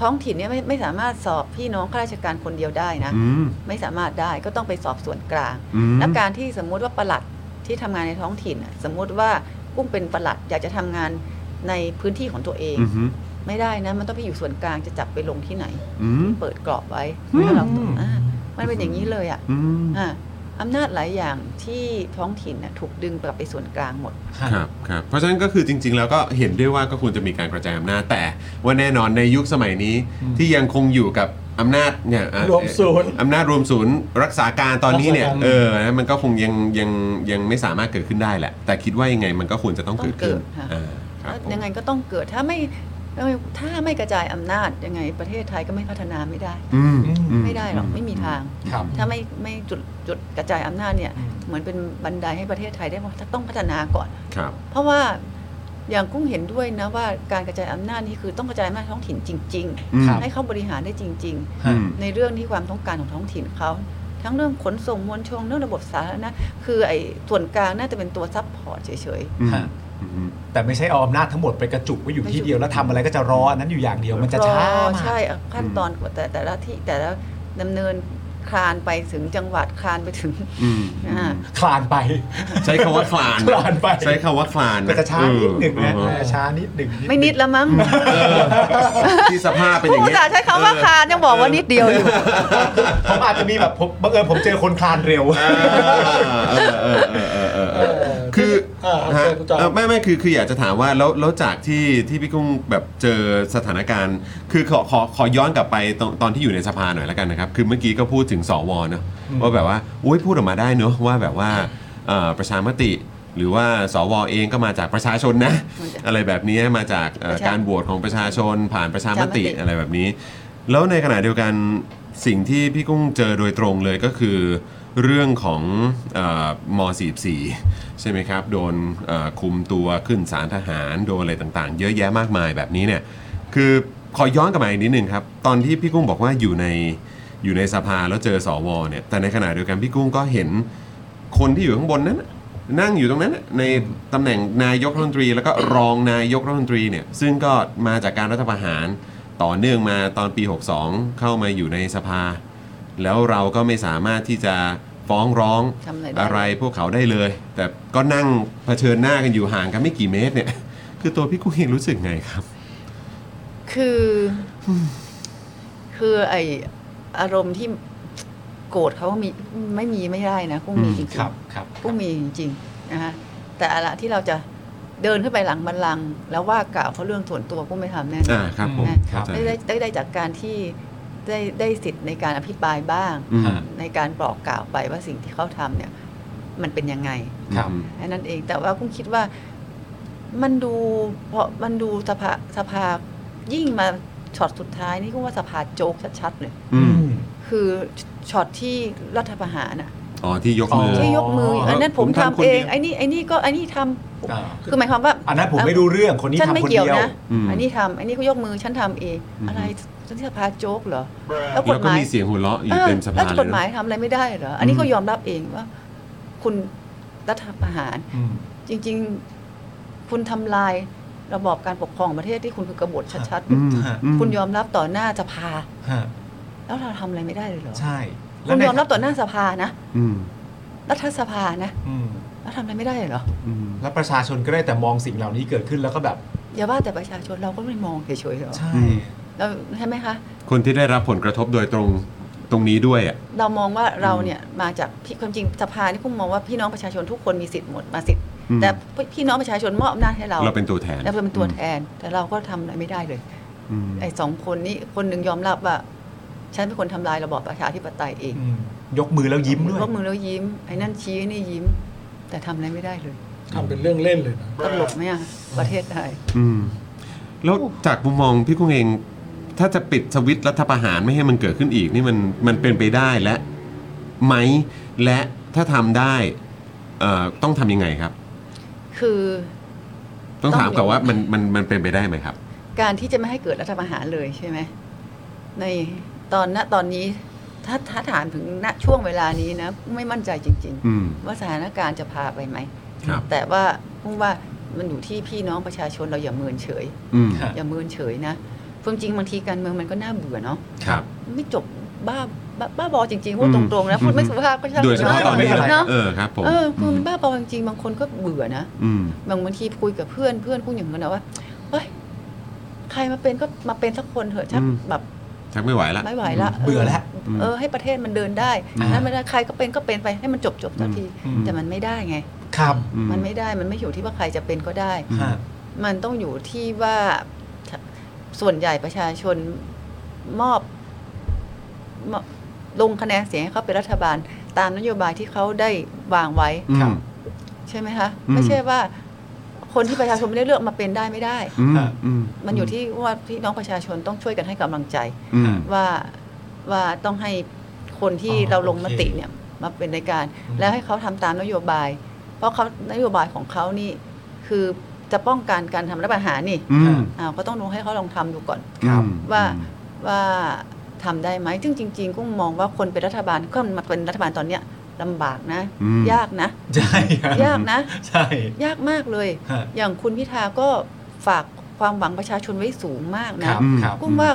Speaker 5: ท้องถิ่นเนี่ยไม่ไม่สามารถสอบพี่น้องข้าราชการคนเดียวได้นะ
Speaker 1: อืม
Speaker 5: ไม่สามารถได้ก็ต้องไปสอบส่วนกลาง
Speaker 1: อืม
Speaker 5: และการที่สมมุติว่าประหลัดที่ทำงานในท้องถิ่นน่ะสมมุติว่ากุ้งเป็นประหลัดอยากจะทำงานในพื้นที่ของตัวเอง
Speaker 1: อือหือ
Speaker 5: ไม่ได้นะมันต้องไปอยู่ส่วนกลางจะจับไปลงที่ไหน
Speaker 1: อืม
Speaker 5: เปิดกรอบไว้
Speaker 1: อืม
Speaker 5: ให้เราตรวจอ่ามันเป็นอย่างนี้เลยอ่ะ
Speaker 1: อืม
Speaker 5: อ่ะอำนาจหลายอย่างที่ท้องถิ่นน่ะถูกดึงกลับไปส่วนกลางหมด
Speaker 1: ครับครับเพราะฉะนั้นก็คือจริง ๆ แล้วก็เห็นด้วยว่าก็ควรจะมีการกระจายอำนาจแต่ว่าแน่นอนในยุคสมัยนี้ที่ยังคงอยู่กับอำนาจเนี่ยอ่ะ
Speaker 4: รวมศูนย์
Speaker 1: อำนาจรวมศูนย์รักษาการตอนนี้เนี่ย
Speaker 4: รักษาการ
Speaker 1: เออนะมันก็คงยังยังยังไม่สามารถเกิดขึ้นได้แหละ แต่คิดว่ายังไงมันก็ควรจะต้องเกิดขึ้น
Speaker 5: ต้องเกิดค่ะ
Speaker 1: อ่าครับผม
Speaker 5: ยังไงก็ต้องเกิดถ้าไม่เอ้ยถ้าไม่กระจายอำนาจยังไงประเทศไทยก็ไม่พัฒนาไม่ได้
Speaker 1: อืมอื
Speaker 5: ไม่ได้หรอกไม่มีทาง
Speaker 2: ครับ
Speaker 5: ถ้าไม่ไม่จุดจุดกระจายอำนาจเนี่ยเหมือนเป็นบันไดให้ประเทศไทยได้ว่าต้องพัฒนาก่อน
Speaker 1: ครับ
Speaker 5: เพราะว่าอย่างกุ้งเห็นด้วยนะว่าการกระจายอำนาจนี่คือต้องกระจายอำนาจท้องถิ่นจริง
Speaker 1: อืม
Speaker 5: ๆ ให้เขาบริหารได้จริง ๆ
Speaker 1: อืม
Speaker 5: ในเรื่องที่ความต้องการของท้องถิ่นเขา ทั้งเรื่องขนส่งมวลชนเรื่องระบบสาธารณะคือไอ้ส่วนกลางน่าจะเป็นตัวซับพอร์ตเฉย
Speaker 1: อืม
Speaker 2: ฮะ
Speaker 1: อืม
Speaker 2: แต่ไม่ใช่เอาอำนาจทั้งหมดไปกระจุกไว้อยู่ที่เดียวแล้วทำอะไรก็จะรออันนั้นอยู่อย่างเดียวมัน
Speaker 5: ๆ
Speaker 2: จะช้ามาก
Speaker 5: ใช่ขั้นตอนกว่าแต่แต่ละที่แต่ละดำเนินคลานไปถึงจังหวัดคลานไปถึง
Speaker 1: อืม
Speaker 5: อ่า
Speaker 2: คลานไป
Speaker 1: ใช้คำว่าคลาน
Speaker 2: คลานไป
Speaker 1: ใช้คำว่าคลาน
Speaker 2: ก็จะช้านิดหนึ่งนะ
Speaker 1: เออ
Speaker 2: เออช้านิดหนึ่ง
Speaker 5: ไม่นิดละมั้ง
Speaker 1: เออที่สภาพเป็นอ
Speaker 5: ผู้
Speaker 1: ย่างเงี้
Speaker 5: อุต
Speaker 1: ย
Speaker 5: ส่าห์ใช้คำว่าคลานยังบอกว่านิดเดียวอยู่
Speaker 2: ผมอาจจะมีแบบผมบังเอิญผมเจอคนคลานเร็ว
Speaker 1: เออเออเออเออเออเออ คือ
Speaker 4: อ่า
Speaker 1: ฮะ
Speaker 4: เชิญคุณจอห์น
Speaker 1: เอ่อไม่ไม่คือคืออยากจะถามว่าแล้วแล้วจากที่ที่พี่กุ้งแบบเจอสถานการณ์ คือขอขอขอย้อนกลับไปตอนตอนที่อยู่ในสภาหน่อยละกันนะครับคือเมื่อกี้ก็พูดถึงสวเนอะว่าแบบว่าอุ้ยพูดออกมาได้เนอะว่าแบบว่าเอ่อประชามติ หรือว่าสวเองก็มาจากประชาชนนะ อะไรแบบนี้มาจากเอ่อ
Speaker 5: ประชา
Speaker 1: การโหวตของประชาชนผ่านประชามติ
Speaker 5: ประชามติ
Speaker 1: อะไรแบบนี้ แล้วในขณะเดียวกันสิ่งที่พี่กุ้งเจอโดยตรงเลยก็คือเรื่องของเออม .44 ใช่ไหมครับ โดนเอ่อคุมตัวขึ้นสารทหาร โดนอะไรต่างๆ เยอะแยะมากมายแบบนี้เนี่ยคือขอย้อนกลับมาอีกนิดนึงครับ ตอนที่พี่กุ้งบอกว่าอยู่ในอยู่ในสภาแล้วเจอสวเนี่ยแต่ในขณะเดียวกันพี่กุ้งก็เห็น คนที่อยู่ข้างบนนั้นน่ะนั่งอยู่ตรงนั้นน่ะในตำแหน่งนายกรัฐมนตรี แล้วก็รองนายกรัฐมนตรีเนี่ยซึ่งก็มาจากการรัฐประหารต่อเนื่องมาตอนปี 62 เข้ามาอยู่ในสภา แล้วเราก็ไม่สามารถที่จะฟ้องร้อง
Speaker 5: ทำอะไรได้
Speaker 1: อะไรพวกเขาได้เลย แต่ก็นั่งเผชิญหน้ากันอยู่ห่างกันไม่กี่เมตรเนี่ย คือตัวพี่กุ้งเองรู้สึกไงครับ
Speaker 5: คือ คือไออารมณ์ที่โกรธเขามีไม่มีไม่ได้นะกุ้งมี
Speaker 1: อืม
Speaker 5: จริงๆ
Speaker 7: ครับครับ
Speaker 5: ก็มีจริงๆนะฮะแต่อะละที่เราจะเดินขึ้นไปหลังบัลลังก์แล้วว่ากล่าวเพราะเรื่องส่วนตัวกุ้งไม่ทำแน่น
Speaker 1: อ่า
Speaker 5: อน
Speaker 1: ครับผม
Speaker 5: นะ
Speaker 1: เข้าใจ
Speaker 5: ได้ได้ได้ได้จากการที่ได้ได้สิทธิ์ในการอภิปรายบ้าง
Speaker 1: อืม
Speaker 5: ในการบอกกล่าวไปว่าสิ่งที่เขาทำเนี่ย มันเป็นยังไง
Speaker 7: ครับ
Speaker 5: อันนั้นเองแต่ว่ากุ้งคิดว่ามันดูเพราะมันดูสภาสภายิ่งมาช็อตสุดท้ายนี่กุ้งว่าสภาโจกชัดๆเลย
Speaker 1: อืม
Speaker 5: คือช็อตที่รัฐประหารน่ะ
Speaker 1: อ๋อที่ยกมือ
Speaker 5: ที่ยกมืออยู่
Speaker 7: อ๋ออั
Speaker 5: อันนั้นผม
Speaker 1: ผม
Speaker 5: ทำ
Speaker 1: ทำคน
Speaker 5: เอ
Speaker 1: เดี
Speaker 5: ง
Speaker 1: ยว
Speaker 5: ไอ้นี่ไอ้นี่ก็ไอ้นี่ทำ
Speaker 7: อ่า
Speaker 5: คือหมายความว่า
Speaker 7: อันนั้นผมไม่รู้เรื่องคนนี้
Speaker 5: ฉัน
Speaker 7: ทำ
Speaker 5: ไม่
Speaker 7: คน
Speaker 5: เกี่ยว
Speaker 7: เดียว
Speaker 5: นะ
Speaker 1: อืม
Speaker 5: อันนี้ทำอันนี้ก็ยกมือฉันทำเอง
Speaker 1: อืม
Speaker 5: อะไรฉันที่สภาโจ๊กเหรอ
Speaker 1: แล้วก็มีเสียงหัวเราะอยู่เต็มส
Speaker 5: แล้
Speaker 1: ภาวเลย
Speaker 5: กฎห
Speaker 1: นะ
Speaker 5: มายทำอะไรไม่ได้เหรออันนี้ก็ยอมรับเองว่า คุณรัฐประหาร
Speaker 7: อืม
Speaker 5: จริง ๆ คุณทำลายระบอบการปกครองประเทศที่คุณคือกบฏชัด
Speaker 1: อืมม
Speaker 5: ๆคุณยอมรับต่อหน้าสภา
Speaker 7: ฮะ
Speaker 5: แล้วเราทำอะไรไม่ได้เลยเหรอ
Speaker 7: ใช่
Speaker 5: คุณ
Speaker 7: ใน
Speaker 5: ยอมรับต่อหน้าสภานะ
Speaker 1: อืม
Speaker 5: รัฐสภานะ
Speaker 7: อืม
Speaker 5: แล้วทำอะไรไม่ได้เลยเหรอ
Speaker 1: อืม
Speaker 7: แล้วประชาชนก็ได้แต่มองสิ่งเหล่านี้เกิดขึ้นแล้วก็แบบ
Speaker 5: อย่าว่าแต่ประชาชนเราก็ไม่มองเฉยๆหรอก
Speaker 7: ใช่
Speaker 1: อืม
Speaker 5: เราใช่ไหมคะ
Speaker 1: คนที่ได้รับผลกระทบโดยตรงตรงนี้ด้วยอ่ะ
Speaker 5: เรามองว่าเราเนี่ยมาจากพี่ความจริงสภาที่พุ่งมองว่าพี่น้องประชาชนทุกคนมีสิทธิ์หมดมาสิทธิ์
Speaker 1: อืม
Speaker 5: แต่พี่น้องประชาชนมอบอำนาจให้เรา
Speaker 1: เราเป็นตัวแทน
Speaker 5: เราเป็นตัวแทน แต่เราก็ทำอะไรไม่ได้เลย
Speaker 1: อืม
Speaker 5: ไอ้สองคนนี้คนหนึ่งยอมรับว่า ฉันเป็นคนทำลายระบอบประชาธิปไตยเอง
Speaker 7: อืมยกมือแล้วยิ้มด้วย
Speaker 5: ยกมือแล้วยิ้มไอ้นั่นชี้ไอ้นี่ยิ้ม แต่ทำอะไรไม่ได้เลย
Speaker 4: ทำเป็นเรื่องเล่นเลยนะ
Speaker 5: ตลกไหมอะประเทศไทย
Speaker 1: อืมแล้วจากมุมมองพี่กุ้งเอง ถ้าจะปิดสวิตช์รัฐประหารไม่ให้มันเกิดขึ้นอีก นี่มันมันเป็นไปได้และไหมและถ้าทำได้เอ่อต้องทำยังไงครับ
Speaker 5: คือ
Speaker 1: ต้องถามก่อนว่ามันมันมันเป็นไปได้ไหมครับ
Speaker 5: การที่จะไม่ให้เกิดรัฐประหารเลยใช่ไหมในตอนณตอนนี้ถ้าถ้าถามถึงณช่วงเวลานี้นะ ไม่มั่นใจจริง ๆ
Speaker 1: อืม
Speaker 5: ว่าสถานการณ์จะพาไปไหม
Speaker 1: ครับ
Speaker 5: แต่ว่าพุ่งว่ามันอยู่ที่พี่น้องประชาชนเราอย่าเมินเฉย
Speaker 1: อืม
Speaker 7: ครับ
Speaker 5: อย่าเมินเฉยนะความจริงบางทีการเมืองมันก็น่าเบื่อเนาะ
Speaker 1: ครับ
Speaker 5: ไม่จบบ้าบ้าบ้าบอจริงๆพูด
Speaker 1: อื
Speaker 5: ต
Speaker 1: ม
Speaker 5: รงๆนะ
Speaker 1: อืม
Speaker 5: พูดไม่สุภาพก็ช่าง
Speaker 1: โดยเฉพาะตอนนี้นะ
Speaker 5: เนาะ
Speaker 1: เออครับผม
Speaker 5: เออคือมันบ้าบอจริงๆบางคนก็เบื่อนะ
Speaker 1: อืม
Speaker 5: บางบางทีคุยกับเพื่อนเพื่อนพูดอย่างนั้นนะว่าเฮ้ยใครมาเป็นก็มาเป็นสักคนเถอะชัก
Speaker 1: อืม
Speaker 5: แบบ
Speaker 1: ชักไม่ไหวละ
Speaker 5: ไม่ไหวละ
Speaker 7: เบื่อแล้ว
Speaker 5: เออให้ประเทศมันเดินได้
Speaker 7: อ่า
Speaker 5: นั้นไม่ได้ใครก็เป็นก็เป็นไปให้มันจบจบๆสักที
Speaker 7: อื
Speaker 5: แต่มันไม่ได้ไง
Speaker 7: ครับ
Speaker 1: อืม
Speaker 5: มันไม่ได้ มันไม่อยู่ที่ว่าใครจะเป็นก็ได้
Speaker 7: ฮะ
Speaker 5: มันต้องอยู่ที่ว่าส่วนใหญ่ประชาชนมอบมอบลงคะแนนเสียงให้เขาเป็นรัฐบาล ตามนโยบายที่เขาได้วางไว้
Speaker 1: อืม
Speaker 5: ใช่ไหมคะ
Speaker 1: อืม
Speaker 5: ไม่ใช่ว่า คนที่ประชาชนไม่ได้เลือกมาเป็นได้ไม่ได้
Speaker 1: อืมอืม
Speaker 5: มันอยู่ที่ว่าพี่น้องประชาชนต้องช่วยกันให้กำลังใจ
Speaker 1: อืม
Speaker 5: ว่าว่าต้องให้คนที่
Speaker 7: อ๋อ
Speaker 5: เราลง
Speaker 7: โอ
Speaker 5: ม
Speaker 7: เค
Speaker 5: ติเนี่ยมาเป็นในการ
Speaker 7: อืม
Speaker 5: แล้วให้เขาทำตามนโยบาย เพราะเขานโยบายของเขานี่ คือจะป้องกันการทำรัฐประหารนี่
Speaker 1: อืม
Speaker 5: อ้าวก็ต้องลงให้เขาลองทำดูก่อน
Speaker 1: ครับ
Speaker 5: ว่าว่าทำได้ไหมซึ่งจริง ๆ กุ้งมองว่าคนเป็นรัฐบาลก็มาเป็นรัฐบาลตอนเนี้ยลำบากนะ
Speaker 1: อืม
Speaker 5: ยากนะ
Speaker 7: ใช่ ครับ
Speaker 5: ยากนะ
Speaker 7: ใช่
Speaker 5: ยากมากเลย
Speaker 7: ฮะ
Speaker 5: อย่างคุณพิธาก็ฝากความหวังประชาชนไว้สูงมาก
Speaker 7: ค
Speaker 5: นะ
Speaker 7: รับครับ
Speaker 5: กุ้งว่า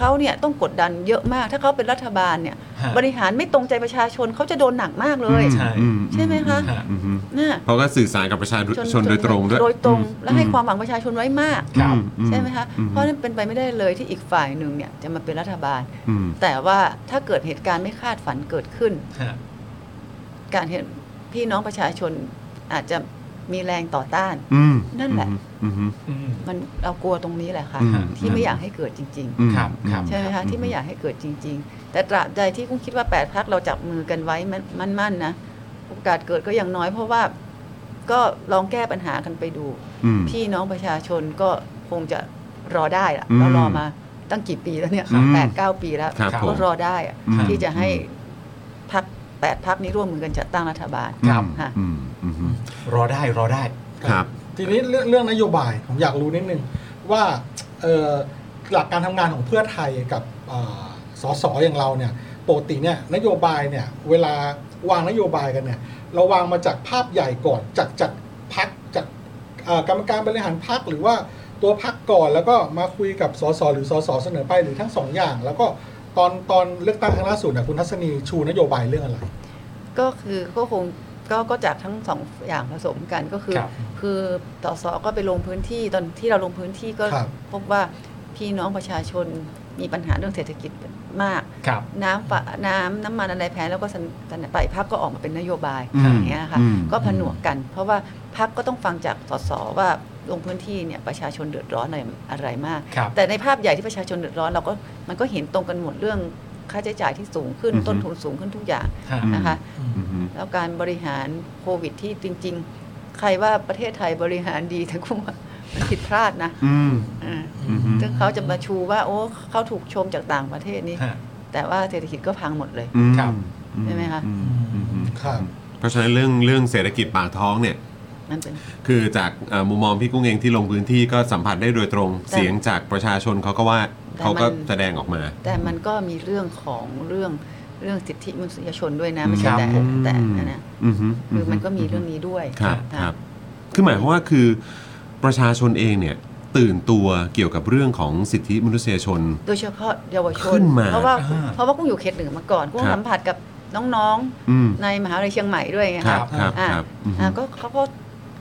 Speaker 5: เขาเนี่ยต้องกดดันเยอะมาก ถ้าเขาเป็นรัฐบาลเนี่ย
Speaker 7: ฮะ
Speaker 5: บริหารไม่ตรงใจประชาชนเขาจะโดนหนักมากเลย
Speaker 7: ใช่
Speaker 1: อืม
Speaker 5: ใช่ไหมคะ
Speaker 7: ฮะ
Speaker 1: อืมอืม
Speaker 5: น่ะ
Speaker 1: เพราะก็สื่อสารกับประชาชนโดยตรงด้วย
Speaker 5: โดยตรงและให้
Speaker 1: อืม
Speaker 5: ความหวังประชาชนไว้มาก
Speaker 7: ครับ
Speaker 5: ใช่ไหมคะ
Speaker 1: อืม
Speaker 5: เพราะนั้นเป็นไปไม่ได้เลยที่อีกฝ่ายหนึ่งเนี่ยจะมาเป็นรัฐบาล
Speaker 1: อืม
Speaker 5: แต่ว่าถ้าเกิดเหตุการณ์ไม่คาดฝันเกิดขึ้น
Speaker 7: ฮะ
Speaker 5: การเห็นพี่น้องประชาชนอาจจะ มีแรงต่อต้าน
Speaker 1: อืม
Speaker 5: นั่นแหละ
Speaker 1: อืมอืม
Speaker 2: อืม
Speaker 5: มันเรากลัวตรงนี้แหละค่ะ
Speaker 1: อืม
Speaker 5: ที่ไม่อยากให้เกิดจริง
Speaker 1: อืม
Speaker 2: ครับครับ
Speaker 5: ๆ ใช่ไหมคะที่ไม่อยากให้เกิดจริง ๆ แต่ตราบใดที่กุ้งคิดว่า8ปดพักเราจับมือกันไว้มันมั่นๆนะโอกาสเกิดก็ยังน้อยเพราะว่าก็ลองแก้ปัญหากันไปดู
Speaker 1: อืม
Speaker 5: พี่น้องประชาชนก็คงจะรอได้ละ
Speaker 1: อืม
Speaker 5: เรารอมาตั้งกี่ปีแล้วเนี่ย
Speaker 1: อืม
Speaker 5: แปดเก้าปีแล้ว
Speaker 1: ครับผม
Speaker 5: ก็รอได้อะ
Speaker 1: อืม
Speaker 5: ที่จะให้พักแปดพักนี้ร่วมมือกันจัดตั้งรัฐบาล
Speaker 1: ครับ
Speaker 5: ค่ะ
Speaker 1: อืมอืมอืม
Speaker 2: รอได้รอได้
Speaker 1: ครับ
Speaker 4: ทีนี้เรื่องเรื่องนโยบายผมอยากรู้นิดนึงว่าเอ่อหลักการทำงานของเพื่อไทยกับอ่าสสอย่างเราเนี่ยปกติเนี่ยนโยบายเนี่ยเวลาวางนโยบายกันเนี่ยเราวางมาจากภาพใหญ่ก่อนจากจากพักจากอ่ากรรมการบริหารพักหรือว่าตัวพักก่อนแล้วก็มาคุยกับสสหรือสสเสนอไปหรือทั้งสองอย่าง แล้วก็ตอนตอนเลือกตั้งครั้งล่าสุดนะคุณทัศนีชูนโยบายเรื่องอะไร
Speaker 5: ก็คือก็คงก็ก็จากทั้งสองอย่างผสมกันก็คือ
Speaker 2: ครับ
Speaker 5: คือต่อสอก็ไปลงพื้นที่ตอนที่เราลงพื้นที่ก็
Speaker 4: ครับ
Speaker 5: พบว่าพี่น้องประชาชนมีปัญหาเรื่องเศรษฐกิจมาก
Speaker 2: ครับ
Speaker 5: น้ำฝะน้ำน้ำมันอะไรแพงแล้วก็สันสันไปพักก็ออกมาเป็นนโยบาย
Speaker 1: อืม
Speaker 5: อย่างเงี้ยค่ะ
Speaker 1: อืม
Speaker 5: ก็ผนวกกัน เพราะว่าพักก็ต้องฟังจากสสว่าลงพื้นที่เนี่ยประชาชนเดือดร้อนอะไรอะไรมาก
Speaker 2: ครับ
Speaker 5: แต่ในภาพใหญ่ที่ประชาชนเดือดร้อนเราก็มันก็เห็นตรงกันหมดเรื่องค่าใช้จ่ายที่สูงขึ้น
Speaker 1: อือฮึ
Speaker 5: ต้นทุนสูงขึ้นทุกอย่าง
Speaker 2: ฮะ
Speaker 5: นะคะ
Speaker 1: อืมอืม
Speaker 5: แล้วการบริหารโควิดที่จริง ๆ ใครว่าประเทศไทยบริหารดีแต่ก็ว่า มันผิดพลาดนะ
Speaker 1: อืม
Speaker 5: อ่า
Speaker 1: อืม
Speaker 5: ซึ่งเขาจะมาชูว่า โอ้เขาถูกชมจากต่างประเทศนี่
Speaker 2: ฮะ
Speaker 5: แต่ว่าเศรษฐกิจก็พังหมดเลย
Speaker 1: อืม
Speaker 2: ครับ
Speaker 5: ใช่ไหมคะ
Speaker 1: อือืมอืม
Speaker 4: ครับ
Speaker 1: เพราะฉะนั้นเรื่องเรื่องเศรษฐกิจปากท้องเนี่ย
Speaker 5: นั่นเป็น
Speaker 1: คือจากเอ่อมุมมองพี่กุ้งเองที่ลงพื้นที่ก็สัมผัสได้โดยตรง
Speaker 5: แต่
Speaker 1: เสียงจากประชาชนเขาก็ว่า
Speaker 5: แต่
Speaker 1: เขาก็
Speaker 5: มัน
Speaker 1: แสดงออกมา
Speaker 5: แต่มันก็มีเรื่องของเรื่องเรื่องสิทธิมนุษยชนด้วยนะไม่
Speaker 2: ค
Speaker 5: ใช่
Speaker 2: รับ
Speaker 5: แต่
Speaker 2: ผม
Speaker 5: แต่นะนะ
Speaker 1: อือฮึ
Speaker 5: คือมันก็มีเรื่องนี้ด้วย
Speaker 1: ครับ
Speaker 5: นะครับ
Speaker 1: คือหมายความว่าคือประชาชนเองเนี่ยตื่นตัวเกี่ยวกับเรื่องของสิทธิมนุษยชน
Speaker 5: โดยเฉพาะเยาวช
Speaker 1: ขึ้
Speaker 5: น
Speaker 1: นมา
Speaker 5: เพราะว่า
Speaker 2: อ่า
Speaker 5: เพราะว่ากุ้งอยู่เขตหนึ่งมาก่อนกุ้ง
Speaker 1: ครับ
Speaker 5: สัมผัสกับน้อง
Speaker 1: อืม
Speaker 5: ๆ ในมหาวิทยาลัยเชียงใหม่ด้วยไง
Speaker 1: ครับ
Speaker 5: คะ
Speaker 1: ครับ
Speaker 5: อ่า
Speaker 1: ครับอือฮึ
Speaker 5: อ่าก็เขาก็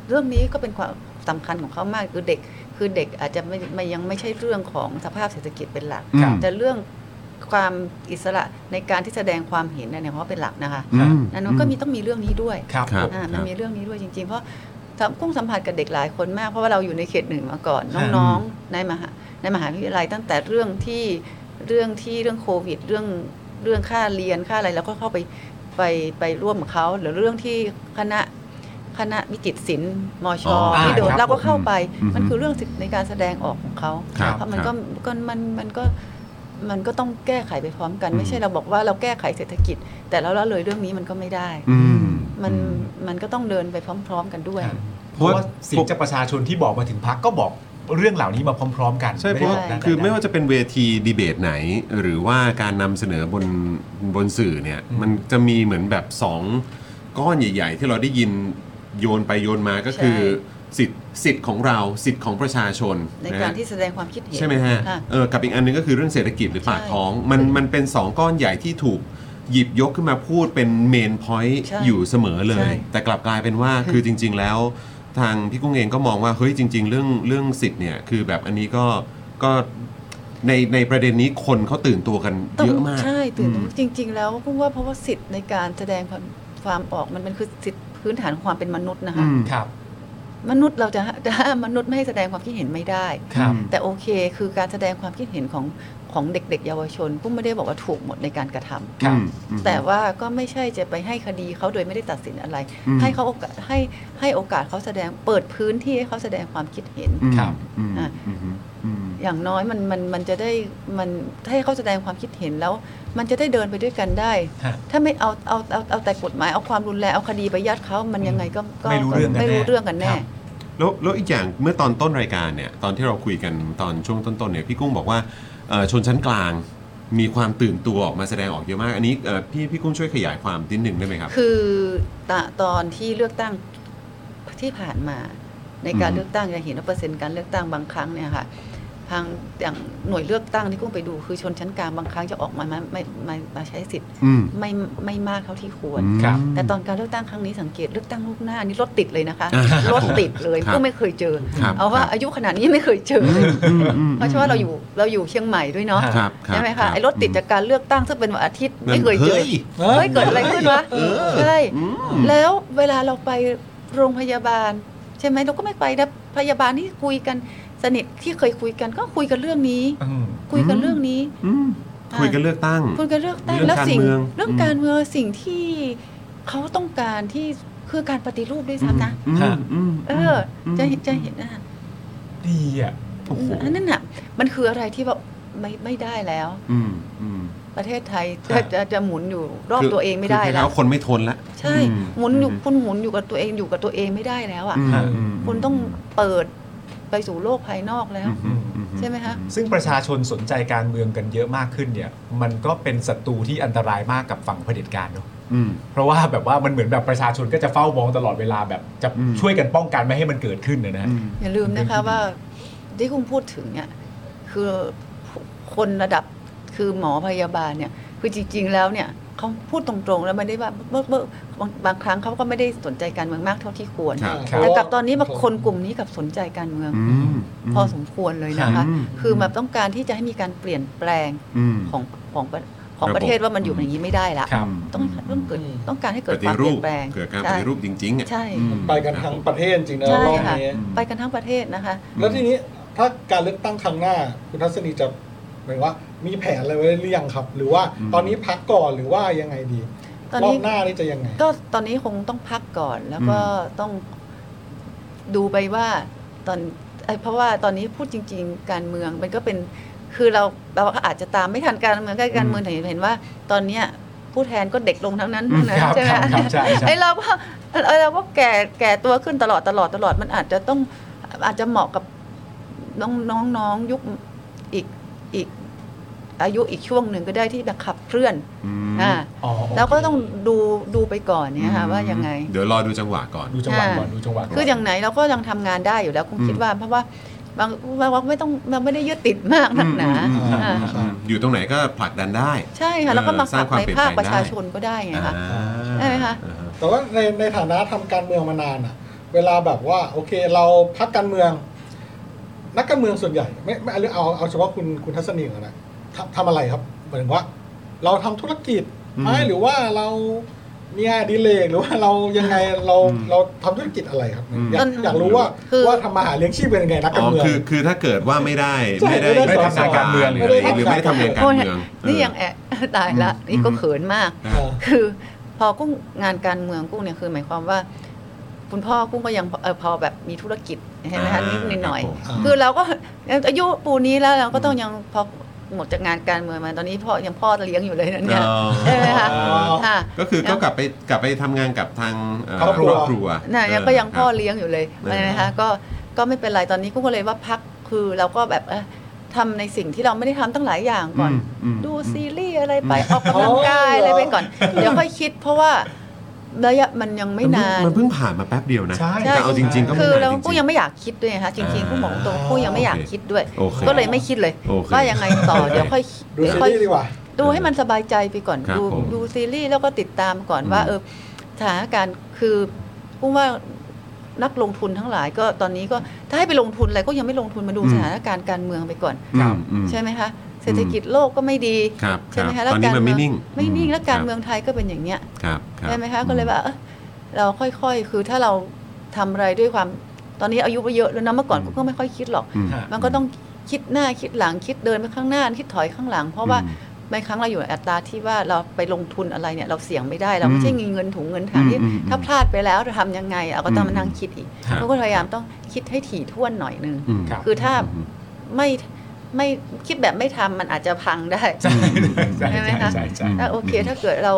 Speaker 5: เรื่องนี้ก็เป็นความสำคัญของเขามากคือเด็ก คือเด็กอาจจะไม่ไม่ยังไม่ใช่เรื่องของสภาพเศรษฐกิจเป็นหลัก
Speaker 1: ครับ
Speaker 5: แต่เรื่องความอิสระในการที่แสดงความเห็นเนี่ยเพราะเป็นหลักนะคะ
Speaker 1: อืม
Speaker 5: นั้นมันก็มีต้องมีเรื่องนี้ด้วย
Speaker 2: ครับ
Speaker 1: ครับ
Speaker 5: อ่า
Speaker 1: ค
Speaker 5: มันมีเรื่องนี้ด้วยจริง ๆ เพราะสัมกุ้งสัมผัสกับเด็กหลายคนมาก เพราะว่าเราอยู่ในเขตหนึ่งมาก่อน น้องๆในมหาในมหาวิทยาลัยตั้งแต่เรื่องที่เรื่องที่เรื่องโควิด เรื่องเรื่องค่าเรียนค่าอะไรแล้วก็เข้าไปไปไปร่วมกับเขาหรือเรื่องที่คณะคณะวิจิตรศิลป์มช
Speaker 1: อ๋อ
Speaker 5: ที่โด
Speaker 2: ค
Speaker 5: น
Speaker 2: รับ
Speaker 5: เราก็เข้าไป
Speaker 1: อืม
Speaker 5: มันคือเรื่องสิทธิในการแสดงออกของเขา
Speaker 1: ครับ
Speaker 5: เพราะมันก็ก็มันมันก็มันก็ต้องแก้ไขไปพร้อมกัน ไม่ใช่
Speaker 1: อืม
Speaker 5: เราบอกว่าเราแก้ไขเศรษฐกิจ แต่เราละเลยเรื่องนี้มันก็ไม่ได้
Speaker 1: อืม
Speaker 5: มันมันก็ต้องเดินไปพร้อม ๆ กันด้วย
Speaker 2: เพราะว่าเสียงจากประชาชนที่บอกมาถึงพักก็บอกเรื่องเหล่านี้มาพร้อม ๆ กัน
Speaker 1: ใช่เพ
Speaker 2: ไม่ได้
Speaker 1: ราะ
Speaker 2: บกด้น
Speaker 1: คือ
Speaker 2: ใดๆ
Speaker 1: ไม่ว่าจะเป็นเวทีดีเบตไหน หรือว่าการนำเสนอบนบนสื่อเนี่ย
Speaker 2: อืม
Speaker 1: มันจะมีเหมือนแบบสองก้อนใหญ่ ๆ ที่เราได้ยินโยนไปโยนมาก็คือ
Speaker 5: ใช่
Speaker 1: สิทธิ์สิทธิ์ของเราสิทธิ์ของประชาชน
Speaker 5: ใน
Speaker 1: นะ
Speaker 5: การ
Speaker 1: ฮะ
Speaker 5: ที่แสดงความคิดเห็น
Speaker 1: ใช่ไหมฮะ
Speaker 5: ค่ะ
Speaker 1: เออกับอีกอันหนึงก็คือเรื่องเศรษฐกิจหรือปาก
Speaker 5: ใช่
Speaker 1: ท้อง มันมันเป็นสองก้อนใหญ่ที่ถูกหยิบยกขึ้นมาพูดเป็นเมนพอยต์
Speaker 5: ใช่
Speaker 1: อยู่เสมอเล
Speaker 5: ใช่
Speaker 1: ย แต่กลับกลายเป็นว่าคือจริง ๆ แล้ว ทางพี่กุ้งเองก็มองว่าเฮ้ยจริง ๆ เรื่องเรื่องสิทธิ์เนี่ยคือแบบอันนี้ก็ก็ในในประเด็นนี้คนเขาตื่นตัวกัน
Speaker 5: ต้ง
Speaker 1: เยอะมาก
Speaker 5: ใช่ตื่น
Speaker 1: อืม
Speaker 5: จริง ๆ แล้วก็ว่าเพราะว่าสิทธิ์ในการแสดงความความออกมันเป็นคือสิทธิพื้นฐานของความเป็นมนุษย์นะคะ
Speaker 1: อืม
Speaker 2: ครับ
Speaker 5: มนุษย์เราจะจะห้ามมนุษย์ไม่ให้แสดงความคิดเห็นไม่ได้
Speaker 2: ครับ
Speaker 5: แต่โอเคคือการแสดงความคิดเห็นของของเด็ก ๆ เยาวชนก็ไม่ได้บอกว่าถูกหมดในการกระทำ
Speaker 2: ครับ
Speaker 1: อืม
Speaker 5: แต่ว่าก็ไม่ใช่จะไปให้คดีเขาโดยไม่ได้ตัดสินอะไร
Speaker 1: อืม
Speaker 5: ให้เขาโอกาสให้ให้โอกาสเขาแสดงเปิดพื้นที่ให้เขาแสดงความคิดเห็น
Speaker 1: อืม
Speaker 2: ครับ
Speaker 1: อืม
Speaker 5: อ่ะ
Speaker 1: อืมอืม
Speaker 5: อย่างน้อยมันมันมันจะได้มันให้เขาแสดงความคิดเห็นแล้ว มันจะได้เดินไปด้วยกันได้
Speaker 2: ฮะ
Speaker 5: ถ้าไม่เอาเอาเอาเอาแต่กฎหมายเอาความรุนแรงเอาคดีไปยัดเขามันยังไงก็ก็
Speaker 2: ไม่รู้เรื่องกันแน่
Speaker 5: ไม่รู้เรื่องกันแน่
Speaker 2: ครับ
Speaker 1: แล้วแล้วอีกอย่างเมื่อตอนต้นรายการเนี่ยตอนที่เราคุยกันตอนช่วงต้นๆเนี่ยพี่กุ้งบอกว่าเอ่อชนชั้นกลาง มีความตื่นตัวออกมาแสดงออกเยอะมาก อันนี้เอ่อพี่พี่กุ้งช่วยขยายความนิดหนึ่งได้ไหมครับ
Speaker 5: คือตะตอนที่เลือกตั้งที่ผ่านมา ในการ
Speaker 1: อืม
Speaker 5: เลือกตั้งจะเห็นว่าเปอร์เซ็นต์การเลือกตั้งบางครั้งเนี่ยค่ะทางอย่างหน่วยเลือกตั้งที่กุ้งไปดูคือชนชั้นกลางบางครั้งจะออกมาไม่ไม่ไม่มาใช้สิทธิ์
Speaker 1: อืม
Speaker 5: ไม่ไม่มากเท่าที่ควร
Speaker 2: ครับ
Speaker 5: แต่ตอนการเลือกตั้งครั้งนี้สังเกตเลือกตั้งลูกหน้านี่รถติดเลยนะคะ
Speaker 1: อ่าครับ
Speaker 5: รถติดเลย
Speaker 1: ครับ
Speaker 5: ก็ไม่เคยเจอ
Speaker 1: ครับ
Speaker 5: เอาว่าอายุขนาดนี้ไม่เคยเจอเลย
Speaker 1: อืมอืม
Speaker 5: เพราะว่าเราอยู่เราอยู่เชียงใหม่ด้วยเนาะ
Speaker 1: ครับครับ
Speaker 5: ใช่ไหมคะไอ้รถติดจากการเลือกตั้งซึ่งเป็นวันอาทิตย์ไม่เคยเจอ
Speaker 1: ฮ้
Speaker 5: เฮ้ยเกิดอะไรขึ้นวะ
Speaker 1: เออ
Speaker 5: ใช่
Speaker 1: อืม
Speaker 5: แล้วเวลาเราไปโรงพยาบาล ช่ไหมเราก็ไม่ไปนะพยาบาลที่คุยกันสนิทที่เคยคุยกันก็คุยกันเรื่องนี้
Speaker 2: อืม
Speaker 5: คุยกันเรื่องนี้
Speaker 1: อืมคุยกันเลือกตั้ง
Speaker 5: คุยกันเรื่องแต่ง
Speaker 1: เรื่อง
Speaker 5: แล้วสิ่
Speaker 1: กา
Speaker 5: ง
Speaker 1: รเมือง
Speaker 5: เรื่องการเมืองสิ่งที่เขาต้องการที่คือการปฏิรูปด้วยซ้ำนะ
Speaker 1: อืม
Speaker 2: ฮะ
Speaker 1: อืม
Speaker 5: เอออจะเห็นจะเห็นนะ
Speaker 2: ดีอ่ะ
Speaker 1: โอ้โห
Speaker 5: อันนั้นน่ะมันคืออะไรที่แบบไม่ไม่ได้แล้ว
Speaker 1: อืมอืม
Speaker 5: ประเทศไทย
Speaker 2: ใช่
Speaker 5: จะจะจะหมุนอยู่รอบตัวเองไม่ได้
Speaker 1: คือ
Speaker 5: แล้ว
Speaker 1: คือคนไม่ทนละ
Speaker 5: ใช่
Speaker 1: อื
Speaker 5: หมุนอยู่คุณหมุนอยู่กับตัวเองอยู่กับตัวเองไม่ได้แล้วอ่ะ
Speaker 1: อืมอืม
Speaker 5: คุณต้องเปิดไปสู่โลกภายนอกแล้ว
Speaker 1: อืมอือื
Speaker 5: ใช่ไหมคะ
Speaker 2: ซึ่งประชาชนสนใจการเมืองกันเยอะมากขึ้นเนี่ย มันก็เป็นศัตรูที่อันตรายมากกับฝั่งเผด็จการเนอะ
Speaker 1: อืม
Speaker 2: เพราะว่าแบบว่ามันเหมือนแบบประชาชนก็จะเฝ้ามองตลอดเวลาแบบจะ
Speaker 1: อืม
Speaker 2: ช่วยกันป้องกันไม่ให้มันเกิดขึ้นนะนะ
Speaker 1: อืม
Speaker 5: อย่าลืมนะคะว่าที่คุณพูดถึงเนี่ยคือคนระดับคือหมอพยาบาลเนี่ย คือจริง ๆ แล้วเนี่ยเขาพูดตรงๆแล้วไม่ได้ว่าเบิกเบิกบางบางครั้งเขาก็ไม่ได้สนใจการเมืองมากเท่าที่ควร
Speaker 1: ครับ
Speaker 2: ครับ
Speaker 5: แต่กับตอนนี้บางคนกลุ่มนี้กับสนใจการเมือง
Speaker 1: อืม
Speaker 5: พอสมควรเลยนะคะ
Speaker 1: อืม
Speaker 5: คือแบบต้องการที่จะให้มีการเปลี่ยนแปลง
Speaker 1: อืม
Speaker 5: ของของประของ
Speaker 1: ระบบ
Speaker 5: ประเทศว่ามันอยู่
Speaker 1: อืม
Speaker 5: อย่างนี้ไม่ได้ละ
Speaker 2: ครับ
Speaker 5: ต้องต้องเกิดต้องการให้
Speaker 1: ป
Speaker 5: เกิดค
Speaker 1: ฏิ
Speaker 5: วามเป
Speaker 1: รู
Speaker 5: ลี่ย
Speaker 1: ป
Speaker 5: นแปลง
Speaker 1: เกิดการป
Speaker 5: ใช่
Speaker 1: ฏิรูปจริงๆอ่ะ
Speaker 5: ใช่
Speaker 1: อืม
Speaker 4: ไปกันทั้งประเทศจริงนะ
Speaker 5: ใช่
Speaker 4: รอบ
Speaker 5: ค่ะ
Speaker 4: นี้
Speaker 5: ไปกันทั้งประเทศนะคะ
Speaker 4: แล้วทีนี้ถ้าการเลือกตั้งครั้งหน้า คุณทัศนีจะหมายว่ามีแผนอะไรไว้หรือยังครับ หรือว่า
Speaker 1: อืม
Speaker 4: ตอนนี้พักก่อนหรือว่ายังไงดี
Speaker 5: ตอน
Speaker 4: รอ
Speaker 5: นี้
Speaker 4: บหน้านี่จะยังไง
Speaker 5: ก็ตอนนี้คงต้องพักก่อนแล้วก็ต้องดูไปว่าตอนเอ้ยเพราะว่าตอนนี้พูดจริง ๆ การเมืองมันก็เป็นคือเราเราก็อาจจะตามไม่ทันการเมืองใกล้การเมืองแต่เห็นว่า ตอนเนี้ยผู้แทนก็เด็กลงทั้งนั้น
Speaker 2: อืม
Speaker 5: นะครับ ใช่ไหม
Speaker 2: ครับใช่ใช่
Speaker 5: ไอเราก็ไอเราก็แก่แก่ตัวขึ้นตลอดตลอดตลอดมันอาจจะต้องอาจจะเหมาะกับน้องน้องน้องยุคอีกอีกอายุอีกช่วงหนึ่งก็ได้ที่แบบขับเคลื่อน
Speaker 1: อืม
Speaker 5: อ่า
Speaker 2: อ๋อโอ
Speaker 5: เราก็ต้อง
Speaker 2: เค
Speaker 5: ดูดูไปก่อนเนี่ยค่ะว่ายังไง
Speaker 1: เดี๋ยวรอดูจังหวะก่อน
Speaker 2: ดูจังหวะก่อน
Speaker 5: อ่า
Speaker 2: ดูจังหวะก่อน
Speaker 5: คืออย่างไหนเราก็ยังทำงานได้อยู่แล้วคงคิด
Speaker 1: อืม
Speaker 5: ว่า เพราะว่าบางเราไม่ต้องเราไม่ได้ยึดติดมากนักหนา
Speaker 1: อืมอืม
Speaker 5: อ่า
Speaker 1: อืมอยู่ตรงไหนก็ผลักดันได้
Speaker 5: ใช่ค่ะแล้วก็มา
Speaker 1: สร้างควา
Speaker 5: ขับ
Speaker 1: ม
Speaker 5: ใน
Speaker 1: เปลี่ยน
Speaker 5: ภาค
Speaker 1: แปลงได้
Speaker 5: ประชาชนก็ได้ไงคะ
Speaker 1: อ่า
Speaker 5: ใช่ไหมคะ
Speaker 1: อ่า
Speaker 4: แต่ว่าในในฐานะทำการเมืองมานานอะเวลาแบบว่าโอเคเราพักการเมือง นักการเมืองส่วนใหญ่ไม่ไม่เอาเอาเอาเฉพาะคุณคุณทัศนีก่อนนะทำทำอะไรครับหมายถึงว่า เราทำธุรกิจ
Speaker 1: อืม
Speaker 4: ไหมหรือว่าเรามีงานอดิเลกหรือว่าเรายังไงเรา
Speaker 1: อืม
Speaker 4: เราทำธุรกิจอะไรครับ
Speaker 1: อืม
Speaker 4: อยากอยากรู้ว่า
Speaker 5: คือ
Speaker 4: ว่าทำมาหาเลี้ยงชีพเป็นยังไงนัก
Speaker 1: อ๋
Speaker 4: กา
Speaker 1: อ
Speaker 4: รเมือง
Speaker 1: คือคือถ้าเกิดว่าไม่ได้
Speaker 4: ใช่
Speaker 1: ไม่ได้
Speaker 4: ไม่ได้
Speaker 1: ทำงานการเมืองหรืออะไร
Speaker 4: ไม่ได้
Speaker 1: หรือไม่ได้ทำงานการ
Speaker 5: โอ้ย
Speaker 1: เมือง
Speaker 5: นี่ยัง
Speaker 1: เอ
Speaker 5: แอะ ตายละนี่ก็
Speaker 1: อืม
Speaker 5: เขินมาก
Speaker 4: เออ
Speaker 5: คือพอกุ้งงานการเมืองกุ้งเนี่ยคือหมายความว่า คุณพ่อกุ้งก็ยังพอเอ่อพอแบบมีธุรกิจใช่ไหมคะ
Speaker 1: อ่า
Speaker 5: นิดหน่อย
Speaker 1: ครับผม
Speaker 5: ๆคือเราก็ อายุปูนี้แล้วเราก็ต้องยังพอหมดจากงานการเมืองมาตอนนี้พ่อยังพ่อเลี้ยงอยู่เลยนะ
Speaker 1: อ
Speaker 5: เนี่ย
Speaker 1: อ๋อ
Speaker 5: ใช่ไหมคะค่ะ
Speaker 1: ก็คือก็กลับไปกลับไปทำงานกับทางเอ่อ
Speaker 4: ครอบครัว
Speaker 1: ครัว
Speaker 5: น่ะยังก็ยัง
Speaker 1: ครับ
Speaker 5: พ่อเลี้ยงอยู่เลย
Speaker 1: เออ
Speaker 5: นะคะก็ก็ไม่เป็นไรตอนนี้กุ้งก็เลยว่าพักคือเราก็แบบเอ่อทำในสิ่งที่เราไม่ได้ทำตั้งหลายอย่างก่อน
Speaker 1: มม
Speaker 5: ดูซีรีส์อะไรไป
Speaker 1: อืม
Speaker 5: ออกกำลังกายอะไรไปก่อน เดี๋ยวค่อยคิดเพราะว่าระยะมันยังไม่นาน
Speaker 1: มันเพิ่งผ่านมาแป๊บเดียวนะ
Speaker 2: ใช่
Speaker 1: แต่เอาจริง ๆ ก็
Speaker 5: คือน
Speaker 1: ไม่านจ
Speaker 5: เรา
Speaker 1: ริงๆ
Speaker 5: กูยังไม่อยากคิดด้วยนะคะจริงๆกูบอกตรงกูยังไม่อยากคิดด้วย
Speaker 1: โอเค
Speaker 5: ก็เลยไม่คิดเลย
Speaker 1: โอเค
Speaker 5: ว่ายังไงต่อเดี๋ยวค่อย
Speaker 4: ดู
Speaker 5: เดี๋ยว
Speaker 4: ซี
Speaker 5: ค่อย
Speaker 4: รีส์ดีกว่า
Speaker 5: ดูให้มันสบายใจไปก่อน
Speaker 1: ครับ
Speaker 5: ดู
Speaker 1: ผม
Speaker 5: ดูซีรีส์แล้วก็ติดตามก่อนว่า
Speaker 1: อืม
Speaker 5: เออสถานการณ์คือกูว่านักลงทุนทั้งหลายก็ตอนนี้ก็ถ้าให้ไปลงทุนอะไรก็ยังไม่ลงทุนมาดูสถานการณ์การเมืองไปก่อน
Speaker 1: อืมอืม
Speaker 5: ใช่ไหมคะเศรษฐกิจโลกก็ไม่ดี
Speaker 1: ครับ
Speaker 5: ใช่ไหม
Speaker 1: ครั
Speaker 5: คะ
Speaker 1: บ
Speaker 5: แล้ว
Speaker 1: ตอนนี้
Speaker 5: การ
Speaker 1: มันไม่
Speaker 5: เมื
Speaker 1: นิ่
Speaker 5: อง งไม่นิ่งแล้วการเมื
Speaker 1: ค
Speaker 5: องไทยก็เป็นอย่างเงี้ย
Speaker 1: บครับรับ
Speaker 5: ใช่ไหมคะก็เลยแบบเอ้ยเราค่อยๆ คือถ้าเราทำอะไรด้วยความตอนนี้อายุก็เยอะแล้วนะเมื่อก่อนก็ไม่ค่อยคิดหรอก
Speaker 1: อืม
Speaker 5: มันก็ต้องคิดหน้าคิดหลังคิดเดินไปข้างหน้า คิดถอยข้างหลัง เพราะว่าบางครั้งเราอยู่ในอัตราที่ว่าเราไปลงทุนอะไรเนี่ยเราเสี่ยงไม่ได้เรา
Speaker 1: อื
Speaker 5: ไม่
Speaker 1: ม
Speaker 5: ใช่มีเงินถุงเงินถังที่
Speaker 1: อืมอืม
Speaker 5: ถ้าพลาดไปแล้วจะทำยังไงเราก็ต้อง
Speaker 1: อืม
Speaker 5: มานั่งคิดอีก
Speaker 1: ครับ
Speaker 5: เราก็พยายามต้องคิดให้ถี่ถ้วนหน่อยนึง
Speaker 1: อืม
Speaker 2: ครับ
Speaker 5: คือถ้า
Speaker 1: อืม
Speaker 5: ไม่ไม่คิดแบบไม่ทำมันอาจจะพังได้
Speaker 2: ใช่ใช่
Speaker 5: ใช่ไหม
Speaker 2: ใช่
Speaker 5: คะ
Speaker 2: ใช่ใช่
Speaker 1: อืม
Speaker 5: ถ้าโอเคถ้าเกิดเรา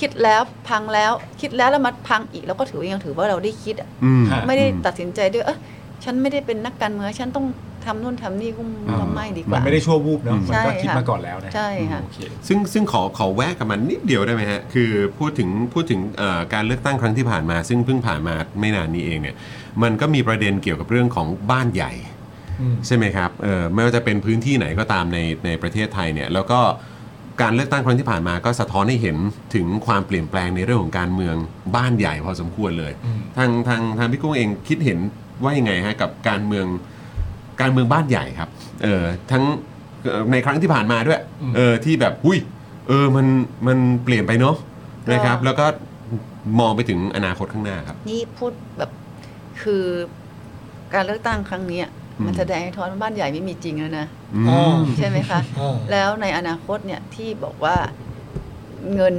Speaker 5: คิดแล้วพังแล้วคิดแล้วแล้วมันพังอีกเราก็ถือว่ายังถือว่าเราได้คิดอะ
Speaker 1: อืม
Speaker 2: ค่ะ
Speaker 5: ไม่ได้ตัดสินใจด้วยเออฉันไม่ได้เป็นนักการเมืองฉันต้องทำนู่นทำนี่ก็
Speaker 1: อ่า
Speaker 5: ทำไม่ดีก
Speaker 2: มัน
Speaker 5: ว่า
Speaker 2: ไม่ได้ชั่ววูบเนาะ
Speaker 1: อืม
Speaker 2: มันก็
Speaker 5: ใช่
Speaker 2: คิด
Speaker 5: ค่ะ
Speaker 2: มาก่อนแล้วนะ
Speaker 5: ใช่ค่ะ
Speaker 2: โอเค
Speaker 1: ซึ่งซึ่งขอขอแวะกับมันนิดเดียวได้ไหมฮะ คือพูดถึงพูดถึงเอ่อการเลือกตั้งครั้งที่ผ่านมา ซึ่งเพิ่งผ่านมาไม่นานนี้เองเนี่ย มันก็มีประเด็นเกี่ยวกับเรื่องของบ้านใหญ่
Speaker 2: อืม
Speaker 1: ใช่ไหมครับเออไม่ว่าจะเป็นพื้นที่ไหนก็ตามในในประเทศไทยเนี่ย แล้วก็การเลือกตั้งครั้งที่ผ่านมาก็สะท้อนให้เห็นถึงความเปลี่ยนแปลงในเรื่องของการเมืองบ้านใหญ่พอสมควรเลย
Speaker 2: อืม
Speaker 1: ทางทางทางพี่กุ้งเองคิดเห็นว่ายังไงฮะกับการเมืองการเมืองบ้านใหญ่ครับเออทั้งเอ่อในครั้งที่ผ่านมาด้วย
Speaker 2: อืม
Speaker 1: เออที่แบบอุ้ยเออมันมันเปลี่ยนไปเนาะนะครับ แล้วก็มองไปถึงอนาคตข้างหน้าครับ
Speaker 5: นี่พูดแบบ คือการเลือกตั้งครั้งเนี้ยมันแสดงให้ท้อนว่าบ้านใหญ่ไม่มีจริงแล้วนะ
Speaker 1: อื
Speaker 4: อ่า
Speaker 1: ม
Speaker 5: ใช่ไหม คะ
Speaker 4: เออ
Speaker 5: แล้วในอนาคตเนี่ยที่บอกว่าเงิน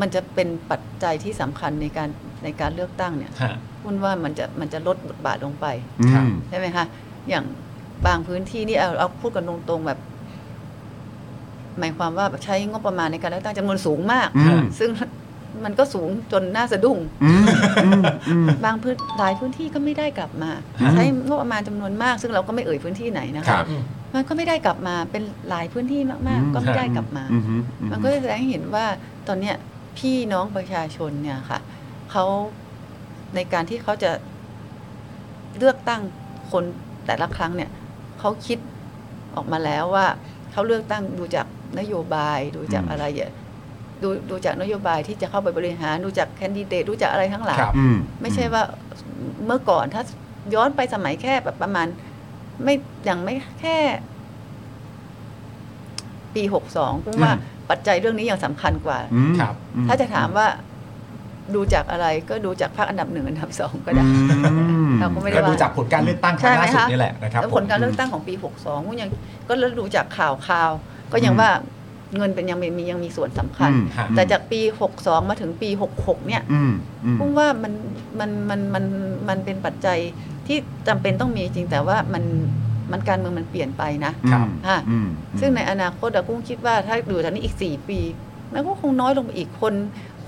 Speaker 5: มันจะเป็นปัจจัยที่สำคัญในการในการเลือกตั้งเนี่ย
Speaker 7: ฮะ
Speaker 5: คุณว่ามันจะมันจะลดบทบาทลงไป
Speaker 1: อืม
Speaker 5: ใช่ไหมคะ อย่างบางพื้นที่นี่เอาเอาพูดกันตรงๆแบบ หมายความว่าแบบใช้งบประมาณในการเลือกตั้งจำนวนสูงมาก
Speaker 1: อืม
Speaker 5: ซึ่งมันก็สูงจนน่าสะดุ้ง
Speaker 1: อืมอืมอืม
Speaker 5: บางพื้นหลายพื้นที่ก็ไม่ได้กลับมา
Speaker 1: อืม
Speaker 5: ใช้งบประมาณจำนวนมาก ซึ่งเราก็ไม่เอ่ยพื้นที่ไหน
Speaker 1: ค
Speaker 5: นะคะ
Speaker 1: รับ
Speaker 5: มันก็ไม่ได้กลับมาเป็นหลายพื้นที่มากๆ ก็ไม่ได้กลับมา
Speaker 1: อืมอืมอืม
Speaker 5: มันก็แสดงให้เห็นว่าตอนเนี้ยพี่น้องประชาชนเนี่ยค่ะเขาในการที่เขาจะเลือกตั้งคนแต่ละครั้งเนี่ยเขาคิดออกมาแล้วว่าเขาเลือกตั้งดูจากนโยบายดูจาก
Speaker 1: อืม
Speaker 5: อะไรอย่าดูดูจากนโยบายที่จะเข้าไปบริหารดูจากแคนดิเดตดูจากอะไรทั้งหลาย
Speaker 7: ครับ
Speaker 1: อืม
Speaker 5: ไม่ใช่ว่าเมื่อก่อนถ้าย้อนไปสมัยแค่แบบประมาณ ไม่อย่างไม่แค่ ปีหกสองเพราะว่า
Speaker 1: อืม
Speaker 5: ปัจจัยเรื่องนี้ยังสำคัญกว่า
Speaker 1: อืม
Speaker 7: ครับ
Speaker 1: อื
Speaker 5: ถ้าจะถามว่าดูจากอะไรก็ดูจากภาคอันดับหนึ่งอันดับสองก็ได้
Speaker 1: อืม
Speaker 5: เราก็ไม่ได้
Speaker 7: ก็ดู
Speaker 5: ว่า
Speaker 7: จากผลการเลือกตั้งครั้งล่าสุด
Speaker 5: ใช่ไหมคะ
Speaker 7: นี่แหละนะครับ
Speaker 5: แล้วผลการเลือกตั้งของปีหกสองก็ยังก็แล้วดูจากข่าวข่าวๆก็ยังว่าเงินเป็นยังมียังมีส่วนสำคัญ
Speaker 1: อืม
Speaker 5: แต่จากปีหกสองมาถึงปีหกหกเนี่ย
Speaker 1: อืมอืม
Speaker 5: พุ่งว่ามันมันมันมันมันเป็นปัจจัยที่จำเป็นต้องมีจริงแต่ว่ามันมันการเมืองมันเปลี่ยนไปนะ
Speaker 1: ครับ
Speaker 5: ค่ะ
Speaker 1: อืม
Speaker 5: ซึ่งในอนาคตอะกุ้งคิดว่าถ้าอยู่จากนี้อีก 4 ปีมันก็คงน้อยลงไปอีกคน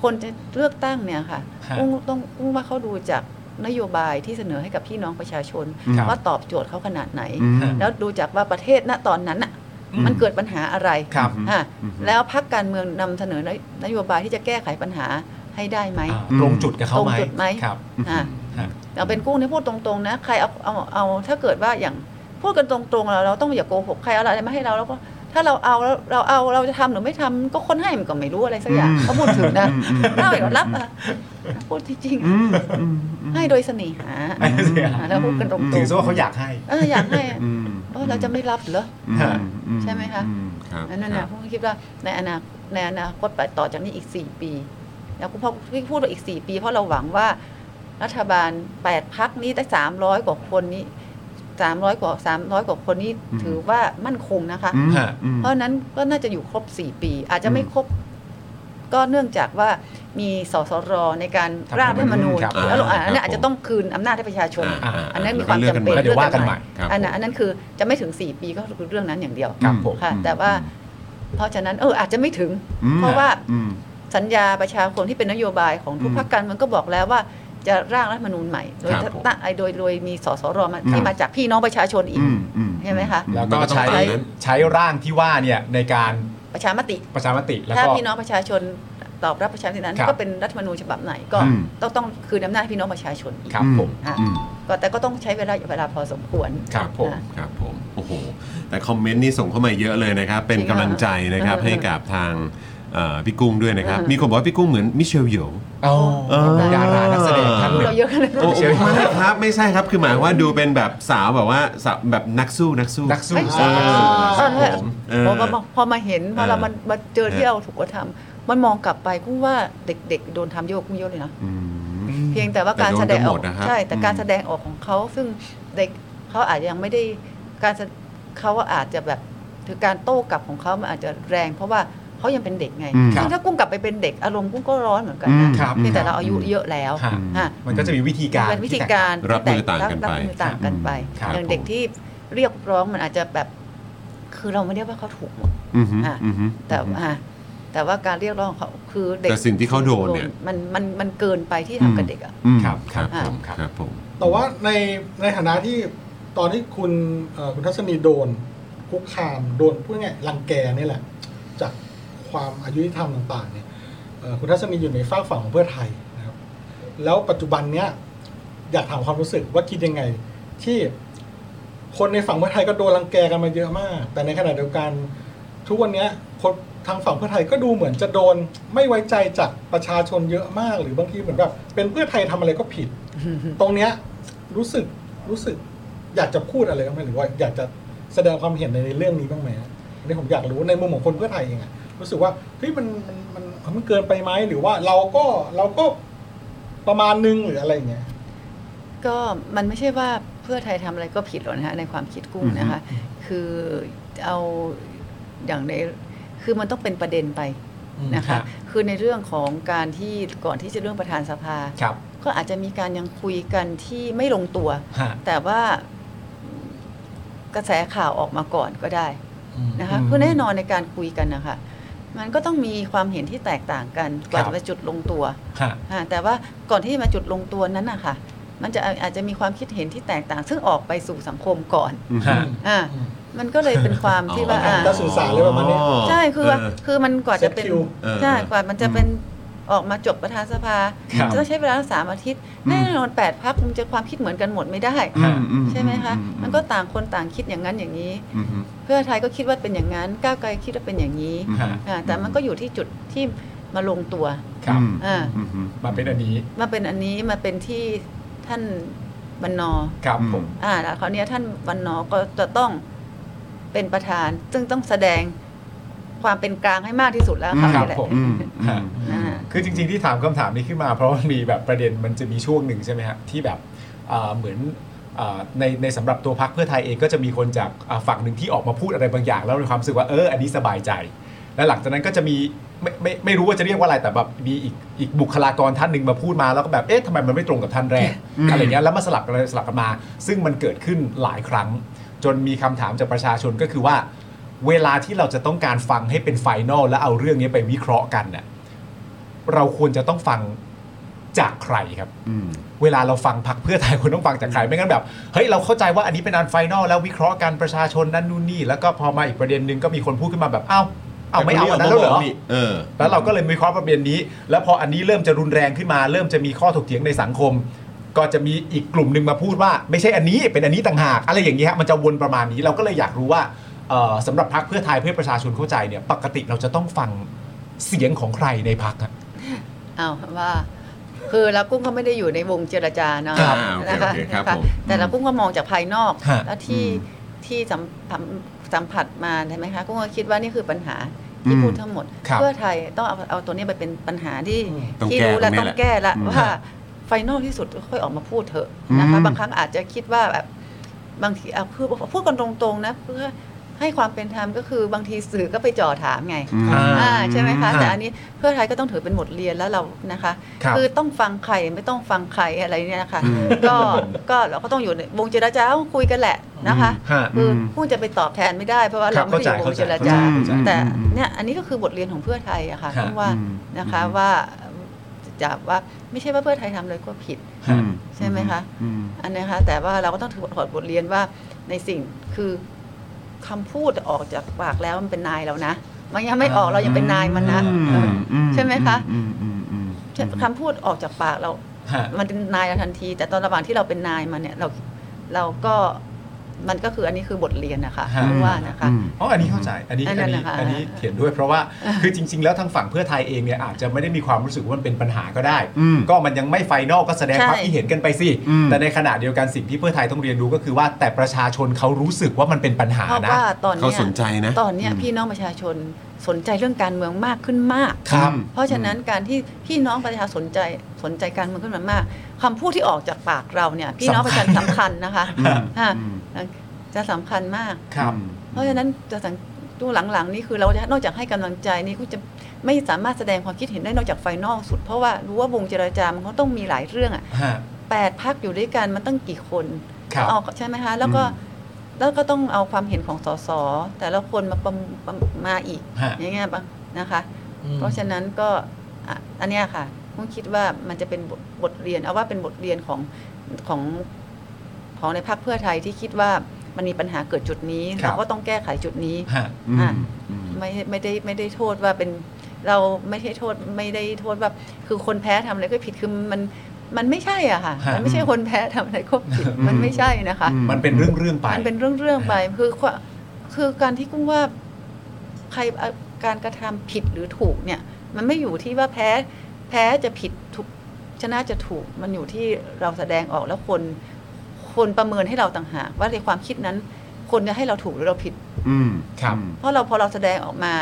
Speaker 5: คนจะเลือกตั้งเนี่ยค่ะ
Speaker 7: ฮะ
Speaker 5: กุ้งต้องกุ้งว่าเขาดูจากนโยบายที่เสนอให้กับพี่น้องประชาชน
Speaker 7: ครับ
Speaker 5: ว่าตอบโจทย์เขาขนาดไหน
Speaker 1: อืม
Speaker 5: แล้วดูจากว่าประเทศณตอนนั้นอะ
Speaker 7: อืม
Speaker 5: มันเกิดปัญหาอะไร
Speaker 7: ครับ
Speaker 5: อ่ะ
Speaker 1: อืม
Speaker 5: แล้วพักการเมืองนำเสนอนนโยบายที่จะแก้ไขปัญหาให้ได้ไหม
Speaker 7: อ่าตรงจุดกับเขาไหม
Speaker 5: ตรงจุดไหม
Speaker 7: ครับ
Speaker 5: อ่ะ
Speaker 7: ฮะ
Speaker 5: เอาเป็นกุ้งเนี่ยพูดตรงๆนะใครเอาเอาเอาถ้าเกิดว่าอย่างพูดกันตรงๆเราเราต้องอย่าโกหกใครเอาอะไรมาให้เราแล้วก็ถ้าเราเอาแล้วเราเอาเราจะทำหรือไม่ทำก็คนให้มันก็ไม่รู้อะไรสักอย่าง
Speaker 1: อืม
Speaker 5: เขาพูดถึงนะ
Speaker 1: อืมอืม
Speaker 5: เล่าอีกแล้วรับอ่ะพูดจริงๆ
Speaker 1: อื
Speaker 5: อ่ะ
Speaker 1: มอืมอืม
Speaker 5: ให้โดยเสน่หา
Speaker 7: ไอ้เสีย
Speaker 5: อ่ะแล้วพูดกันตรง
Speaker 7: ถือซะว่าเขาอยากให้
Speaker 5: ๆเอออยากให้อ่ะ
Speaker 1: อืม
Speaker 5: เออเราจะไม่รับเหรอ
Speaker 1: อืมอื
Speaker 5: ใช่ไหมคะ
Speaker 1: อืครับ
Speaker 5: อันนั้
Speaker 1: ค
Speaker 5: น
Speaker 1: รับ
Speaker 5: นะพวกคิดว่าในอนาคตในอนาคตต่อจากนี้อีก 4 ปี แล้วคุณพ่อพี่พูดว่าอีก 4 ปี เพราะเราหวังว่ารัฐบาล 8พักนี้ได้ 300 กว่าคนนี้ 300 กว่า 300 กว่าคนนี้
Speaker 1: อืม
Speaker 5: ถือว่ามั่นคงนะคะ
Speaker 1: อืม
Speaker 7: ฮะ
Speaker 1: อืม
Speaker 5: เพราะฉะนั้นก็น่าจะอยู่ครบ 4 ปี อาจจะไม่
Speaker 1: อืม
Speaker 5: ครบ ก็เนื่องจากว่ามีสสรในการร่างรัฐธรรมนูญ
Speaker 7: ครับ
Speaker 5: แล้วเรา
Speaker 1: อ่า
Speaker 5: อันนั้นอาจ
Speaker 1: ครับ
Speaker 5: จะต้องคืนอำนาจให้ประชาชน
Speaker 1: อ่าอ่า
Speaker 5: อันนั้น
Speaker 1: แล้ว
Speaker 5: มีความ
Speaker 1: ก็เลือกกั
Speaker 5: จำ
Speaker 1: น
Speaker 5: เป็น
Speaker 1: ใหม่
Speaker 7: เดี๋ยวว่ากันใหม่
Speaker 1: ครับ
Speaker 5: อันนั้นอันนั้นคือจะไม่ถึง 4 ปีก็คือเรื่องนั้นอย่างเดียว
Speaker 7: ครับผม
Speaker 5: ค่ะแต่ว่าเพราะฉะนั้นเอออาจจะไม่ถึง
Speaker 1: อืม
Speaker 5: เพราะว่า
Speaker 1: อืม
Speaker 5: สัญญาประชาคมที่เป็นนโยบายของทุ
Speaker 1: อื
Speaker 5: ก
Speaker 1: ม
Speaker 5: พรรคการเมืองก็บอกแล้วว่าจะร่างรัฐธรรมนูญใหม่ โดย
Speaker 1: ครับผม
Speaker 5: ตั้งไอ้โดยโดยมีสสรมา
Speaker 1: ครั
Speaker 5: ที่
Speaker 1: บ
Speaker 5: มาจากพี่น้องประชาชนอี
Speaker 1: อื
Speaker 5: ก
Speaker 1: มอืม
Speaker 5: ใช่ไหมคะ
Speaker 7: แล้วก็ใช้
Speaker 1: มันต้องเป็นแบบนั้น
Speaker 7: ใช้ร่างที่ว่าเนี่ยในการ
Speaker 5: ประชามติ
Speaker 7: ประชามติแล้ว
Speaker 5: ถ้า
Speaker 7: ก็
Speaker 5: พี่น้องประชาชนตอบรับประชามตินั้น
Speaker 7: ครับ
Speaker 5: ก็เป็นรัฐธรรมนูญฉบับไหนก็
Speaker 1: อืม
Speaker 5: ต้องต้องคืนอำนาจให้พี่น้องประชาชนอีก
Speaker 7: ครับผม
Speaker 5: อ่ะ
Speaker 1: อืม
Speaker 5: ก็แต่ก็ต้องใช้เวลาเวลาพอสมควร
Speaker 7: ครับผม
Speaker 1: ครับผมโอ้โห แต่คอมเมนต์นี่ส่งเข้ามาเยอะเลยนะครับ เป็นกำลังใจนะครับ ให้กับทางเอ่อพี่กุ้งด้วยนะครับ มีคนบอกว่าพี่กุ้งเหมือนมิเชลโย
Speaker 7: เอา
Speaker 1: เออ
Speaker 7: ดารานักแสดงท่านหนึ่ง
Speaker 5: เราเยอะขนาด
Speaker 1: โอ้
Speaker 5: นั้น
Speaker 1: โหไม่ครับ ไม่ใช่ครับ คือหมายว่าดูเป็นแบบสาวแบบว่าสาวแบบนักสู้นักสู้
Speaker 7: นักสู้
Speaker 1: เออครับผมเออ
Speaker 5: พอมาพอมาเห็นพอเรา
Speaker 1: เออ
Speaker 5: มันมาเจอที่เราถูกกระทำมันมองกลับไปกูว่าเด็ก ๆ โดนทำเยอะกว่ากูเยอะเลยนะ
Speaker 1: อืม
Speaker 5: เพียงแต่ว่าการแสดงออก
Speaker 1: แต่โดนกันหมดนะครับ
Speaker 5: ใช่แต่
Speaker 1: อืม
Speaker 5: การแสดงออกของเขาซึ่งเด็กเขาอาจจะยังไม่ได้การแสเขาอาจจะแบบถือการโต้กลับของเขามันอาจจะแรง เพราะว่าเขายังเป็นเด็กไง
Speaker 1: อืม
Speaker 5: ซึ่งถ้ากุ้งกลับไปเป็นเด็กอารมณ์กุ้งก็ร้อนเหมือนกันนะครับ เพียงแต่เราอายุเยอะแล้ว
Speaker 7: ฮะ
Speaker 5: ฮะ
Speaker 7: มันก็จะมีวิธีการ
Speaker 5: เป็นวิธีการ
Speaker 1: รับมือต่างกัน
Speaker 5: ที่แรับ
Speaker 1: ไป
Speaker 5: มือต่างกันไป
Speaker 1: ครับ
Speaker 5: อย่างเด็กที่เรียกร้องมันอาจจะแบบคือเราไม่ได้ว่าเขาถูกหมด
Speaker 1: อืมฮึ
Speaker 5: อ่ะ
Speaker 1: อืมฮึ
Speaker 5: แต่ว่าแต่ว่าการเรียกร้องของเขาคือเด็ก
Speaker 1: แต่สิ่งที่เขาโดนเนี่ย
Speaker 5: มันมันมันเกินไปที่ทำกับเด็กอะ
Speaker 1: อืม
Speaker 7: ครับ
Speaker 1: ครับผม
Speaker 7: ครับ
Speaker 1: ครับผม
Speaker 4: แต่ว่าในในฐานะที่ตอนที่คุณเอ่อคุณทัศนีโดนคุกคามโดนพูดง่ายๆรังแกนี่แหละ จากความอายุที่ทำต่างๆเนี่ยเอ่อคุณทัศนีอยู่ในฝากฝั่งของเพื่อไทยนะครับ แล้วปัจจุบันเนี้ยอยากถามความรู้สึกว่าคิดยังไง ที่คนในฝั่งเพื่อไทยก็โดนรังแกกันมาเยอะมาก แต่ในขณะเดียวกัน ทุกวันเนี้ยคนทางฝั่งเพื่อไทยก็ดูเหมือนจะโดนไม่ไว้ใจจากประชาชนเยอะมาก หรือบางทีเหมือนแบบเป็นเพื่อไทยทำอะไรก็ผิด ตรงเนี้ยรู้สึกรู้สึกอยากจะพูดอะไรบ้างไหมหรือว่าอยากจะแสดงความเห็นในเรื่องนี้บ้างไหมอันนี้ผมอยากรู้ในมุมของคนเพื่อไทยเองอะรู้สึกว่าเฮ้ยมันมันมันมันเกินไปไหมหรือว่าเราก็เราก็ประมาณนึงหรืออะไรอย่างเงี้ย
Speaker 5: ก็มันไม่ใช่ว่าเพื่อไทยทำอะไรก็ผิดหรอกนะคะในความคิดกุ้งนะคะ คือเอาอย่างในคือมันต้องเป็นประเด็นไปนะคะ คือในเรื่องของการที่ก่อนที่จะเรื่องประธานสภา
Speaker 2: ครับ
Speaker 5: ก็อาจจะมีการยังคุยกันที่ไม่ลงตัว
Speaker 2: ฮะ
Speaker 5: แต่ว่ากระแสข่าวออกมาก่อนก็ได้นะคะเพื่อแน่นอนในการคุยกันนะคะ มันก็ต้องมีความเห็นที่แตกต่างกันกว่า
Speaker 2: ครั
Speaker 5: จะ
Speaker 2: บ
Speaker 5: ไปจุดลงตัว
Speaker 2: ฮะ
Speaker 5: ฮะแต่ว่าก่อนที่จะมาจุดลงตัวนั้นนะคะมันจะอาจจะมีความคิดเห็นที่แตกต่าง ซึ่งออกไปสู่สังคมก่อน
Speaker 2: ฮะ
Speaker 5: อ่ามันก็เลยเป็นความที่ว่าอ่า
Speaker 4: ก็สื่อสารเลยประมาณนี้
Speaker 5: ใช่คือว่าคือมันกว่าจะเป็น
Speaker 4: เซ็ตคิว
Speaker 1: เออ
Speaker 5: ใช่กว่ามันจะเป็นออกมาจบประธานสภา
Speaker 2: ครับ
Speaker 5: จะต้องใช้เวลาสามอาทิตย์แน่นอนแปดพักมันจะความคิดเหมือนกันหมดไม่ได้
Speaker 1: อืมอื
Speaker 5: ใช่ไหมคะ
Speaker 1: อื
Speaker 5: มันก็ต่างคนต่างคิดอย่างนั้นอย่างนี้
Speaker 1: อืมอืม
Speaker 5: เพื่อไทยก็คิดว่าเป็นอย่างนั้น ก้าวไกลคิดว่าเป็นอย่างนี้
Speaker 1: อืม
Speaker 5: อ่าแต่มันก็อยู่ที่จุดที่มาลงตัว
Speaker 2: ครับ
Speaker 5: อ่า
Speaker 1: อืมอืม
Speaker 2: มาเป็นอันนี้
Speaker 5: มาเป็นอันนี้มาเป็นที่ท่านบรรณอ
Speaker 2: ครับผม
Speaker 5: อ่าแล้วคราวเนี้ยท่านบรรณอก็จะต้องเป็นประธาน ซึ่งต้องแสดงความเป็นกลางให้มากที่สุดแล้วค่ะ
Speaker 2: ครับ
Speaker 5: นี่แหละ
Speaker 2: ผม
Speaker 1: อืมอื
Speaker 2: ฮะ
Speaker 1: ม
Speaker 5: อ่า
Speaker 2: คือจริง ๆที่ถามคำถามนี้ขึ้นมาเพราะมันมีแบบประเด็นมันจะมีช่วงหนึ่งใช่ไหมฮะที่แบบอ่าเหมือนอ่าในในสำหรับตัวพักเพื่อไทยเองก็จะมีคนจากอ่าฝั่งหนึ่งที่ออกมาพูดอะไรบางอย่าง แล้วมีความรู้สึกว่าเอออันนี้สบายใจ และหลังจากนั้นก็จะมีไม่ไม่ไม่รู้ว่าจะเรียกว่าอะไรแต่แบบมีอีกอีกบุคลากรท่านหนึ่งมาพูดมาแล้วก็แบบเอ๊ะทำไมมันไม่ตรงกับท่านแรก อะไรเงี้ยแล้วมาสลับกันไปสลับกันมา ซึ่งมันเกิดขึ้นหลายครั้ง จนมีคำถามจากประชาชนก็คือว่า เวลาที่เราจะต้องการฟังให้เป็นไฟนอลและเอาเรื่องนี้ไปวิเคราะห์กันเนี่ยเราควรจะต้องฟังจากใครครับ
Speaker 1: อืม
Speaker 2: เวลาเราฟังพักเพื่อไทย คนต้องฟังจากใครไม่งั้นแบบเฮ้ยเราเข้าใจว่าอันนี้เป็นอันไฟนอลแล้ววิเคราะห์กันประชาชนนั่นนู่นนี่แล้วก็พอมาอีกประเด็นหนึ่งก็มีคนพูดขึ้นมาแบบเอ้าเอาไม่เอาอันนั้นแล้วเหรอ
Speaker 1: เออ
Speaker 2: แล้วเราก็เลยมีข้อประเด็นนี้ แล้วพออันนี้เริ่มจะรุนแรงขึ้นมา เริ่มจะมีข้อถกเถียงในสังคม ก็จะมีอีกกลุ่มหนึ่งมาพูดว่า ไม่ใช่อันนี้เป็นอันนี้ต่างหาก อะไรอย่างเงี้ยมันจะวนประมาณนี้เราก็เลยอยากรู้ว่าเอ่อสำหรับพักเพื่อไทยเพื่อประชาชนเข้าใจเนี่ยปกติเราจะต้องฟังเสียงของใครในพัก
Speaker 5: เอาว่าคือเรากุ้งก็ไม่ได้อยู่ในวงเจรจาเนาะ
Speaker 1: ครับ
Speaker 5: นะ
Speaker 1: โอเคโอเคครับ
Speaker 5: นะ
Speaker 1: ผม
Speaker 5: แต่เรากุ้งก็มองจากภายนอก
Speaker 2: ฮะ
Speaker 5: แล้ว
Speaker 1: อ
Speaker 5: ที่
Speaker 1: ื
Speaker 5: ที่สัมผัสสัมผัสมาใช่ไหมคะกุ้งก็คิดว่านี่คือปัญหา
Speaker 1: อื
Speaker 5: ที่
Speaker 1: ม
Speaker 5: พูดทั้งหมด
Speaker 2: ครับ
Speaker 5: เพื่อไทยต้องเอาเอาตัวนี้ไปเป็นปัญหาที่
Speaker 1: ต้อง
Speaker 5: ที่
Speaker 1: แก้
Speaker 5: รู้และ
Speaker 1: ตร
Speaker 5: ต้อง
Speaker 1: นี้แหละ
Speaker 5: งแก้ละ
Speaker 1: อืม
Speaker 5: ว่าไฟนอลที่สุดค่อยออกมาพูดเถอะนะคะ
Speaker 1: อืม
Speaker 5: บางครั้งอาจจะคิดว่าแบบบางทีเอาพูดพูดกันตรงๆนะเพื่อให้ความเป็นธรรมก็คือบางทีสื่อก็ไปจ่อถามไง อ่าใช่ไหมคะแต่อันนี้เพื่อไทยก็ต้องถือเป็นบทเรียนแล้วเรานะคะ
Speaker 2: ครับ
Speaker 5: อต้องฟังใครไม่ต้องฟังใครอะไรเนี่ยนะคะ
Speaker 1: อืม
Speaker 5: ก็ก็เราก็ต้องอยู่ในวงเจรจาต้องคุยกันแหละนะคะ
Speaker 2: ฮะ
Speaker 5: คืออ
Speaker 1: ม
Speaker 5: พูดจะไปตอบแทนไม่ได้เพราะว่า
Speaker 2: ครั
Speaker 5: เรา
Speaker 2: บ
Speaker 5: ไม่ได้อยู่ว
Speaker 2: เข้าง ใจ
Speaker 5: เจรจา
Speaker 1: เข้าใจ
Speaker 5: แต่
Speaker 1: อืม
Speaker 5: เนี่ยอันนี้ก็คือบทเรียนของเพื่อไทยอะค่ะ
Speaker 2: ครับ
Speaker 5: ต้องว่า
Speaker 1: อืม
Speaker 5: นะคะ
Speaker 1: อืม
Speaker 5: ว่าจะว่าไม่ใช่ว่าเพื่อไทยทำเลยก็ผิด ใช่ไหมคะ
Speaker 1: อืม
Speaker 5: อันนี้นะคะแต่ว่าเราก็ต้องถือถอดบทเรียนว่าในสิ่งคือคำพูดออกจากปากแล้วมันเป็นนายเรานะ มันยังไม่ออกเรายังเป็นนายมันนะ
Speaker 1: อืม
Speaker 5: เออ ใช่ไหมคะ
Speaker 1: อืมอืมอืมอืม
Speaker 5: คำพูดออกจากปากเรา
Speaker 2: ฮะ
Speaker 5: มันเป็นนายเราทันที แต่ตอนระหว่างที่เราเป็นนายมันเนี่ยเราเราก็มันก็คืออันนี้คือบทเรียนนะคะ
Speaker 2: ฮะ
Speaker 5: ว่านะคะ
Speaker 1: อืม
Speaker 2: อ๋อ อันนี้เข้าใจ อันนี้
Speaker 5: อั
Speaker 2: อั
Speaker 5: น
Speaker 2: น
Speaker 5: นั้น
Speaker 2: นี้
Speaker 5: นะคะ
Speaker 2: อันนี้เห็นด้วยเพราะว่า คือจริง ๆ แล้วทางฝั่งเพื่อไทยเองเนี่ยอาจจะไม่ได้มีความรู้สึกว่ามันเป็นปัญหาก็ได้
Speaker 1: อืม
Speaker 2: ก็มันยังไม่ไฟนอลก็แสดง
Speaker 5: ใช่
Speaker 2: ความที่เห็นกันไปสิ
Speaker 1: อืม
Speaker 2: แต่ในขณะเดียวกันสิ่งที่เพื่อไทยต้องเรียนรู้ก็คือว่าแต่ประชาชนเขารู้สึกว่ามันเป็นปัญหา
Speaker 5: เพราะ
Speaker 2: นะ
Speaker 5: ว่าตอน
Speaker 1: เขา
Speaker 5: เนี้ย
Speaker 1: สนใจนะ
Speaker 5: ตอนเนี้ยพี่น้องประชาชนสนใจเรื่องการเมืองมากขึ้นมาก
Speaker 2: ครับ
Speaker 5: เพราะฉะนั้นการที่พี่น้องประชาชนสนใจสนใจการเมืองขึ้นมามากคำพูดที่ออกจากปากเราเนี่ยพี่น้องประชาชนสำคัญนะคะ
Speaker 1: อืม
Speaker 5: ฮะ
Speaker 1: อืม
Speaker 5: จะสำคัญมาก
Speaker 2: ครับ
Speaker 5: เพราะฉะนั้นจะสังตัวหลังๆนี่คือเราจะนอกจากให้กำลังใจนี่ก็จะไม่สามารถแสดงความคิดเห็นได้นอกจากไฟนอลสุด เพราะว่ารู้ว่าวงเจรจามันก็ต้องมีหลายเรื่องอ่ะ
Speaker 2: ฮะ
Speaker 5: แปดพักอยู่ด้วยกันมันตั้งกี่คน
Speaker 2: ครับ
Speaker 5: เอาใช่ไหมคะแล้วก็
Speaker 1: อืม
Speaker 5: แล้วก็ต้องเอาความเห็นของสสแต่ละคนมาประมประมาอีก
Speaker 2: ฮะ
Speaker 5: อย่างเงี้ยปะนะคะ เพราะฉะนั้นก็อ่ะอันเนี้ยค่ะผมคิดว่ามันจะเป็นบทบทเรียนเอาว่าเป็นบทเรียนของของของในพรรคเพื่อไทยที่คิดว่ามันมีปัญหาเกิดจุดนี้
Speaker 2: ครับ
Speaker 5: เราก็ต้องแก้ไขจุดนี้
Speaker 2: ฮะ
Speaker 1: อืม
Speaker 5: อ่ะ
Speaker 1: อืม
Speaker 5: ไม่ไม่ได้ไม่ได้โทษว่าเป็นเราไม่ได้โทษไม่ได้โทษว่าคือคนแพ้ทำอะไรก็ผิดคือมันมันไม่ใช่อ่ะค่ะ
Speaker 2: ฮะ
Speaker 5: มันไม่ใช่คนแพ้ทำอะไรก็ผิด
Speaker 1: อืม
Speaker 5: มันไม่ใช่นะคะ
Speaker 2: มันเป็นเรื่องเรื่องๆไป
Speaker 5: มันเป็นเรื่องๆไปคือความคือการที่กุ้งว่าใครเอาการกระทำผิดหรือถูกเนี่ย มันไม่อยู่ที่ว่าแพ้แพ้จะผิดถูกชนะจะถูก มันอยู่ที่เราแสดงออกแล้วคนคนประเมินให้เราต่างหากว่าในความคิดนั้น คนจะให้เราถูกหรือเราผิด
Speaker 1: อืม
Speaker 2: ครับ
Speaker 1: อืม
Speaker 5: เพราะเราพอเราแสดงออกมา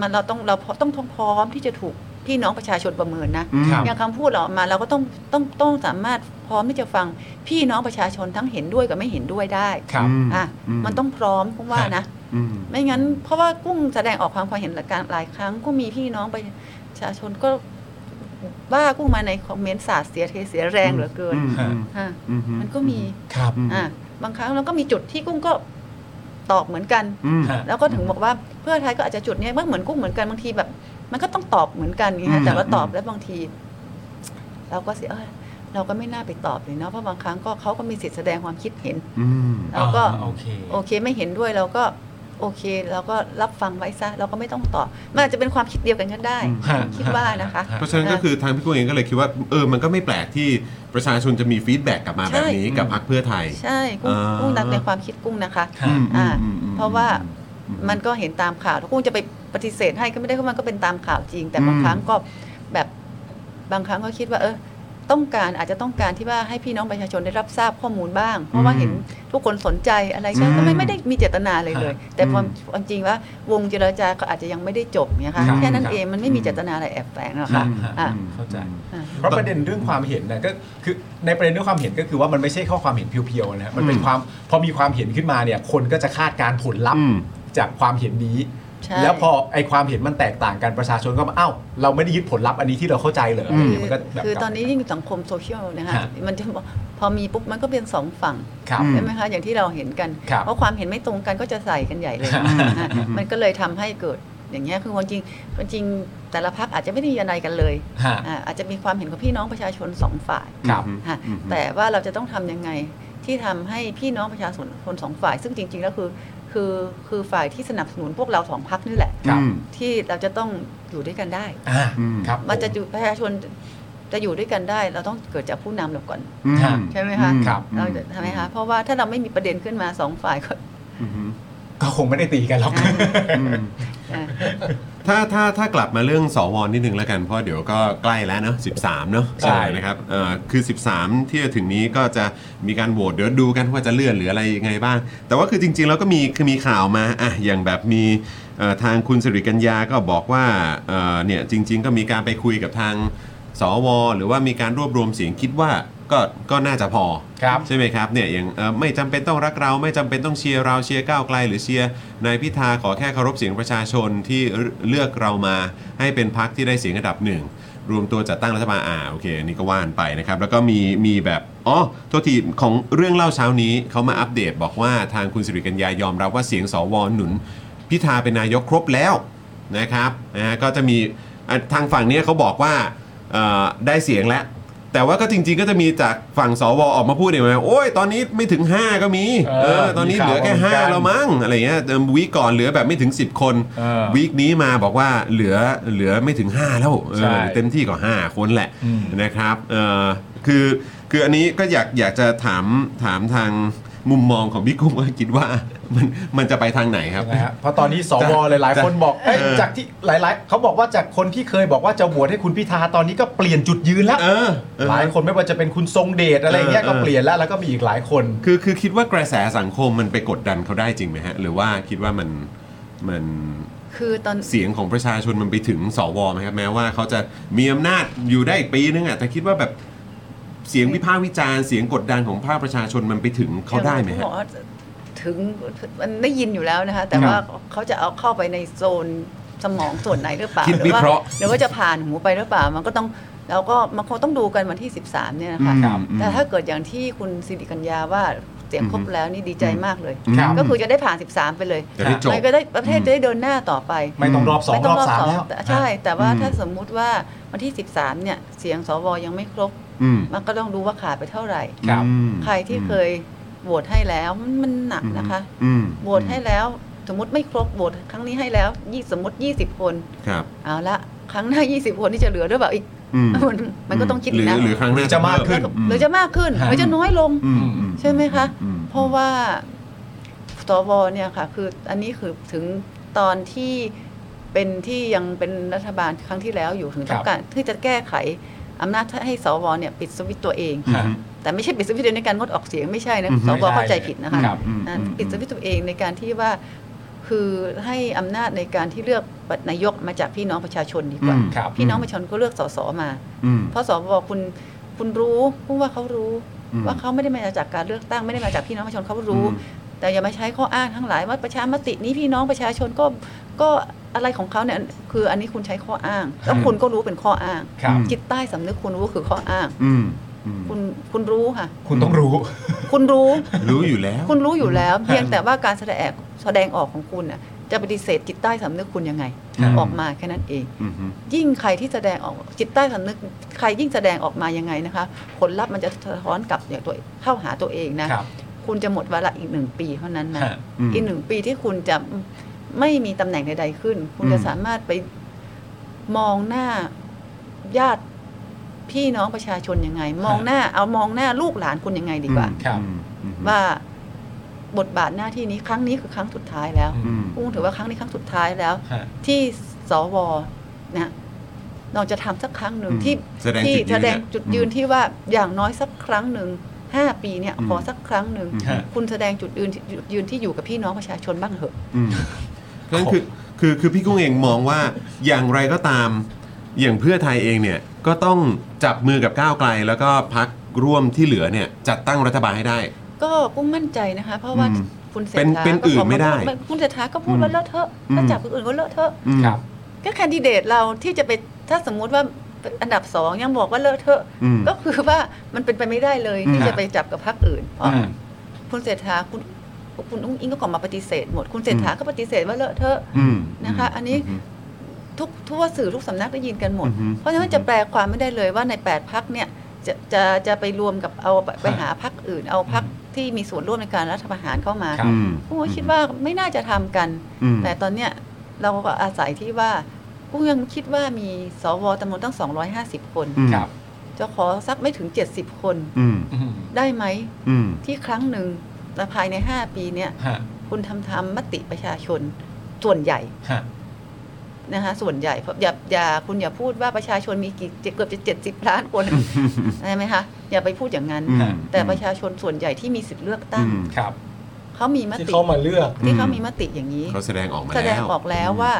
Speaker 5: มันเราต้องเราต้องพร้อมที่จะถูก พี่น้องประชาชนประเมินนะ
Speaker 2: ครับ
Speaker 5: อย่างคำพูดเราออกมาเราก็ต้องต้องต้องสามารถพร้อมที่จะฟังพี่น้องประชาชนทั้งเห็นด้วยกับไม่เห็นด้วยได้
Speaker 2: ครับ
Speaker 5: อ่ะมันต้องพร้อมกุ้งว่านะ
Speaker 1: อืม
Speaker 5: ไม่งั้นเพราะว่ากุ้งแสดงออกความความเห็นหลายการหลายครั้งกุ้งมีพี่น้องประชาชนก็ว่ากุ้งมาในคอมเมนต์สาดเสียเทเสียแรงเหลือเกิน
Speaker 1: อืม
Speaker 5: อ่ะ
Speaker 1: อือื
Speaker 5: มันก็มี
Speaker 2: ครับ
Speaker 1: อืม
Speaker 5: อ่ะบางครั้งเราก็มีจุดที่กุ้งก็ตอบเหมือนกัน
Speaker 1: อืม
Speaker 5: แล้วก็ถึงบอกว่าเพื่อไทยก็อาจจะจุดเนี้ยว่าเหมือนกุ้งเหมือนกันบางทีแบบ มันก็ต้องตอบเหมือนกันไง
Speaker 1: อืม
Speaker 5: ฮะแต่ว่าตอบ
Speaker 1: อืม
Speaker 5: แล้วบางที เราก็เสียเอ้ยเราก็ไม่น่าไปตอบเลยเนาะเพราะบางครั้งก็เขาก็มีสิทธิ์แสดงความคิดเห็น
Speaker 1: อืม
Speaker 5: เราก็
Speaker 2: อ่าโอเค
Speaker 5: โอเคไม่เห็นด้วยเราก็โอเคเราก็รับฟังไว้ซะเราก็ไม่ต้องตอบมันอาจจะเป็นความคิดเดียวกันก็ได้
Speaker 1: อืม
Speaker 2: ฮะ
Speaker 5: คิดว่านะคะ
Speaker 1: เพราะฉะนั้นก็คือทางพี่กุ้งเองก็เลยคิดว่าเออมันก็ไม่แปลกที่ประชาชนจะมีฟีดแบ็กกลับมาแบบนี้
Speaker 2: ใช่
Speaker 1: กับพรรคเพื่อไทย
Speaker 5: ใช่กุ้ง
Speaker 1: อ่า
Speaker 5: กุ้งนักในความคิดกุ้งนะคะ
Speaker 2: ครับ
Speaker 1: อื
Speaker 5: อ่าม
Speaker 1: อืมอืม
Speaker 5: เพราะว่า
Speaker 1: อื
Speaker 5: มันก็เห็นตามข่าวถ้ากุ้งจะไปปฏิเสธให้ก็ไม่ได้เพราะมันก็เป็นตามข่าวจริง แต่บาง
Speaker 1: อืม
Speaker 5: ครั้งก็แบบบางครั้งก็คิดว่าเออต้องการอาจจะต้องการที่ว่าให้พี่น้องประชาชนได้รับทราบข้อมูลบ้าง เพราะว่าเห็นทุกคนสนใจอะไรใช่ไหมไม่ไม่ได้มีเจตนาเลยเลย แต่ความความจริงว่าวงเจรจาก็อาจจะยังไม่ได้จบเนี่ยค่ะ
Speaker 2: ครับ
Speaker 5: แค่นั้นเองมันไม่มีเจตนาอะไรแอบแฝงหรอกค่ะ อ่ะ
Speaker 2: เข้าใจ
Speaker 5: อ่า
Speaker 7: เพราะประเด็นเรื่องความเห็นนะก็คือในประเด็นเรื่องความเห็นก็คือว่ามันไม่ใช่ข้อความเห็นเพียวๆนะฮะมันเป็นความพอมีความเห็นขึ้นมาเนี่ยคนก็จะคาดการณ์ผลลัพ
Speaker 1: อื
Speaker 7: ธ์
Speaker 1: ม
Speaker 7: จากความเห็นนี้
Speaker 5: ใช่
Speaker 7: แล้วพอไอความเห็นมันแตกต่างกันประชาชนก็มาเอ้าเราไม่ได้ยึดผลลัพธ์อันนี้ที่เราเข้าใจเหรออะไรอย่างเงี้ยมันก็แบบ
Speaker 5: คือตอนนี้ยิ่งสังคมโซเชียลนะคะ
Speaker 7: ฮะ
Speaker 5: มันจะบอกพอมีปุ๊บมันก็เป็นสองฝั่ง
Speaker 7: ครับ
Speaker 5: ใช่ไหมคะอย่างที่เราเห็นกัน
Speaker 7: ครับ
Speaker 5: เพราะความเห็นไม่ตรงกันก็จะใส่กันใหญ่เลยนะฮะมันก็เลยทำให้เกิดอย่างเงี้ยคือความจริงความจริงแต่ละพักอาจจะไม่ได้มีอะไรกันเลย
Speaker 7: ฮะ
Speaker 5: อ่าอาจจะมีความเห็นของพี่น้องประชาชนสองฝ่าย
Speaker 7: ครับ
Speaker 5: ฮะแต่ว่าเราจะต้องทำยังไงที่ทำให้พี่น้องประชาชนคนสองฝ่าย ซึ่งจริง ๆ แล้วคือคือคือฝ่ายที่สนับสนุนพวกเราสองพักนี่แหละ
Speaker 7: ครับ
Speaker 5: ที่เราจะต้องอยู่ด้วยกันได้
Speaker 7: อ่า
Speaker 1: อืม
Speaker 7: ครับ
Speaker 5: มันจะอ
Speaker 7: ผ
Speaker 5: ยู่ประชาชนจะอยู่ด้วยกันได้ เราต้องเกิดจากผู้นำเราก่อน
Speaker 1: อื
Speaker 7: ฮะ
Speaker 1: ม
Speaker 5: ใช่ไหมคะ
Speaker 7: ครับ
Speaker 5: เราจะทำไหมคะเพราะว่าถ้าเราไม่มีประเด็นขึ้นมาสองฝ่ายก็
Speaker 1: อืมอืม
Speaker 7: ก็คงไม่ได้ตีกันหรอก
Speaker 1: อืม
Speaker 5: อ่า
Speaker 1: ถ้าถ้าถ้ากลับมาเรื่องสวนิดนึงแล้วกันเพราะเดี๋ยวก็ใกล้แล้วเนอะ13 เนอะ
Speaker 7: ใช่
Speaker 1: นะครับเอ่อคือ 13 ที่จะถึงนี้ก็จะมีการโหวตเดี๋ยวดูกันว่าจะเลื่อนหรืออะไรยังไงบ้าง แต่ว่าคือจริง ๆ แล้วก็มีคือมีข่าวมาอ่ะอย่างแบบมีเอ่อทางคุณสิริกัญญาก็บอกว่าเอ่อเนี่ยจริง ๆ ก็มีการไปคุยกับทางสว หรือว่ามีการรวบรวมเสียงคิดว่าก็ก็น่าจะพอ
Speaker 7: ครับ
Speaker 1: ใช่ไหมครับเนี่ยอย่างเอ่อไม่จำเป็นต้องรักเราไม่จำเป็นต้องเชียร์เราเชียร์ก้าวไกล หรือเชียร์นายพิธาขอแค่เคารพเสียงประชาชนที่เลือกเรามาให้เป็นพรรคที่ได้เสียงระดับหนึ่ง รวมตัวจัดตั้งรัฐบาลอ่าโอเคอันนี่ก็ว่านไปนะครับ แล้วก็มีมีแบบอ๋อโทษทีของเรื่องเล่าเช้านี้เขามาอัปเดตบอกว่าทางคุณสิริกัญญายอมรับว่าเสียงสวหนุน พิธาเป็นนายกครบแล้วนะครับนะฮะก็จะมีอ่ะทางฝั่งเนี้ยเขาบอกว่าเอ่อได้เสียงแล้ว แต่ว่าก็จริงๆก็จะมีจากฝั่งสวออกมาพูดเองว่าโอ้ยตอนนี้ไม่ถึง 5 ก็มี
Speaker 7: เออ
Speaker 1: เออตอนนี้เหลือแค่
Speaker 7: มีข่าวเหมือน
Speaker 1: 5
Speaker 7: กัน
Speaker 1: แล้วมั้งอะไรเงี้ยเดิมวีคก่อนเหลือแบบไม่ถึง 10 คน
Speaker 7: เออ
Speaker 1: วีคนี้มาบอกว่าเหลือเหลือไม่ถึง 5 แล้วเออ
Speaker 7: ใช่
Speaker 1: เต็มที่ก็5 คนแหละ
Speaker 7: อืม
Speaker 1: นะครับเออคือคืออันนี้ก็อยากอยากจะถามถามทางมุมมองของพี่กุ้งว่าคิดว่ามันมันจะไปทางไหนครับ
Speaker 7: นะฮะเพราะตอนนี้สว
Speaker 1: จ้ะ
Speaker 7: หลาย ๆ คนบอกเอ้ย
Speaker 1: เออ
Speaker 7: จากที่หลาย ๆ เขาบอกว่าจากคนที่เคยบอกว่าจะโหวตให้คุณพิธาตอนนี้ก็เปลี่ยนจุดยืนแล้ว
Speaker 1: เออเออ
Speaker 7: หลายคนไม่ว่าจะเป็นคุณทรงเดชอะไรอย่างเงี้ย
Speaker 1: เออ
Speaker 7: ก็
Speaker 1: เออ
Speaker 7: เปลี่ยนแล้วแล้วก็มีอีกหลายคน
Speaker 1: คือคือคิดว่ากระแสสังคมมันไปกดดันเขาได้จริงไหมฮะ หรือว่าคิดว่ามันมัน
Speaker 5: คือตอน
Speaker 1: เสียงของประชาชนมันไปถึงสวไหมครับ แม้ว่าเขาจะมีอำนาจอยู่ได้อีกปีนึงอ่ะแต่คิดว่าแบบเสียงวิพากษ์วิจารณ์เสียงกดดันของภาคประชาชนมันไปถึงเขาได้ไหม
Speaker 5: อย่งที่
Speaker 1: ฮะ
Speaker 5: บอกว่าถึงมันได้ยินอยู่แล้วนะคะ แต่
Speaker 1: ครับ
Speaker 5: ว่าเขาจะเอาเข้าไปในโซนสมองส่วนไหนหรือเปล่า
Speaker 1: คิด
Speaker 5: หรื
Speaker 1: วิ
Speaker 5: ว่า
Speaker 1: เคราะห์
Speaker 5: หรือว่าจะผ่านหูไปหรือเปล่า มันก็ต้องเราก็มันคงต้องดูกันวันที่ 13 เนี่ยนะคะ
Speaker 1: อืมครับ
Speaker 5: แต่ถ้าเกิดอย่างที่คุณสิริกัญญาว่าเสียงครบแล้วนี่ดีใจมากเลย
Speaker 1: ครับ
Speaker 5: ก็คือจะได้ผ่าน 13 ไปเลย
Speaker 1: จะได้จบ
Speaker 5: มันก็ได้ประเทศจะได้เดินหน้าต่อไป
Speaker 7: ไม่ต้องรอบสอง
Speaker 5: ไม่
Speaker 7: ร
Speaker 5: ต้อ
Speaker 7: อง บ
Speaker 5: รอบ
Speaker 7: สาม
Speaker 5: สอง
Speaker 7: แล้ว
Speaker 5: แต่ใช่ แต่ว่า
Speaker 1: อืม
Speaker 5: ถ้าสมมุติว่าวันที่ 13 เนี่ย เสียงสวยังไม่ครบ
Speaker 1: อืม
Speaker 5: มันก็ต้องดูว่าขาดไปเท่าไหร่
Speaker 7: ครับ
Speaker 1: อืม
Speaker 5: ใครที่เคยโหวตให้แล้วมันมันหนักนะคะ
Speaker 1: อืม
Speaker 5: โหวตให้แล้ว สมมติไม่ครบโหวตครั้งนี้ให้แล้วยี่สมมติ 20 คน
Speaker 1: ครับ
Speaker 5: เอาละครั้งหน้า 20 คนที่จะเหลือหรือเปล่าอีก
Speaker 1: อืม
Speaker 5: มันมันก็ต้องคิด
Speaker 1: หรือ
Speaker 5: นะ
Speaker 1: หรือครั้งหน้า
Speaker 7: จะมากขึ้น
Speaker 1: เพิ่อืม
Speaker 5: หรือจะมากขึ้นหรือจะน้อยลง
Speaker 1: อืมอื
Speaker 5: ใช่ไหมคะ
Speaker 1: อืม
Speaker 5: เพราะว่าสวเนี่ยค่ะ คืออันนี้คือถึงตอนที่เป็นที่ยังเป็นรัฐบาลครั้งที่แล้วอยู่ถึง
Speaker 7: ครับ
Speaker 5: ต้องการที่จะแก้ไขอำนาจให้สวเนี่ยปิดสวิตช์ตัวเอง
Speaker 1: อืม
Speaker 5: แต่ไม่ใช่ปิดสวิตช์ตัวเองในการงดออกเสียงไม่ใช่นะ
Speaker 1: อือฮึ
Speaker 5: สว
Speaker 7: ไม่ใช่
Speaker 5: เข้าใจผิดนะคะ
Speaker 7: ครับ
Speaker 1: อืม
Speaker 5: อ่า
Speaker 1: อืม
Speaker 5: ปิดสวิตช์ตัวเองในการที่ว่า คือให้อำนาจในการที่เลือกนายกมาจากพี่น้องประชาชนดีกว่า
Speaker 1: อืม
Speaker 2: ครับ
Speaker 5: พี่น้องประชาชนก็เลือกสสมา
Speaker 1: อืม
Speaker 5: เพราะสวคุณคุณรู้ผู้ว่าเขารู้
Speaker 1: อืม
Speaker 5: ว่าเขาไม่ได้มาจากการเลือกตั้งไม่ได้มาจากพี่น้องประชาชนเขารู้
Speaker 1: อืม
Speaker 5: แต่อย่ามาใช้ข้ออ้างทั้งหลายว่าประชามตินี้พี่น้องประชาชนก็ก็อะไรของเขาเนี่ยคืออันนี้คุณใช้ข้ออ้าง แล้วคุณก็รู้เป็นข้ออ้าง
Speaker 2: ครับ
Speaker 5: จิตใต้สำนึกคุณรู้คือข้ออ้าง
Speaker 1: อืมอืม
Speaker 5: คุณคุณรู้ค่ะ
Speaker 2: คุณต้องรู้
Speaker 5: คุณรู้
Speaker 1: รู้อยู่แล้ว
Speaker 5: คุณรู้อยู่แล้ว เพียงแต่ว่าการแสดงแสดงออกของคุณน่ะจะปฏิเสธจิตใต้สำนึกคุณยังไง
Speaker 1: อืม
Speaker 5: ออกมาแค่นั้นเอง
Speaker 1: อืมฮึ
Speaker 5: ยิ่งใครที่แสดงออกจิตใต้สำนึก ใครยิ่งแสดงออกมายังไงนะคะ ผลลัพธ์มันจะสะท้อนกลับอย่างตัวเข้าหาตัวเองนะครับ คุณจะหมดเวลาระอีกหนึ่งปีเท่านั้นนะ
Speaker 2: ฮะ
Speaker 1: ม
Speaker 5: อีกหนึ่งปีที่คุณจะไม่มีตำแหน่งใดๆขึ้น คุณ
Speaker 1: อืม
Speaker 5: จะสามารถไปมองหน้าญาติพี่น้องประชาชนยังไง มองหน้าเอามองหน้าลูกหลานคุณยังไงดีกว่า
Speaker 2: ครับ
Speaker 1: อืมอืมฮึ
Speaker 5: ว่าบทบาทหน้าที่นี้ครั้งนี้คือครั้งสุดท้ายแล้ว
Speaker 1: อืม
Speaker 5: กุ้งถือว่าครั้งนี้ครั้งสุดท้ายแล้ว
Speaker 2: ฮะ
Speaker 5: ที่สวนะเราจะทำสักครั้งหนึ่ง
Speaker 1: อืม
Speaker 5: ที่
Speaker 1: แสดง
Speaker 5: ที่
Speaker 1: จุดยืน
Speaker 5: แสดง
Speaker 1: เนี่ย
Speaker 5: จุดยืนที่ว่าอย่างน้อยสักครั้งหนึ่งห้าปีเนี่ย
Speaker 1: อืม
Speaker 5: ขอสักครั้งหนึ่ง
Speaker 1: อืม
Speaker 2: ฮะ
Speaker 5: คุณแสดงจุดยืนจุดยืนที่อยู่กับพี่น้องประชาชนบ้างเหอะ
Speaker 1: อืมนั่นคือคือคือพี่กุ้งเองมองว่าอย่างไรก็ตาม อย่างเพื่อไทยเองเนี่ยก็ต้องจับมือกับก้าวไกล แล้วก็พักร่วมที่เหลือเนี่ยจัดตั้งรัฐบาลให้ได้
Speaker 5: ก็กุ้งมั่นใจนะคะ เพราะว่า
Speaker 1: อืม
Speaker 5: คุณเศรษ
Speaker 1: เป็น
Speaker 5: ฐา
Speaker 1: เป็นอื่นไม่ได้
Speaker 5: ก็กาพูคุณเศรษฐาก็พูด
Speaker 1: อืม
Speaker 5: ว่าเลอะเทอะ
Speaker 1: อืม
Speaker 5: ก็จับคนอื่นก็เลอะเทอะ
Speaker 1: อืม
Speaker 2: ครับ
Speaker 5: ก็แคนดิเดตเราที่จะไปถ้าสมมุติว่าอันดับสองยังบอกว่าเลอะเทอะ
Speaker 1: อืม
Speaker 5: ก็คือว่ามันเป็นไปไม่ได้เลย
Speaker 1: อืม
Speaker 5: ที่จะไปจับกับพรรคอื่นเพราะ
Speaker 2: อืม
Speaker 5: คุณเศรษฐาคุณคุณอุ้งอิงก็กลับมาปฏิเสธหมด คุณเศรษฐาก็ปฏิเสธว่าเลอะเทอะ
Speaker 1: อืม
Speaker 5: นะคะอันนี้
Speaker 1: ม
Speaker 5: ทุกทั่วสื่อทุกสำนักได้ยินกันหมด
Speaker 1: อือฮึ
Speaker 5: เพราะฉะนั้นจะแปลความไม่ได้เลยว่าใน8ปดพักเนี่ยจะจะจะไปรวมกับเอาไปไปหาพักอื่น เอาพักที่มีส่วนร่วมในการรัฐประหารเข้ามา
Speaker 2: ครับ
Speaker 1: อืม
Speaker 5: กูก็คิดว่าไม่น่าจะทำกัน
Speaker 1: อืม
Speaker 5: แต่ตอนเนี้ยเราก็อาศัยที่ว่ากูยังคิดว่ามีสวจำนวนตั้ง 250 คน
Speaker 1: อืม
Speaker 2: ครับ
Speaker 5: จะขอสักไม่ถึง 70 คน
Speaker 1: อืม
Speaker 2: อืม
Speaker 5: ได้ไหม
Speaker 1: อืม
Speaker 5: ที่ครั้งหนึ่งและภายใน 5 ปีเนี่ย
Speaker 2: ฮะ
Speaker 5: คุณทำทำมติประชาชนส่วนใหญ่
Speaker 2: ฮะ
Speaker 5: นะคะส่วนใหญ่เพราะอย่าอย่าคุณอย่าพูดว่าประชาชนมีกี่เกือบจะ70 ล้าน คน ใช่ไหมคะอย่าไปพูดอย่างนั้น
Speaker 1: อืม
Speaker 5: แต่ประชาชนส่วนใหญ่ที่มีสิทธิ์เลือกตั้ง
Speaker 1: อืม
Speaker 2: ครับ
Speaker 5: เขามีม
Speaker 4: ที่
Speaker 5: ติ
Speaker 4: เขามาเลือก
Speaker 5: ที่เขามีมติอย่างนี้
Speaker 1: เขาแสดงออกมา
Speaker 5: แสด
Speaker 1: แล้
Speaker 5: ง
Speaker 1: ว
Speaker 5: ออกแล้วว่า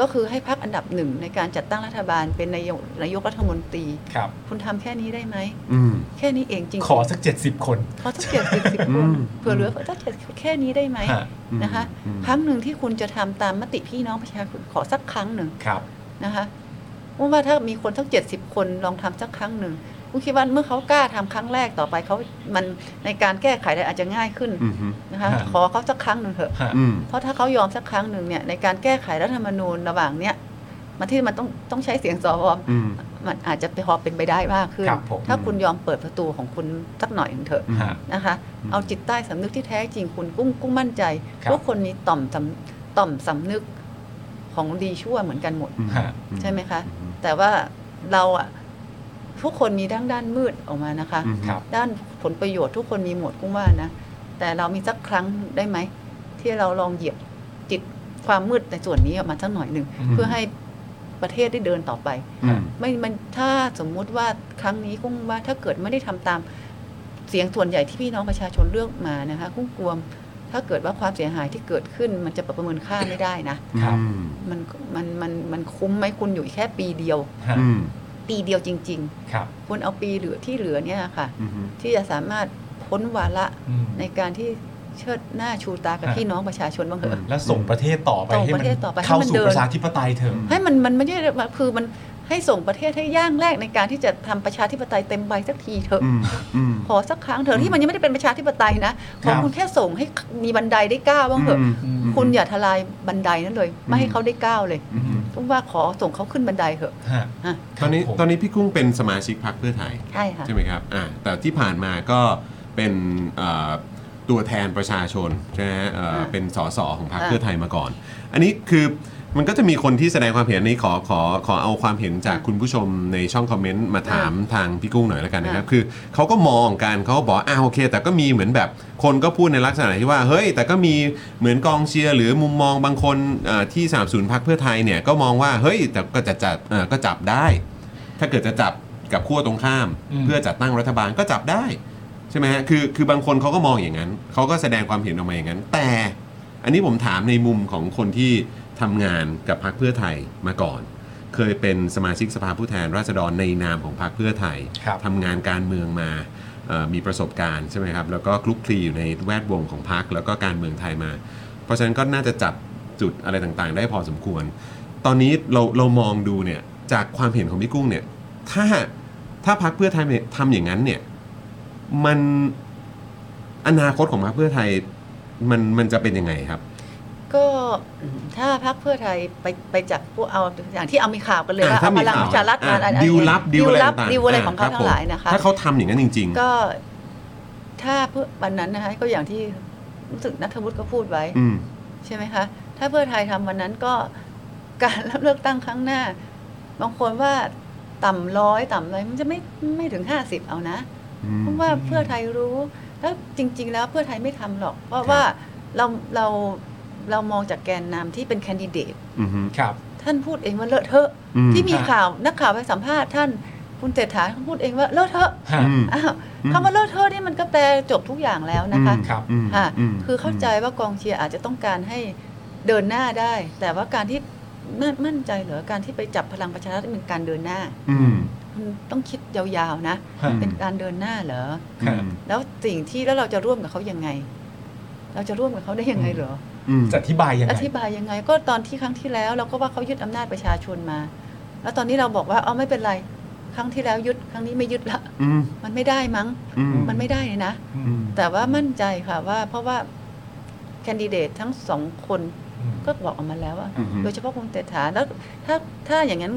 Speaker 5: ก็คือให้พักอันดับหนึ่งในการจัดตั้งรัฐบาลเป็นนายกนายกรัฐมนตรี
Speaker 2: ครับ
Speaker 5: คุณทำแค่นี้ได้ไหม
Speaker 1: อืม
Speaker 5: แค่นี้เองจริงๆ
Speaker 2: ขอสัก 70 คน
Speaker 5: ขอสักเจ็ดสิบสิบ
Speaker 1: อืม
Speaker 5: คนเผื่อเหลือสักเจ็ดแค่นี้ได้ไหม
Speaker 2: ฮะ
Speaker 5: นะคะ
Speaker 1: อืม
Speaker 5: ครั้งหนึ่งที่คุณจะทำตามมติพี่น้องประชาชนขอสักครั้งหนึ่ง
Speaker 2: ครับ
Speaker 5: นะคะว่าว่าถ้ามีคนสักเจ็ดสิบคนลองทำสักครั้งหนึ่งคุณคิดว่าเมื่อเขากล้าทำครั้งแรกต่อไปเขามันในการแก้ไขอะไรอาจจะง่ายขึ้น
Speaker 1: อืมฮึ
Speaker 5: นะคะ
Speaker 2: ฮะ
Speaker 5: ขอเขาสักครั้งหนึ่งเถอะ
Speaker 2: ฮะ
Speaker 1: อืม
Speaker 5: เพราะถ้าเขายอมสักครั้งหนึ่งเนี่ยในการแก้ไขรัฐธรรมนูญระหว่างเนี่ยมันที่มันต้องต้องใช้เสียงสว
Speaker 1: อืม
Speaker 5: มันอาจจะไปพอเป็นไปได้มากขึ้น
Speaker 2: ครับผม
Speaker 5: ถ้าคุณยอมเปิดประตูของคุณสักหน่อยหนึ่งเถอะ
Speaker 2: ฮะ
Speaker 5: นะคะ เอาจิตใต้สำนึกที่แท้จริงคุณกุ้งกุ้งมั่นใจ
Speaker 2: ครับ
Speaker 5: ทุกคนมีต่อมสำต่อมสำนึกของดีชั่วเหมือนกันหมด
Speaker 1: อืม
Speaker 2: ฮะ
Speaker 5: ใช่ไหมคะ แต่ว่าเราอะทุกคนมีด้านด้านมืดออกมานะคะ
Speaker 1: อืม
Speaker 2: ครับ
Speaker 5: ด้านผลประโยชน์ทุกคนมีหมดกุ้งว่านะ แต่เรามีสักครั้งได้ไหม ที่เราลองเหยียบจิตความมืดในส่วนนี้ออกมาสักหน่อยหนึ่ง
Speaker 2: อืม
Speaker 5: เพื่อให้ประเทศได้เดินต่อไป
Speaker 1: อืม
Speaker 5: ไม่มันถ้าสมมุติว่าครั้งนี้กุ้งว่าถ้าเกิดไม่ได้ทำตามเสียงส่วนใหญ่ที่พี่น้องประชาชนเลือกมานะคะกุ้งกลัวถ้าเกิดว่าความเสียหายที่เกิดขึ้น มันจะประเมินค่าไม่ได้นะ
Speaker 2: ครับ
Speaker 5: มันมันมันมันคุ้มไหมคุณอยู่แค่ปีเดียว
Speaker 2: ฮะ
Speaker 1: อืม
Speaker 5: ปีเดียวจริง
Speaker 2: ครับ
Speaker 5: ๆ คุณเอาปีเหลือที่เหลือเนี่ยค่ะ
Speaker 1: อืมฮึ
Speaker 5: ที่จะสามารถพ้นวาระ
Speaker 2: อืม
Speaker 5: ในการที่เชิดหน้าชูตากับ
Speaker 2: ฮะ
Speaker 5: พี่น้องประชาชนบ้างเหอะ
Speaker 2: แล้วส่งประเทศต่อไป
Speaker 5: ส่ง
Speaker 2: ให้
Speaker 5: ป
Speaker 2: มั
Speaker 5: ระ
Speaker 2: น
Speaker 5: เทศต่อไปให้
Speaker 2: เข้า
Speaker 5: มัน
Speaker 2: สู่
Speaker 5: เดิน
Speaker 2: ประชาธิปไตยเถอะ
Speaker 5: ให้มันมันไม่ใช่คือมันให้ส่งประเทศให้ย่างแรกในการที่จะทำประชาธิปไตยเต็มใบสักทีเถอะ
Speaker 1: อืมอืม
Speaker 5: ขอสักครั้งเถอะที่มันยังไม่ได้เป็นประชาธิปไตยนะข
Speaker 2: ค
Speaker 5: อ
Speaker 2: รับ
Speaker 5: คุณแค่ส่งให้มีบันไดได้ก้าวบ้างเถอะ
Speaker 2: อืม
Speaker 5: คุณอย่าทลายบันไดนั้นเลย ไม่ให้เขาได้ก้าวเลย
Speaker 1: อืม
Speaker 5: ต้องว่าขอส่งเขาขึ้นบันไดเถอะ
Speaker 2: ฮะ
Speaker 5: อ่ะ
Speaker 1: ตอนนี้
Speaker 2: ครับผม
Speaker 1: ตอนนี้พี่กุ้งเป็นสมาชิกพรรคเพื่อไทย
Speaker 5: ใช่ค่ะ
Speaker 1: ใช่ไหมครับอ่าแต่ที่ผ่านมาก็เป็นเอ่อตัวแทนประชาชนใช่ไหมฮะเอ่อ
Speaker 5: อ่า
Speaker 1: เป็นสสของพรรค
Speaker 5: อ่า
Speaker 1: เพื่อไทยมาก่อน อันนี้คือมันก็จะมีคนที่แสดงความเห็นอันนี้ขอขอขอเอาความเห็นจากคุณผู้ชมในช่องคอมเมนต์มาถามทางพี่กุ้งหน่อยแล้วกันนะครับ คือเขาก็มองกันเขาก็บอกอ่าโอเค แต่ก็มีเหมือนแบบคนก็พูดในลักษณะที่ว่าเฮ้ย แต่ก็มีเหมือนกองเชียร์หรือมุมมองบางคนเอ่อที่สามศูนย์พรรคเพื่อไทยเนี่ยก็มองว่าเฮ้ยแต่ก็จะจับเอ่อก็จับได้ ถ้าเกิดจะจับกับขั้วตรงข้าม
Speaker 2: อืม
Speaker 1: เพื่อจัดตั้งรัฐบาลก็จับได้ใช่ไหมฮะคือคือบางคนเขาก็มองอย่างนั้นเขาก็แสดงความเห็นออกมาอย่างนั้น แต่ อั อันนี้ผมถามในมุมของคนที่ทำงานกับพรรคเพื่อไทยมาก่อน เคยเป็นสมาชิกสภาผู้แทนราษฎรในนามของพรรคเพื่อไทย
Speaker 2: ครับ
Speaker 1: ทำงานการเมืองมาเอ่อมีประสบการณ์ใช่ไหมครับ แล้วก็คลุกคลีอยู่ในแวดวงของพรรคแล้วก็การเมืองไทยมา เพราะฉะนั้นก็น่าจะจับจุดอะไรต่างๆ ได้พอสมควร ตอนนี้เราเรามองดูเนี่ยจากความเห็นของพี่กุ้งเนี่ย ถ้าถ้าพักเพื่อไทยเนี่ยทำอย่างนั้นเนี่ย มันอนาคตของพรรคเพื่อไทยมันมันจะเป็นยังไงครับ
Speaker 5: ก็อืมถ้าพักเพื่อไทยไปไปจากพวกเอาอย่างที่เอามีข่าวกันเลย
Speaker 1: อ่า
Speaker 5: ว่า
Speaker 1: ถ้า
Speaker 5: เอา
Speaker 1: มี
Speaker 5: พลัง
Speaker 1: ข่าว
Speaker 5: ประชารัฐมา
Speaker 1: อ่า
Speaker 5: อันอัน
Speaker 1: ดีลลับดีล
Speaker 5: ดีล
Speaker 1: อะไร
Speaker 5: ลับ
Speaker 1: ต่างๆ
Speaker 5: ดีลอะไร
Speaker 1: อ่า
Speaker 5: ของเขา
Speaker 1: รับ
Speaker 5: ทั้งหลายนะคะ
Speaker 1: ถ้าเขาทำอย่างนั้นจริง
Speaker 5: ก็ถ้าเพื่อวันนั้นนะคะก็อย่างที่รู้สึกนัทวุฒิก็พูดไว้
Speaker 1: ๆ อืม
Speaker 5: ใช่ไหมคะ ถ้าเพื่อไทยทำวันนั้นก็การ รับเลือกตั้งครั้งหน้า บางคนว่าต่ำร้อยต่ำอะไรมันจะไม่ไม่ถึงห้าสิบเอานะ
Speaker 1: อืม
Speaker 5: เพราะว่าเพื่อไทยรู้ แล้วจริง ๆ แล้วเพื่อไทยไม่ทำหรอก เพราะว่าเราเราเรามองจากแกนนำที่เป็นแคนดิเดต
Speaker 1: อืมฮึ
Speaker 2: ครับ
Speaker 5: ท่านพูดเองว่าเลอะเทอะ
Speaker 1: อืม
Speaker 5: ที่มี
Speaker 2: ฮะ
Speaker 5: ข่าวนักข่าวไปสัมภาษณ์ท่านคุณเศรษฐาเขาพูดเองว่าเลอะเทอะ
Speaker 2: ฮะ
Speaker 1: อืม
Speaker 5: อ้าว
Speaker 1: อืม
Speaker 5: คำว่าเลิศเทอะนี่มันก็แปลจบทุกอย่างแล้วนะคะ
Speaker 1: อืม
Speaker 2: ครับ
Speaker 1: อืม
Speaker 5: ค่ะ
Speaker 1: อืม
Speaker 5: คือเข้าใจว่ากองเชียร์อาจจะต้องการให้เดินหน้าได้ แต่ว่าการที่มั่นมั่นใจเหรอการที่ไปจับพลังประชารัฐเป็นการเดินหน้า
Speaker 1: อืม
Speaker 5: มันต้องคิดยาวๆนะ
Speaker 2: ฮะ
Speaker 5: เป็นการเดินหน้าเหรอ
Speaker 1: อืม
Speaker 5: แล้วสิ่งที่แล้วเราจะร่วมกับเขายังไง เราจะร่วมกับเขาได้ยังไงเหรอ
Speaker 1: อืม
Speaker 2: จะอธิบายยังไง
Speaker 5: อธิบายยังไงก็ตอนที่ครั้งที่แล้วเราก็ว่าเขายึดอำนาจประชาชนมา แล้วตอนนี้เราบอกว่าเอาไม่เป็นไร ครั้งที่แล้วยึดครั้งนี้ไม่ยึดละ
Speaker 1: อืม
Speaker 5: มันไม่ได้มั้ง
Speaker 1: อืม
Speaker 5: มันไม่ได้เลยนะ
Speaker 2: อืม
Speaker 5: แต่ว่ามั่นใจค่ะว่าเพราะว่าแคนดิเดตทั้งสองคนก็บอกออกมาแล้วว่า
Speaker 1: อือฮึ
Speaker 5: โดยเฉพาะคุณเตถาแล้วถ้าถ้าอย่างนั้น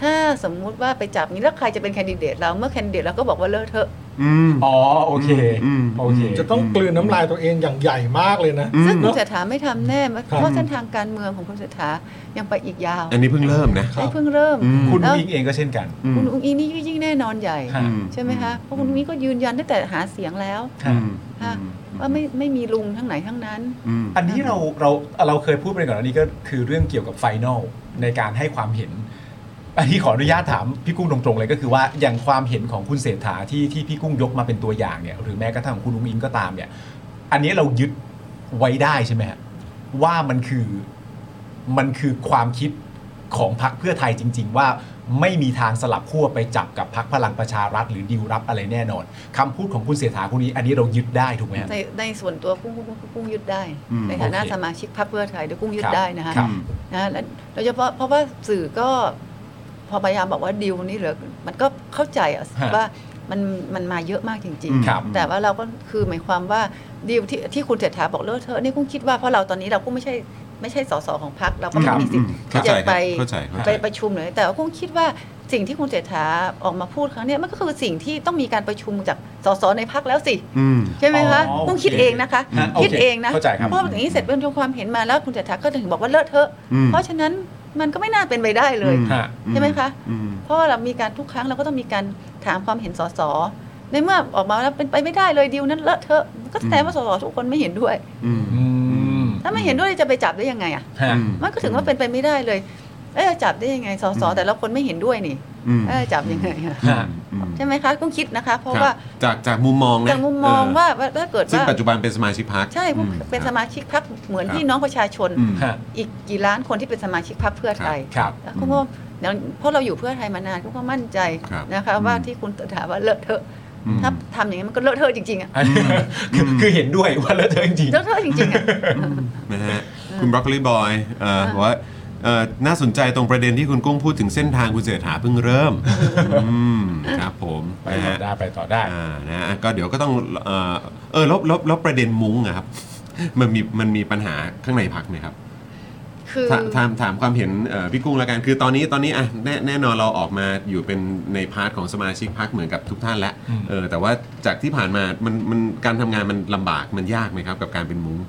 Speaker 5: ถ้าสมมุติว่าไปจับนี้แล้วใครจะเป็นแคนดิเดตเราเมื่อแคนดิเดตเราก็บอกว่าเลอะเทอะ
Speaker 1: อืม
Speaker 2: อ๋อ โอเค
Speaker 1: อืม
Speaker 2: โอเค
Speaker 4: จะต้องกลืนน้ำลายตัวเองอย่างใหญ่มากเลยนะ
Speaker 1: อืม
Speaker 5: ซึ่งคุณเศรษฐาไม่ทำแน่
Speaker 4: ครับ
Speaker 5: เพราะเส้นทางการเมืองของคุณเศรษฐายังไปอีกยาว
Speaker 1: อันนี้เพิ่งเริ่มนะ
Speaker 5: ได้เพิ่งเริ่ม
Speaker 1: อืม
Speaker 2: คุณ
Speaker 5: แล้ว
Speaker 2: วิงเองก็เช่นกัน
Speaker 1: อืม
Speaker 5: คุณอุ้งอิงนี่ยิ่งแน่นอนใหญ่
Speaker 2: ฮะ
Speaker 1: อื
Speaker 5: ใช่ไหมคะเพราะคุณอุ้งอิงก็ยืนยันตั้งแต่หาเสียงแล้ว
Speaker 1: อืม
Speaker 5: ค่ะว่าไม่ไม่มีลุงทั้งไหนทั้งนั้น
Speaker 1: อืม
Speaker 2: อันนี้เราเราเราเคยพูดไปก่อนอันนี้ก็คือเรื่องเกี่ยวกับไฟนอลในการให้ความเห็น อันนี้ขออนุญาตถามพี่กุ้งตรงๆเลยก็คือว่าอย่างความเห็นของคุณเศรษฐาที่ที่พี่กุ้งยกมาเป็นตัวอย่างเนี่ยหรือแม้กระทั่งของคุณลุงอิงก็ตามเนี่ย อันนี้เรายึดไว้ได้ใช่ไหมฮะว่ามันคือมันคือความคิดของพรรคเพื่อไทยจริง ๆ ว่าไม่มีทางสลับขั้วไปจับกับพรรคพลังประชารัฐ หรือดิวรับอะไรแน่นอนคำพูดของคุณเศรษฐาคนนี้ อันนี้เรายึดได้ถูกไหมฮะ
Speaker 5: ในในส่วนตัวกุ้งกุ้งกุ้งกุ้งยึดได้
Speaker 1: อืม
Speaker 5: ในฐานะ
Speaker 2: โอเค
Speaker 5: สมาชิกพรรคเพื่อไทยเดี๋ยวกุ้งยึ
Speaker 2: ค
Speaker 5: ด
Speaker 2: รับ
Speaker 5: ได้นะคะ
Speaker 2: ครับ
Speaker 5: นะและโดยเฉพาะเพราะว่าสื่อก็พอพยายามบอกว่าดิวนี่เหลือมันก็เข้าใจอะ
Speaker 2: ฮะ
Speaker 5: ว่ามันมันมาเยอะมากจริง
Speaker 2: ครับ
Speaker 5: ๆ แต่ว่าเราก็คือหมายความว่าดิวที่ที่คุณเศรษฐาบอกเลอะเทอะนี่กุ้งคิดว่าเพราะเราตอนนี้เรากุ้งไม่ใช่ไม่ใช่สสของพรรคเราก็ไม่มีสิทธิ์
Speaker 1: ครับ
Speaker 5: ที่จะไป
Speaker 1: เข้าใจครับเข้าใจ
Speaker 5: ไปประชุมเลยแต่ว่ากุ้งคิดว่าสิ่งที่คุณเศรษฐาออกมาพูดครั้งเนี้ยมันก็คือสิ่งที่ต้องมีการประชุมจากสสในพรรคแล้วสิ
Speaker 1: อืม
Speaker 5: ใช่ไหมคะ
Speaker 2: อ๋อ
Speaker 5: ต้องคิด
Speaker 2: โอเค
Speaker 5: เองนะคะ
Speaker 2: ฮะโอเค
Speaker 5: คิดเองนะ
Speaker 2: เข้าใจครับ
Speaker 5: ราะอย่างนี้เสร็จเป็นชงความเห็นมาแล้วคุณเศรษฐาก็ถึงบอกว่าเลอะเทอะ
Speaker 1: อืม
Speaker 5: เพราะฉะนั้นมันก็ไม่น่าเป็นไปได้เลย
Speaker 1: อืม
Speaker 2: ฮะ
Speaker 5: ใช่ไหมคะ
Speaker 1: อืม
Speaker 5: เพราะว่าเรามีการทุกครั้งเราก็ต้องมีการถามความเห็นสสในเมื่อออกมาแล้วเป็นไปไม่ได้เลยดีลนั้นเลอะเทอะก็แสดงว่าสสทุกคนไม่เห็นด้วย
Speaker 1: อืม
Speaker 2: อืม
Speaker 5: ถ้าไม่เห็นด้วยจะไปจับได้ยังไงอ่ะ
Speaker 2: ฮะ
Speaker 5: มันก็ถึงว่าเป็นไปไม่ได้เลยเอ๊ะจับได้ยังไงสส
Speaker 1: อืม
Speaker 5: แต่ละคนไม่เห็นด้วยนี่
Speaker 1: อืม
Speaker 5: เอ๊ะจับยังไงอะ
Speaker 2: ฮะ
Speaker 1: อืม
Speaker 5: ใช่ไหมคะต้องคิดนะคะ เพราะ
Speaker 1: ครับ
Speaker 5: ว่า
Speaker 1: จากจากมุมมองนะ
Speaker 5: จากมุมมอง
Speaker 1: เ
Speaker 5: ว่าว่าถ้าเกิด
Speaker 1: ซึ่ง
Speaker 5: ว่า
Speaker 1: ปัจจุบันเป็นสมาชิกพรรค
Speaker 5: ใช่พวกเป็นสมาชิกพรรคเหมือนพี่น้องประชาชน
Speaker 1: อืม
Speaker 2: ฮะ
Speaker 5: อีกกี่ล้านคนที่เป็นสมาชิกพรรคเพื่อไทย
Speaker 2: ครับ
Speaker 5: แล้วคุณก็เดี๋ยวเพราะเราอยู่เพื่อไทยมานานคุณก็มั่นใจ
Speaker 1: ครับ
Speaker 5: นะคะ
Speaker 1: อืม
Speaker 5: ว่าที่คุณถามว่าเลอะเทอะ
Speaker 1: อืม
Speaker 5: ถ้าทำอย่างนี้มันก็เลอะเทอะจริงๆอะ
Speaker 2: อันนี้คือคือเห็นด้วยว่าเลอะเทอะจริง
Speaker 5: เลอะเทอะจริง ๆอะ
Speaker 1: นะฮะคุณบรอกโคลีบอยเอ่อบอกว่าเอ่อน่าสนใจตรงประเด็นที่คุณกุ้งพูดถึงเส้นทางคุณเสถาเพิ่งเริ่มอืมครับผม
Speaker 2: ไป
Speaker 1: นะ
Speaker 2: ต่อ
Speaker 1: ฮะ
Speaker 2: ได้ไปต่อได้
Speaker 1: อ่านะฮะก็เดี๋ยวก็ต้องเอ่อเออลบลบลบประเด็นมุ้งอะครับ มันมีมันมีปัญหาข้างในพักไหมครับ
Speaker 5: คือ
Speaker 1: ถาถามถามความเห็นเอ่อพี่กุ้งละกันคือตอนนี้ตอนนี้อ่ะแน่แน่นอนเราออกมาอยู่เป็นในพาร์ทของสมาชิกพักเหมือนกับทุกท่านแล้ว
Speaker 2: อืม
Speaker 1: เออแต่ว่าจากที่ผ่านมามันมันการทำงานมันลำบากมันยากไหมครับ กับการเป็นมุ้ง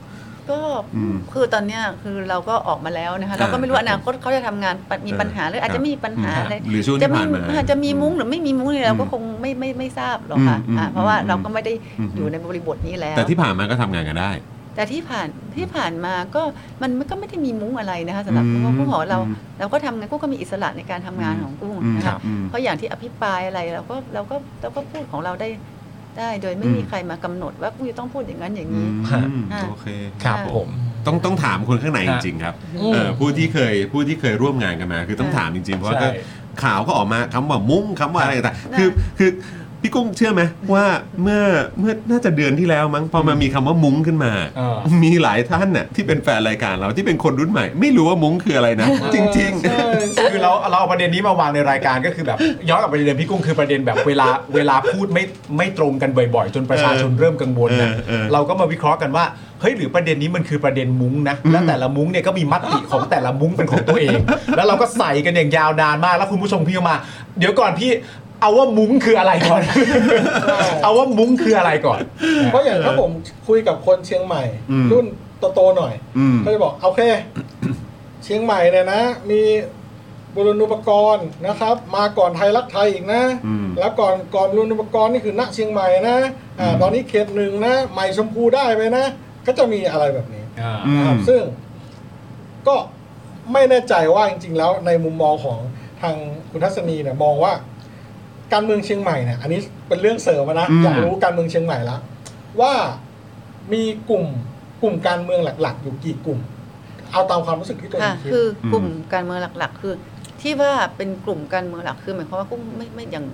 Speaker 5: ก็
Speaker 1: อืม
Speaker 5: คือตอนเนี้ยคือเราก็ออกมาแล้วนะคะเราก็ไม่รู้
Speaker 1: อ่า
Speaker 5: อนาคตเขาจะทำงานมีปัญหาหรืออาจ
Speaker 1: ครั
Speaker 5: จะ
Speaker 1: บ
Speaker 5: ไม่มีปัญหาอะไร
Speaker 1: หรือช่วง
Speaker 5: จะ
Speaker 1: ที่
Speaker 5: มี
Speaker 1: ผ่านมา
Speaker 5: อาจจะมีมุ้งหรือไม่มีมุ้งเนี่ยเราก็
Speaker 1: อืม
Speaker 5: คงไม่ไม่ไม่ทราบหรอกค่ะ
Speaker 1: อืมอืม
Speaker 5: อ่าเพราะว่าเราก็ไม่ได้
Speaker 1: อืม
Speaker 5: อยู่ในบริบทนี้แล้ว
Speaker 1: แต่ที่ผ่านมาก็ทำงานกันได้
Speaker 5: แต่ที่ผ่านที่ผ่านมาก็มันมันก็ไม่ได้มีมุ้งอะไรนะคะสำหรับ
Speaker 1: อืม
Speaker 5: เพราะกุ้งหอเรา
Speaker 1: อืม
Speaker 5: เราก็ทำงานกุ้งก็มีอิสระในการทำงาน
Speaker 1: อืม
Speaker 5: ของกุ้ง
Speaker 1: อืม
Speaker 5: นะ
Speaker 1: ครั
Speaker 5: คะ
Speaker 1: บอืม
Speaker 5: เพราะอย่างที่อภิปรายอะไรเราก็เราก็เราก็พูดของเราได้ได้ โดยไม่
Speaker 1: อืม
Speaker 5: มีใครมากำหนดว่ากุ้งจะต้องพูดอย่างนั้นอย่าง
Speaker 1: อื
Speaker 5: นี้
Speaker 1: ม
Speaker 2: ฮะ
Speaker 1: อืม
Speaker 5: อ่ะ
Speaker 1: โอเค
Speaker 2: ครับผม
Speaker 1: ต้องต้องถามคนข้างในจริงๆครับเออผู้ที่เคยผู้ที่เคยร่วมงานกันมา คือต้องถามจริงๆ เพราะก็ข่าวก็ออกมาคำว่ามุ้งคำว่าอะไรต่างๆคือคือพี่กุ้งเชื่อไหมว่าเมื่อเมื่อน่าจะเดือนที่แล้วมั้งพอมามีคำว่ามุ้งขึ้นมา
Speaker 2: เออ
Speaker 1: มีหลายท่านน่ะที่เป็นแฟนรายการเราที่เป็นคนรุ่นใหม่ ไม่รู้ว่ามุ้งคืออะไรนะ จริง ๆ
Speaker 2: คือเราเราเอาประเด็นนี้มาวางในรายการก็คือแบบย้อนกลับไปประเด็นพี่กุ้งคือประเด็นแบบเวลาเวลาพูดไม่ไม่ตรงกันบ่อยๆ จนประชาชนเริ่มกังวลนะ
Speaker 1: เออเออ
Speaker 2: เราก็มาวิเคราะห์กันว่าเฮ้ยหรือประเด็นนี้มันคือประเด็นมุ้งนะแล้วแต่ละมุ้งเนี่ยก็มีมติของแต่ละมุ้งเป็นของตัวเอง แล้วเราก็ใส่กันอย่างยาวนานมากแล้วคุณผู้ชมพี่ก็มา เดี๋ยวก่อนพี่เอาว่ามุ้งคืออะไรก่อน เอาว่ามุ้งคืออะไรก่อน
Speaker 4: เพราะอย่างถ้าผมคุยกับคนเชียงใหม่
Speaker 1: อืม
Speaker 4: รุ่นโตๆหน่อย
Speaker 1: อืม
Speaker 4: ก็จะบอกโอเค เชียงใหม่เนี่ยนะ มีบุรณูปกรณ์นะครับ มาก่อนไทยรักไทยอีกนะ
Speaker 1: อืม
Speaker 4: แล้วก่อนก่อนบุรณูปกรณ์นี่คือณเชียงใหม่นะอ่าตอนนี้เขตหนึ่งนะใหม่ชมพูได้ไปนะ ก็จะมีอะไรแบบนี้
Speaker 1: อื
Speaker 4: นะ
Speaker 1: ม
Speaker 4: ครับซึ่งก็ไม่แน่ใจว่าจริง ๆ แล้วในมุมมองของทางคุณทัศนีเนี่ยมองว่า การเมืองเชียงใหม่เนี่ยอันนี้เป็นเรื่องเสริมนะ
Speaker 1: อืม
Speaker 4: อยากรู้การเมืองเชียงใหม่ละว่ามีกลุ่มกลุ่มการเมืองหลัก ๆ อยู่กี่กลุ่ม เอาตามความรู้สึกที่ตัวเอ
Speaker 5: ค่ะ
Speaker 4: งคิด
Speaker 5: คือกลุ่มการเมืองหลักๆ คือ ที่ว่าเป็นกลุ่มการเมืองหลักคือหมายความว่ากุ้งไม่ไม่อย่าง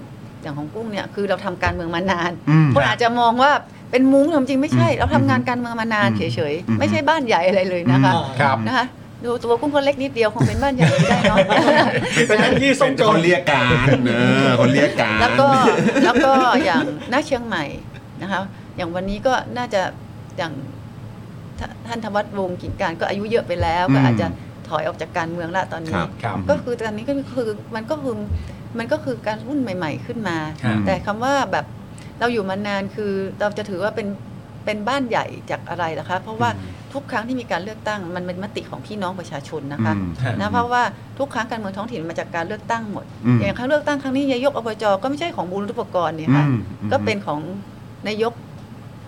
Speaker 5: อย่างของกุ้งเนี่ยคือเราทำการเมืองมานาน
Speaker 1: อืม
Speaker 5: คนอาจจะมองว่าเป็นมุ้งแต่จริงๆไม่ใช่
Speaker 1: อืม
Speaker 5: เราทำงานการเมืองมานาน
Speaker 1: อืม
Speaker 5: เฉย
Speaker 1: อืม
Speaker 5: ๆ ไม่ใช่บ้านใหญ่อะไรเลยนะคะ
Speaker 2: ครับ
Speaker 5: นะคะดูตัวกุ้งก็เล็กนิดเดียวคงเป็นบ้านใหญ่ไม่ได้ เนาะ
Speaker 4: เป็นทั้งที่ส้มโจ
Speaker 1: ค
Speaker 4: ร
Speaker 1: นเรียกการเออคนเรียกการ
Speaker 5: แล้วก็แล้วก็อย่างหน้าเชียงใหม่นะคะ อย่างวันนี้ก็น่าจะอย่างท่าท่านธวัฒน์วงศ์กิจการก็อายุเยอะไปแล้ว ก็
Speaker 1: อืม
Speaker 5: อาจจะถอยออกจากการเมืองละตอน
Speaker 1: ครั
Speaker 5: นี้
Speaker 1: บ
Speaker 2: ครับ
Speaker 5: ก็คือตอนนี้ก็คือมันก็คือมันก็คือการรุ่นใหม่ ๆ ขึ้นมา
Speaker 1: ครับ
Speaker 5: แต่คำว่าแบบเราอยู่มานานคือเราจะถือว่าเป็นเป็นบ้านใหญ่จากอะไรนะคะ เพราะว่าทุกครั้งที่มีการเลือกตั้งมันเป็นมติของพี่น้องประชาชนนะคะ
Speaker 1: อืม
Speaker 5: นะเพราะว่าทุกครั้งการเมืองท้องถิ่นมาจากการเลือกตั้งหมด
Speaker 1: อืม
Speaker 5: อย่างครั้งเลือกตั้งครั้งนี้นายกอบจก็ไม่ใช่ของบูรณุปกรณ์นี่ค่ะ
Speaker 1: อืม
Speaker 5: ก็เป็นของนายก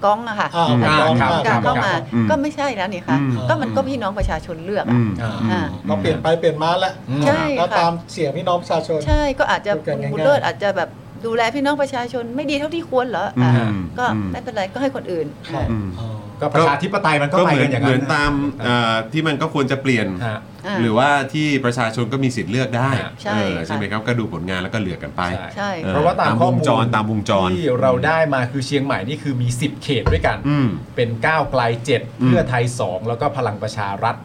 Speaker 5: ก้องอะค่ะ
Speaker 4: อ่า
Speaker 1: อืม
Speaker 4: ครับ
Speaker 2: ค
Speaker 4: ค
Speaker 2: รั
Speaker 5: การ
Speaker 4: รับ บครับ
Speaker 5: เข้ามา
Speaker 1: อืม
Speaker 5: ก็ไม่ใช่แล้วนี่ค่ะ
Speaker 1: อืม
Speaker 5: ก็มันก็พี่น้องประชาชนเลือกอะ
Speaker 1: อืม
Speaker 5: อ่า
Speaker 4: เราเปลี่ยนไปเปลี่ยนมาแล้ว
Speaker 5: ใช่
Speaker 4: เรา
Speaker 5: ค่ะ
Speaker 4: ตามเสียงพี่น้องประชาชน
Speaker 5: ใช่ก็อาจจะ
Speaker 4: ดูกันง่ายๆ
Speaker 5: บุญเลิศอาจจะแบบดูแลพี่น้องประชาชนไม่ดีเท่าที่ควรเหรอ
Speaker 1: อื
Speaker 5: อ่ะ
Speaker 1: ม
Speaker 5: ก็
Speaker 1: อืม
Speaker 5: ไม่เป็นไรก็ให้คนอื่น
Speaker 4: ครับ
Speaker 1: อืม
Speaker 4: อ๋อ
Speaker 2: ก็ประชาธิปไตยมันก็
Speaker 1: ก็
Speaker 2: ไป
Speaker 1: เหมือ
Speaker 2: กัน นอย่าง
Speaker 1: เหมื
Speaker 2: นั้
Speaker 1: อน นตามเอ่อที่มันก็ควรจะเปลี่ยน
Speaker 2: ฮะ
Speaker 5: อ่า
Speaker 1: หรือว่าที่ประชาชนก็มีสิทธิ์เลือกได้
Speaker 5: ใช่
Speaker 1: เออใช่ไหม
Speaker 5: ค่ะ
Speaker 1: ครับก็ดูผลงานแล้วก็เหลือกกันไป
Speaker 2: ใช่
Speaker 5: ใช่
Speaker 1: ออ
Speaker 2: เพราะว่าตาม
Speaker 1: ตาม
Speaker 2: ข้
Speaker 1: ว
Speaker 2: อมู
Speaker 1: ง
Speaker 2: ล
Speaker 1: จรตามวงจร
Speaker 2: ที่เราได้มาคือเชียงใหม่นี่คือมี 10 เขตด้วยกัน
Speaker 1: อืม
Speaker 2: เป็นก้าวไกล 7
Speaker 1: อืม
Speaker 2: เพื่อไทย 2 แล้วก็พลังประชารัฐ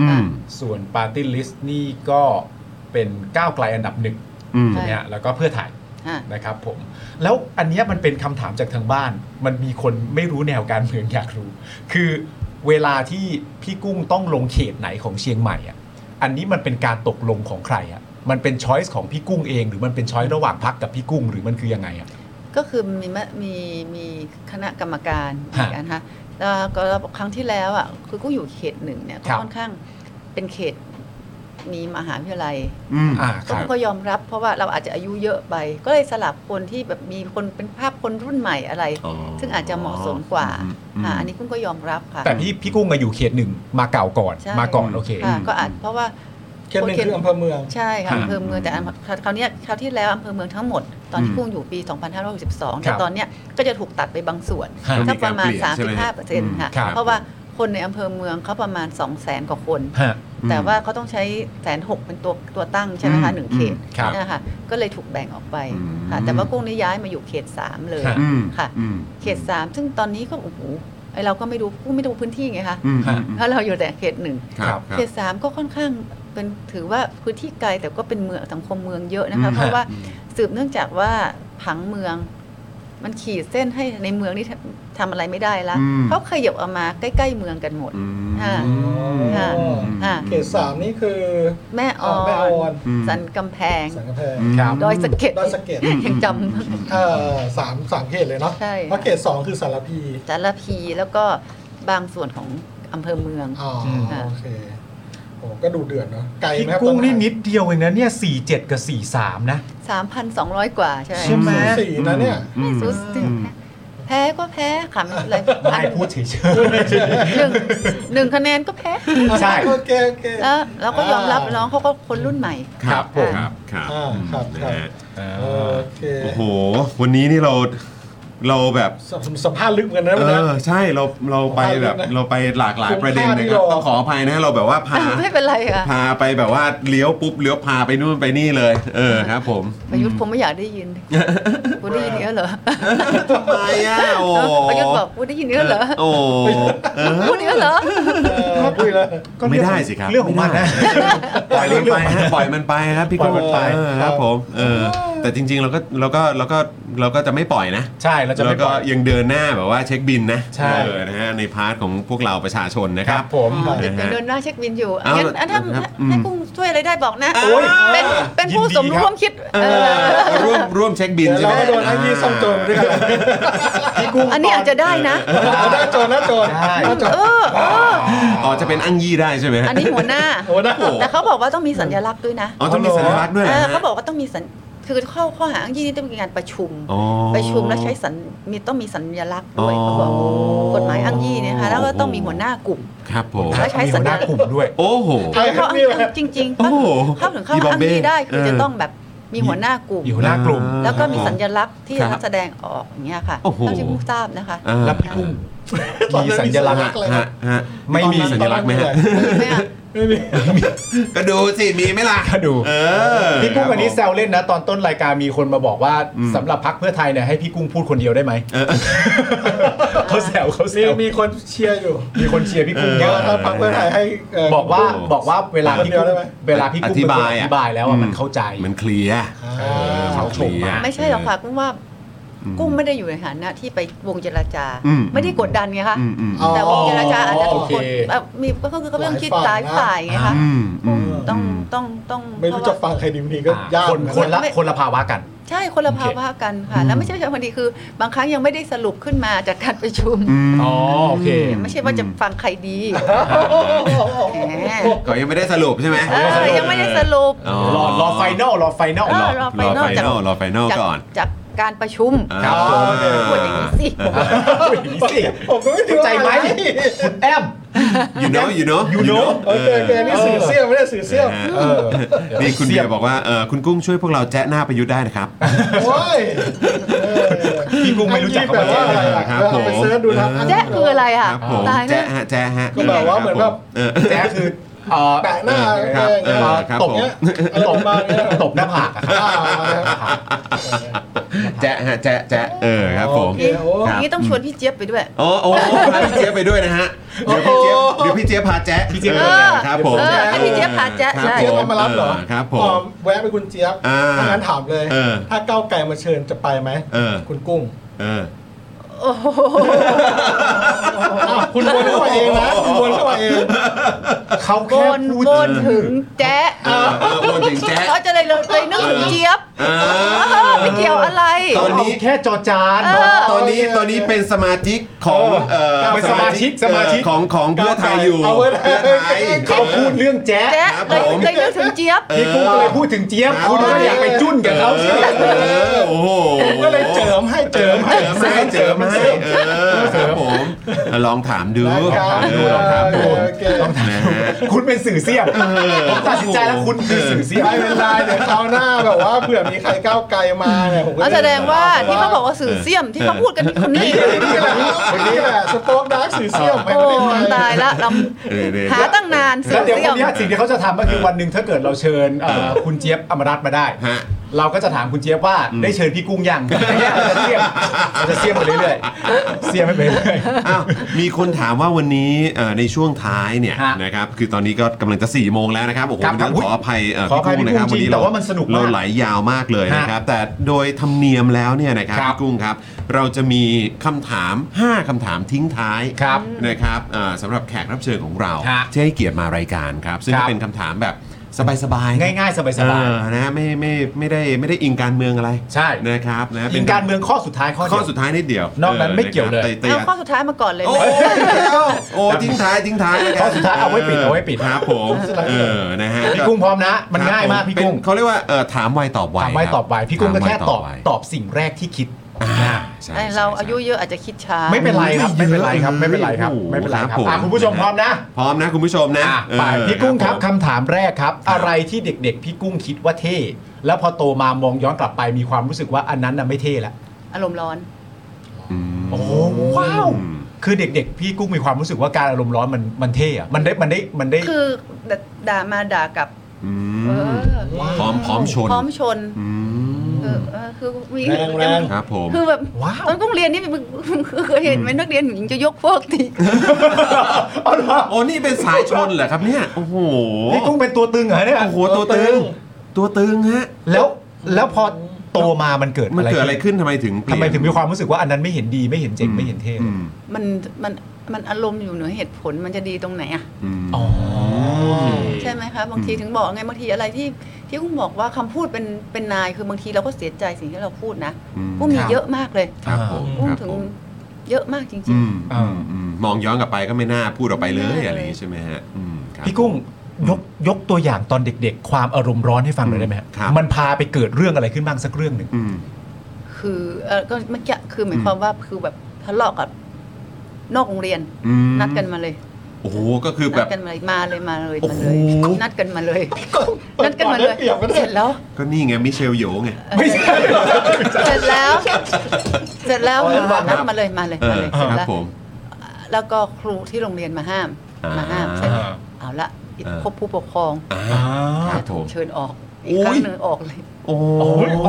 Speaker 1: อืม
Speaker 2: 1 ส่วนปาร์ตี้ลิสต์นี่ก็เป็นก้าวไกลอันดับหนึ่ง
Speaker 1: อืม
Speaker 5: ใช่
Speaker 2: นะฮะแล้วก็เพื่อไทย
Speaker 5: อ่ะ
Speaker 2: นะครับผม แล้วอันเนี้ยมันเป็นคำถามจากทางบ้าน มันมีคนไม่รู้แนวการเมืองอยากรู้ คือเวลาที่พี่กุ้งต้องลงเขตไหนของเชียงใหม่อ่ะอันนี้มันเป็นการตกลงของใครอ่ะมันเป็นช้อยส์ของพี่กุ้งเองหรือมันเป็นช้อยส์ระหว่างพักกับพี่กุ้งหรือมันคือยังไงอ่ะ
Speaker 5: ก็คือมีมะมีมีคณะกรรมการ
Speaker 2: ฮะ
Speaker 5: นะคะแล้วก็ครั้งที่แล้วอ่ะคือกูอยู่เขตหนึ่งเนี่ยก็
Speaker 2: ครับ
Speaker 5: ค่อนข้างเป็นเขตมีมหาวิทยาลัย
Speaker 1: อืม
Speaker 2: อ่าค
Speaker 5: ก็
Speaker 2: รับ
Speaker 5: ก็ยอมรับเพราะว่าเราอาจจะอายุเยอะไป ก็เลยสลับคนที่แบบมีคนเป็นภาพคนรุ่นใหม่อะไร
Speaker 1: อ๋อ
Speaker 5: ซึ่งอาจจะเหมาะสมกว่า
Speaker 1: อืมอืม
Speaker 5: อ่าอันนี้คุณก็ยอมรับค่ะ
Speaker 2: แต่พี่พี่กุ้งมาอยู่เขตหนึ่งมาเก่าก่อน
Speaker 5: ใช่
Speaker 2: มาก่อนโอเค
Speaker 5: ค่ะก็อาจเพราะว่า
Speaker 4: เขตหนึ่งคืออำเภอเมือง
Speaker 5: ใช่ค่ะ
Speaker 1: อ่า
Speaker 5: อำเภอเมืองแต่อันคราวเนี้ยคราวที่แล้วอำเภอเมืองทั้งหมดตอนที่
Speaker 1: อืม
Speaker 5: กุ้งอยู่ปี 2562
Speaker 2: ค
Speaker 5: แต่
Speaker 2: รับ
Speaker 5: ตอนเนี้ยก็จะถูกตัดไปบางส่วน
Speaker 2: ครับ
Speaker 5: สักประมาณ
Speaker 1: มีการเปลี่ยนใช่ไหม
Speaker 5: 35เปอร์เซ็นต์ค่ะ
Speaker 2: ครับ
Speaker 5: เพราะว่าคนในอำเภอเมืองเขาประมาณ 2 0 0 0 0 0 กว่าคน
Speaker 2: ฮะ
Speaker 1: อืม
Speaker 5: แต่ว่าเขาต้องใช้แสนหกเป็นตัวตัวตั้งใช่ไหม
Speaker 1: อื
Speaker 5: คะ
Speaker 1: ม
Speaker 5: หนึ่งเขต
Speaker 2: ครับ
Speaker 5: นะคะก็เลยถูกแบ่งออกไป
Speaker 1: อืม
Speaker 5: ค่ะแต่ว่ากุ้งนี่ย้ายมาอยู่เขตสามเลย
Speaker 1: อืม
Speaker 5: ค่ะ
Speaker 1: อืม
Speaker 5: เขตสามซึ่งตอนนี้ก็โอ้โหไอเราก็ไม่รู้กุ้งไม่รู้พื้นที่ไงคะ
Speaker 1: อืม
Speaker 2: ค่ะ
Speaker 5: เพราะเราอยู่แต่เขตหนึ่ง
Speaker 1: ครับครับ
Speaker 5: เขตสามก็ค่อนข้างเป็นถือว่าพื้นที่ไกลแต่ก็เป็นเมืองสังคมเมืองเยอะนะคะ เพราะว่าสืบเนื่องจากว่าผังเมือง มันขีดเส้นให้ในเมืองนี่ทำอะไรไม่ได้ละ
Speaker 1: อืม
Speaker 5: เขาขยับเออกมาใกล้ๆเมืองกันหมด
Speaker 1: อืม
Speaker 5: อ่า ค่ะ อ่า
Speaker 4: เขตสามนี่คือ
Speaker 5: แม่ออ
Speaker 4: แม่ออน น
Speaker 5: สันกำแพง
Speaker 4: สังกะแพง
Speaker 1: ม
Speaker 2: ครับ
Speaker 5: ดอยสะเก็ด
Speaker 4: ดอยสะเก็ด
Speaker 5: ยังจ
Speaker 4: เออสามสามเขตเลยเนาะ
Speaker 5: ใช่
Speaker 4: เพราะเขตสองคือสารพี
Speaker 5: ำสารพีแล้วก็บางส่วนของอำเภอเมือง
Speaker 4: อ๋อ
Speaker 5: ค่ะ
Speaker 4: โอเคโอ้ก็ดูเดือดเนาะไกลไห
Speaker 2: พี่
Speaker 4: มครับ
Speaker 2: กุ้งนี่
Speaker 4: ต้
Speaker 2: นิดเดียวเองนะเนี่ยสี่เจ็ดกับสี่สามนะ
Speaker 5: 3,200 กว่าใช่ไหม
Speaker 2: ใช่ไหม
Speaker 4: ทางสี่นะเนี่ย
Speaker 1: อืม
Speaker 5: ซูสติแพ้ก็แพ้ขำอะไร
Speaker 2: ไม่พูดเฉย
Speaker 5: หนึ่งหนึ่งคะแนนก็แพ้
Speaker 2: ๆใช่
Speaker 4: โอเคโอเค
Speaker 5: แล้วเราก็ยอมรับน้องเขาก็คนรุ่นใหม่
Speaker 1: ครับ
Speaker 5: ครับ
Speaker 1: ครับครับ
Speaker 4: อ่าครับ
Speaker 1: นะครับ ฮะ
Speaker 4: โอเค
Speaker 1: โอ้โห วันนี้นี่เรา เราแบบ
Speaker 4: สสมภาษณ์ลึกเหมือนกันนะวัน
Speaker 1: เอ
Speaker 4: นั้น
Speaker 1: อใช่เราเราไปแบบเราไปหลากหลายประเด็นเลยครับต้องขออภัยนะเราแบบว่าพา
Speaker 5: ไม่เป็นไรค่ะ
Speaker 1: พาไปแบบว่าเลี้ยวปุ๊บเลี้ยวพาไปนู่นไปนี่เลย เออครับผม
Speaker 5: ประยุทธ์ผมไม่อยากได้ยินกูได้ยินเยอะเหรอ
Speaker 1: ทำไมอ่ะโอ้
Speaker 5: ประยุทธ์บอกกูได้ยินเยอะเหรอ
Speaker 1: โอ้เออ
Speaker 5: กูได้ยินเยอะเหรอ
Speaker 1: ไม่ได้สิครับ
Speaker 2: เรื่องของมันนะ
Speaker 1: ปล่อยมันไปฮะปล่อยมันไปครับพี่
Speaker 2: ปล่
Speaker 1: กุ้
Speaker 2: องยมันไป
Speaker 1: เออครับผมเออแต่จริง ๆ เราก็เราก็เราก็เราก็จะไม่ปล่อยนะ
Speaker 2: ใช่เราจะ
Speaker 1: เรา
Speaker 2: ไม่ป
Speaker 1: ก็
Speaker 2: ล่อย
Speaker 1: ยังเดินหน้าแบบว่าเช็คบินนะ
Speaker 2: ใช่
Speaker 1: เออนะฮะในพาร์ทของพวกเราประชาชนนะค
Speaker 2: ค
Speaker 1: รั
Speaker 2: รับ บผม
Speaker 5: เดี๋ยวเดินหน้าเช็คบินอยู่
Speaker 1: เอา
Speaker 5: งั้นอ่ะถ้า
Speaker 1: ครับอืม
Speaker 5: ให้กุ้งช่วยอะไรได้บอกนะ
Speaker 2: โอ้ย
Speaker 5: เป็นเป็นผู้สมรู้
Speaker 2: ยินดีครับ
Speaker 5: ร่วมคิด
Speaker 1: เอ
Speaker 5: เอ
Speaker 1: อ
Speaker 5: อ
Speaker 1: ร่วมร่วมเช็คบิน
Speaker 4: เดี๋ยว
Speaker 1: ใช่ไหม
Speaker 4: เราก็โดนให้พี่ซ่อมโจรด้วยกัน
Speaker 2: พี่กุ้ง
Speaker 5: อันนี้อาจจะได้นะ
Speaker 4: เอาหน้าจอหน้าจอ
Speaker 2: ใช่
Speaker 4: หน้าจอ
Speaker 5: เออเออ
Speaker 1: อ๋อจะเป็นอังยี่ได้ใช่ไหมฮะ
Speaker 5: อันนี้หัวหน้า
Speaker 4: โอ้นะ
Speaker 1: โอ้
Speaker 5: แต่เขาบอกว่าต้องมีสัญลักษณ์ด้วยนะ
Speaker 1: อ๋อต้องมีสัญลักษณ์ด้วยหร
Speaker 5: เอ
Speaker 1: ฮะ
Speaker 5: อเขาบอกว่าต้องมีสัญคือข้อข้อหาอ้างยี่นี่ต้องมีการประชุม
Speaker 1: อ๋อ
Speaker 5: ประชุมแล้วใช้สัญมีต้องมีสัญลักษณ์ด้วยเขาบอก
Speaker 1: อ๋อก
Speaker 5: ฎหมายอ้างยี่เนยนะคะแล้วก็ต้องมีหัวหน้ากลุ่ม
Speaker 1: ครับผม
Speaker 5: แล้วใช้
Speaker 2: มีหั
Speaker 5: สั
Speaker 2: ว
Speaker 5: ญ
Speaker 2: หน้า
Speaker 5: ลักษณ์
Speaker 2: กลุ่มด้วย
Speaker 1: โอ้โห
Speaker 5: เขาเขาอ้างจริงๆ
Speaker 1: โอ้
Speaker 5: เขา
Speaker 1: โห
Speaker 5: เข้าถึงเข้า
Speaker 1: อีบอม
Speaker 5: อ้าง
Speaker 1: เบ้
Speaker 5: ยี่ได้คื
Speaker 1: เอ
Speaker 5: อ
Speaker 1: อ
Speaker 5: จะต้องแบบมีหัวหน้ากลุ่ม
Speaker 2: มีหัวหน้ากลุ่ม
Speaker 5: แล้วก็มีสัญลักษณ์ที่
Speaker 1: ครับ
Speaker 5: แสดงออกอย่างเงี้ยค่ะ
Speaker 1: โอ้โห
Speaker 5: เท่าที่ผู้ทราบนะคะ
Speaker 1: อ่า
Speaker 2: แล้วพี่กุ้งมีสัญลักษณ์
Speaker 1: ฮะฮะ
Speaker 2: ไม่มี
Speaker 1: สัญลักษณ์ไหมฮะ
Speaker 5: มีไหมอะ
Speaker 4: ไม่มี
Speaker 1: ก็ดูสิ มีไหมล่ะ
Speaker 2: ก็ดู
Speaker 1: เออ
Speaker 2: พี่กุ้งวันนี้แซ
Speaker 1: ครับ
Speaker 2: วเล่นนะ ตอนต้นรายการมีคนมาบอกว่า
Speaker 1: อืม
Speaker 2: สำหรับพักเพื่อไทยเนี่ยให้พี่กุ้งพูดคนเดียวได้ไหม
Speaker 1: เออ
Speaker 2: เขาแซวเขาแซ
Speaker 4: มี
Speaker 2: ว
Speaker 4: มีคนเชียร์อยู่
Speaker 2: มีคนเชียร์พี่กุ้ง
Speaker 1: เออ
Speaker 2: เย
Speaker 4: เดี๋ยว
Speaker 2: อะ
Speaker 4: ถ้าพักเพื่อไทยให้เ
Speaker 2: บอกว่า
Speaker 1: โอ้โห
Speaker 2: บอกว่าเวลาพี่กุ้ง
Speaker 4: คนเดียวได้ไหม
Speaker 2: เวลาพี่กุ้งเป็นคนอธิบายแล้วอะมันเข้าใจ
Speaker 1: มันเคลียร์
Speaker 4: อ่า
Speaker 1: เออมันเคลียร์
Speaker 5: ไม่ใช่หรอกค่ะกุ้งว่า
Speaker 1: อืม
Speaker 5: กุ้งไม่ได้อยู่ในฐานะที่ไปวงเจรจา
Speaker 1: อืม
Speaker 5: ไม่ได้กดดันไงคะ
Speaker 1: อืมอืม
Speaker 4: อ๋อ
Speaker 5: แต่วงเจรจาอาจจะถูกก
Speaker 2: โอ
Speaker 5: ด
Speaker 2: เค
Speaker 5: แบบมีก็คือก็ต้องคิดหลายฝ่ายไงคะ
Speaker 1: อืมอืม
Speaker 5: ต้องต้องต้อง
Speaker 4: ไม่รู้จะ
Speaker 5: เพาะว่า
Speaker 4: ฟังใครดีมันดีก็ยาก
Speaker 2: คน
Speaker 4: เหมือ
Speaker 2: คน
Speaker 4: กั
Speaker 2: ละคนละภาวะกัน
Speaker 5: ใช่คนละ
Speaker 2: โอเค
Speaker 5: ภาวะกันค่ะ แล้วไม่ใช่เฉพาะคนดีคือบางครั้งยังไม่ได้สรุปขึ้นมาจากการประชุม
Speaker 1: อืม
Speaker 2: อ๋อโอเค
Speaker 5: ไม่ใช่ว่าจะฟังใครดีแหม
Speaker 1: ก็ยังไม่ได้สรุปใช่ไหม
Speaker 5: เออยังไม่ได้สรุป
Speaker 1: อ๋อ
Speaker 2: รอรอไฟนอลรอไฟนอล
Speaker 5: เออ
Speaker 1: รอไฟ
Speaker 5: รอไฟน
Speaker 1: นอล
Speaker 5: อลจาก
Speaker 1: รอไฟนอล
Speaker 5: จาก
Speaker 1: ก่อน
Speaker 5: จากการประชุม
Speaker 2: ครับผม
Speaker 5: พูดอย่างนี้สิ
Speaker 2: สิ
Speaker 4: ผมก็ไม่
Speaker 2: เข้าใจไหมคุณแอม
Speaker 1: อยู่เนาะอยู่เนาะ
Speaker 2: You know
Speaker 4: โอเคโอเคนี่สื่อเสี้ยวไม่ได้สื่อเสี้ยว
Speaker 2: เออ
Speaker 1: นี่คุณเบียร์บอกว่าเออคุณกุ้งช่วยพวกเราแจ๊ะหน้าประยุทธ์ได้นะครับ
Speaker 4: โอ้ยเออ
Speaker 2: พี่กุ้งไม่รู้จัก
Speaker 4: แปล
Speaker 2: คำว่า
Speaker 4: ว่า
Speaker 2: แจ๊ะ
Speaker 4: อะไรอ่ะ
Speaker 1: ครับ
Speaker 4: เออเอาไป
Speaker 1: ผม
Speaker 4: เสิร์ชดูนะ
Speaker 5: แจ๊ะคืออะไร
Speaker 1: ค
Speaker 5: อ่ะ
Speaker 1: รับผม
Speaker 5: ตายแล้
Speaker 1: แจ๊ะ
Speaker 5: ว
Speaker 1: ฮะแจ๊ะฮะ
Speaker 4: ก็แบบว่าเหมือนแบบ
Speaker 1: เออ
Speaker 2: แจ๊ะคือเอ่อ
Speaker 4: แปะหน้า
Speaker 1: ครับ
Speaker 4: เออ
Speaker 1: เออครับ
Speaker 4: ตบ
Speaker 1: ผม
Speaker 4: เนี้ยอะไร
Speaker 2: ต
Speaker 4: ป
Speaker 2: บ
Speaker 4: ระมาณเนี้ย
Speaker 2: ตบหน้าผากอะครับ
Speaker 4: อ่า
Speaker 2: หน้าผาก
Speaker 1: แจ๊ะฮะแจ๊ะแจ๊ะเออครับผม
Speaker 4: โอเคโอ้
Speaker 5: อย่างนี้ต้องชวนพี่เจี๊ยบไปด้วย
Speaker 1: โอ้โอ้พาพี่เจี๊ยบไปด้วยนะฮะ เดี๋ยวพี่เจี๊ยบเดี๋ยวพี่เจี๊ยบพาแจ๊ะพี่เจี๊ยบ
Speaker 5: เออ
Speaker 1: ครับผม
Speaker 5: เออให้พี่เจี๊ยบพาแจ๊ะ
Speaker 1: ครับ
Speaker 5: ใช่
Speaker 4: เจี๊ยบมารับเหรอ
Speaker 1: ครับผ
Speaker 4: อ๋อ
Speaker 1: ม
Speaker 4: แวะไปคุณเจี๊ยบ
Speaker 1: อ่า
Speaker 4: ถ้างั้นถามเลย
Speaker 1: เออ
Speaker 4: ถ้าก้าวไกลมาเชิญจะไปไหม
Speaker 1: เออ
Speaker 4: คุณกุ้ง
Speaker 1: เออ
Speaker 5: โอ้โห
Speaker 4: อ้าวคุณวนเข้ามาเองนะคุณวนเข้ามาเอง
Speaker 2: เขา
Speaker 5: บ
Speaker 2: แค่
Speaker 5: น
Speaker 2: พูด
Speaker 5: บนถึงแจ๊ะ
Speaker 1: เออเออวนถึงแจ๊ะ
Speaker 5: เขาจะเลยเลยนึกถึงเจี๊ยบ
Speaker 1: เออ
Speaker 5: เออไม่เกี่ยวอะไร
Speaker 1: ตอนนี้
Speaker 2: แค่จอจาน
Speaker 5: เออ
Speaker 1: ตอนนี้ตอนนี้เป็นสมาชิกของเอ่อ
Speaker 2: เป็นสมาชิกสมาชิก
Speaker 1: เอ่อของของเพื่อไทยอยู่
Speaker 4: เอาไว้เลย
Speaker 1: เพื่อไทย
Speaker 2: เขาพูดเรื่องแจ๊ะ
Speaker 5: แจ๊ะ
Speaker 1: ครับ
Speaker 5: เลย
Speaker 1: ผม
Speaker 5: เลยนึกถึงเจี๊ยบ
Speaker 2: พี่กุ้งก็เลยพูดถึงเจี๊ยบ คุณก็อยากไปจุ้นกับเขา
Speaker 1: เอ
Speaker 2: สิ
Speaker 1: อเออโอ้โห
Speaker 4: ก็เลยเจิมให้เจิมให้
Speaker 1: เจิมให้เจิมให้เออครับผมลองถามดู
Speaker 4: ได้ครับ
Speaker 1: เออลองถามดู
Speaker 4: โอเค
Speaker 1: ลองถามดูนะฮะ
Speaker 2: คุณเป็นสื่อเสียมผมตัดสินใจแล้วคุณคือสื่อเสียม
Speaker 4: ไม่เป็นไรเดี๋ยวคราวหน้าแบบว่าเผื่อมีใครก้าวไกลมาเนี่ยผมก็
Speaker 5: อ๋อ
Speaker 4: จะ
Speaker 5: แสดงว่าที่เขาบอกว่าสื่อเสียมที่เขาพูดกันคนนี้
Speaker 4: นี่แหละนี่แหละสปอคดาร์กสื่อเสี้ยวไป
Speaker 5: โอ้
Speaker 4: ประเทศไทย
Speaker 5: ตายละเรา
Speaker 1: เออเออ
Speaker 5: หาตั้งนานสื่
Speaker 2: แล้
Speaker 5: อ
Speaker 2: วเดี๋ยว
Speaker 5: เสีย
Speaker 2: วั
Speaker 5: ม
Speaker 2: นเนี้ยสิ่งที่เขาจะทำก็คือวันหนึ่งถ้าเกิดเราเชิญเอ่อคุณเจี๊ยบอมรัตน์มาได้
Speaker 1: ฮะ
Speaker 2: เราก็จะถามคุณเจี๊ยบว่าได้เชิญพี่กุ้งยังเนี่ยเราจะเสียมเราจะเสียมไปเรื่อย ๆเสียมไปเรื่อย
Speaker 1: อ้าวมีคนถามว่าวันนี้เอ่อในช่วงท้ายเนี่ย
Speaker 2: ฮะ
Speaker 1: นะครับคือตอนนี้ก็กำลังจะ4ี่โมงแล้วนะครับโอ้โห
Speaker 2: ครับ
Speaker 1: ต้อง
Speaker 2: อุ๊
Speaker 1: ข
Speaker 2: ย
Speaker 1: ออภัยเอ่อ
Speaker 2: ขอ
Speaker 1: พี่
Speaker 2: อภัย
Speaker 1: กุ้งนะครับ
Speaker 2: พี่กุ้งจ
Speaker 1: วัน
Speaker 2: ริง
Speaker 1: นี้
Speaker 2: แต่ว่ามันสนุกมาก
Speaker 1: เราไหลยาวมากเลย
Speaker 2: ฮะ
Speaker 1: นะครับแต่โดยธรรมเนียมแล้วเนี่ยนะครับ
Speaker 2: ครับ
Speaker 1: พี่กุ้งครับ เราจะมีคำถาม 5คำถามทิ้งท้าย
Speaker 2: ครับ
Speaker 1: นะครับเอ่อสำหรับแขกรับเชิญของเรา
Speaker 2: ฮะ
Speaker 1: ที่ให้เกียรติมารายการครับซึ่ง
Speaker 2: ครับ
Speaker 1: เป็นคำถามแบบสบายๆ
Speaker 2: ๆง่ายๆ สบาย
Speaker 1: เออนะไม่ไม่ไม่ได้ไม่ได้อิงการเมืองอะไร
Speaker 2: ใช่
Speaker 1: นะครับนะ
Speaker 2: ๆเป็นการเมืองข้อสุดท้ายข้อ
Speaker 1: ข้อ
Speaker 2: เดียว
Speaker 1: สุดท้ายนิดเดียวน
Speaker 2: อกนั้นไม่เกี่ยวเลย
Speaker 1: แต่แต่
Speaker 5: เอาข้อสุดท้ายมาก่อนเลย
Speaker 1: โอ้
Speaker 5: ไหม
Speaker 1: ยโอ้ยทิ้งท้ายทิ้งท้ายนะค
Speaker 2: ข้
Speaker 1: รับ
Speaker 2: อสุดท้ายเอาไว้ปิดเอาไว้ปิด
Speaker 1: ครับผมเออนะฮะ
Speaker 2: พี่กุ้งพร้อมนะ มันง่ายมากพี่กุ้ง
Speaker 1: เป็นเขาเรียกว่าเออถามไวตอบไว
Speaker 2: ถามไว้
Speaker 1: ครับ
Speaker 2: ตอบไวพี่กุ้งก็
Speaker 1: ถามไว
Speaker 2: แค่ตอบ
Speaker 1: ไว
Speaker 2: ตอบสิ่งแรกที่คิด
Speaker 1: อ่าใช่
Speaker 5: ไอ้
Speaker 1: ใช่
Speaker 5: เรา
Speaker 1: ใช่
Speaker 5: อายุเยอะอาจจะคิดช้า
Speaker 2: ไม่เป็นไรครับ ไม่เป็นไรครับไม่เป็นไรครับไม่เป็นไรครับ
Speaker 1: ผม
Speaker 2: อ่ะคุณผู้ชมพร้อมนะ
Speaker 1: พร้อมนะคุณผู้ชมนะ
Speaker 2: อ่ะ
Speaker 1: เออ
Speaker 2: ไปพี่กุ้งครับ
Speaker 1: ผม
Speaker 2: คำถามแรกครับ อะไรที่เด็กๆ พี่กุ้งคิดว่าเท่ แล้วพอโตมามองย้อนกลับไปมีความรู้สึกว่าอันนั้นน่ะไม่เท่ละ
Speaker 5: อารมณ์ร้อน
Speaker 2: โอ้โหว้าว คือเด็ก ๆ พี่กุ้งมีความรู้สึกว่าการอารมณ์ร้อนมันมันเท่อะมันได้มันได้มันได้
Speaker 5: คือดด่ามาด่ากลับ
Speaker 1: อื
Speaker 5: เอ
Speaker 1: ม
Speaker 5: อ
Speaker 1: พร้อมพร้อมชน
Speaker 5: พร้อมชน
Speaker 1: อืม
Speaker 5: เออเออคือมี
Speaker 4: แรงแรง
Speaker 1: ครับผม
Speaker 5: คือแบบ
Speaker 2: ว้าว
Speaker 5: ตอนกุ้งเรียนนี่ มึงเคยเห็นไหมนักเรียนหญิงจะยกพวก ตี
Speaker 1: โอ้นี่เป็นสายชนเหรอครับเนี่ย โอ้โห
Speaker 2: พี่กุ้งเป็นตัวตึงเหรอเนี่ย
Speaker 1: โอ้โหตัวตึง ตัวตึงฮะ
Speaker 2: แล้วแล้วพอโตมามันเกิด
Speaker 1: มัน
Speaker 2: อะไร
Speaker 1: เกิดอะไรขึ้นทำไมถึงเปลี่
Speaker 2: ทำ
Speaker 1: ยน
Speaker 2: ไมถึงมีความรู้สึกว่าอันนั้นไม่เห็นดีไม่เห็นเจ๋งไม่เห็นเท่
Speaker 1: อืม
Speaker 5: มันมันมันอารมณ์อยู่เหนือเหตุผลมันจะดีตรงไหนอะ
Speaker 1: อืม
Speaker 2: อ๋อ
Speaker 5: ใช่ไหมคะบางทีถึงบอกไงบางทีอะไรที่ที่กุ้งบอกว่าคำพูดเป็นเป็นนายคือบางทีเราก็เสียใจสิ่งที่เราพูดนะ
Speaker 1: อืม
Speaker 5: กุ้งมีเยอะมากเลย
Speaker 1: ครับผม
Speaker 5: กุ้ง
Speaker 1: ครับ
Speaker 5: ถึง
Speaker 1: ผม
Speaker 5: เยอะมากจริง
Speaker 1: อืมอืมอืมมองย้อนกลับไปก็ไม่น่าพูดออกไปเลยอะไรอย่างนี้ใช่ไหมฮะอืมครับ
Speaker 2: พี่กุ้งยกยกตัวอย่างตอนเด็ก ๆ ความอารมณ์ร้อนให้ฟังหน่อยได้ไหมฮะ
Speaker 1: ครับ
Speaker 2: มันพาไปเกิดเรื่องอะไรขึ้นบ้างสักเรื่องหนึ่ง
Speaker 1: อืม
Speaker 5: ๆ คือเออก็เมื่อกี้คือหมา
Speaker 1: อื
Speaker 5: ย
Speaker 1: ม
Speaker 5: ความว่าคือแบบทะเลาะกับนอกโรงเรียน
Speaker 1: อืม
Speaker 5: นัดกันมาเลย
Speaker 1: โอ้โหก็คือแบ
Speaker 5: นัด
Speaker 1: บ
Speaker 5: กันมาเลยมาเลยมาเลย
Speaker 1: โอ้
Speaker 5: มา
Speaker 1: โห
Speaker 5: เลยนัดกันมาเลยนัดกันมาเลย
Speaker 4: เปิดก่อนได้เปรียบก็ได้
Speaker 5: เสร็จแล้ว
Speaker 1: ก็นี่ไงมิเชลโยไง
Speaker 5: เออเสร็จแล้ว เสร็จแล้วนัดมาเลยมาเลย
Speaker 1: เอ
Speaker 5: มา
Speaker 1: อ
Speaker 5: เลย
Speaker 1: ค
Speaker 5: เสร็จ
Speaker 1: รับ
Speaker 5: แล้ว
Speaker 1: ผม
Speaker 5: แล้วก็ครูที่โรงเรียนมาห้าม
Speaker 1: อ่าม
Speaker 5: มาห้ามใช่ไหม
Speaker 2: อ่า
Speaker 5: เอาละ
Speaker 1: อ่า
Speaker 5: พบผู้ปกครอง
Speaker 1: อ่าค
Speaker 5: จะ
Speaker 1: รับผ
Speaker 5: ถูก
Speaker 1: ม
Speaker 5: เชิญออก อีกครั้งหนึ่งออกเลย
Speaker 1: โอ้โห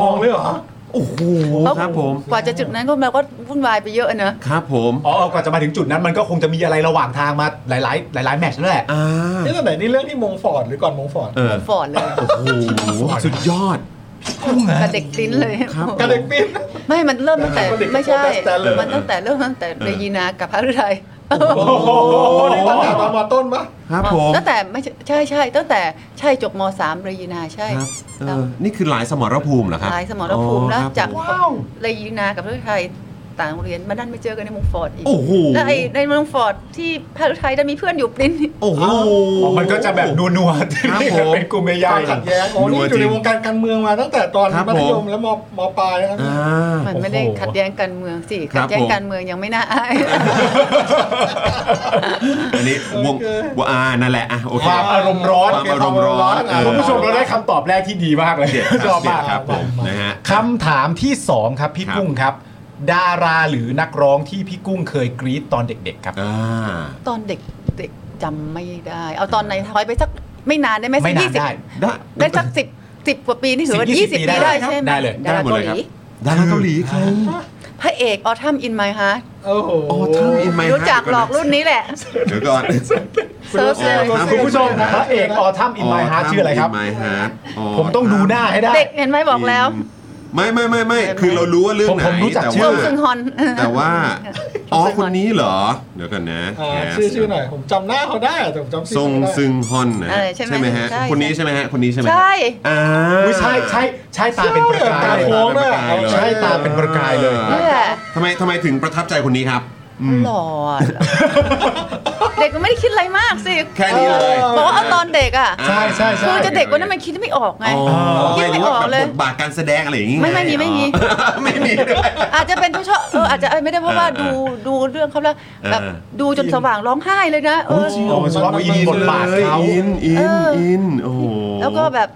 Speaker 4: มองเลยเหรอ
Speaker 1: โอ้โห
Speaker 5: แล้ว
Speaker 1: ครับผม
Speaker 5: กว่าจะจุดนั้นก็เราก็วุ่นวายไปเยอะเนอะ
Speaker 1: ครับผม
Speaker 2: อ๋อกว่าจะมาถึงจุดนั้นมันก็คงจะมีอะไรระหว่างทางมาหลาย ๆ หลาย ๆ แมตช์นั่นแหละ
Speaker 1: อ่า
Speaker 4: นี่ตอนไหนนี่เรื่องที่มงฟอร์ดหรือก่อนมงฟอร์ด
Speaker 1: เออ
Speaker 5: ฟอร์ดเลย
Speaker 1: โอ้โหสุดยอด
Speaker 2: กุ้งเหรอก
Speaker 5: ระเด็กลิ้นเลย
Speaker 1: ครับ
Speaker 5: โอ้โห
Speaker 4: กระเด็กปิ้น
Speaker 5: ไม่มันเริ่มตั้งแต่
Speaker 4: กระเด็ก
Speaker 5: ไม่ใช่
Speaker 4: กระเด็กเลย
Speaker 5: มันตั้งแต่เริ่มตั้งแต่เรยีนากับพระฤทัย
Speaker 4: โอ้โหนี่ตั้งแต่ตอนมอต้นปะ
Speaker 1: ครับผม
Speaker 5: ตั้งแต่ไม่ใช่ใช่ใช่ตั้งแต่ใช่จบมสามเรยีนาใช่
Speaker 1: ครับเออนี่คือหลายสมรภูมิเหรอครับ
Speaker 5: หลายสมรภูมิแล้ว
Speaker 1: อ๋อครับ
Speaker 5: จาก
Speaker 1: ผม
Speaker 5: เรยีนากับพระฤทัยต่างโรงเรียนมาดันไม่เจอกันในมงฟอร์ดอีก
Speaker 1: โอ้โห
Speaker 5: แล้วไอ้ในเมืองฟอร์ดที่พารุไทยได้มีเพื่อนอยู่ปิ้น
Speaker 1: โอ้โห
Speaker 2: มันก็จะแบบนัวๆที่นี่
Speaker 1: ครับผม
Speaker 2: เป็นกลุ่มให
Speaker 4: กา
Speaker 2: ญ่
Speaker 4: รขัดแย้งโอ้นี่อยู่ในวงการการเมืองมาตั้งแต่ตอนมัธยมและมมปลายนะครับ
Speaker 1: อ่า
Speaker 5: มันไม่ได้ขัดแย้งกันเมืองสิ
Speaker 1: ครั
Speaker 5: ขั
Speaker 1: บ
Speaker 5: ดแย้ง
Speaker 1: ผม
Speaker 5: การเมืองยังไม่น่าอาย
Speaker 1: อันนี้วง
Speaker 4: โอเค
Speaker 1: วงอ่านั่นแหละอ่ะโอ
Speaker 2: ๆ
Speaker 1: เค
Speaker 2: ความอารมณ์ร้อน
Speaker 1: ความอารมณ์ร้อนเออ
Speaker 2: คุณผู้ชมเราได้คำตอบแรกที่ดีมากเลย
Speaker 1: เด็ดค
Speaker 2: ช
Speaker 1: รั
Speaker 2: อ
Speaker 1: บบเด็
Speaker 2: มา
Speaker 1: ด
Speaker 2: ก
Speaker 1: ครับผมนะฮะ
Speaker 2: คำถามที่สองครับพี่
Speaker 1: ครับ
Speaker 2: กุ้งครับ ดาราหรือนักร้องที่พี่กุ้งเคยกรี๊ดตอนเด็กๆครับ
Speaker 1: อ่า
Speaker 5: ตอนเด็กเด็กจำไม่ได้ เอาตอนไหนถอยไปสักไม่นานได้ไหมสั
Speaker 2: ไม่
Speaker 5: ก
Speaker 2: นาน
Speaker 5: ยี่สิบ
Speaker 2: ได้
Speaker 1: ได้
Speaker 5: ได้สักสิบสิบกว่าปีนี่ถือว่า
Speaker 2: 10
Speaker 5: ยี่สิบปีได้
Speaker 2: ครับ
Speaker 5: ใช่ไหม
Speaker 2: ได้เลย
Speaker 1: ได้หมดเลยครับ
Speaker 5: กาห
Speaker 1: ดาราเกาหลีใคร
Speaker 5: พระเอกออทัมอินไมฮะ
Speaker 4: โอ้โห
Speaker 1: โอ้ท่านอินไม
Speaker 5: รู้จักหลอกรุ่นนี้แหละ
Speaker 1: เดี๋ยวก่อน
Speaker 5: เซิร์ฟเลย
Speaker 1: ครับ
Speaker 2: คุณผู้ชมพระเอกออทัมอินไมฮาร์ชื่ออะไรครับ
Speaker 1: ไมฮาร์
Speaker 2: ผมต้องดูหน้าให้ได้
Speaker 5: เด็กเห็นไหมบอกแล้ว
Speaker 1: ไม่ไม่ไม่ไม่คือเรารู้ว่าเรื่องไหน
Speaker 2: ผมรู้จัก
Speaker 1: แต่
Speaker 2: ชื่
Speaker 1: ว่า
Speaker 5: โง
Speaker 2: อ
Speaker 5: ซึงฮอน
Speaker 1: แต่ว่า
Speaker 5: ผม
Speaker 1: อ๋อ
Speaker 5: เคย
Speaker 1: คนนี้เหรอ เดี๋ยวกันนะ
Speaker 4: อ่า
Speaker 1: แคส
Speaker 4: ชื่อชื่อหน่อย ผมจำหน้าเขาได้แต่ผมจำชื่อ
Speaker 1: ทรง
Speaker 4: เขาไม่ได้
Speaker 1: ซึงฮอนนะ
Speaker 5: เออใช่ไหม
Speaker 1: ฮะ
Speaker 5: ใช่
Speaker 1: คนนี้ใช่ไหมฮะคนนี้ใช่ไหมฮะ
Speaker 5: ใช่
Speaker 1: อ่า
Speaker 2: อุ๊ยใช่ใช่ใช่ตาเป็นประกาย
Speaker 4: ตา
Speaker 2: เลย
Speaker 4: โค้งด้วย
Speaker 2: ใช่ตาเป็นประกายเลย
Speaker 5: นี่แหละ
Speaker 1: ทำไมทำไมถึงประทับใจคนนี้ครับ
Speaker 5: หลอด เด็กมันไม่ได้คิดอะไรมากสิ
Speaker 1: แค่นี้เลย
Speaker 4: เ
Speaker 5: บอกว่าเอาตอนเด็กอ่ะ
Speaker 2: ใช่ใช่ใช่
Speaker 5: คือจะเด็กกว่านั้นมันคิดไม่ออกไง
Speaker 1: อ๋อไม่รู้ว่าแบบบทบาทการแสดงอะไรอย่างงี้
Speaker 5: ไม่ไม่มีไม่มี
Speaker 1: อ๋อไม่มีด้วย
Speaker 5: อาจจะเป็นเพราะชอบเอออาจจะไม่ได้เพราะว่าดูดูเรื่องเขาแล้วแบบ
Speaker 1: เออ
Speaker 5: ดูจนสว่างร้องไห้เลยนะเออ
Speaker 2: โอ้ชอบอินบทบาทเขา
Speaker 1: อินอิ
Speaker 5: เอน ออิ
Speaker 1: อินโอ้โห
Speaker 5: แล้วก็แบบ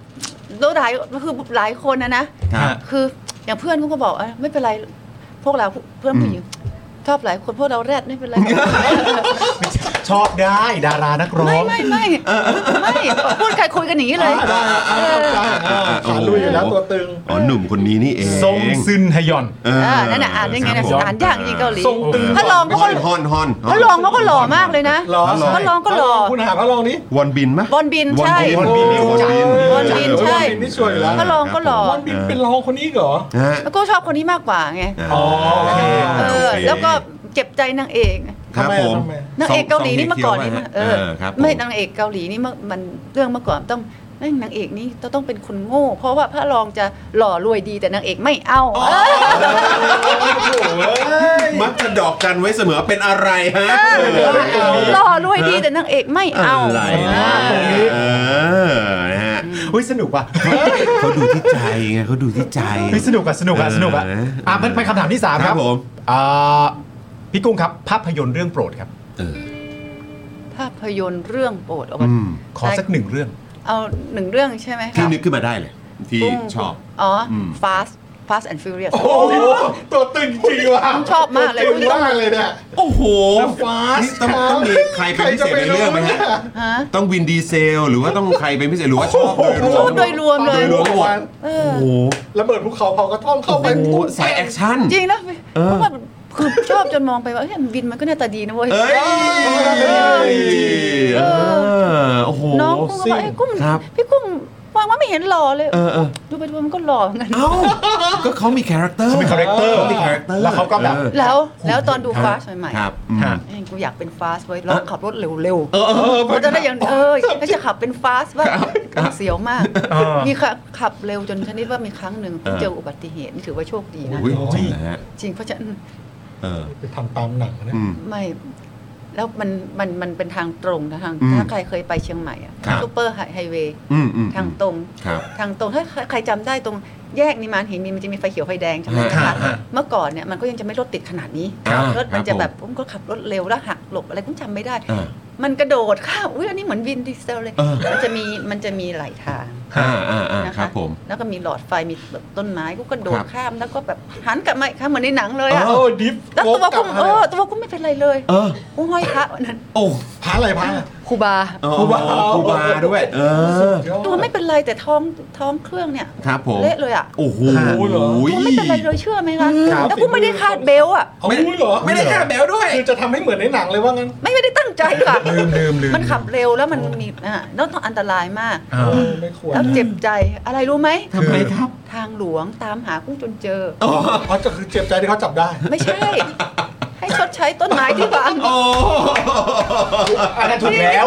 Speaker 5: แล้วหลายคือหลายคนนะนะครับ คืออย่างเพื่อนเขาก็บอกเออไม่เป็นไรพวกเราเพื่อนผู้หญิงชอบหลายคนพวกเราแรดไม่เป็นไร
Speaker 2: ชอบได้ดารานักร้อ
Speaker 5: ไม่
Speaker 2: ง
Speaker 5: ไม่ไม่ไม่พูดกันคุยกันอย่างนี้เลย
Speaker 4: ได้อ่าขาลุยอยู่แล้วตัวตึง
Speaker 1: อ๋อหนุ่มคนนี้นี่เอง
Speaker 2: ทรงซึนฮยอน
Speaker 1: เออ
Speaker 5: เออนั่นน่ะอ่านได้
Speaker 1: ค
Speaker 5: ไง
Speaker 1: รั
Speaker 5: นะ
Speaker 1: บผม
Speaker 5: อ่านยากจริงเกาหลี
Speaker 4: ทรงตึง
Speaker 5: พระรองเขา
Speaker 1: ฮ
Speaker 5: ก็
Speaker 1: อนฮอนฮอน
Speaker 5: พระรองเขาก็หล่อมากเลยนะ
Speaker 4: หล่อ
Speaker 5: พระรองก็หล่อ
Speaker 4: คุณหาพระรองนี้
Speaker 1: วอนบินมะ
Speaker 5: วอนบินใช่
Speaker 1: วอนบินวอนบิน
Speaker 5: วอนบินใช่
Speaker 4: บินนี่ช่วยอยู่แล้ว
Speaker 5: พระรองก็หล่อ
Speaker 4: มันบินเป็นรองคนนี้เหรอ
Speaker 1: ฮะ
Speaker 5: แล้วก็ชอบคนนี้มากกว่าไง
Speaker 1: อ๋อโอเค
Speaker 5: เออ แล้วก็เจ็บใจนางเอก
Speaker 1: ครับผม
Speaker 4: ทำไมอ่ะ
Speaker 5: นางเอกเกาหลีนี่เมื่อก่อนนี่
Speaker 1: สง
Speaker 5: มา
Speaker 1: สง
Speaker 5: เอ
Speaker 1: เอ
Speaker 5: อ
Speaker 1: อครับผ
Speaker 5: ไม่นางเอกเกาหลีนี่เมื่อมันเรื่องเมื่อก่อนต้องแม่งนางเอกนี่ต้องเป็นคนโง่ เพราะว่าพระรองจะหล่อรวยดีแต่นางเอกไม่เอาเออ
Speaker 1: มักจะดอกกันไว้เสมอเป็นอะไรฮะ
Speaker 5: หล่อรวยดีแต่นางเอกไม่เอา
Speaker 1: อะไรนะเออนะฮะ
Speaker 2: อุ้ยสนุกว่ะ
Speaker 1: เขาดูที่ใจไงเขาดูที่ใจ
Speaker 2: อุ้ยสนุกอ่ะสนุกอ่ะสนุกอ่ะ
Speaker 1: เออ
Speaker 2: อ่ะมันไปคำถามที่สามค
Speaker 1: ครั
Speaker 2: รับบ
Speaker 1: ผม
Speaker 2: อ่าพี่กุ้งครับภาพยนตร์เรื่องโปรดครับ
Speaker 1: เออ
Speaker 5: ภาพยนตร์เรื่องโปรดเอา
Speaker 1: อื
Speaker 5: ไว้
Speaker 1: ม
Speaker 2: ขอสักหนึ่งเรื่อง
Speaker 5: เอาหนึ่งเรื่องใช่ไหมค
Speaker 1: ที่
Speaker 5: รับ
Speaker 1: นึกขึ้นมาได้เลย ที่
Speaker 5: กุ้ง
Speaker 1: ชอบ
Speaker 5: อ๋ออ
Speaker 1: ม
Speaker 5: fast Fast and Furious
Speaker 4: โอ้โหตัวตึงจริงว่ะ
Speaker 5: ผมชอบมากเลย
Speaker 4: ตัวตึงมากเลยเนี่ย
Speaker 1: โอ้โห
Speaker 4: แล้วฟาส
Speaker 1: นี่
Speaker 4: ต์
Speaker 1: ต้องต้องมีใครเป็นพิเศษในเรื่องไหมฮะ
Speaker 5: ฮะ
Speaker 1: ต้องวินดีเซล หรือว่าต้องใครเป็นพิเศษหรือว่าชอบโดยรว
Speaker 5: ช
Speaker 1: ม
Speaker 5: อบโดยรวมเลย
Speaker 1: โดยรวมทั้งหมด
Speaker 5: เอ
Speaker 1: โอ้
Speaker 5: อ
Speaker 1: โห
Speaker 4: ระเบิดภูเขาเผากระท่อมเข้า
Speaker 1: โอ้
Speaker 4: ไป
Speaker 1: โห
Speaker 4: ปุ๊บ
Speaker 1: สายแอคชั่น
Speaker 5: จริงนะเพราะว่าคือชอบจนมองไปว่าเฮ้ยวินมันก็หน้าตาดีนะเว้ย
Speaker 1: เอ้ย
Speaker 5: เออ
Speaker 1: เออโอ้โห
Speaker 5: น้องกุ้งก็บอกไอ้ยกุ้ง
Speaker 1: ครับ
Speaker 5: พี่กุ้งวางว่าไม่เห็นหล่อเลย
Speaker 1: เออเออ
Speaker 5: ดูไปดูมันก็หล่อเหมือนกัน
Speaker 1: เอ้าก็เขามีคาแรคเตอร์
Speaker 2: เขามี character
Speaker 1: เขามีคาแรคเตอร์
Speaker 2: แล้วเขาก็แบบ
Speaker 1: ออ
Speaker 5: แล้วแล้วตอนดูฟาสใหม่
Speaker 1: ครับอืม
Speaker 2: ฮะ
Speaker 5: ๆเอ้ยกูอยากเป็นฟาสไว้ยลองขับรถเร็วๆ
Speaker 1: เออเออเออ
Speaker 5: มันจะได้อย่างเออก็จะขับเป็นฟาสว่างเสียวมาก
Speaker 2: เออ
Speaker 5: มีขับขับเร็วจนชนิดว่ามีครั้งหนึ่งผมเจออุบัติเหตุนี่ถือว่าโชคดีนะ
Speaker 1: อุ้ยจริงนะฮะ
Speaker 5: จริงเพราะฉะนั้น
Speaker 1: เออ
Speaker 4: ไปทำตามหนังนะ
Speaker 1: อืม
Speaker 5: ไม่แล้วมันมันมันเป็นทางตรงนะทาง
Speaker 1: อืม
Speaker 5: ถ้าใครเคยไปเชียงใหม่อะ
Speaker 1: ครับ
Speaker 5: ซูเปอร์ไฮเวย์
Speaker 1: อืมอืม
Speaker 5: ทางตรง
Speaker 1: ครับ
Speaker 5: ทางตรงถ้าใครใครจำได้ตรงแยกนิมานหินมีมันจะมีไฟเขียวไฟแดงใช่ไหม
Speaker 1: ฮะ
Speaker 5: คะ
Speaker 1: ฮะฮะ
Speaker 5: เมื่อก่อนเนี่ยมันก็ยังจะไม่รถติดขนาดนี้
Speaker 1: ครับ
Speaker 5: รถมันจะ
Speaker 1: ครับผม
Speaker 5: แบบผมก็ขับรถเร็วแล้วหักหลบอะไรก็จำไม่ได้
Speaker 1: อ่า
Speaker 5: มันกระโดดข้ามอุ้ยอันนี้เหมือนวินดีเซลเลย
Speaker 1: เออ
Speaker 5: มันจะมีมันจะมีหลายทาง
Speaker 1: อ่าอ่าอ่า
Speaker 5: นะ
Speaker 1: ครั
Speaker 5: คะ
Speaker 1: บผม
Speaker 5: แล้วก็มีหลอดไฟมีแบบต้นไม้ก็กระโดด
Speaker 1: ครับ
Speaker 5: ข้ามแล้วก็แบบหันกลับมาอีกครั้งเหมือนในหนังเลยอะ
Speaker 1: เอ
Speaker 4: โอ้ดิฟ
Speaker 5: แล้วตัว
Speaker 4: กลั
Speaker 5: กุ้
Speaker 4: บ
Speaker 5: ง
Speaker 4: มา
Speaker 5: เอ
Speaker 4: เลย
Speaker 5: อตัวกุ้งไม่เป็นไรเลย
Speaker 1: เออ
Speaker 5: กุ้งห้อยพระวันนั้น
Speaker 1: โอ้
Speaker 4: พาอะไรพาอะไร
Speaker 5: ครูบา
Speaker 1: ครูบาครูบาด้วย เออ
Speaker 5: ตัวไม่เป็นไรแต่ท้องท้องเครื่องเนี่ย
Speaker 1: ครับผม
Speaker 5: เละเลยอะ
Speaker 1: โอ้โห
Speaker 5: ตัวไม่เป็นไรเลยเชื่อไหมคะ
Speaker 4: ครับ
Speaker 5: แล้วกุ้งไม่ได้คาดเบลต์อะ
Speaker 4: เอาอุ้ยเหรอ
Speaker 1: ไม่ได้คาดเบลด้วย
Speaker 4: คือจะทำให้เหมือนในหนังเลยว่างั้น
Speaker 5: ไม่ไม่ได้ตั้งใจค่ะ
Speaker 2: ลืมลืมลืม
Speaker 5: มันขับเร็วแล้วมันมีอ่ะแล้วต้องอันตรายมาก
Speaker 2: อ่า
Speaker 4: เออไม่ควร
Speaker 5: แล้วเจ็บใจอะไรรู้ไหม
Speaker 1: ทำไมครับ
Speaker 5: ทางหลวงตามหากุ้งจนเจอ
Speaker 4: เขาจะคือเจ็บใจที่เขาจับได้
Speaker 5: ไม่ใช่ ให้ชดใช้ต้นไม้ที่วาง
Speaker 1: โอ้
Speaker 2: อันนั้นถูกแล้ว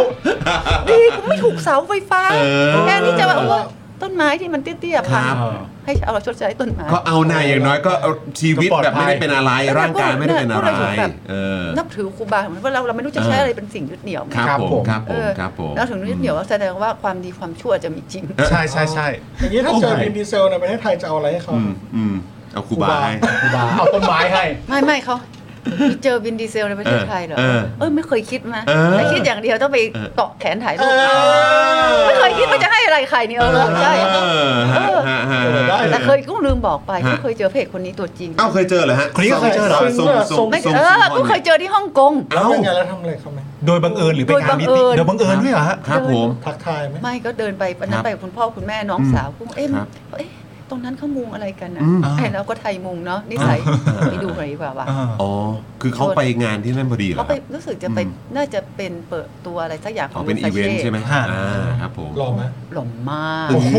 Speaker 5: ดีกูไม่ถูกเสาไฟฟ้า
Speaker 1: เออ
Speaker 5: แค่นี้จะว่าโอ้ยต้นไม้ที่มันเตี้ยๆพัง
Speaker 2: ครับ
Speaker 5: ให้เอาชดใช้ต้นไม้
Speaker 1: ก็เอาหน่ายอย่างน้อยก็เอาชีวิต
Speaker 2: ก็ปลอด
Speaker 1: แบบ
Speaker 2: ภั
Speaker 1: ไม่
Speaker 2: ย
Speaker 1: ได้เป็นอะไรร่างกายไม่ได้เป็นอะไร
Speaker 5: ก็เลยแบบ
Speaker 1: เออ
Speaker 5: นับถือครูบาเหมือนว่าเราเราไม่รู้จะ
Speaker 1: เออ
Speaker 5: ใช้อะไรเป็นสิ่งยึดเหนี่ยว
Speaker 1: ครับ
Speaker 2: ครับ
Speaker 1: ผม
Speaker 2: ผม
Speaker 1: ครับผ
Speaker 5: เอ
Speaker 1: ม
Speaker 5: อ
Speaker 1: ครับผม
Speaker 5: แล้วถึงยึดเหนี่ยวแสดงว่าความดีความชั่วจะมีจริง
Speaker 2: ใช่ใช่ใช่
Speaker 4: อย่างนี้ถ้าเจอ
Speaker 2: โอ้ย
Speaker 4: วินดีเซลในประเทศไทยจะเอาอะไรให้เขา
Speaker 1: อืมอืมเอาครูบาให้
Speaker 2: เอาต้นไม้ให้
Speaker 5: ไม่ไม่เขามีเจอวินดีเซลในประเทศไทยเหรอ
Speaker 1: เออ
Speaker 5: เอ้ยไม่เคยคิดมา
Speaker 1: เออ
Speaker 5: แต่คิดอย่างเดียวต้องไป
Speaker 1: เออ
Speaker 5: เกาะแขนถ่ายรูปไม่เคยคิดว่าจะให้อะไรใครนี่เออใช่
Speaker 1: เออฮะฮะฮะฮะ
Speaker 5: แต่เคยก็ลืมบอกไป
Speaker 1: ฮะ
Speaker 5: ก็เคยเจอพระเอกคนนี้ตัวจริง
Speaker 1: เอ้าเคยเจอเหรอฮะ
Speaker 2: คนนี้ก็เคยเจอเหรอ
Speaker 1: ทรงทรง
Speaker 5: ไม่
Speaker 1: ทรง
Speaker 5: เออก็เคยเจอที่ฮ่องกง
Speaker 4: แล้ว
Speaker 1: เอ้า
Speaker 4: เป็นไงแล้วทำอะไรเขาไหม
Speaker 2: โดยบังเอิญหรือเป็นงานมิติ
Speaker 5: โดยบังเอิญ
Speaker 2: โดยบังเอิญด้วยเหรอฮะ
Speaker 1: ครับผม
Speaker 4: ทักทายไหม
Speaker 5: ไม่ก็เดินไปวัน
Speaker 1: ครั
Speaker 5: นั้
Speaker 1: บ
Speaker 5: นไปกับคุณพ่อคุณแม่น้อง
Speaker 1: อืม
Speaker 5: สาวกุ้งเอ๊ะ
Speaker 1: ครับ
Speaker 5: เอ๊ะตรงนั้นเขามุงอะไรกันนะ
Speaker 1: อืม
Speaker 5: ไอ้เราก็ไทยมุงเนาะนิสัย
Speaker 1: อ่า
Speaker 5: ไปดูหน่อยดีกว่าว่ะ
Speaker 1: อ๋อ คือเขาไปงานที่นั่นพอดีเหร
Speaker 5: เขา
Speaker 1: อค
Speaker 5: ไป
Speaker 1: รับ
Speaker 5: รู้สึกจะไป
Speaker 1: อืม
Speaker 5: น่าจะเป็นเปิดตัวอะไรสักอย่างข
Speaker 1: อ๋
Speaker 5: อ
Speaker 1: อง เป็นอีเวนต์ใช่ไหม
Speaker 2: ฮะ
Speaker 1: อ่าครับผม
Speaker 4: หล่อไหม
Speaker 5: หล่อมาก
Speaker 1: โอ้โห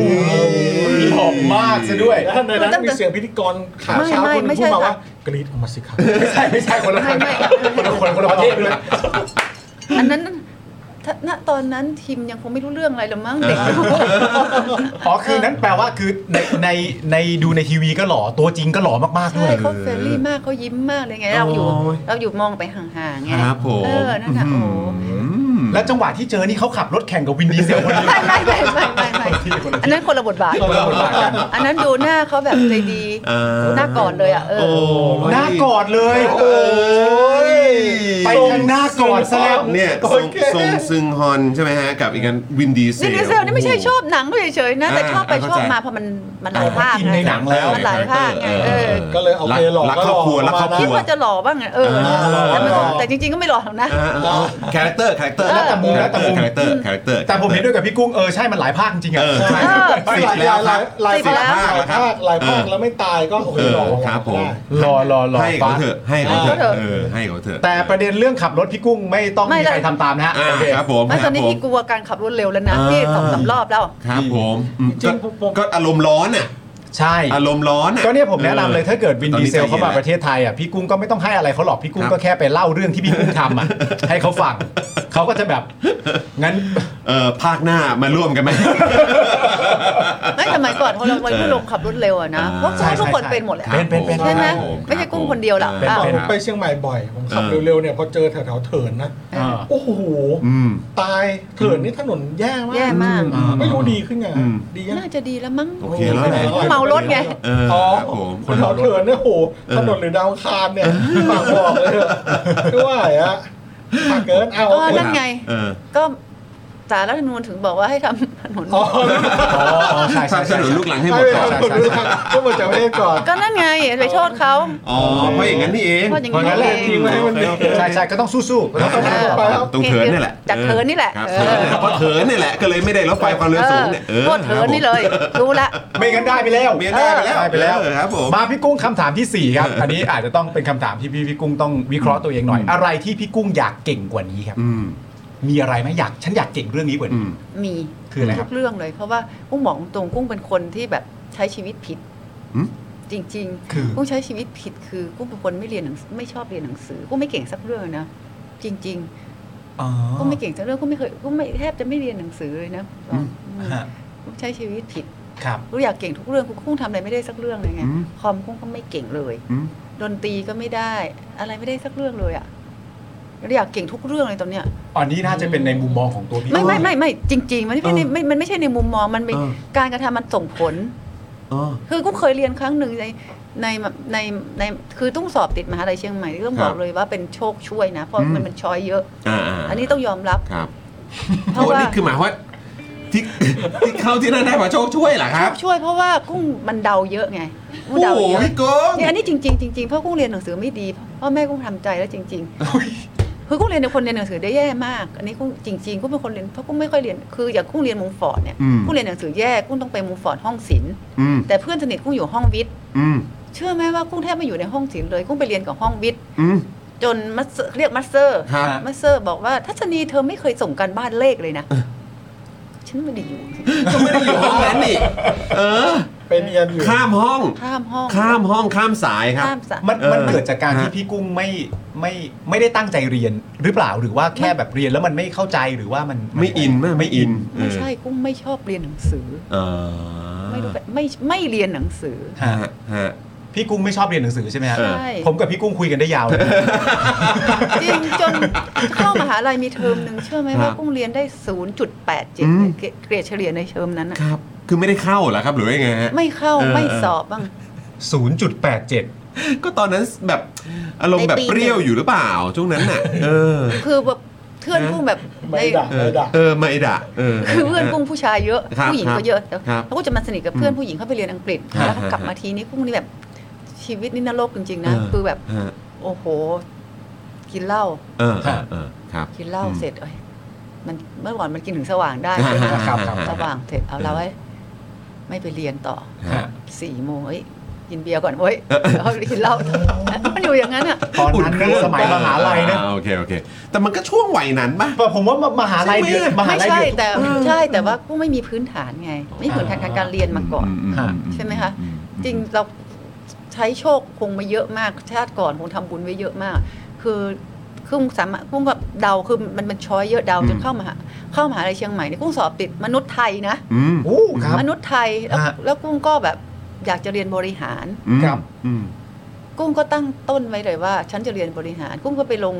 Speaker 2: หอมมากซะด้วย
Speaker 4: แล้วท่านในนั้นมีเสียงพิธีกรข่าวเช้า
Speaker 5: ไม่
Speaker 4: คนห
Speaker 5: ไม่
Speaker 4: นึ่ง
Speaker 5: ไม่ใช่
Speaker 4: พูดมา
Speaker 5: ค่ะ
Speaker 4: ว่ากรีดออกมาสิครับ
Speaker 2: ไม่ใช่ไม่ใช่คนละคน
Speaker 5: ไม่ไม่
Speaker 2: คนละคนคนละประเทศด้วย
Speaker 5: อันนั้นถ้าณตอนนั้นทีมยังคงไม่รู้เรื่องอะไรหรอกมั้งเด็ก
Speaker 2: อ๋อคือนั้นแปลว่าคือในในในดูในทีวีก็หล่อตัวจริงก็หล่อมากๆด้
Speaker 5: ใช่
Speaker 2: วย
Speaker 5: เขาเฟรนลี่มากเขายิ้มมากเลยไง เราอยู่เราอยู่มองไปห่างๆไง
Speaker 1: ครับผม
Speaker 5: เออนั่นน่ะโอ้
Speaker 2: และจังหวะที่เจอนี่เขาขับรถแข่งกับวินดีเซลคนนี้
Speaker 5: ไม่ไม่ไม่ไม่ไม่ไม่อันนั้นคนละบทบาท
Speaker 2: คนละบทบาทกัน
Speaker 5: อันนั้นดูหน้าเขาแบบใจดี
Speaker 1: อ่า
Speaker 5: หน้ากอดเลยอ่ะเอ
Speaker 1: โอ้
Speaker 5: อ
Speaker 2: หน้ากอดเลย
Speaker 1: เอ้ย
Speaker 2: ไปทางหน้ากอดซะแล้ว
Speaker 1: เนี่ยทรงทรงซึงฮอนใช่ไหมฮะ กับอีกอันวินดีเซล
Speaker 5: ดินเซลนี่ไม่ใช่ชอบหนังเขาเฉยๆนะ แต่ชอบไป
Speaker 1: อ่า
Speaker 5: ช
Speaker 1: เข้า
Speaker 5: อบ
Speaker 1: ใจ
Speaker 5: มาเพราะมันมันหลายภาค
Speaker 2: อินในหนังแล้ว
Speaker 5: มันหลายภาคไงเออ
Speaker 4: ก็เลยโอเคหล่อ
Speaker 1: รัก
Speaker 4: ก็
Speaker 1: ครอบ
Speaker 4: หล่อ
Speaker 1: ครัวรักครอบค
Speaker 5: คิ
Speaker 1: รั
Speaker 5: ด
Speaker 1: ว
Speaker 5: ว่าจะหล่อบ้างไงเออ
Speaker 1: เออ
Speaker 5: แต่มันก็แต่จริงๆก็ไม่หล่อหรอกนะ
Speaker 1: คาแรคเตอร์คาแรคเตอร์
Speaker 2: แล้วแต่มุมแล้วแต่มุม
Speaker 1: คาแรคเตอร์คาแรคเตอร์
Speaker 2: แต่ผมเห็นด้วยกับพี่กุ้งเออใช่มันหลายภาคจริงๆอะ
Speaker 1: เออใช่
Speaker 5: เออ
Speaker 4: หลาย
Speaker 1: สิบแล้วค
Speaker 4: ห
Speaker 1: รับ
Speaker 4: ลายหลาย
Speaker 1: สิบ
Speaker 4: ภา
Speaker 1: ภา
Speaker 4: ค
Speaker 1: คแล้ว
Speaker 4: หลาย
Speaker 1: ครับ
Speaker 4: ภาคหลายภาคแล้วไม่ตายก็โอเคหล่อ
Speaker 1: เออครับผม
Speaker 2: รอรอรอ
Speaker 1: ให้
Speaker 2: ฟ้า
Speaker 1: เขาเถอะให้เขาเถอะเออให้เขาเถอะ
Speaker 2: แต่ประเด็นเรื่องขับรถพี่กุ้งไม่ต้อง
Speaker 5: ไม่
Speaker 2: มี
Speaker 5: เลย
Speaker 2: ใครทำตามนะฮะ
Speaker 1: อ่า
Speaker 2: โอเค
Speaker 1: ครับผม
Speaker 5: ไม่
Speaker 1: ค
Speaker 5: ตอ
Speaker 1: รับ
Speaker 5: นนี้
Speaker 1: ผม
Speaker 5: พี่กลัวการขับรถเร็วแล้วนะ
Speaker 1: อ่า
Speaker 5: พี่สองสามรอบแล้ว
Speaker 1: ครับผมอืม
Speaker 4: จริงๆผมผม
Speaker 1: ก็อารมณ์ร้อนอ่ะ
Speaker 2: ใช่
Speaker 1: อารมณ์ร้อนอ่ะ
Speaker 2: ก็เนี่ยผมแนะนำเลยถ้าเกิดวิน
Speaker 1: ตอนนี้
Speaker 2: ดีเซลเข้ามาประเทศไทยอ่ะพี่กุ้งก็ไม่ต้องให้อะไรเขาหรอกพี่กุ้ง
Speaker 1: ครับ
Speaker 2: ก็แค่ไปเล่าเรื่องที่พี่กุ้ง ทำอ่ะ ให้เขาฟังเขาก็จะแบบงั้น
Speaker 1: เออภาคหน้ามาร่วมกันไห ม
Speaker 5: ไม่สมัยก่อนพอเราวัยรุ่นลงขับรถเร็วอะนะ
Speaker 1: อ่า
Speaker 5: เพราะทุกคนเป็นหมดแหละ
Speaker 2: เป็นเป็นเป็น
Speaker 5: ใช่ไหม
Speaker 1: ครับผ
Speaker 5: ไม่ใช่กุ้งคนเดียวหรอก
Speaker 1: เป็น
Speaker 4: ก่อน
Speaker 1: เป็น
Speaker 4: ผมไปเชียงใหม่บ่อย ผมขับเร็วๆเนี่ยพอเจอแถวๆเถินนะ
Speaker 2: อ่า
Speaker 4: โอ้โห
Speaker 1: อืม
Speaker 4: ตายเถินนี่ถนนแย่มา
Speaker 5: แย่
Speaker 4: ก
Speaker 5: มาก
Speaker 2: อืม
Speaker 4: ไม่รู้ดีขึ้นยัง
Speaker 1: อืม
Speaker 4: ดียัง
Speaker 5: น่าจะดีแล้วมั้ง
Speaker 1: โอเคแล้วแหละ
Speaker 5: เมารถไง
Speaker 1: เออ
Speaker 4: อ๋อ
Speaker 1: ครับผม
Speaker 4: คนเราเถินเนี่ยโหถนนหรือดาวอังคารเนี่ยฝากบอกเลยด้วยอ่ะฝากเกินเอา
Speaker 5: ก็นั่นไง
Speaker 1: เออ
Speaker 5: ก็ สารรัฐธรรมนูญถึงบอกว่าให้ทำถนน
Speaker 4: อ๋อ
Speaker 2: อ๋อใช่
Speaker 1: ส
Speaker 2: ใช่
Speaker 1: นับส
Speaker 2: ใช่
Speaker 1: นุนลูกหลังให้หมดก่อน
Speaker 4: ก็มาจากประเทศก่อน
Speaker 5: ก็นั่นไงไปโทษเขา
Speaker 1: อ๋อเพราะอย่างนั้นนี่เอง
Speaker 5: โทษอย่าง
Speaker 2: เพราะงั้นแหละ
Speaker 5: เอ
Speaker 2: ทีม
Speaker 5: ง
Speaker 2: ไว้ให้มันเด็กใช่ใช่ก็ต้องสู้ๆก็ต้องสู้
Speaker 5: เออ
Speaker 4: ไปครับ
Speaker 1: ตรงเถินนี่แหละ
Speaker 5: จากเถินนี่แหละ
Speaker 1: ครับ
Speaker 5: เออ
Speaker 1: เถินเนี่ยเพราะเถินนี่แหละก็เลยไม่ได้รถไฟความเร็วสูงเนี่ย
Speaker 5: โทษเถินนี่เลยรู้ละ
Speaker 2: ไม่งั้นได้ไปแล้ว
Speaker 1: เมียได้ไปแล้ว
Speaker 2: ได้ไปแล้ว
Speaker 1: เออครับผม
Speaker 2: มาพี่กุ้งคำถามทีสี่4 ครับ อันนี้อาจจะต้องเป็นคำถามที่พี่พี่กุ้งต้องวิเคราะห์ตัวเองหน่อย อะไรที่พี่กุ้งอยากเก่งกว่านี้ครับ
Speaker 1: อืม
Speaker 2: มีอะไรไหมอยากฉันอยากเก่งเรื่องนี้กว่า
Speaker 1: อื
Speaker 2: นี้
Speaker 1: ม
Speaker 5: มี
Speaker 2: คืออะไรครับ
Speaker 5: ทุกเรื่องเลยเพราะว่ากุ้งบอกตรงๆกุ้งเป็นคนที่แบบใช้ชีวิตผิด
Speaker 1: หืม
Speaker 5: จริง
Speaker 2: คือ
Speaker 5: ๆกุ้งใช้ชีวิตผิดคือกุ้งเป็นคนไม่เรียนหนังไม่ชอบเรียนหนังสือกุ้งไม่เก่งสักเรื่องเลยนะจริง
Speaker 2: อ๋อ
Speaker 5: ๆกุ้งไม่เก่งสักเรื่องกุ้งไม่เคยกุ้งไม่แทบจะไม่เรียนหนังสือเลยนะอืม
Speaker 2: ฮะ
Speaker 5: กุ้งใช้ชีวิตผิด
Speaker 2: ครับ
Speaker 5: กุ้งอยากเก่งทุกเรื่องกุ้งกุ้งทำอะไรไม่ได้สักเรื่องเลยไง
Speaker 1: อืม
Speaker 5: คอมกุ้งก็ไม่เก่งเลย
Speaker 1: อืม
Speaker 5: ดนตรีก็ไม่ได้ อะไรไม่ได้สักเรื่องเลยอ่ะแล้วอยากเก่งทุกเรื่องเลยตอนเนี้ย
Speaker 2: อันนี้น่าจะเป็นในมุมมองของตัวพี่
Speaker 5: ไม่ไม่
Speaker 2: กุ้ง
Speaker 5: ไม่ไม่จริง ๆ มันไม่ใช่ในไม่มันไม่ใช่ในมุมมองมันเป็น
Speaker 2: เออ
Speaker 5: การกระทำมันส่งผล
Speaker 2: เออ
Speaker 5: คือกุ้งเคยเรียนครั้งหนึ่งในในในในคือต้องสอบติดมหาลัยเชียงใหม่ต้องบ
Speaker 1: ค
Speaker 5: อ
Speaker 1: รั
Speaker 5: ก
Speaker 1: บ
Speaker 5: เลยว่าเป็นโชคช่วยนะ เพราะ
Speaker 1: อืม
Speaker 5: มันมันช้อยเยอะ
Speaker 1: อ่า
Speaker 5: อันนี้ต้องยอมรับ
Speaker 1: ครับ
Speaker 5: เพ
Speaker 1: โอ้
Speaker 5: ราะว่า
Speaker 1: นี่คือหมายว่าที่ ที่เข้าที่นั่นได้มาโชคช่วยเหรอค
Speaker 5: โช
Speaker 1: รับ
Speaker 5: คช่วยเพราะว่ากุ้งมันเดาเยอะไงกุ้ง
Speaker 1: โอ้
Speaker 5: เดา
Speaker 1: โห
Speaker 5: เยอะ
Speaker 1: พี่โก้ง
Speaker 5: เนี่ยอันนี้จริงๆจริงๆเพราะกุ้งเรียนหนังสือไม่ดีพ่อแม่กุ้งทำใจแล้วจริง ๆ คือกุ้งเรียนเป็นคนเรียนหนังสือได้แย่มาก อันนี้กุ้งจริงๆกุ้งเป็นคนเรียนเพราะกุ้งไม่ค่อยเรียนคืออย่างกุ้งเรียนมุงฟอร์ดเนี่ย
Speaker 1: อืม
Speaker 5: กุ้งเรียนหนังสือแย่กุ้งต้องไปมุงฟอร์ดห้องศิลป์
Speaker 1: อืม
Speaker 5: แต่เพื่อนสนิทกุ้งอยู่ห้องวิทย์
Speaker 1: อืม
Speaker 5: เชื่อไหมว่ากุ้งแทบไม่อยู่ในห้องศิลป์เลยกุ้งไปเรียนกับห้องวิทย์
Speaker 1: อืม
Speaker 5: จนมัสเซอร์เรียกมัสเซอร์
Speaker 1: ครับ
Speaker 5: มัสเซอร์บอกว่าทัศนีเธอไม่เคยส่งการบ้านเลขเลยนะ ฉันไม่ได้อยู่
Speaker 1: ก็ไม่ได้อยู่ห้องนั้นนี่เออ
Speaker 4: เป็นเอียนอยู่
Speaker 1: ข้ามห้อง
Speaker 5: ข้ามห้อง
Speaker 1: ข้ามห้องข้ามสายครับ
Speaker 5: ข้ามสระ
Speaker 2: มัน
Speaker 1: เออ
Speaker 2: มันเกิดจากการที่
Speaker 1: ฮะ
Speaker 2: พี่กุ้งไม่ไม่ไม่ได้ตั้งใจเรียนหรือเปล่าหรือว่าแค่แบบเรียนแล้วมันไม่เข้าใจหรือว่ามัน
Speaker 1: ไม่อินไม่ไม่อิน
Speaker 5: ไม่ใช่กุ้งไม่ชอบเรียนหนังสือ
Speaker 1: เออ
Speaker 5: ไม่รู้แบบไม่ไม่เรียนหนังสือ
Speaker 2: ฮะ
Speaker 1: ฮะฮะ
Speaker 2: พี่กุ้งไม่ชอบเรียนหนังสือใช่ไหมฮะ
Speaker 5: ใช่
Speaker 2: ผมกับพี่กุ้งคุยกันได้ยาวเลย
Speaker 5: จริงจน เข้ามหาลัยมีเทอมหนึ่งเชื่อไหม
Speaker 1: ครั
Speaker 5: ว่า
Speaker 1: บ
Speaker 5: กุ้งเรียนได้ 0.87
Speaker 1: อืม
Speaker 5: เกรดเกรดเฉลี่ยในเทอมนั้นน่ะ
Speaker 1: ครับ คือไม่ได้เข้าเหรอครับหรือว่ายังไงฮะ
Speaker 5: ไม่เข้า
Speaker 1: เออ
Speaker 5: ไม่สอบบ้าง
Speaker 2: 0.87
Speaker 1: ก็ตอนนั้นแบบอารมณ์แบบ
Speaker 5: ในปี
Speaker 1: เปรี้ยวอยู่หรือเปล่าช่วงนั้น น่ะ เออ
Speaker 5: คือแบบเพื่อนกุ้งแบบ
Speaker 4: ไม่
Speaker 5: ใน
Speaker 4: ด่า
Speaker 1: เออเออไม่ด่ะเออ
Speaker 5: คือเพื่อนกุ้งผู้ชายเยอะ
Speaker 1: ครับ
Speaker 5: ผู้หญิงก็เยอะแล้ว
Speaker 1: ครับ
Speaker 5: เขาก็จะมาสนิทกับเพื่อนผู้หญิงเข้าไปเรียนอังกฤษ
Speaker 1: ครับ
Speaker 5: แล้วเขากลับ
Speaker 1: ฮะ
Speaker 5: มาทีนี้กุ้งนี่แบบชีวิตนี่นรกจริงๆนะ
Speaker 1: เออ
Speaker 5: คือแบบ
Speaker 1: ฮะ
Speaker 5: โอ้โห กินเหล้า
Speaker 1: เออเออเออครับ
Speaker 5: กินเหล้า
Speaker 1: อืม
Speaker 5: เสร็จเอ้ยมันเมื่อก่อนมันกินถึงสว่างได้
Speaker 2: ครับครับ
Speaker 5: สว่างเสร็จเอาแล้วไอ้ยไม่ไปเรียนต่อ
Speaker 1: ฮะ
Speaker 5: สี่โมงเอ้ยกินเบียร์ก่อน เว้ยแล้วกินเหล้ามันอยู่อย่างนั้นอ่ะ
Speaker 2: ตอนนั้น
Speaker 1: เครื่
Speaker 2: นะ
Speaker 1: อง
Speaker 2: สมัยมหาลัยนะ
Speaker 1: อ่โอเคโอเค แต่มันก็ช่วงวัยนั้นป่ะ
Speaker 2: แต่ผมว่ามหาลัยเดือดมหา
Speaker 5: ไม่
Speaker 2: ลัย
Speaker 5: ใช่
Speaker 2: เดือด
Speaker 5: แต่ใช่แต่ว่ากุ้งไม่มีพื้นฐานไง ไม่มีพื้นฐานทางการเรียนมาก่อน
Speaker 1: อืมอือื
Speaker 5: ใช่ไหมคะ
Speaker 1: อืม
Speaker 5: จริงเราใช้โชคคงมาเยอะมากชาติก่อนคงทำบุญไว้เยอะมาก คือคือกุ้งสามารถกุ้งแบบเดาคือมันมันช้อยเยอะเดาจนเข้ามหาเข้ามหาลัยเชียงใหม่เนี่ยกุ้งสอบติดมนุษย์ไทยนะ
Speaker 1: อืม
Speaker 2: โอ้ครับ
Speaker 5: มนุษย์ไทยแล้ว
Speaker 2: ฮะ
Speaker 5: แล้วกุ้งก็แบบอยากจะเรียนบริหาร
Speaker 1: อืม
Speaker 2: ครับ
Speaker 1: อืม
Speaker 5: กุ้งก็ตั้งต้นไว้เลยว่า ฉันจะเรียนบริหาร กุ้งก็ไปลง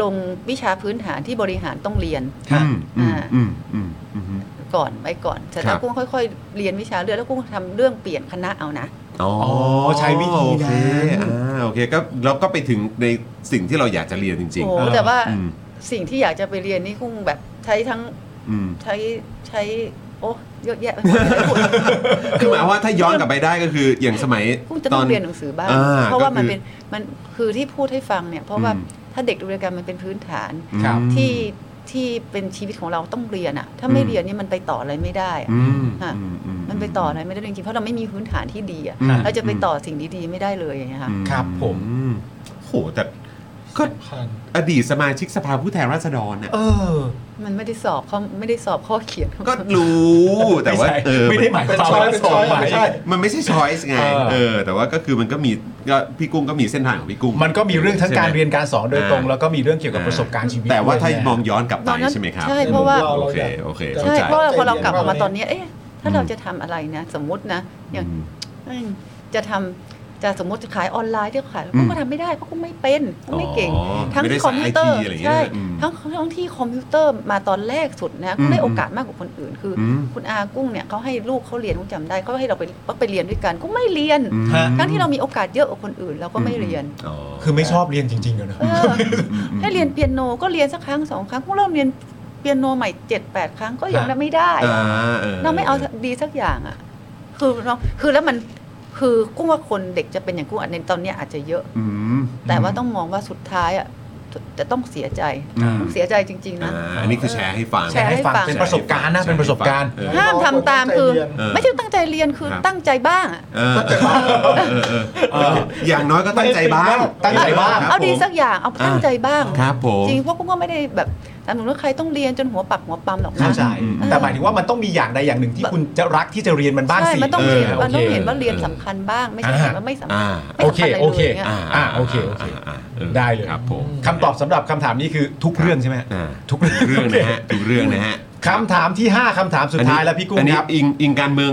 Speaker 5: ลงวิชาพื้นฐานที่บริหารต้องเรียน
Speaker 1: อืมอืมอืมอืมอืม
Speaker 5: ก่อนไปก่อนแต่
Speaker 1: ครั
Speaker 5: ถ้า
Speaker 1: บ
Speaker 5: กุ้งค่อยๆ เรียนวิชาเรื่อยแล้วกุ้งทำเรื่องเปลี่ยนคณะเอานะ
Speaker 1: อ๋อ
Speaker 2: ใช้วิธี
Speaker 1: โอ
Speaker 2: นั้
Speaker 1: เคน อ่าโอเคก็เราก็ไปถึงในสิ่งที่เราอยากจะเรียนจริง
Speaker 5: โอ้โห
Speaker 2: เออ
Speaker 5: แต่ว่า
Speaker 1: อืม
Speaker 5: สิ่งที่อยากจะไปเรียนนี่กุ้งแบบใช้ทั้ง
Speaker 1: ๆอืม
Speaker 5: ใช้ใช้ โอ้เยอะแยะไปหมดเลย คุณ
Speaker 1: คือหมายว่าถ้าย้อนกลับไปได้ก็คืออย่างสมัย
Speaker 5: กุ้งจะ
Speaker 1: ต
Speaker 5: ต้
Speaker 1: อ
Speaker 5: อน งเรียนหนังสือบ้าง
Speaker 1: อ่า
Speaker 5: เพราะว่า
Speaker 1: ก็คือ
Speaker 5: มันเป็นมันคือที่พูดให้ฟังเนี่ย เพราะว่า
Speaker 1: อืม
Speaker 5: ถ้าเด็กดูรายการมันเป็นพื้นฐาน
Speaker 1: อืม
Speaker 2: ครับ
Speaker 5: ที่ที่เป็นชีวิตของเราต้องเรียนอะถ้าไม่
Speaker 1: อืม
Speaker 5: เรียนนี่มันไปต่ออะไรไม่ได้อะ
Speaker 1: อืม
Speaker 5: ค่ะ
Speaker 1: อืมอื
Speaker 5: มันไปต่ออะไรไม่ได้จริงๆเพราะเราไม่มีพื้นฐานที่ดีอะ
Speaker 1: อืม
Speaker 5: เราจะไปต่อสิ่งดีๆไม่ได้เลยอย่างเงี้ยค่ะ
Speaker 1: อื
Speaker 2: ครับผม
Speaker 1: อืโหแต่ก็อดีตสมาชิกสภาผู้แทนราษฎรน่ะ
Speaker 2: เออ
Speaker 5: มันไม่ได้สอบเขาไม่ได้สอบข้อเขียน
Speaker 1: ก็รู้แต่ว่า
Speaker 2: ไม่ใช่
Speaker 1: เออ
Speaker 2: ไม่ได้หมายความว่า
Speaker 4: เป็น
Speaker 2: ส
Speaker 4: ช้
Speaker 2: อ
Speaker 4: อง ย
Speaker 2: ให
Speaker 4: เป็นช้อย
Speaker 2: ม่
Speaker 4: ไม่ใช่
Speaker 1: มันไม่ใช่ช้อยส์ไง
Speaker 2: เออ
Speaker 1: เออ แต่ว่าก็คือมันก็มีก็พี่กุ้งก็มีเส้นทางของพี่กุ้ง
Speaker 2: มันก็มีเรื่องทั้งการเรียนการสอนโดยตรง
Speaker 1: อ่า
Speaker 2: แล้วก็มีเรื่องเกี่ยวกับประสบการณ์ชีวิต
Speaker 1: แต่ว่าถ้า
Speaker 2: ด้วยนะ
Speaker 1: มองย้อนกลับไป
Speaker 5: ตอนนั้น
Speaker 1: ใช่ไหมครับ
Speaker 5: ใช่เพราะว่า
Speaker 1: โอเคโอเค
Speaker 4: ใช่
Speaker 1: เข้า
Speaker 5: ใช่
Speaker 1: ใจ
Speaker 5: เพราะว่าพอเรากลับ
Speaker 4: ใจเย็น
Speaker 5: มาตอนเนี้ยเอ๊ะถ้าเราจะทำอะไรนะ สมมตินะ อย่างเอิ่มจะทำจะสมมติจะขายออนไลน์ที่ขาย
Speaker 1: อืม
Speaker 5: ก็ก็ทำไม่ได้เพราะก็ไม่เป็นก็ไม่เก่ง
Speaker 1: อ๋อ
Speaker 5: ทั้ง
Speaker 1: ไได้
Speaker 5: ที่คอมพิวเตอร์
Speaker 1: สาย IT ะไย่างเงี้
Speaker 5: ใช่
Speaker 1: ยอืม
Speaker 5: ทั้งทั้งที่คอมพิวเตอร์มาตอนแรกสุดนะ
Speaker 1: อืม
Speaker 5: ได้โอกาสมากกว่าคนอื่น คืออ
Speaker 1: ม
Speaker 5: คุณอากุ้งเนี่ยเขาให้ลูกเขาเรียนกุ้งจำได้เขาให้เราไปก็ไปเรียนด้วยกันก็ไม่เรียน
Speaker 1: อืม
Speaker 2: ฮะ
Speaker 5: ทั้งที่เรามีโอกาสเยอะกว่าคนอื่นเราก็ไม่เรียน
Speaker 1: อ๋อ
Speaker 2: คือไม่ชอบเรียนจริงๆเลยนะ
Speaker 5: เออ
Speaker 1: มอืม
Speaker 5: ให้เรียนเปียโนก็เรียนสักครั้งสองครั้งพวกเราเรียน เปียโนใหม่เจ็ดแปดครั้งก็ยังไม่ได้
Speaker 1: อ่า
Speaker 5: อะ
Speaker 1: ออ
Speaker 5: เราไม่เอาดีสักอย่างอ่ะ คือเราคือแล้วมันคือกุ้งว่าคนเด็กจะเป็นอย่างกุ้งอันในตอนเนี้ยอาจจะเยอะ
Speaker 1: อืม
Speaker 5: แต่ว่าต้องมองว่าสุดท้ายอ่ะจะต้องเสียใจ
Speaker 1: อืม
Speaker 5: เสียใจจริง ๆ นะ
Speaker 1: อ่าอันนี้คือแชร์ให้ฟัง
Speaker 5: แชร์ให้ฟัง
Speaker 2: เป็นประสบการณ์นะ เป็นประสบการณ์
Speaker 1: เออ
Speaker 5: ห้ามทำตามคือ
Speaker 1: เออ
Speaker 5: ไม่ใช่ตั้งใจเรียนคือ
Speaker 1: ครับ
Speaker 5: ตั้งใจบ้างอะ
Speaker 1: เออเออเออเออเอออย่างน้อยก็ตั้งใจบ้าง
Speaker 2: ตั้งใจบ้าง
Speaker 1: ครับ
Speaker 5: เอาดี
Speaker 1: ผม
Speaker 5: สักอย่างเอาตั้งใจบ้าง
Speaker 1: ครับผม
Speaker 5: จริงเพราะกุ้งก็ไม่ได้แบบสนับสนุนว่าใครต้องเรียนจนหัวปักหัวปั๊มหรอกนะ
Speaker 2: เข้าใจ
Speaker 1: อืม
Speaker 2: แต่หมายถึงว่ามันต้องมีอย่างใดอย่างหนึ่งที่คุณจะรักที่จะเรียนมันบ้าง
Speaker 5: ใช่
Speaker 2: สิ
Speaker 5: มันต้อง
Speaker 2: เอ
Speaker 5: เห็
Speaker 2: อน โอ
Speaker 5: มัน
Speaker 2: เค
Speaker 5: ต้องเห็นว่าเรียน
Speaker 1: เออ
Speaker 5: สำคัญบ้าง ไม่ใช่
Speaker 2: อ่า
Speaker 5: เห็นว่าไม่สำคั
Speaker 1: อ่า
Speaker 5: ญไม่
Speaker 2: โอเค
Speaker 5: สำคัญอะไร
Speaker 2: โอ
Speaker 5: เล
Speaker 2: เค
Speaker 5: ยเนี่ย
Speaker 1: า
Speaker 2: อ่าโอเคโอเค
Speaker 1: าออ
Speaker 2: ได้เลย
Speaker 1: ครับผม
Speaker 2: คำตอบสำหรับคำถามนี้คือทุกเรื่องใช่ไหม
Speaker 1: อ่า
Speaker 2: ทุ
Speaker 1: ทุ
Speaker 2: ก
Speaker 1: ก
Speaker 2: เรื่อง
Speaker 1: เรื่องนะฮะทุกเรื่องนะฮะ
Speaker 2: คำถามที่ 5คำถามสุดท้ายแล้วพี่กุ้
Speaker 1: อั
Speaker 2: ง
Speaker 1: นนี้
Speaker 2: ครับ
Speaker 1: อิงอิงการเมือง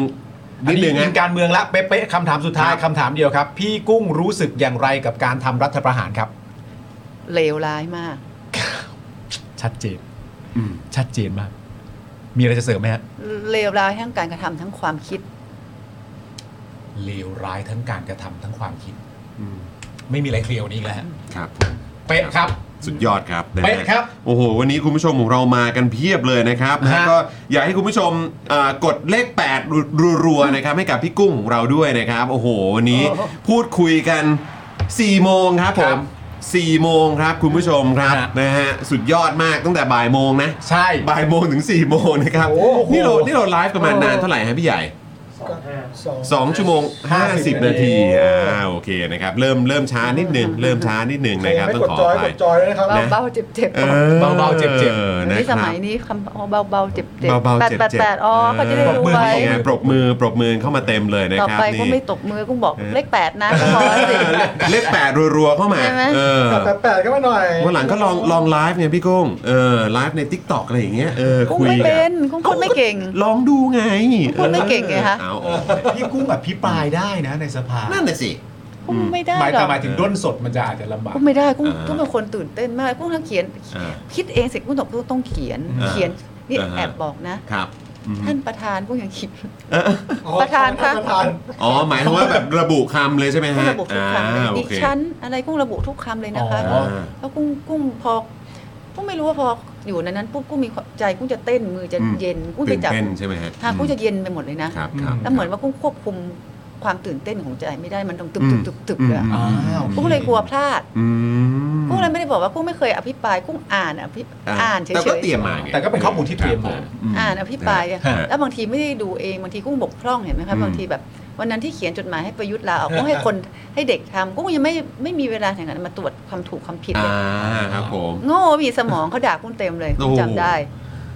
Speaker 1: นิดนึง
Speaker 2: อั
Speaker 1: นะ
Speaker 2: อิการเมืองละเป๊ะๆคำถามสุดท้าย
Speaker 1: ครับ
Speaker 2: คำถามเดียวครับ พี่กุ้งรู้สึกอย่างไรกับการทำรัฐประหารครับ
Speaker 5: เลวร้ายมาก
Speaker 2: ชัดเจน
Speaker 1: อืม
Speaker 2: ชัดเจนมาก มีอะไรจะเสริมไหมฮะ
Speaker 5: เลวร้ายทั้งการกระทำทั้งความคิด
Speaker 2: เลวร้ายทั้งการกระทำทั้งความคิด
Speaker 1: อืม
Speaker 2: ไม่มีอะไรเคลียร์กว่านี้อีกแล้วฮะ
Speaker 1: ครับผม
Speaker 2: เป๊ะครับ
Speaker 1: สุดยอดครับนะฮะ
Speaker 2: เป๊ะครับ
Speaker 1: โอ้โห วันนี้คุณผู้ชมของเรามากันเพียบเลยนะครับนะฮะ
Speaker 2: ฮะ
Speaker 1: ก็อยากให้คุณผู้ชมเอ่อกดเลข 8 รัวๆนะครับให้กับพี่กุ้งของเราด้วยนะครับ โอ้โห วันนี้พูดคุยกัน 4 โมงครับผ
Speaker 2: ครั
Speaker 1: ม
Speaker 2: บ
Speaker 1: 4โมงครับคุณผู้ชมครับ
Speaker 2: ฮะ
Speaker 1: นะฮะสุดยอดมากตั้งแต่บ่ายโมงนะ
Speaker 2: ใช่
Speaker 1: บ่ายโมงถึง 4 โมงนะครับ
Speaker 2: โอ้โห
Speaker 1: นี่เรานี่เราไลฟ์กันมานานเท่าไหร่ฮะพี่ใหญ่
Speaker 4: สอง
Speaker 1: 2 ชั่วโมง 50 นาทีอ่าโอเคนะครับเริ่มเริ่มช้านิดหนึงเริ่มช้านิดหนึงนะครับ
Speaker 4: ไม่
Speaker 1: ต้อง
Speaker 4: กด
Speaker 1: ขอ
Speaker 4: จอย
Speaker 1: อภั
Speaker 4: ก
Speaker 1: ย
Speaker 4: ดจอยด้วยนะครับ
Speaker 1: นะ
Speaker 5: เบาๆเจ็บๆ
Speaker 1: ออ
Speaker 2: เบาๆเจ็บๆ
Speaker 1: ออ
Speaker 5: ใน
Speaker 1: นะ
Speaker 5: ส
Speaker 1: ครับ
Speaker 5: มัยนี้คำว่าเบาๆเจ็บๆ
Speaker 1: เบาๆ
Speaker 5: แป
Speaker 1: เจ็
Speaker 5: ด
Speaker 1: บๆ
Speaker 5: แปดแปดอ๋อก็จะได้รู้
Speaker 1: ปร
Speaker 5: ไว้
Speaker 1: บมือไงปรบมือปรบมือเข้ามาเต็มเลยนะ
Speaker 5: ต่อ
Speaker 1: ครับ
Speaker 5: ไป
Speaker 1: นี่
Speaker 5: ก็ไม่ตบมือกุ้งบอกเลขแปดนะก็พอสิ
Speaker 1: เลขแปดรัวๆเข้ามา
Speaker 5: ใช่ไหม
Speaker 1: เออ
Speaker 4: แปดแปดก็มาหน่อย
Speaker 1: วันหลังก็ลองลองไลฟ์ไงพี่กุ้งเออไลฟ์ใน t ิ k t o k อะไรอย่างเงี้ยเออ
Speaker 5: กุ้ง
Speaker 1: คุย
Speaker 5: ไม่
Speaker 1: กั
Speaker 5: เป็น
Speaker 1: น
Speaker 5: กุ้งพูดไม่เก่ง
Speaker 1: ลองดูไง
Speaker 5: พูดไม่เก่งไงคะ
Speaker 1: เออเอา
Speaker 2: พี่กุ้งอภิปรายได้นะในสภา
Speaker 1: เอานั่นน่ะสิ
Speaker 5: กุ้งไม่ได้
Speaker 2: หมาย
Speaker 5: หร
Speaker 2: แต่
Speaker 5: อก
Speaker 2: หมายถึงด้นสดมันจะอาจจะลำบาก
Speaker 5: กุ้งไม่ได้กุ้ง
Speaker 1: อ่า
Speaker 5: กุ้งเป็นคนตื่นเต้นมากกุ้งต้องเขียน
Speaker 1: อ่า
Speaker 5: คิดเองเสร็จกุ้งต้องต้องเขียน
Speaker 1: อ่า
Speaker 5: เขียนนี่
Speaker 1: อ่าฮะ
Speaker 5: แอบบอกนะ
Speaker 1: ครับอืม
Speaker 5: ท่านประธานกุ้งยังคิด
Speaker 4: อ๋อ
Speaker 5: ประธานคะ
Speaker 4: ประธาน
Speaker 1: อ๋อหมายถึงว่าแบบระบุคำเลยใช่ไหม
Speaker 5: กุ้ง
Speaker 1: ฮะ
Speaker 5: ระบุทุกคำเลย
Speaker 1: อ่าโอ
Speaker 5: ดิ
Speaker 1: เค
Speaker 5: ฉันอะไรกุ้งระบุทุกคำเลยนะคะ
Speaker 2: อ๋อ
Speaker 5: แล้วกุ้งกุ้งพอกุ้งไม่รู้ว่าพออยู่ในนั้นปุ๊บกุ้งมีความใจกุ้งจะเต้นมือจะ
Speaker 1: อืม
Speaker 5: เย็นกุ้ง
Speaker 1: ตื่
Speaker 5: จะ
Speaker 1: น
Speaker 5: จับ
Speaker 1: เต้นใช่ไหมฮะ
Speaker 5: ทางกุ้งจะเย็นไปหมดเลยนะครับ
Speaker 1: ครับ
Speaker 5: แล้วเหมือนว่ากุ้งควบคุมความตื่นเต้นของใจไม่ได้มันต้องตึบตึบตึบตึบเลยอะ
Speaker 1: อืม
Speaker 2: อ้าว
Speaker 5: กุ้งเลยกลัวพลาด
Speaker 1: อืม
Speaker 5: กุ้งเลยไม่ได้บอกว่ากุ้งไม่เคยอภิปรายกุ้งอ่านอภิอ่านเฉย
Speaker 1: แต่ก็เตรียม
Speaker 5: ๆ
Speaker 1: มาไง
Speaker 2: แต่ก็เป็นข้อมูลที่เตรียมมา
Speaker 1: ครับผ
Speaker 5: อ่านอภิปรายอะ
Speaker 1: ฮะ
Speaker 5: แล้วบางทีไม่ได้ดูเองบางทีกุ้งบกพร่องเห็นไหมคะ
Speaker 1: อืม
Speaker 5: บางทีแบบวันนั้นที่เขียนจดหมายให้ประยุทธ์ลาออกกุ้งให้คนให้เด็กทำกุ้งยังไม่ไม่มีเวลาอย่างนั้นมาตรวจความถูกความผิดเลย
Speaker 1: อ่าครับผม
Speaker 5: โง่มีสมองเขาด่ากุ้งเต็มเลย
Speaker 1: โอ้
Speaker 5: คุณจำได้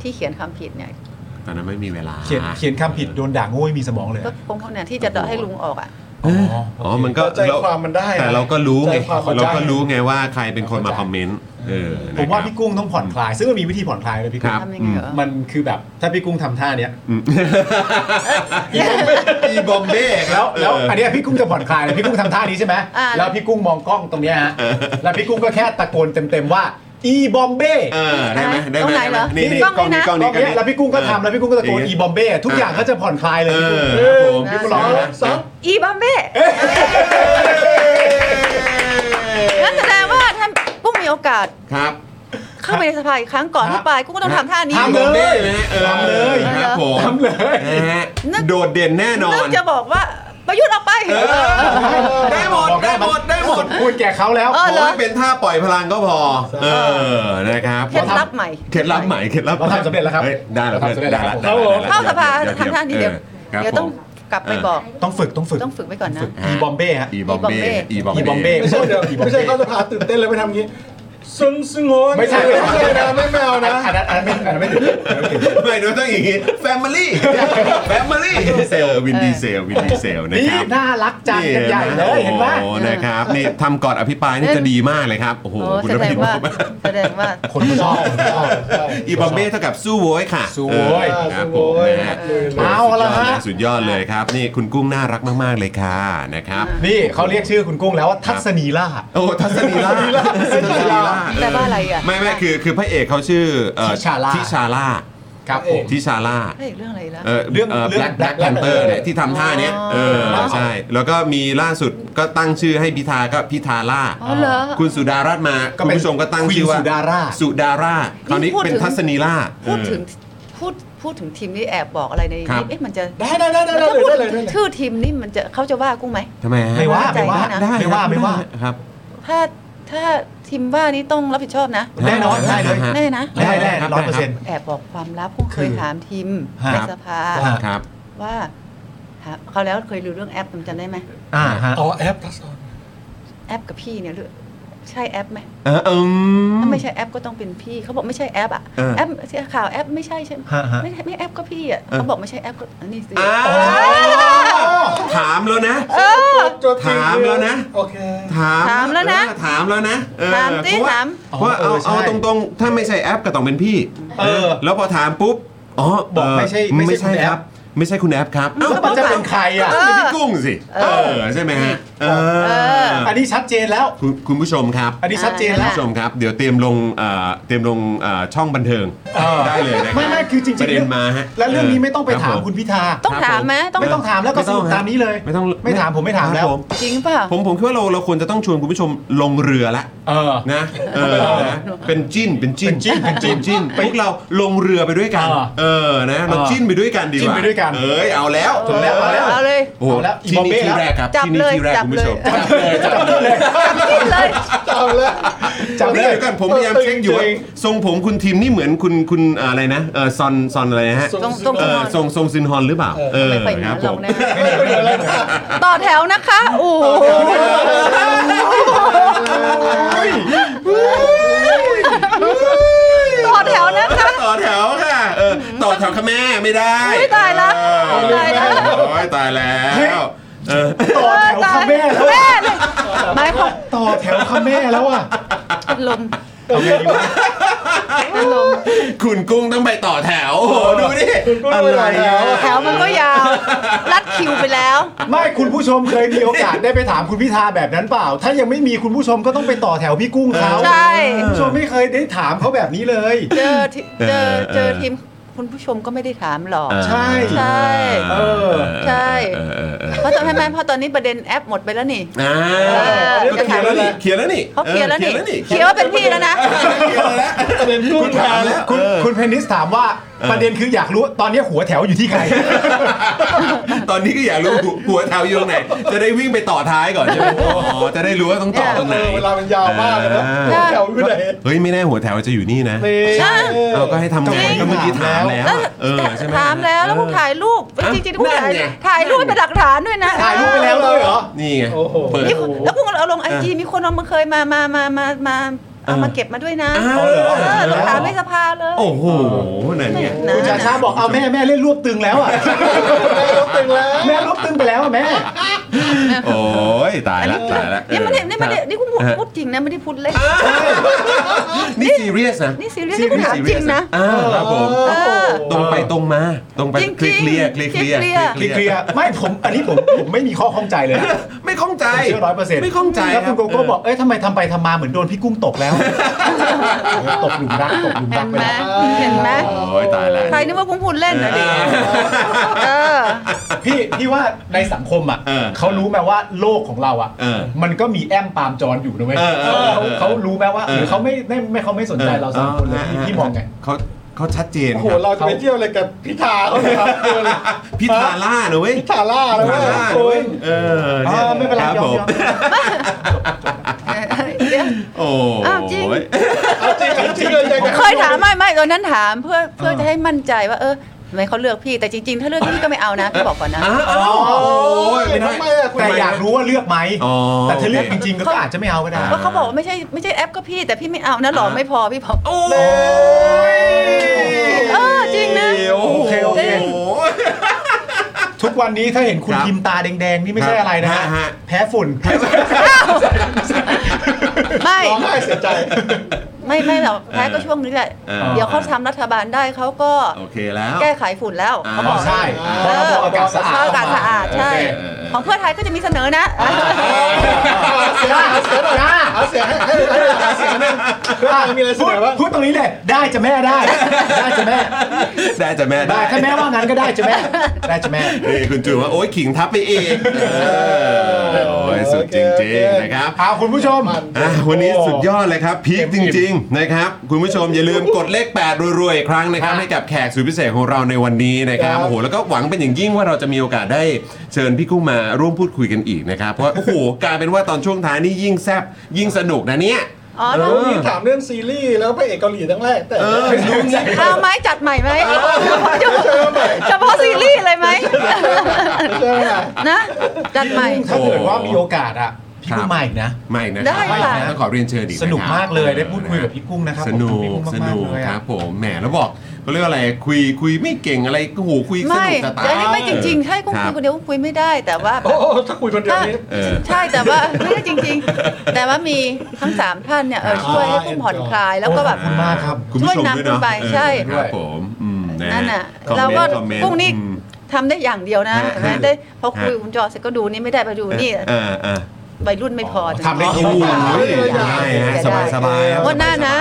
Speaker 5: ที่เขียนคำผิดเนี่ย
Speaker 1: ตอนนั้นไม่มีเวลา
Speaker 2: เขียนเขียนคำผิดโดนด่าโง่ไม่มีสมองเลย
Speaker 5: ก็คงพวกเนี่ยที่จะให้ลุงออกอ่ะ
Speaker 2: อ๋อ
Speaker 1: อ๋อมันก็
Speaker 4: ใจความมันได้นะ
Speaker 1: แต่เราก็รู้ไง
Speaker 4: ใจความมัน
Speaker 1: เรา
Speaker 4: ได้
Speaker 1: ก็รู้ไงว่าใครเป็นคนมาคอมเมนต์เออ
Speaker 2: ผ
Speaker 1: นะ
Speaker 2: มว่า
Speaker 1: ครับ
Speaker 2: พี่กุ้งต้องผ่อนคลาย ซึ่งมันมีวิธีผ่อนคลายเลยพี่
Speaker 1: ค
Speaker 2: กุ้
Speaker 1: รั
Speaker 2: ง
Speaker 1: บ
Speaker 5: ทำยังไงเหรอ
Speaker 2: มันคือแบบถ้าพี่กุ้งทำท่าเนี้ย
Speaker 1: อีบอมเบ้ค
Speaker 2: แล้
Speaker 1: รั
Speaker 2: ว
Speaker 1: บ
Speaker 2: แล้ว
Speaker 1: เออ
Speaker 2: อันเนี้ยพี่กุ้งจะผ่อนคลายเลยพี่กุ้งทำท่านี้ใช่ไหม
Speaker 5: อ่า
Speaker 2: แล้วพี่กุ้งมองกล้องตรงเนี้ยฮะแล้วพี่กุ้งก็แค่ตะโกนเต็มๆว่าอีบอมเบ้
Speaker 1: เออได้ไหมได้
Speaker 5: ตร
Speaker 1: ไหม
Speaker 5: งไหนเหรอ
Speaker 1: นี่นี่
Speaker 5: กล้องนี่นะ
Speaker 1: กล้อง
Speaker 2: ตร
Speaker 1: นี้
Speaker 2: ง
Speaker 1: กล้อง
Speaker 2: เนี้ย
Speaker 1: นี้
Speaker 2: แล้วพี่กุ้งก็ทำแล้วพี่กุ้งก็ตะโกน
Speaker 1: เออ
Speaker 2: อีบอมเบ้ทุกอย่างก็จะผ่อนคลายเลย
Speaker 1: เอ
Speaker 2: พี่กุ้ง
Speaker 1: อ
Speaker 2: เออ
Speaker 1: ผม
Speaker 2: พี่กุ้งร้องนะ
Speaker 4: สอง
Speaker 5: อีบัมเบ้งั้นแสดงว่าท่านกุ้งมีโอกาส
Speaker 1: ครับ
Speaker 5: เข้าไปในสภาอีกครั้งก่อนที่ไปลายกุ้งก็ต้องทำท่านี้
Speaker 2: ทำ
Speaker 1: บอมเบ้ไหมฮะออ
Speaker 2: ทำเลย
Speaker 1: ครับผม
Speaker 2: ทำเลย
Speaker 1: นะฮะ
Speaker 5: นึก
Speaker 1: โดดเด่นแน่นอ
Speaker 5: นึ
Speaker 1: น
Speaker 5: กจะบอกว่าประยุทธ์ออกไป เออ
Speaker 1: ได้หมดได้หมดได้หมด
Speaker 2: พูดแก่เขาแล้ว
Speaker 5: เออ
Speaker 1: ขอให้เป็นท่าปล่อยพลังก็พอ เออ นะครับ
Speaker 5: เคล็ดลับใหม่
Speaker 1: เคล็ดลับใหม่ เคล็ดลับ
Speaker 2: เราทำสำเร็จแล้วครับ
Speaker 1: ฮ้ยได้แล้วเพื่อน
Speaker 2: เราทำสำเร็จแล้วครับ
Speaker 1: ได้แล้ว
Speaker 5: เข้าสภา
Speaker 1: ได้แล้ว
Speaker 5: ทำท่านี้เดี๋ยว
Speaker 1: ครับ
Speaker 5: เดี๋ยวต้อง
Speaker 1: ผม
Speaker 5: กลับไป
Speaker 1: เออ
Speaker 5: บอก
Speaker 2: ต้องฝึกต้องฝึก
Speaker 5: ต้องฝึกไว้ก่อนนะ
Speaker 2: ฝึกอีบอมเบ้ฮะ
Speaker 1: อีบอมเบ้
Speaker 5: อี
Speaker 1: อี
Speaker 2: บอมเบ้
Speaker 1: บอมเบ้
Speaker 4: ไม่ใช่เดี๋ยวไม่ใช่เขาจะพาตื่นเต้นแล้วไปทำงี้ ซึ่งซึ่งโง่
Speaker 2: ไม่ใช่
Speaker 4: ไม่ใช่นะไม่แมวนะ
Speaker 2: อันนั้นอันนั้นไม่อันนั้นไม่ถึง
Speaker 1: ไม่ดูต้องอย่างงี้ Family Family เซลวินดีเซลวินดีเซลนะ
Speaker 2: นี่
Speaker 1: ครับ
Speaker 2: น่ารักจังกันใหญ่เลยเห็นปะ
Speaker 1: โอ้โนะครับนี่ทำก่อนอภิปรายนี่จะดีมากเลยครับโอ้โห
Speaker 5: โอ้
Speaker 1: คุณ
Speaker 5: แส
Speaker 1: ร
Speaker 5: ด
Speaker 1: พิ
Speaker 5: ง
Speaker 1: น
Speaker 5: ว่า
Speaker 1: บอกว่า
Speaker 5: แสดงว่า
Speaker 2: คนชอบชอบ
Speaker 1: อีบอมเบ้เท่ากับสู้โว้ยค่ะ
Speaker 2: สู้โว้ย
Speaker 1: เออครับผ
Speaker 4: สู้
Speaker 1: ม
Speaker 4: โว้ย
Speaker 1: นะฮะ
Speaker 2: เอาละฮะ
Speaker 1: สุดยอดเลยครับ นี่คุณกุ้งน่ารักมาก ๆ เลยค่ะนะครับ
Speaker 2: นี่เขาเรียกชื่อคุณกุ้งแล้วว่าทัศนีล่า
Speaker 1: โอ้ทัศนีล่าทัศนีล่า
Speaker 5: แปลว่าอะไรอ่ะ
Speaker 1: ไม่ไม่คือคือพระเอกเขาชื่อเอ่อ
Speaker 2: ทิชาล่า
Speaker 1: ทิชาล่า
Speaker 2: ครับผม
Speaker 1: ที่ชาล่า
Speaker 5: เฮ้ยเรื่องอะไรละ
Speaker 1: เออ
Speaker 2: เรื่
Speaker 1: เรื่อ
Speaker 2: อ
Speaker 1: แบ
Speaker 2: ง งเรื่
Speaker 1: ล็
Speaker 2: อก ง
Speaker 1: แบล็ก
Speaker 2: Black
Speaker 1: แพนเตอร์
Speaker 2: Panther
Speaker 1: เนี่ยที่ทำท่าเนี้ยเออ
Speaker 5: อ๋อ
Speaker 1: ใช่ แล้วก็มีล่าสุดก็ตั้งชื่อให้พิธาก็พิธาล่า
Speaker 5: อ๋อเหรอ
Speaker 1: คุณสุดารัตน์มา
Speaker 2: ก็
Speaker 1: คุณ
Speaker 2: เป็น
Speaker 1: ผู้ชมก็ตั้งชื่อว่า
Speaker 2: Queen สุดารา
Speaker 1: สุดาราคราวนี้
Speaker 5: พูด
Speaker 1: เป็น
Speaker 5: ถึง
Speaker 1: ทัศนีล่า
Speaker 5: พูดถึง
Speaker 1: เอ
Speaker 5: พูดพูดถึงทีมนี้แอบบอกอะไรใน
Speaker 1: ครับ
Speaker 5: เอ๊ะมันจะ
Speaker 4: ได้ได้ได้
Speaker 5: มั
Speaker 4: ได้
Speaker 5: น
Speaker 4: ได้
Speaker 5: จะ
Speaker 4: เลย
Speaker 5: พูด
Speaker 4: ได้
Speaker 5: ถึ
Speaker 4: เลยได้
Speaker 5: ง
Speaker 4: เลย
Speaker 5: ชื่อทีมนี่มันจะเขาจะว่ากุ้งไหม
Speaker 1: อทำไมฮะ
Speaker 2: ไม่ว่าไม่ว่า
Speaker 5: ได้
Speaker 1: ได้
Speaker 2: ไม่ว่าไม่ว่า
Speaker 1: ครับ
Speaker 5: ถ้าถ้าทีมว่านี่ต้องรับผิดชอบนะ
Speaker 2: แน่นอนได้เลย
Speaker 1: ฮะ
Speaker 5: แน่นะ
Speaker 2: ได้ได้
Speaker 1: ครับ
Speaker 2: ร้อย
Speaker 1: ได้
Speaker 2: เปอร์
Speaker 1: ครั
Speaker 2: เซ็
Speaker 1: บ
Speaker 2: นต์
Speaker 5: แอบบอกความลับกุ้งเคยถามทีม
Speaker 2: ครับ
Speaker 5: ในสภา
Speaker 2: อ่ะ
Speaker 1: ครับ
Speaker 5: ว่าถามเขาแล้วเคยรู้เรื่องแอปจำได้ไหม
Speaker 2: อ่าฮะ
Speaker 4: อ๋อแอปทัสออน
Speaker 5: แอปกับพี่เนี่ยหรือใช่แอปไหม
Speaker 1: เออเอม
Speaker 5: ถ้าไม่ใช่แอปก็ต้องเป็นพี่เขาบอกไม่ใช่แอปอ่ะ
Speaker 1: เออ
Speaker 5: แอปที่ข่าวแอปไม่ใช่ใช่ไหม
Speaker 2: ฮะฮะ
Speaker 5: ไม่ใช่ไม่แอปก็พี่อ่ะ
Speaker 1: เออ
Speaker 5: เขาบอกไม่ใช่แอปก็อันนี่สิ
Speaker 1: อ้าวถามแล้วนะ
Speaker 4: ตัวจริง
Speaker 1: ถามแล้วนะ
Speaker 4: โอเค
Speaker 1: ถาม
Speaker 5: ถามแล้วนะ
Speaker 1: เออถามแล้วนะเออ
Speaker 5: ถามสิ
Speaker 1: เพระว่
Speaker 5: ถาม
Speaker 1: เพระว่าเอา
Speaker 2: เออใช่
Speaker 1: เอาตรงๆ ถ้าไม่ใช่แอปก็ต้องเป็นพี่
Speaker 2: เออ
Speaker 1: แล้วพอถามปุ๊บ อ๋อ
Speaker 2: บอกไม่ใช่ไม่ใช่
Speaker 1: ไม่ใช่
Speaker 2: คุณ
Speaker 1: ค
Speaker 2: แอป
Speaker 1: รับ ไม่ใช่คุณแอปครับ
Speaker 2: แล้วมันจะเป็นใครอ่ะ
Speaker 1: ก็เป็นพี่กุ้งสิ เออ ใช่ไหมฮะ เออ
Speaker 2: อันนี้ชัดเจนแล้ว
Speaker 1: คุณคุณผู้ชมครับ
Speaker 2: อันนี้ชัดเจน
Speaker 1: คุณ
Speaker 2: แล้ว
Speaker 1: ผู้ชมครับ เดี๋ยวเตรียมลงเอ่อเตรียมลงเอ่อช่องบันเทิง
Speaker 2: เออ
Speaker 1: ได้เลยนะรับ
Speaker 2: ไม่ไม่คือจริงๆ
Speaker 1: ประเด็นมาฮะ
Speaker 2: และเรื่องนี้ไม่ต้องไปถามคุณพิธา
Speaker 5: ต้องถามไหมต้อง
Speaker 2: ไม่ต้องถามแล้วก็สรุปตามนี้เลย
Speaker 1: ไม่ต้อง
Speaker 2: ไม่ถามผมไม่ถามแล้ว
Speaker 1: ครับผ
Speaker 5: จริงเปล่า
Speaker 1: ผมผมคิดว่าเราเราควรจะต้องชวนคุณผู้ชมลงเรือละ
Speaker 2: เออ
Speaker 1: นะเออ นะเป็นจิ้นเป็นจิ้น
Speaker 2: เป็นจิ้นเป็นจิ้น
Speaker 1: จิ้นพวกเราลงเรือไปด้วยกัน
Speaker 2: เออ
Speaker 1: เออนะเรา
Speaker 2: เออ
Speaker 1: จิ้นไปด้วยกันดีกว่า
Speaker 2: จิ้นไปด้วยกัน
Speaker 1: เอ้ยเอาแล้ว
Speaker 2: ถูกแล้วเอาแล้ว
Speaker 5: เอาเลย
Speaker 1: โอ้โห
Speaker 2: เอาแล้วอี
Speaker 1: ที่
Speaker 2: บอม
Speaker 1: นี่
Speaker 2: เบ้
Speaker 1: ที่
Speaker 2: แล้ว
Speaker 1: แรกครับ
Speaker 5: จับ
Speaker 1: ที่นี่
Speaker 5: เลย
Speaker 1: ที่แรก
Speaker 5: จับ
Speaker 1: คุณผู้ชม
Speaker 5: เลย
Speaker 1: จับเลยจับเลย
Speaker 5: คิดเลย
Speaker 1: จับเลยเดี๋ยวก่อนผมพยายามเช็คอยู่ว่า
Speaker 4: จริง
Speaker 1: ทรงผมคุณทีมนี่เหมือนคุณคุณเอ่ออะไรนะเออซอนซอนอะไรนะฮะ
Speaker 5: ทรงทรง
Speaker 1: เออทรงทรงซินฮอนหรือเปล่าเออ
Speaker 5: ไม่ไปไหน
Speaker 1: ครับผ
Speaker 5: เรา
Speaker 1: ม
Speaker 5: แน่ต่อแถวนะคะโอ้โหต่อแถวนะคะ
Speaker 1: ต่อแถวค่ะเออต่อแถวค่ะแม่ไม่ได้
Speaker 5: อุ๊ยตายละ
Speaker 1: เออ
Speaker 5: ตายละ
Speaker 1: โอ้ยตายแล้วเออ
Speaker 2: ต่อแถวคาเม่แล้ว
Speaker 5: แม่เลยหมายความ
Speaker 2: ต่อแถวคาเม่แล้วอ่ะ
Speaker 5: เป็นลม
Speaker 2: เอาไงดีวะ
Speaker 5: เป็นลม
Speaker 1: คุณกุ้งต้องไปต่อแถวโอ้โหดูดิอะไรอ่ะ
Speaker 5: แถวมันก็ยาวรัดคิวไปแล้ว
Speaker 2: ไม่คุณผู้ชมเคยมีโอกาสได้ไปถามคุณพิธาแบบนั้นเปล่า ถ้ายังไม่มีคุณผู้ชมก็ต้องไปต่อแถวพี่กุ้งเขา
Speaker 5: ใช่
Speaker 2: คุณผู้ชมไม่เคยได้ถามเขาแบบนี้เลย
Speaker 5: เจอที่เจอเจอทีมคุณผู้ชมก็ไม่ได้ถามหรอก
Speaker 2: ใช่
Speaker 5: ใช่
Speaker 1: เออ
Speaker 5: ใช่
Speaker 1: เออเออเออ
Speaker 5: เพราะตอนใช่ไหมเพราะตอนนี้ประเด็นแอปหมดไปแล้วนี่
Speaker 1: อ่า
Speaker 5: เออ
Speaker 1: ก็เคลียร์แล้วนี่เคลียร์แล้วนี่
Speaker 5: เขาเคลียร์แล้ว
Speaker 1: อ
Speaker 5: นี่
Speaker 1: อ
Speaker 5: เคลียร์ว่าเป็นพี่แล้วนะ
Speaker 1: เคลียร์แล้วนะ
Speaker 4: ประเด็นกุ้ง
Speaker 1: ถามแล้ว
Speaker 2: คุณ
Speaker 1: เออ
Speaker 2: คุณเพนนิสถามว่า
Speaker 1: เออ
Speaker 2: ประเด็นคืออยากรู้ตอนนี้หัวแถวอยู่ที่ใคร
Speaker 1: ตอนนี้ก็อยากรู้หัวแถวอยู่ตรงไหน จะได้วิ่งไปต่อท้ายก่อนใช่ไหมอ๋อจะได้รู้ว่าต้องต่อตรงไหน
Speaker 4: เออเวลามันยาวมากเลยนะ
Speaker 1: อ่า
Speaker 4: แถวอยู่ไหน
Speaker 1: เฮ้ย ไม่แน่หัวแถวจะอยู่นี่นะ
Speaker 4: นี่เออ
Speaker 1: เราก็ให้ทำงาน
Speaker 2: จริง
Speaker 1: ก็เมื่อกี้ถามแล้วอะเออใช่ไหม
Speaker 5: ถามแล้วแล้วพวกถ่ายรูปจริงๆพวกถ่าย
Speaker 1: นั่นไง
Speaker 5: ถ่ายรูปเป็นหลักฐานด้วยนะ
Speaker 2: ถ่ายรูปไปแล้วด้วยเหรอ
Speaker 1: นี่ไง
Speaker 4: โอ้โห
Speaker 1: เปิด
Speaker 5: นี่คุณแล้วพวกเราลงไอจีมีคนเอามาเคยมามามามามาเอามาเก็บมาด้วยนะ
Speaker 1: อ้าว
Speaker 5: เออหลักฐานไม่สภาเลย
Speaker 1: โอ้โหนั่นไง
Speaker 5: นะ
Speaker 2: คุณชาชาบอกเอาแม่แม่เล่นรวบตึงแล้วอ่ะ
Speaker 4: แม่ยกตึงแล้ว
Speaker 2: แม่รวบตึงไปแล้วอ่ะแม่
Speaker 1: โอ้ยตายละตายละ
Speaker 5: นี่ไม่ได้นี่ไม่ได้
Speaker 1: เออ
Speaker 5: นี่คุณพูดพูดจริงนะไม่ได้พูดเล่น
Speaker 1: นี่ซีเรียสนะ
Speaker 5: นี่ซีเรียสที่คุณถามจริงนะ
Speaker 1: อ่าครับผม
Speaker 5: เออ
Speaker 1: ตรงไปตรงมาตรงไป
Speaker 5: จริงๆ
Speaker 1: เคลียร์เคลียร์เคลียร์
Speaker 5: เคลียร์
Speaker 2: เคลียร์ไม่ผมอันนี้ผมผมไม่มีข้อข้องใจเลยนะ
Speaker 1: ไม่ข้องใจ
Speaker 2: ผมเชื่อร้อยเปอร์เซ็นต์
Speaker 1: ไม่ข้องใจ
Speaker 2: แล้วคุณโกโก้บอกเอ้ยทำไมทำไปทำมาเหมือนโดนพี่กุ้งตกแล้วตกหลุมรักตกหลุม
Speaker 5: เห็
Speaker 2: รักไป
Speaker 5: นไหม
Speaker 2: แล้ว
Speaker 5: เห็นไหม
Speaker 1: โอ้ยตายละ
Speaker 5: ใครนึกว่าคุณพูดเล่นนะดิเออ
Speaker 2: พี่พี่ว่าในสังคมอ่ะ
Speaker 1: เออ
Speaker 2: เขารู้ไหมว่าโลกของเราอ่ะ
Speaker 1: เออ
Speaker 2: มันก็มีแอมปามจรอยู่นะเว้ย
Speaker 1: เออเออเออ
Speaker 2: เขาเขารู้ไหมว่า
Speaker 1: เออ
Speaker 2: หรือเขาไม่ไม่ไม่เขาไม่สนใจเราสองคนเลยพี่พี่มองไง
Speaker 1: เขาเขาชัดเจน
Speaker 4: โอ้
Speaker 1: ค
Speaker 4: โห
Speaker 1: รับ
Speaker 4: เราจะไปเที่ยวอะไรกับพิธาเขาเนี่ยครับเออ
Speaker 1: พิธาล่านะเว้ย
Speaker 4: พิธาล่าแล้ว
Speaker 1: ทา
Speaker 4: เว้ย
Speaker 1: ล่าด้วยเออ
Speaker 4: โอ้ย
Speaker 1: นี่ย
Speaker 2: อ่าไม่เป็นไร
Speaker 1: ครับ
Speaker 2: ยอม
Speaker 1: ผม
Speaker 2: ยอม
Speaker 5: เดี๋ยว
Speaker 1: โอ้
Speaker 5: อ้าวจริง
Speaker 1: ย
Speaker 4: จริงเลยยังไง
Speaker 5: เคยถามไม่ไม่ตอนนั้นถามเพื่อเพื่อจะให้มั่นใจว่า เออทำไมเขาเลือกพี่แต่จริง ๆ ถ้าเลือกพี่ก็ไม่เอานะพี่บอกก่อนนะ
Speaker 1: อ้าวอ้าวโอ้ยไม่ได้
Speaker 4: ทำไมอะคุณ
Speaker 2: แต่อยากรู้ว่าเลือกไหม
Speaker 1: อ๋อ
Speaker 2: แต่ถ้าเลือก
Speaker 1: โอ
Speaker 2: จ
Speaker 1: เค
Speaker 2: ริงๆก็
Speaker 5: เขา
Speaker 2: ก็อาจจะไม่เอาก็ได้
Speaker 1: อ่
Speaker 5: ว่าเขาบอกว่าไม่ใช่ไม่ใช่แอปก็พี่แต่พี่ไม่เอานะหล่อไม่พอพี่บอก
Speaker 1: โอ้ย
Speaker 5: เออจริงนะ
Speaker 2: โอเคโอเค
Speaker 1: จริง
Speaker 2: ทุกวันนี้ถ้าเห็นคุณ
Speaker 1: ครับ
Speaker 2: พิมพ์ตาแดงๆนี่ไม่ใช่อะไรนะ
Speaker 1: ฮะฮะ
Speaker 2: แพ้ฝุ่น
Speaker 5: ไม่
Speaker 4: ร้องไห้เสียใจ
Speaker 5: ไม่ไม่หรอกแพ้ก็ช่วงนี้แหละ
Speaker 1: เออ
Speaker 5: เดี๋ยวเขาทำรัฐบาลได้เขาก็
Speaker 1: โอเคแล้ว
Speaker 5: แก้ไขฝุ่นแล้ว
Speaker 1: อ่า
Speaker 5: เขาบ
Speaker 7: อ๋
Speaker 5: อ
Speaker 7: อกใช่เพ
Speaker 5: เอ
Speaker 7: ราะ
Speaker 5: อ
Speaker 7: เราอากาศสะอาด
Speaker 5: อากาศสะอาดใช่
Speaker 1: โอเคเออเออ
Speaker 5: ของเพื่อไทยก็จะมีเสนอนะ
Speaker 4: เอาเสียงให้ให้ให้ให้เสียงหนึงข้างล่างมีอะไรเส
Speaker 7: พู
Speaker 4: น
Speaker 7: ด
Speaker 4: อบ้าง
Speaker 7: พูดตรงนี้เลยได้จะแม่ได้ ได้จะแม่
Speaker 1: ได้จ้ะแม่
Speaker 7: ได้ถ้าแม่ว่างั้นก็ได้จะแม่ได้จะแม่
Speaker 1: นี่คุณจูนว่าโอ๊ยขิงทับไปเองเออโอ้ยสุดจริงๆนะครับ
Speaker 7: พาคุณผู้ชม
Speaker 1: อ่ะวันนี้สุดยอดเลยครับ พีคจริง ๆ นะครับ คุณผู้ชมอย่าลืมกดเลข 8 รวยๆอีกครั้งนะครับ ให้กับแขกสุดพิเศษของเราในวันนี้นะครับโอ้โหแล้วก็หวังเป็นอย่างยิ่งว่าเราจะมีโอกาสได้เชิญพี่กุ้งมาร่วมพูดคุยกันอีกนะครับ เพราะว่าโอ้โหกลายเป็นว่าตอนช่วงท้ายนี่ยิ่งแซบยิ่งสนุกนะเนี่ย
Speaker 5: อ๋อแล้ว
Speaker 4: นี่ถามเรื่องซีรีส์แล้วพระเอกเกาหลีทั้งแรกแต่
Speaker 1: เออดูงี้
Speaker 5: เอาไหมจัดใหม่ไหมเฉพาะซีรีส์เลยไหม
Speaker 4: ใช่ไหมล่ะ
Speaker 5: นะจัดใหม่
Speaker 7: ถ้าเกิดว่ามีโอกาสอ่ะ พี่
Speaker 1: ครั
Speaker 7: กุ้
Speaker 1: บ
Speaker 7: งมาอีกนะ
Speaker 1: ไม่นะ
Speaker 5: ได้ค่ะ
Speaker 1: ต้องขอเรียนเชิญอีกะ
Speaker 7: สนุก
Speaker 1: ครับ
Speaker 7: มากเลยได้พูดคุยกับพี่กุ้งนะครับ
Speaker 1: สนุ
Speaker 7: ขอบคุณพี่
Speaker 1: ก
Speaker 7: กุ้งมากๆ
Speaker 1: สนุก
Speaker 7: เลยอะ
Speaker 1: ครับผมแหมแล้วบอกเขาเรียกว่าอะไรคุยคุยไม่เก่งอะไรโอ้โหคุยส
Speaker 5: ไม่
Speaker 1: นุกจะตาย
Speaker 5: อันนี้ไม่จริงๆ ใช่กุ้ง
Speaker 1: ครับ
Speaker 5: คุยคนเดียวกุ้งคุยไม่ได้แต่ว่า
Speaker 4: โอ้โหถ้าคุยคนเดียวนี้
Speaker 1: เออ
Speaker 5: ใช่แต่ว่า ไม่ได้จริง ๆ แต่ว่ามีทั้งสามท่านเนี่ยเออช่วยให้กุ้งผ่อนคลายแล้วก็แบบ
Speaker 7: ขอบคุณมากครับ
Speaker 1: คุณผู้ชมด้วยเนาะ
Speaker 5: ช่วยนำขึ้นไปใช่
Speaker 1: เออครับผมอืมะ
Speaker 5: นั่นน่ะ
Speaker 1: คอม
Speaker 5: เรา
Speaker 1: มน
Speaker 5: ก็
Speaker 1: ต์คอมเมนต์
Speaker 5: พรุ่งนี้
Speaker 1: อืม
Speaker 5: ทำได้อย่างเดียวนะ
Speaker 1: ฮะ
Speaker 5: เห็นไหม
Speaker 1: ฮะ
Speaker 5: ได้พอคุย
Speaker 1: ฮะ
Speaker 5: กับคุณจอเสร็จก็ดูนี่ไม่ได้ไปดูนี่
Speaker 1: เออเออ
Speaker 5: วัยรุ่นไม่พอจัง
Speaker 7: ทำได้
Speaker 1: โอ้
Speaker 7: ดี
Speaker 1: โห
Speaker 7: มาก
Speaker 1: ได้ฮะสบายสบายครับ
Speaker 5: งวดหน้านะ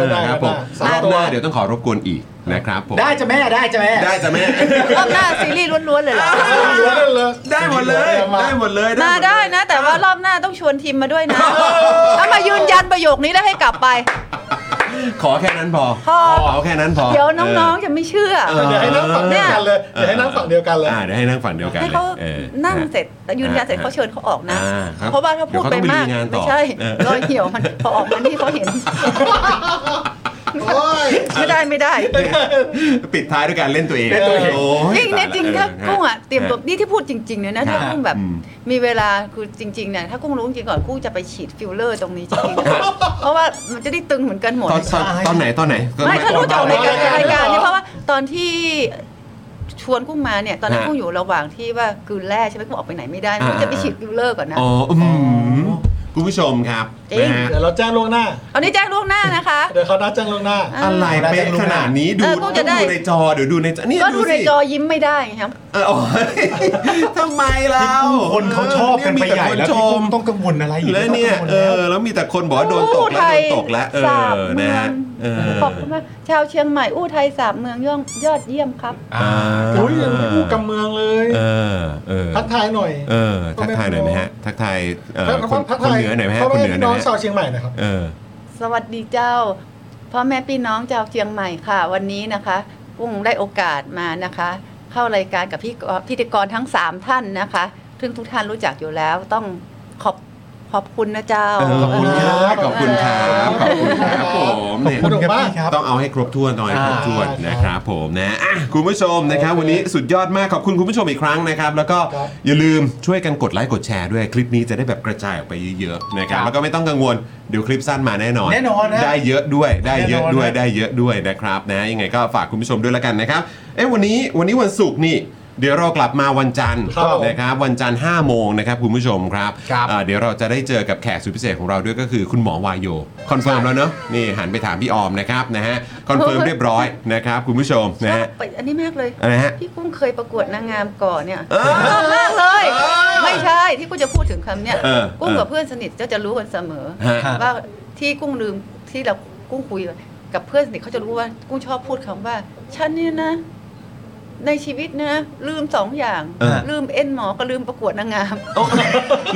Speaker 1: สบยๆเออครับผมร
Speaker 4: ได้
Speaker 1: อบห
Speaker 4: ได้
Speaker 1: น้าเดี๋ยวต้องขอรบกวนอีกนะครับผม
Speaker 7: ได้จะแม่ได้จะแม่
Speaker 1: ได้จ้ะแม่
Speaker 5: รอบหน้าซีรีส์ล้วนๆเลยเหรอ
Speaker 1: ได้หมดเลยได้หมดเลยหมดเลย
Speaker 5: มาได้นะ แต่ว่ารอบหน้าต้องชวนทีมมาด้วยนะถ้ามายืนยันประโยคนี้แล้วให้กลับไป
Speaker 1: ขอแค่นั้นพอ
Speaker 5: พอ
Speaker 1: ขอแค่นั้นพอ
Speaker 5: เดี๋ยวน้องๆจะไม่เชื่อ
Speaker 1: ออ
Speaker 4: เดี๋ยวให้นั่งฝั่งเดียวกันเลยเดี๋ยวให้นั่งฝั่งเดียวกันเลย
Speaker 1: อ่าเดี๋ยวให้นั่งฝั่งเดียวกัน
Speaker 5: ให้
Speaker 1: เลย
Speaker 5: เขา
Speaker 1: ออ
Speaker 5: นั่งเสร็จแต่ยืนยันเสร็จ
Speaker 1: อ่า
Speaker 5: เขาเชิญเขาออกนะ
Speaker 1: อ่าครับ
Speaker 5: เพราะว่าถ้าพูดไปมาก
Speaker 1: เดี๋ยวเขาต้องไปลุยงานต่อ
Speaker 5: ไม่ใช่
Speaker 1: เออ
Speaker 5: รอยเหี่ยวมันพอออกมานี่เขาเห็น
Speaker 4: โอ้ย
Speaker 5: ไม่ได้ไม่ได้
Speaker 1: ปิดท้ายด้วยการเล่นตัวเอง
Speaker 4: เล่นตัวเอง
Speaker 1: โอ้ย
Speaker 5: นี่เนี่ยจริง
Speaker 1: ตย
Speaker 5: ถ้า
Speaker 1: แล้ว
Speaker 5: กุ้งอ่ะเตรียมตัว
Speaker 1: ฮ
Speaker 5: นี่ที่พูดจริงๆเนี่ยนะถ้า
Speaker 1: ฮะ
Speaker 5: กุ้งแบบ
Speaker 1: อืม
Speaker 5: มีเวลาคือจริงๆเนี่ยถ้ากุ้งรู้จริงๆก่อนกุ้งจะไปฉีดฟิลเลอร์ตรงนี้จริงๆนะคะเพราะว่ามันจะได้ตึงเหมือนกันหมด
Speaker 1: ตอนตอนตอนไหนตอนไหน
Speaker 5: ไม่ถ้ารู้จัก
Speaker 4: ไม่
Speaker 5: ราย
Speaker 4: ต้
Speaker 5: การง
Speaker 4: อบอก
Speaker 5: รายการ
Speaker 4: ไม่ต้องบอก
Speaker 5: นี่เพราะว่าตอนที่ชวนกุ้งมาเนี่ยตอนนั้นกุ้งอยู่ระหว่างที่ว่าคืนแรกใช่ไหมกุ้งออกไปไหนไม่ได้กุ้งจะไปฉีดฟิลเลอร์ก่อนนะ
Speaker 1: อ๋ออืมคุณผู้ชมครับ
Speaker 5: จริง
Speaker 1: นะฮะ
Speaker 4: เดี๋ยวเราแจ้งล่วงหน้า
Speaker 5: เอานี่แจ้งล่วงหน้านะคะ
Speaker 4: เดี๋ยวเขานัดแจ้งล่วงหน้า
Speaker 1: อะไรเป๊ะขนาดนี้ดู
Speaker 5: เออก็จะได้
Speaker 1: ดูในจอเดี๋ยวดูในจอเนี่ย
Speaker 5: ก็
Speaker 1: ดู
Speaker 5: ดูใน
Speaker 1: สิ
Speaker 5: จอยิ้มไม่ได้ไงครับ
Speaker 1: เออโอ้ยทำไมเรา
Speaker 7: คนเขาชอบกันไปใหญ่แล้ว
Speaker 1: ช
Speaker 7: พี่กุ้
Speaker 1: ม
Speaker 7: งต้องกังวลอะไรอีก
Speaker 1: แล้วเนี่ย
Speaker 7: ต้องกังวล
Speaker 1: เอ
Speaker 7: แล้ว
Speaker 1: อแล้วมีแต่คนบอกว่าโดนตก
Speaker 5: อู้
Speaker 1: แล้วโดนตกแล้วเอ
Speaker 5: สาม
Speaker 1: อ
Speaker 5: เมื
Speaker 1: นะ
Speaker 5: อ
Speaker 1: ฮะ
Speaker 5: ง
Speaker 1: เออ
Speaker 5: ขอบคุณมากชาวเชียงใหม่อู้ไทยสามเมืองยอดยอดเยี่ยมครับ
Speaker 1: อ่า
Speaker 4: อุ้ยยังกู้กำเมืองเลย
Speaker 1: เออเออ
Speaker 4: พักทายหน่อย
Speaker 1: เออทักทายหน่อยไหมฮะทักทายเอ่อคน
Speaker 4: พัก
Speaker 1: คน
Speaker 4: ทาย
Speaker 1: เหนือหน่อยไหมฮะ
Speaker 4: พ่อ
Speaker 1: คนเหนื
Speaker 4: แม่
Speaker 1: อ
Speaker 4: พี่
Speaker 1: หน่
Speaker 4: น้
Speaker 1: อไหม
Speaker 4: อย ง
Speaker 1: ฮะ
Speaker 4: ชาวเชียงใหม่นะครับ
Speaker 1: เออ
Speaker 5: สวัสดีเจ้าพ่อแม่พี่น้องชาวเชียงใหม่ค่ะ วันนี้นะคะกุ้งได้โอกาสมานะคะ เข้ารายการกับพี่เอ่อพิธีกรทั้ง 3 ท่านนะคะซึ่งทุกท่านรู้จักอยู่แล้วต้องขอบขอบคุณนะเจ้า
Speaker 1: เออขอบคุณครับขอบคุณครับขอบคุณครับผมเนี่ย
Speaker 4: ขอบคุณครับพี่ครับ
Speaker 1: ต้องเอาให้ครบถ้วนต้องเอาให้ครบถ้วนนะครับผมนะอ่ะคุณผู้ชมนะครับวันนี้สุดยอดมากขอบคุณคุณผู้ชมอีกครั้งนะครับ แล้วก็อย่าลืมช่วยกันกดไลค์กดแชร์ด้วยคลิปนี้จะได้แบบกระจายออกไปเยอะๆนะครั
Speaker 7: ค
Speaker 1: บ
Speaker 7: รับ
Speaker 1: แล้วก็ไม่ต้องกังวลเดี๋ยวคลิปสั้นมาแน่นอน
Speaker 7: แน่นอนนะ
Speaker 1: ได้เยอะด้วยได้เยอะด้วย
Speaker 7: แน่นอนนะ
Speaker 1: ได้เยอะด้วยนะครับนะยังไงก็ฝากคุณผู้ชมด้วยละกันนะครับเอ้วันนี้วันนี้วันศุกร์นี่ เดี๋ยวเรากลับมาวันจันทร์
Speaker 4: ครับผม
Speaker 1: นะครับวันจันทร์5โมงนะครับคุณผู้ชมครับ
Speaker 7: ครับ
Speaker 1: อ่าเดี๋ยวเราจะได้เจอกับแขกสุดพิเศษของเราด้วยก็คือคุณหมอวายโยคอนเฟิร์มแล้วเนอะนี่หันไปถามพี่ออมนะครับนะฮะคอนเฟิร์มเรียบ ร้อยนะครับคุณผู้ชมนะฮะ
Speaker 5: ไปอันนี้มากเลย
Speaker 1: อะไรฮะ
Speaker 5: ที่กุ้งเคยประกวดนางงามก่อนเนี่ยชอบมากเลย ไม่ใช่ที่กุ้งจะพูดถึงคำเนี่ย
Speaker 1: เออ
Speaker 5: กุ้ง
Speaker 1: เออ
Speaker 5: กับเพื่อนสนิทจะจะรู้กันเสมอ
Speaker 1: ฮะ
Speaker 5: ว่าที่กุ้งลืมที่เรากุ้งคุยกับเพื่อนสนิทเขาจะรู้ว่ากุ้งชอบพูดคำว่าฉันเนี่ยนะ ในชีวิตนะ ลืมสองอย่าง
Speaker 1: เออ
Speaker 5: ลืมเอ็นหมอก็ลืมประกวดนางงาม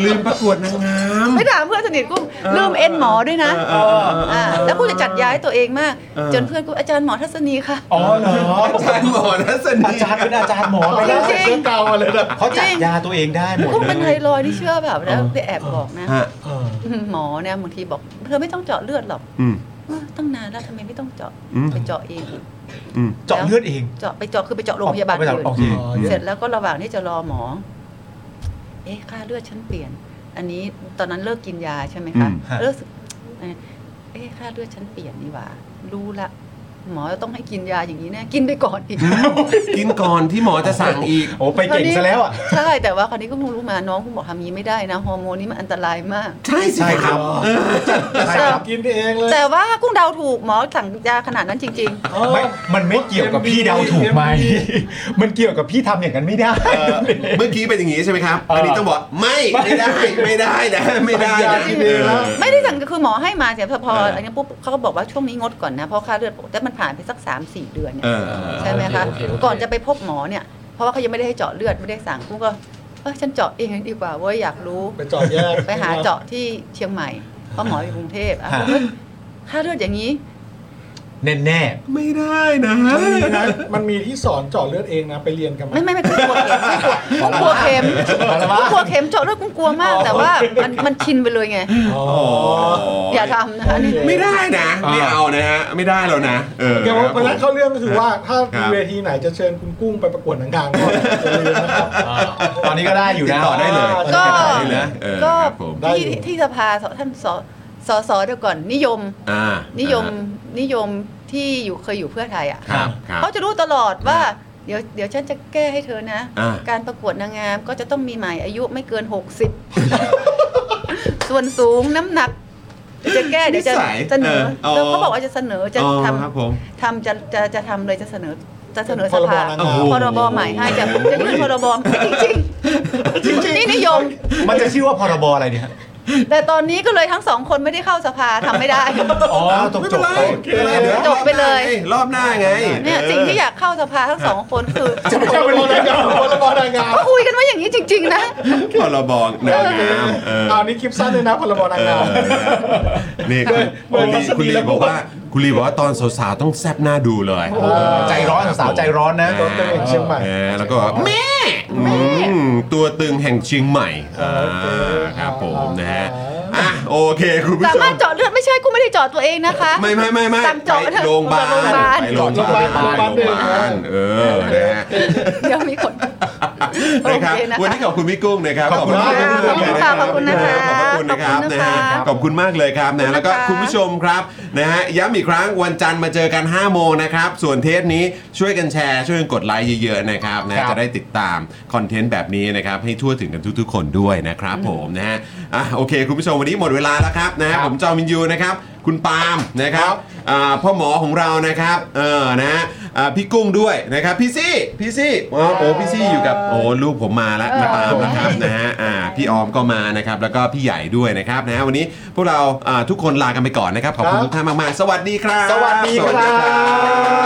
Speaker 1: ลืมประกวดนางงาม
Speaker 5: ไม่ถามเพื่อนสนิทกุ้งลืมเอ็นหมอด้วยนะ
Speaker 1: เออเออเออเอออ่
Speaker 5: าแล้วกุ้งจะจัดย้ายตัวเองมาก
Speaker 1: เออ
Speaker 5: จนเพื่อนกุ้งอาจารย์หมอทัศนีค่ะ
Speaker 7: อ๋อเหรอ
Speaker 1: อาจารย์หมอนัสนี
Speaker 7: อาจารย์เป็นอาจารย์หมอไป
Speaker 4: เอา
Speaker 7: แล้
Speaker 4: แล้ว ว
Speaker 5: จริง
Speaker 4: เสื้อกาวมาเลยนะ
Speaker 7: เขาจัดยาตัวเองได้หมด
Speaker 5: กุ้ง
Speaker 7: เล
Speaker 5: เป็นไท
Speaker 7: ย
Speaker 5: รอยด์ที่เชื่อแบบแล้วได้แอบบอกนะ
Speaker 1: ฮะ
Speaker 4: เออ
Speaker 5: หมอเนี่ยบางทีบอกเธอไม่ต้องเจาะเลือดหรอก
Speaker 1: อืม
Speaker 5: อ้าวตั้งนานแล้วทำไมไม่ต้องเจาะ
Speaker 1: อืม
Speaker 5: ไปเจาะเอง
Speaker 1: อืม
Speaker 7: เจาะเลือดเอง
Speaker 5: เจาะไปเจาะคือไปเจาะโรงพยาบาล
Speaker 7: ไปเจาะ
Speaker 5: อื่น
Speaker 7: โอเค
Speaker 4: อ๋อ
Speaker 5: เสร็จแล้วก็ระหว่างที่จะรอหมอ เอ๊ะค่าเลือดฉันเปลี่ยน อันนี้ตอนนั้นเลิกกินยาใช่ไหมคะ
Speaker 1: อืม
Speaker 7: ฮะ
Speaker 5: เลิกสึกเอ๊ะค่าเลือดฉันเปลี่ยนนี่หว่า รู้ละ หมอจะต้องให้กินยาอย่างนี้แน่กินไปก่อนอี ก
Speaker 1: กินก่อนที่หมอจะสั่งอีก
Speaker 2: โอ้ไปเก่งซะแล้วอ่ะ
Speaker 5: ใช่แต่ว่าคราวนี้ก็เพิ่งรู้มาน้องคุณบอกทำอย่างนี้ไม่ได้นะฮอร์โมนนี้มันอันตรายมาก
Speaker 1: ใช่สิครับ
Speaker 5: ใช่
Speaker 4: ค
Speaker 5: ครั
Speaker 4: รับ บกินเองเลย
Speaker 5: แต่ว่ากุ้งเดาถูกหมอสั่งยาขนาดนั้นจริง ๆ
Speaker 2: ไม่มันไม่เกี่ยวกับพี่เดาถูกไหม มันเกี่ยวกับพี่ทำอย่างนั้นไม่ได้
Speaker 1: เมื่อกี้เป็นอย่างนี้ใช่ไหมครับ อันนี้ต้องบอกไม่ไม่ได้ไม่ได้นะไม่ได้นะ
Speaker 4: ไม่ได้นะ
Speaker 5: ไม่ได้สั่งคือหมอให้มาแต่ยพอพออันนี้ปุ๊บเขาก็บอกว่าช่วงนี้งดก่อนนะเพราะค่าเลือดปกติแต่มันผ่านไปสัก 3 4 เดือนเนี่ย
Speaker 1: เออ
Speaker 5: ใช่ไหมคะ
Speaker 2: โอเคโอเค
Speaker 5: ก่อนจะไปพบหมอเนี่ยเพราะว่าเขายังไม่ได้ให้เจาะเลือดไม่ได้สั่งปุ๊บก็เออฉันเจาะเองดีกว่าเว้ยอยากรู้
Speaker 4: ไปจอดแยก
Speaker 5: ไปหาเจาะที่เชียงใหม่เพราะหมออยู่กรุงเทพอ่ะผมก็ค่าเลือดอย่างนี้
Speaker 2: แน่แน่
Speaker 1: ไม่ได้นะ
Speaker 4: มันมีนะมันมีที่สอนเจาะเลือดเองนะ ไปเรียนกันมา
Speaker 5: ไม่ไม่ไม่กลัวเข็มไม่กลัวกุ้งกลัวเข็มกุ้งกลัวเข็มเจาะเลือดกุ้งกลัวมาก แต่ว่ามันมันชินไปเลยไง
Speaker 4: อ๋อ
Speaker 5: อย่าทำนะคะนี่
Speaker 1: ไม่ได้นะไม่เอานะฮะไม่ได้แล้วนะเออ
Speaker 4: เดี๋ยววันนั้นเข้าเรื่องก็คือว่าถ้า
Speaker 1: ครั
Speaker 4: มี
Speaker 1: บ
Speaker 4: เวทีไหนจะเชิญคุณกุ้งไปประกวดหนังกลางก็อย่าลืมนะครับ
Speaker 2: ๆตอนนี้ก็ได้อยู่
Speaker 1: ติด
Speaker 2: นะ
Speaker 1: ต่อได้เลย
Speaker 5: ก็
Speaker 1: ติดต่อได้เลยนะเออ
Speaker 5: ก็
Speaker 1: ครับผม
Speaker 4: ได้
Speaker 5: ที่
Speaker 4: อยู่
Speaker 5: ที่สภาสท่านสสสเดี๋ยวก่อนนิยม
Speaker 1: อ่า
Speaker 5: นิยม
Speaker 1: อ่า
Speaker 5: นิยมที่อยู่เคยอยู่เพื่อไทยอ่ะ
Speaker 1: ครับครับ
Speaker 5: เขาจะรู้ตลอดว่าเดี๋ยวเดี๋ยวฉันจะแก้ให้เธอนะ
Speaker 1: อ่า
Speaker 5: การประกวดนางงามก็จะต้องมีหมายอายุไม่เกิน 60 ส่วนสูงน้ำหนัก จะแก้เดี๋ยวจะ
Speaker 1: นิสัย
Speaker 5: เสนอ
Speaker 1: เอออ๋อ
Speaker 5: เขาบอกว่าจะเสนอจะ
Speaker 1: อ๋อ
Speaker 5: ท
Speaker 1: ครับผม
Speaker 5: ำทำจะจะจะทำเลยจะเสนอจะเสนอสภา
Speaker 4: พรบนางงาม
Speaker 5: พรบใหม่ให้จะจะยื่นพรบจริงจริงๆนี่นิยม
Speaker 2: มันจะชื่อว่าพรบอะไรเนี่ย
Speaker 5: แต่ตอนนี้ก็เลยทั้งสองคนไม่ได้เข้าสภาทำไม่ได้
Speaker 2: อ๋อตก
Speaker 1: ไม่
Speaker 2: จ
Speaker 1: เป็น
Speaker 2: บ
Speaker 1: ไรไม่เป็น
Speaker 2: ไป
Speaker 1: ไรเดี๋ยว
Speaker 5: จบไปเลย
Speaker 1: รอบหน้าไง
Speaker 5: เนี่ยสิ่งที่อยากเข้าสภาทั้งสองคนคือ
Speaker 4: พรบนางงามพรบนางงาม
Speaker 5: ก็คุยกันว่าอย่างนี้จริง ๆ นะ
Speaker 1: พรบนางงามเออ
Speaker 4: เอานี่คลิปสั้นเลยนะพรบนางงาม
Speaker 1: นี่คุณคุณลีคุณลีบอกว่าคุณลีบอกว่าตอนสาวๆต้องแซบหน้าดูเลย
Speaker 2: ใจร้อนสาวๆใจร้อนนะ
Speaker 4: ตัวเต็งเชียงใหม่
Speaker 1: เออแล้วก็แม่อืมตัวตึงแห่งเชียงใหม่อ่าครับผมนะฮะอ่ะโอเคคุณผู้
Speaker 5: สา
Speaker 1: ช
Speaker 5: มาร
Speaker 1: ม
Speaker 5: ถเจาะเลือดไม่ใช่กูไม่ได้เจาะตัวเองนะคะ
Speaker 1: ไม่ไม่ไม่ไม่
Speaker 5: สั่งจอด
Speaker 1: ไปโรงพยาบาล
Speaker 5: โรงพ
Speaker 1: ไปโรงพยา
Speaker 5: ยาบาล
Speaker 1: บาลไปโร
Speaker 4: โรงพยาบาล
Speaker 1: งพยาบาลเออนะฮะ
Speaker 5: เดี๋ยวมีคน
Speaker 1: นะครับ
Speaker 5: โอเคนะคะ
Speaker 1: วันนี้ขอบคุณพี่กุ้งนะครับ
Speaker 2: ขอบคุณมาก
Speaker 1: ขอบคุณมาก
Speaker 5: ขอบคุณนะคะ
Speaker 1: ขอบคุณนะครับ
Speaker 5: ขอบคุณ
Speaker 1: นะ
Speaker 5: นะคะ
Speaker 1: ฮะ ขอบคุณมากเลยครับนะแล้วก็คุณผู้ชมครับนะฮะย้ำอีกครั้งวันจันทร์มาเจอกัน 5 โมงนะครับ ส่วนเทปนี้ช่วยกันแชร์ ช่วยกันกดไลค์เยอะๆนะครับนะฮะ
Speaker 2: ครับ
Speaker 1: จะได้ติดตามคอนเทนต์แบบนี้นะครับ ให้ทั่วถึงกันทุกๆคนด้วยนะครับผมนะฮะอ่ะโอเค คุณผู้ชมวันนี้หมดเวลาแล้วครับนะฮะ
Speaker 2: ครับ
Speaker 1: ผมจอมินยูนะครับ คุณปาล์มนะครับอ่าพ่อหมอของเรานะครับเออนะฮะอ่าพี่กุ้งด้วยนะครับพี่ซี่พี่ซี่อ๋อโอ้พี่ซี่อยู่กับโอ้ลูกผมมาแล้วมาตามนะครับนะฮะอ่าพี่ออมก็มานะครับแล้วก็พี่ใหญ่ด้วยนะครับนะฮะวันนี้พวกเราอ่าทุกคนลากันไปก่อนนะครับขอบคุณ
Speaker 4: ครับ
Speaker 1: ทุกท่านมากๆ สวัสดีครับ
Speaker 2: สวัสดีครับ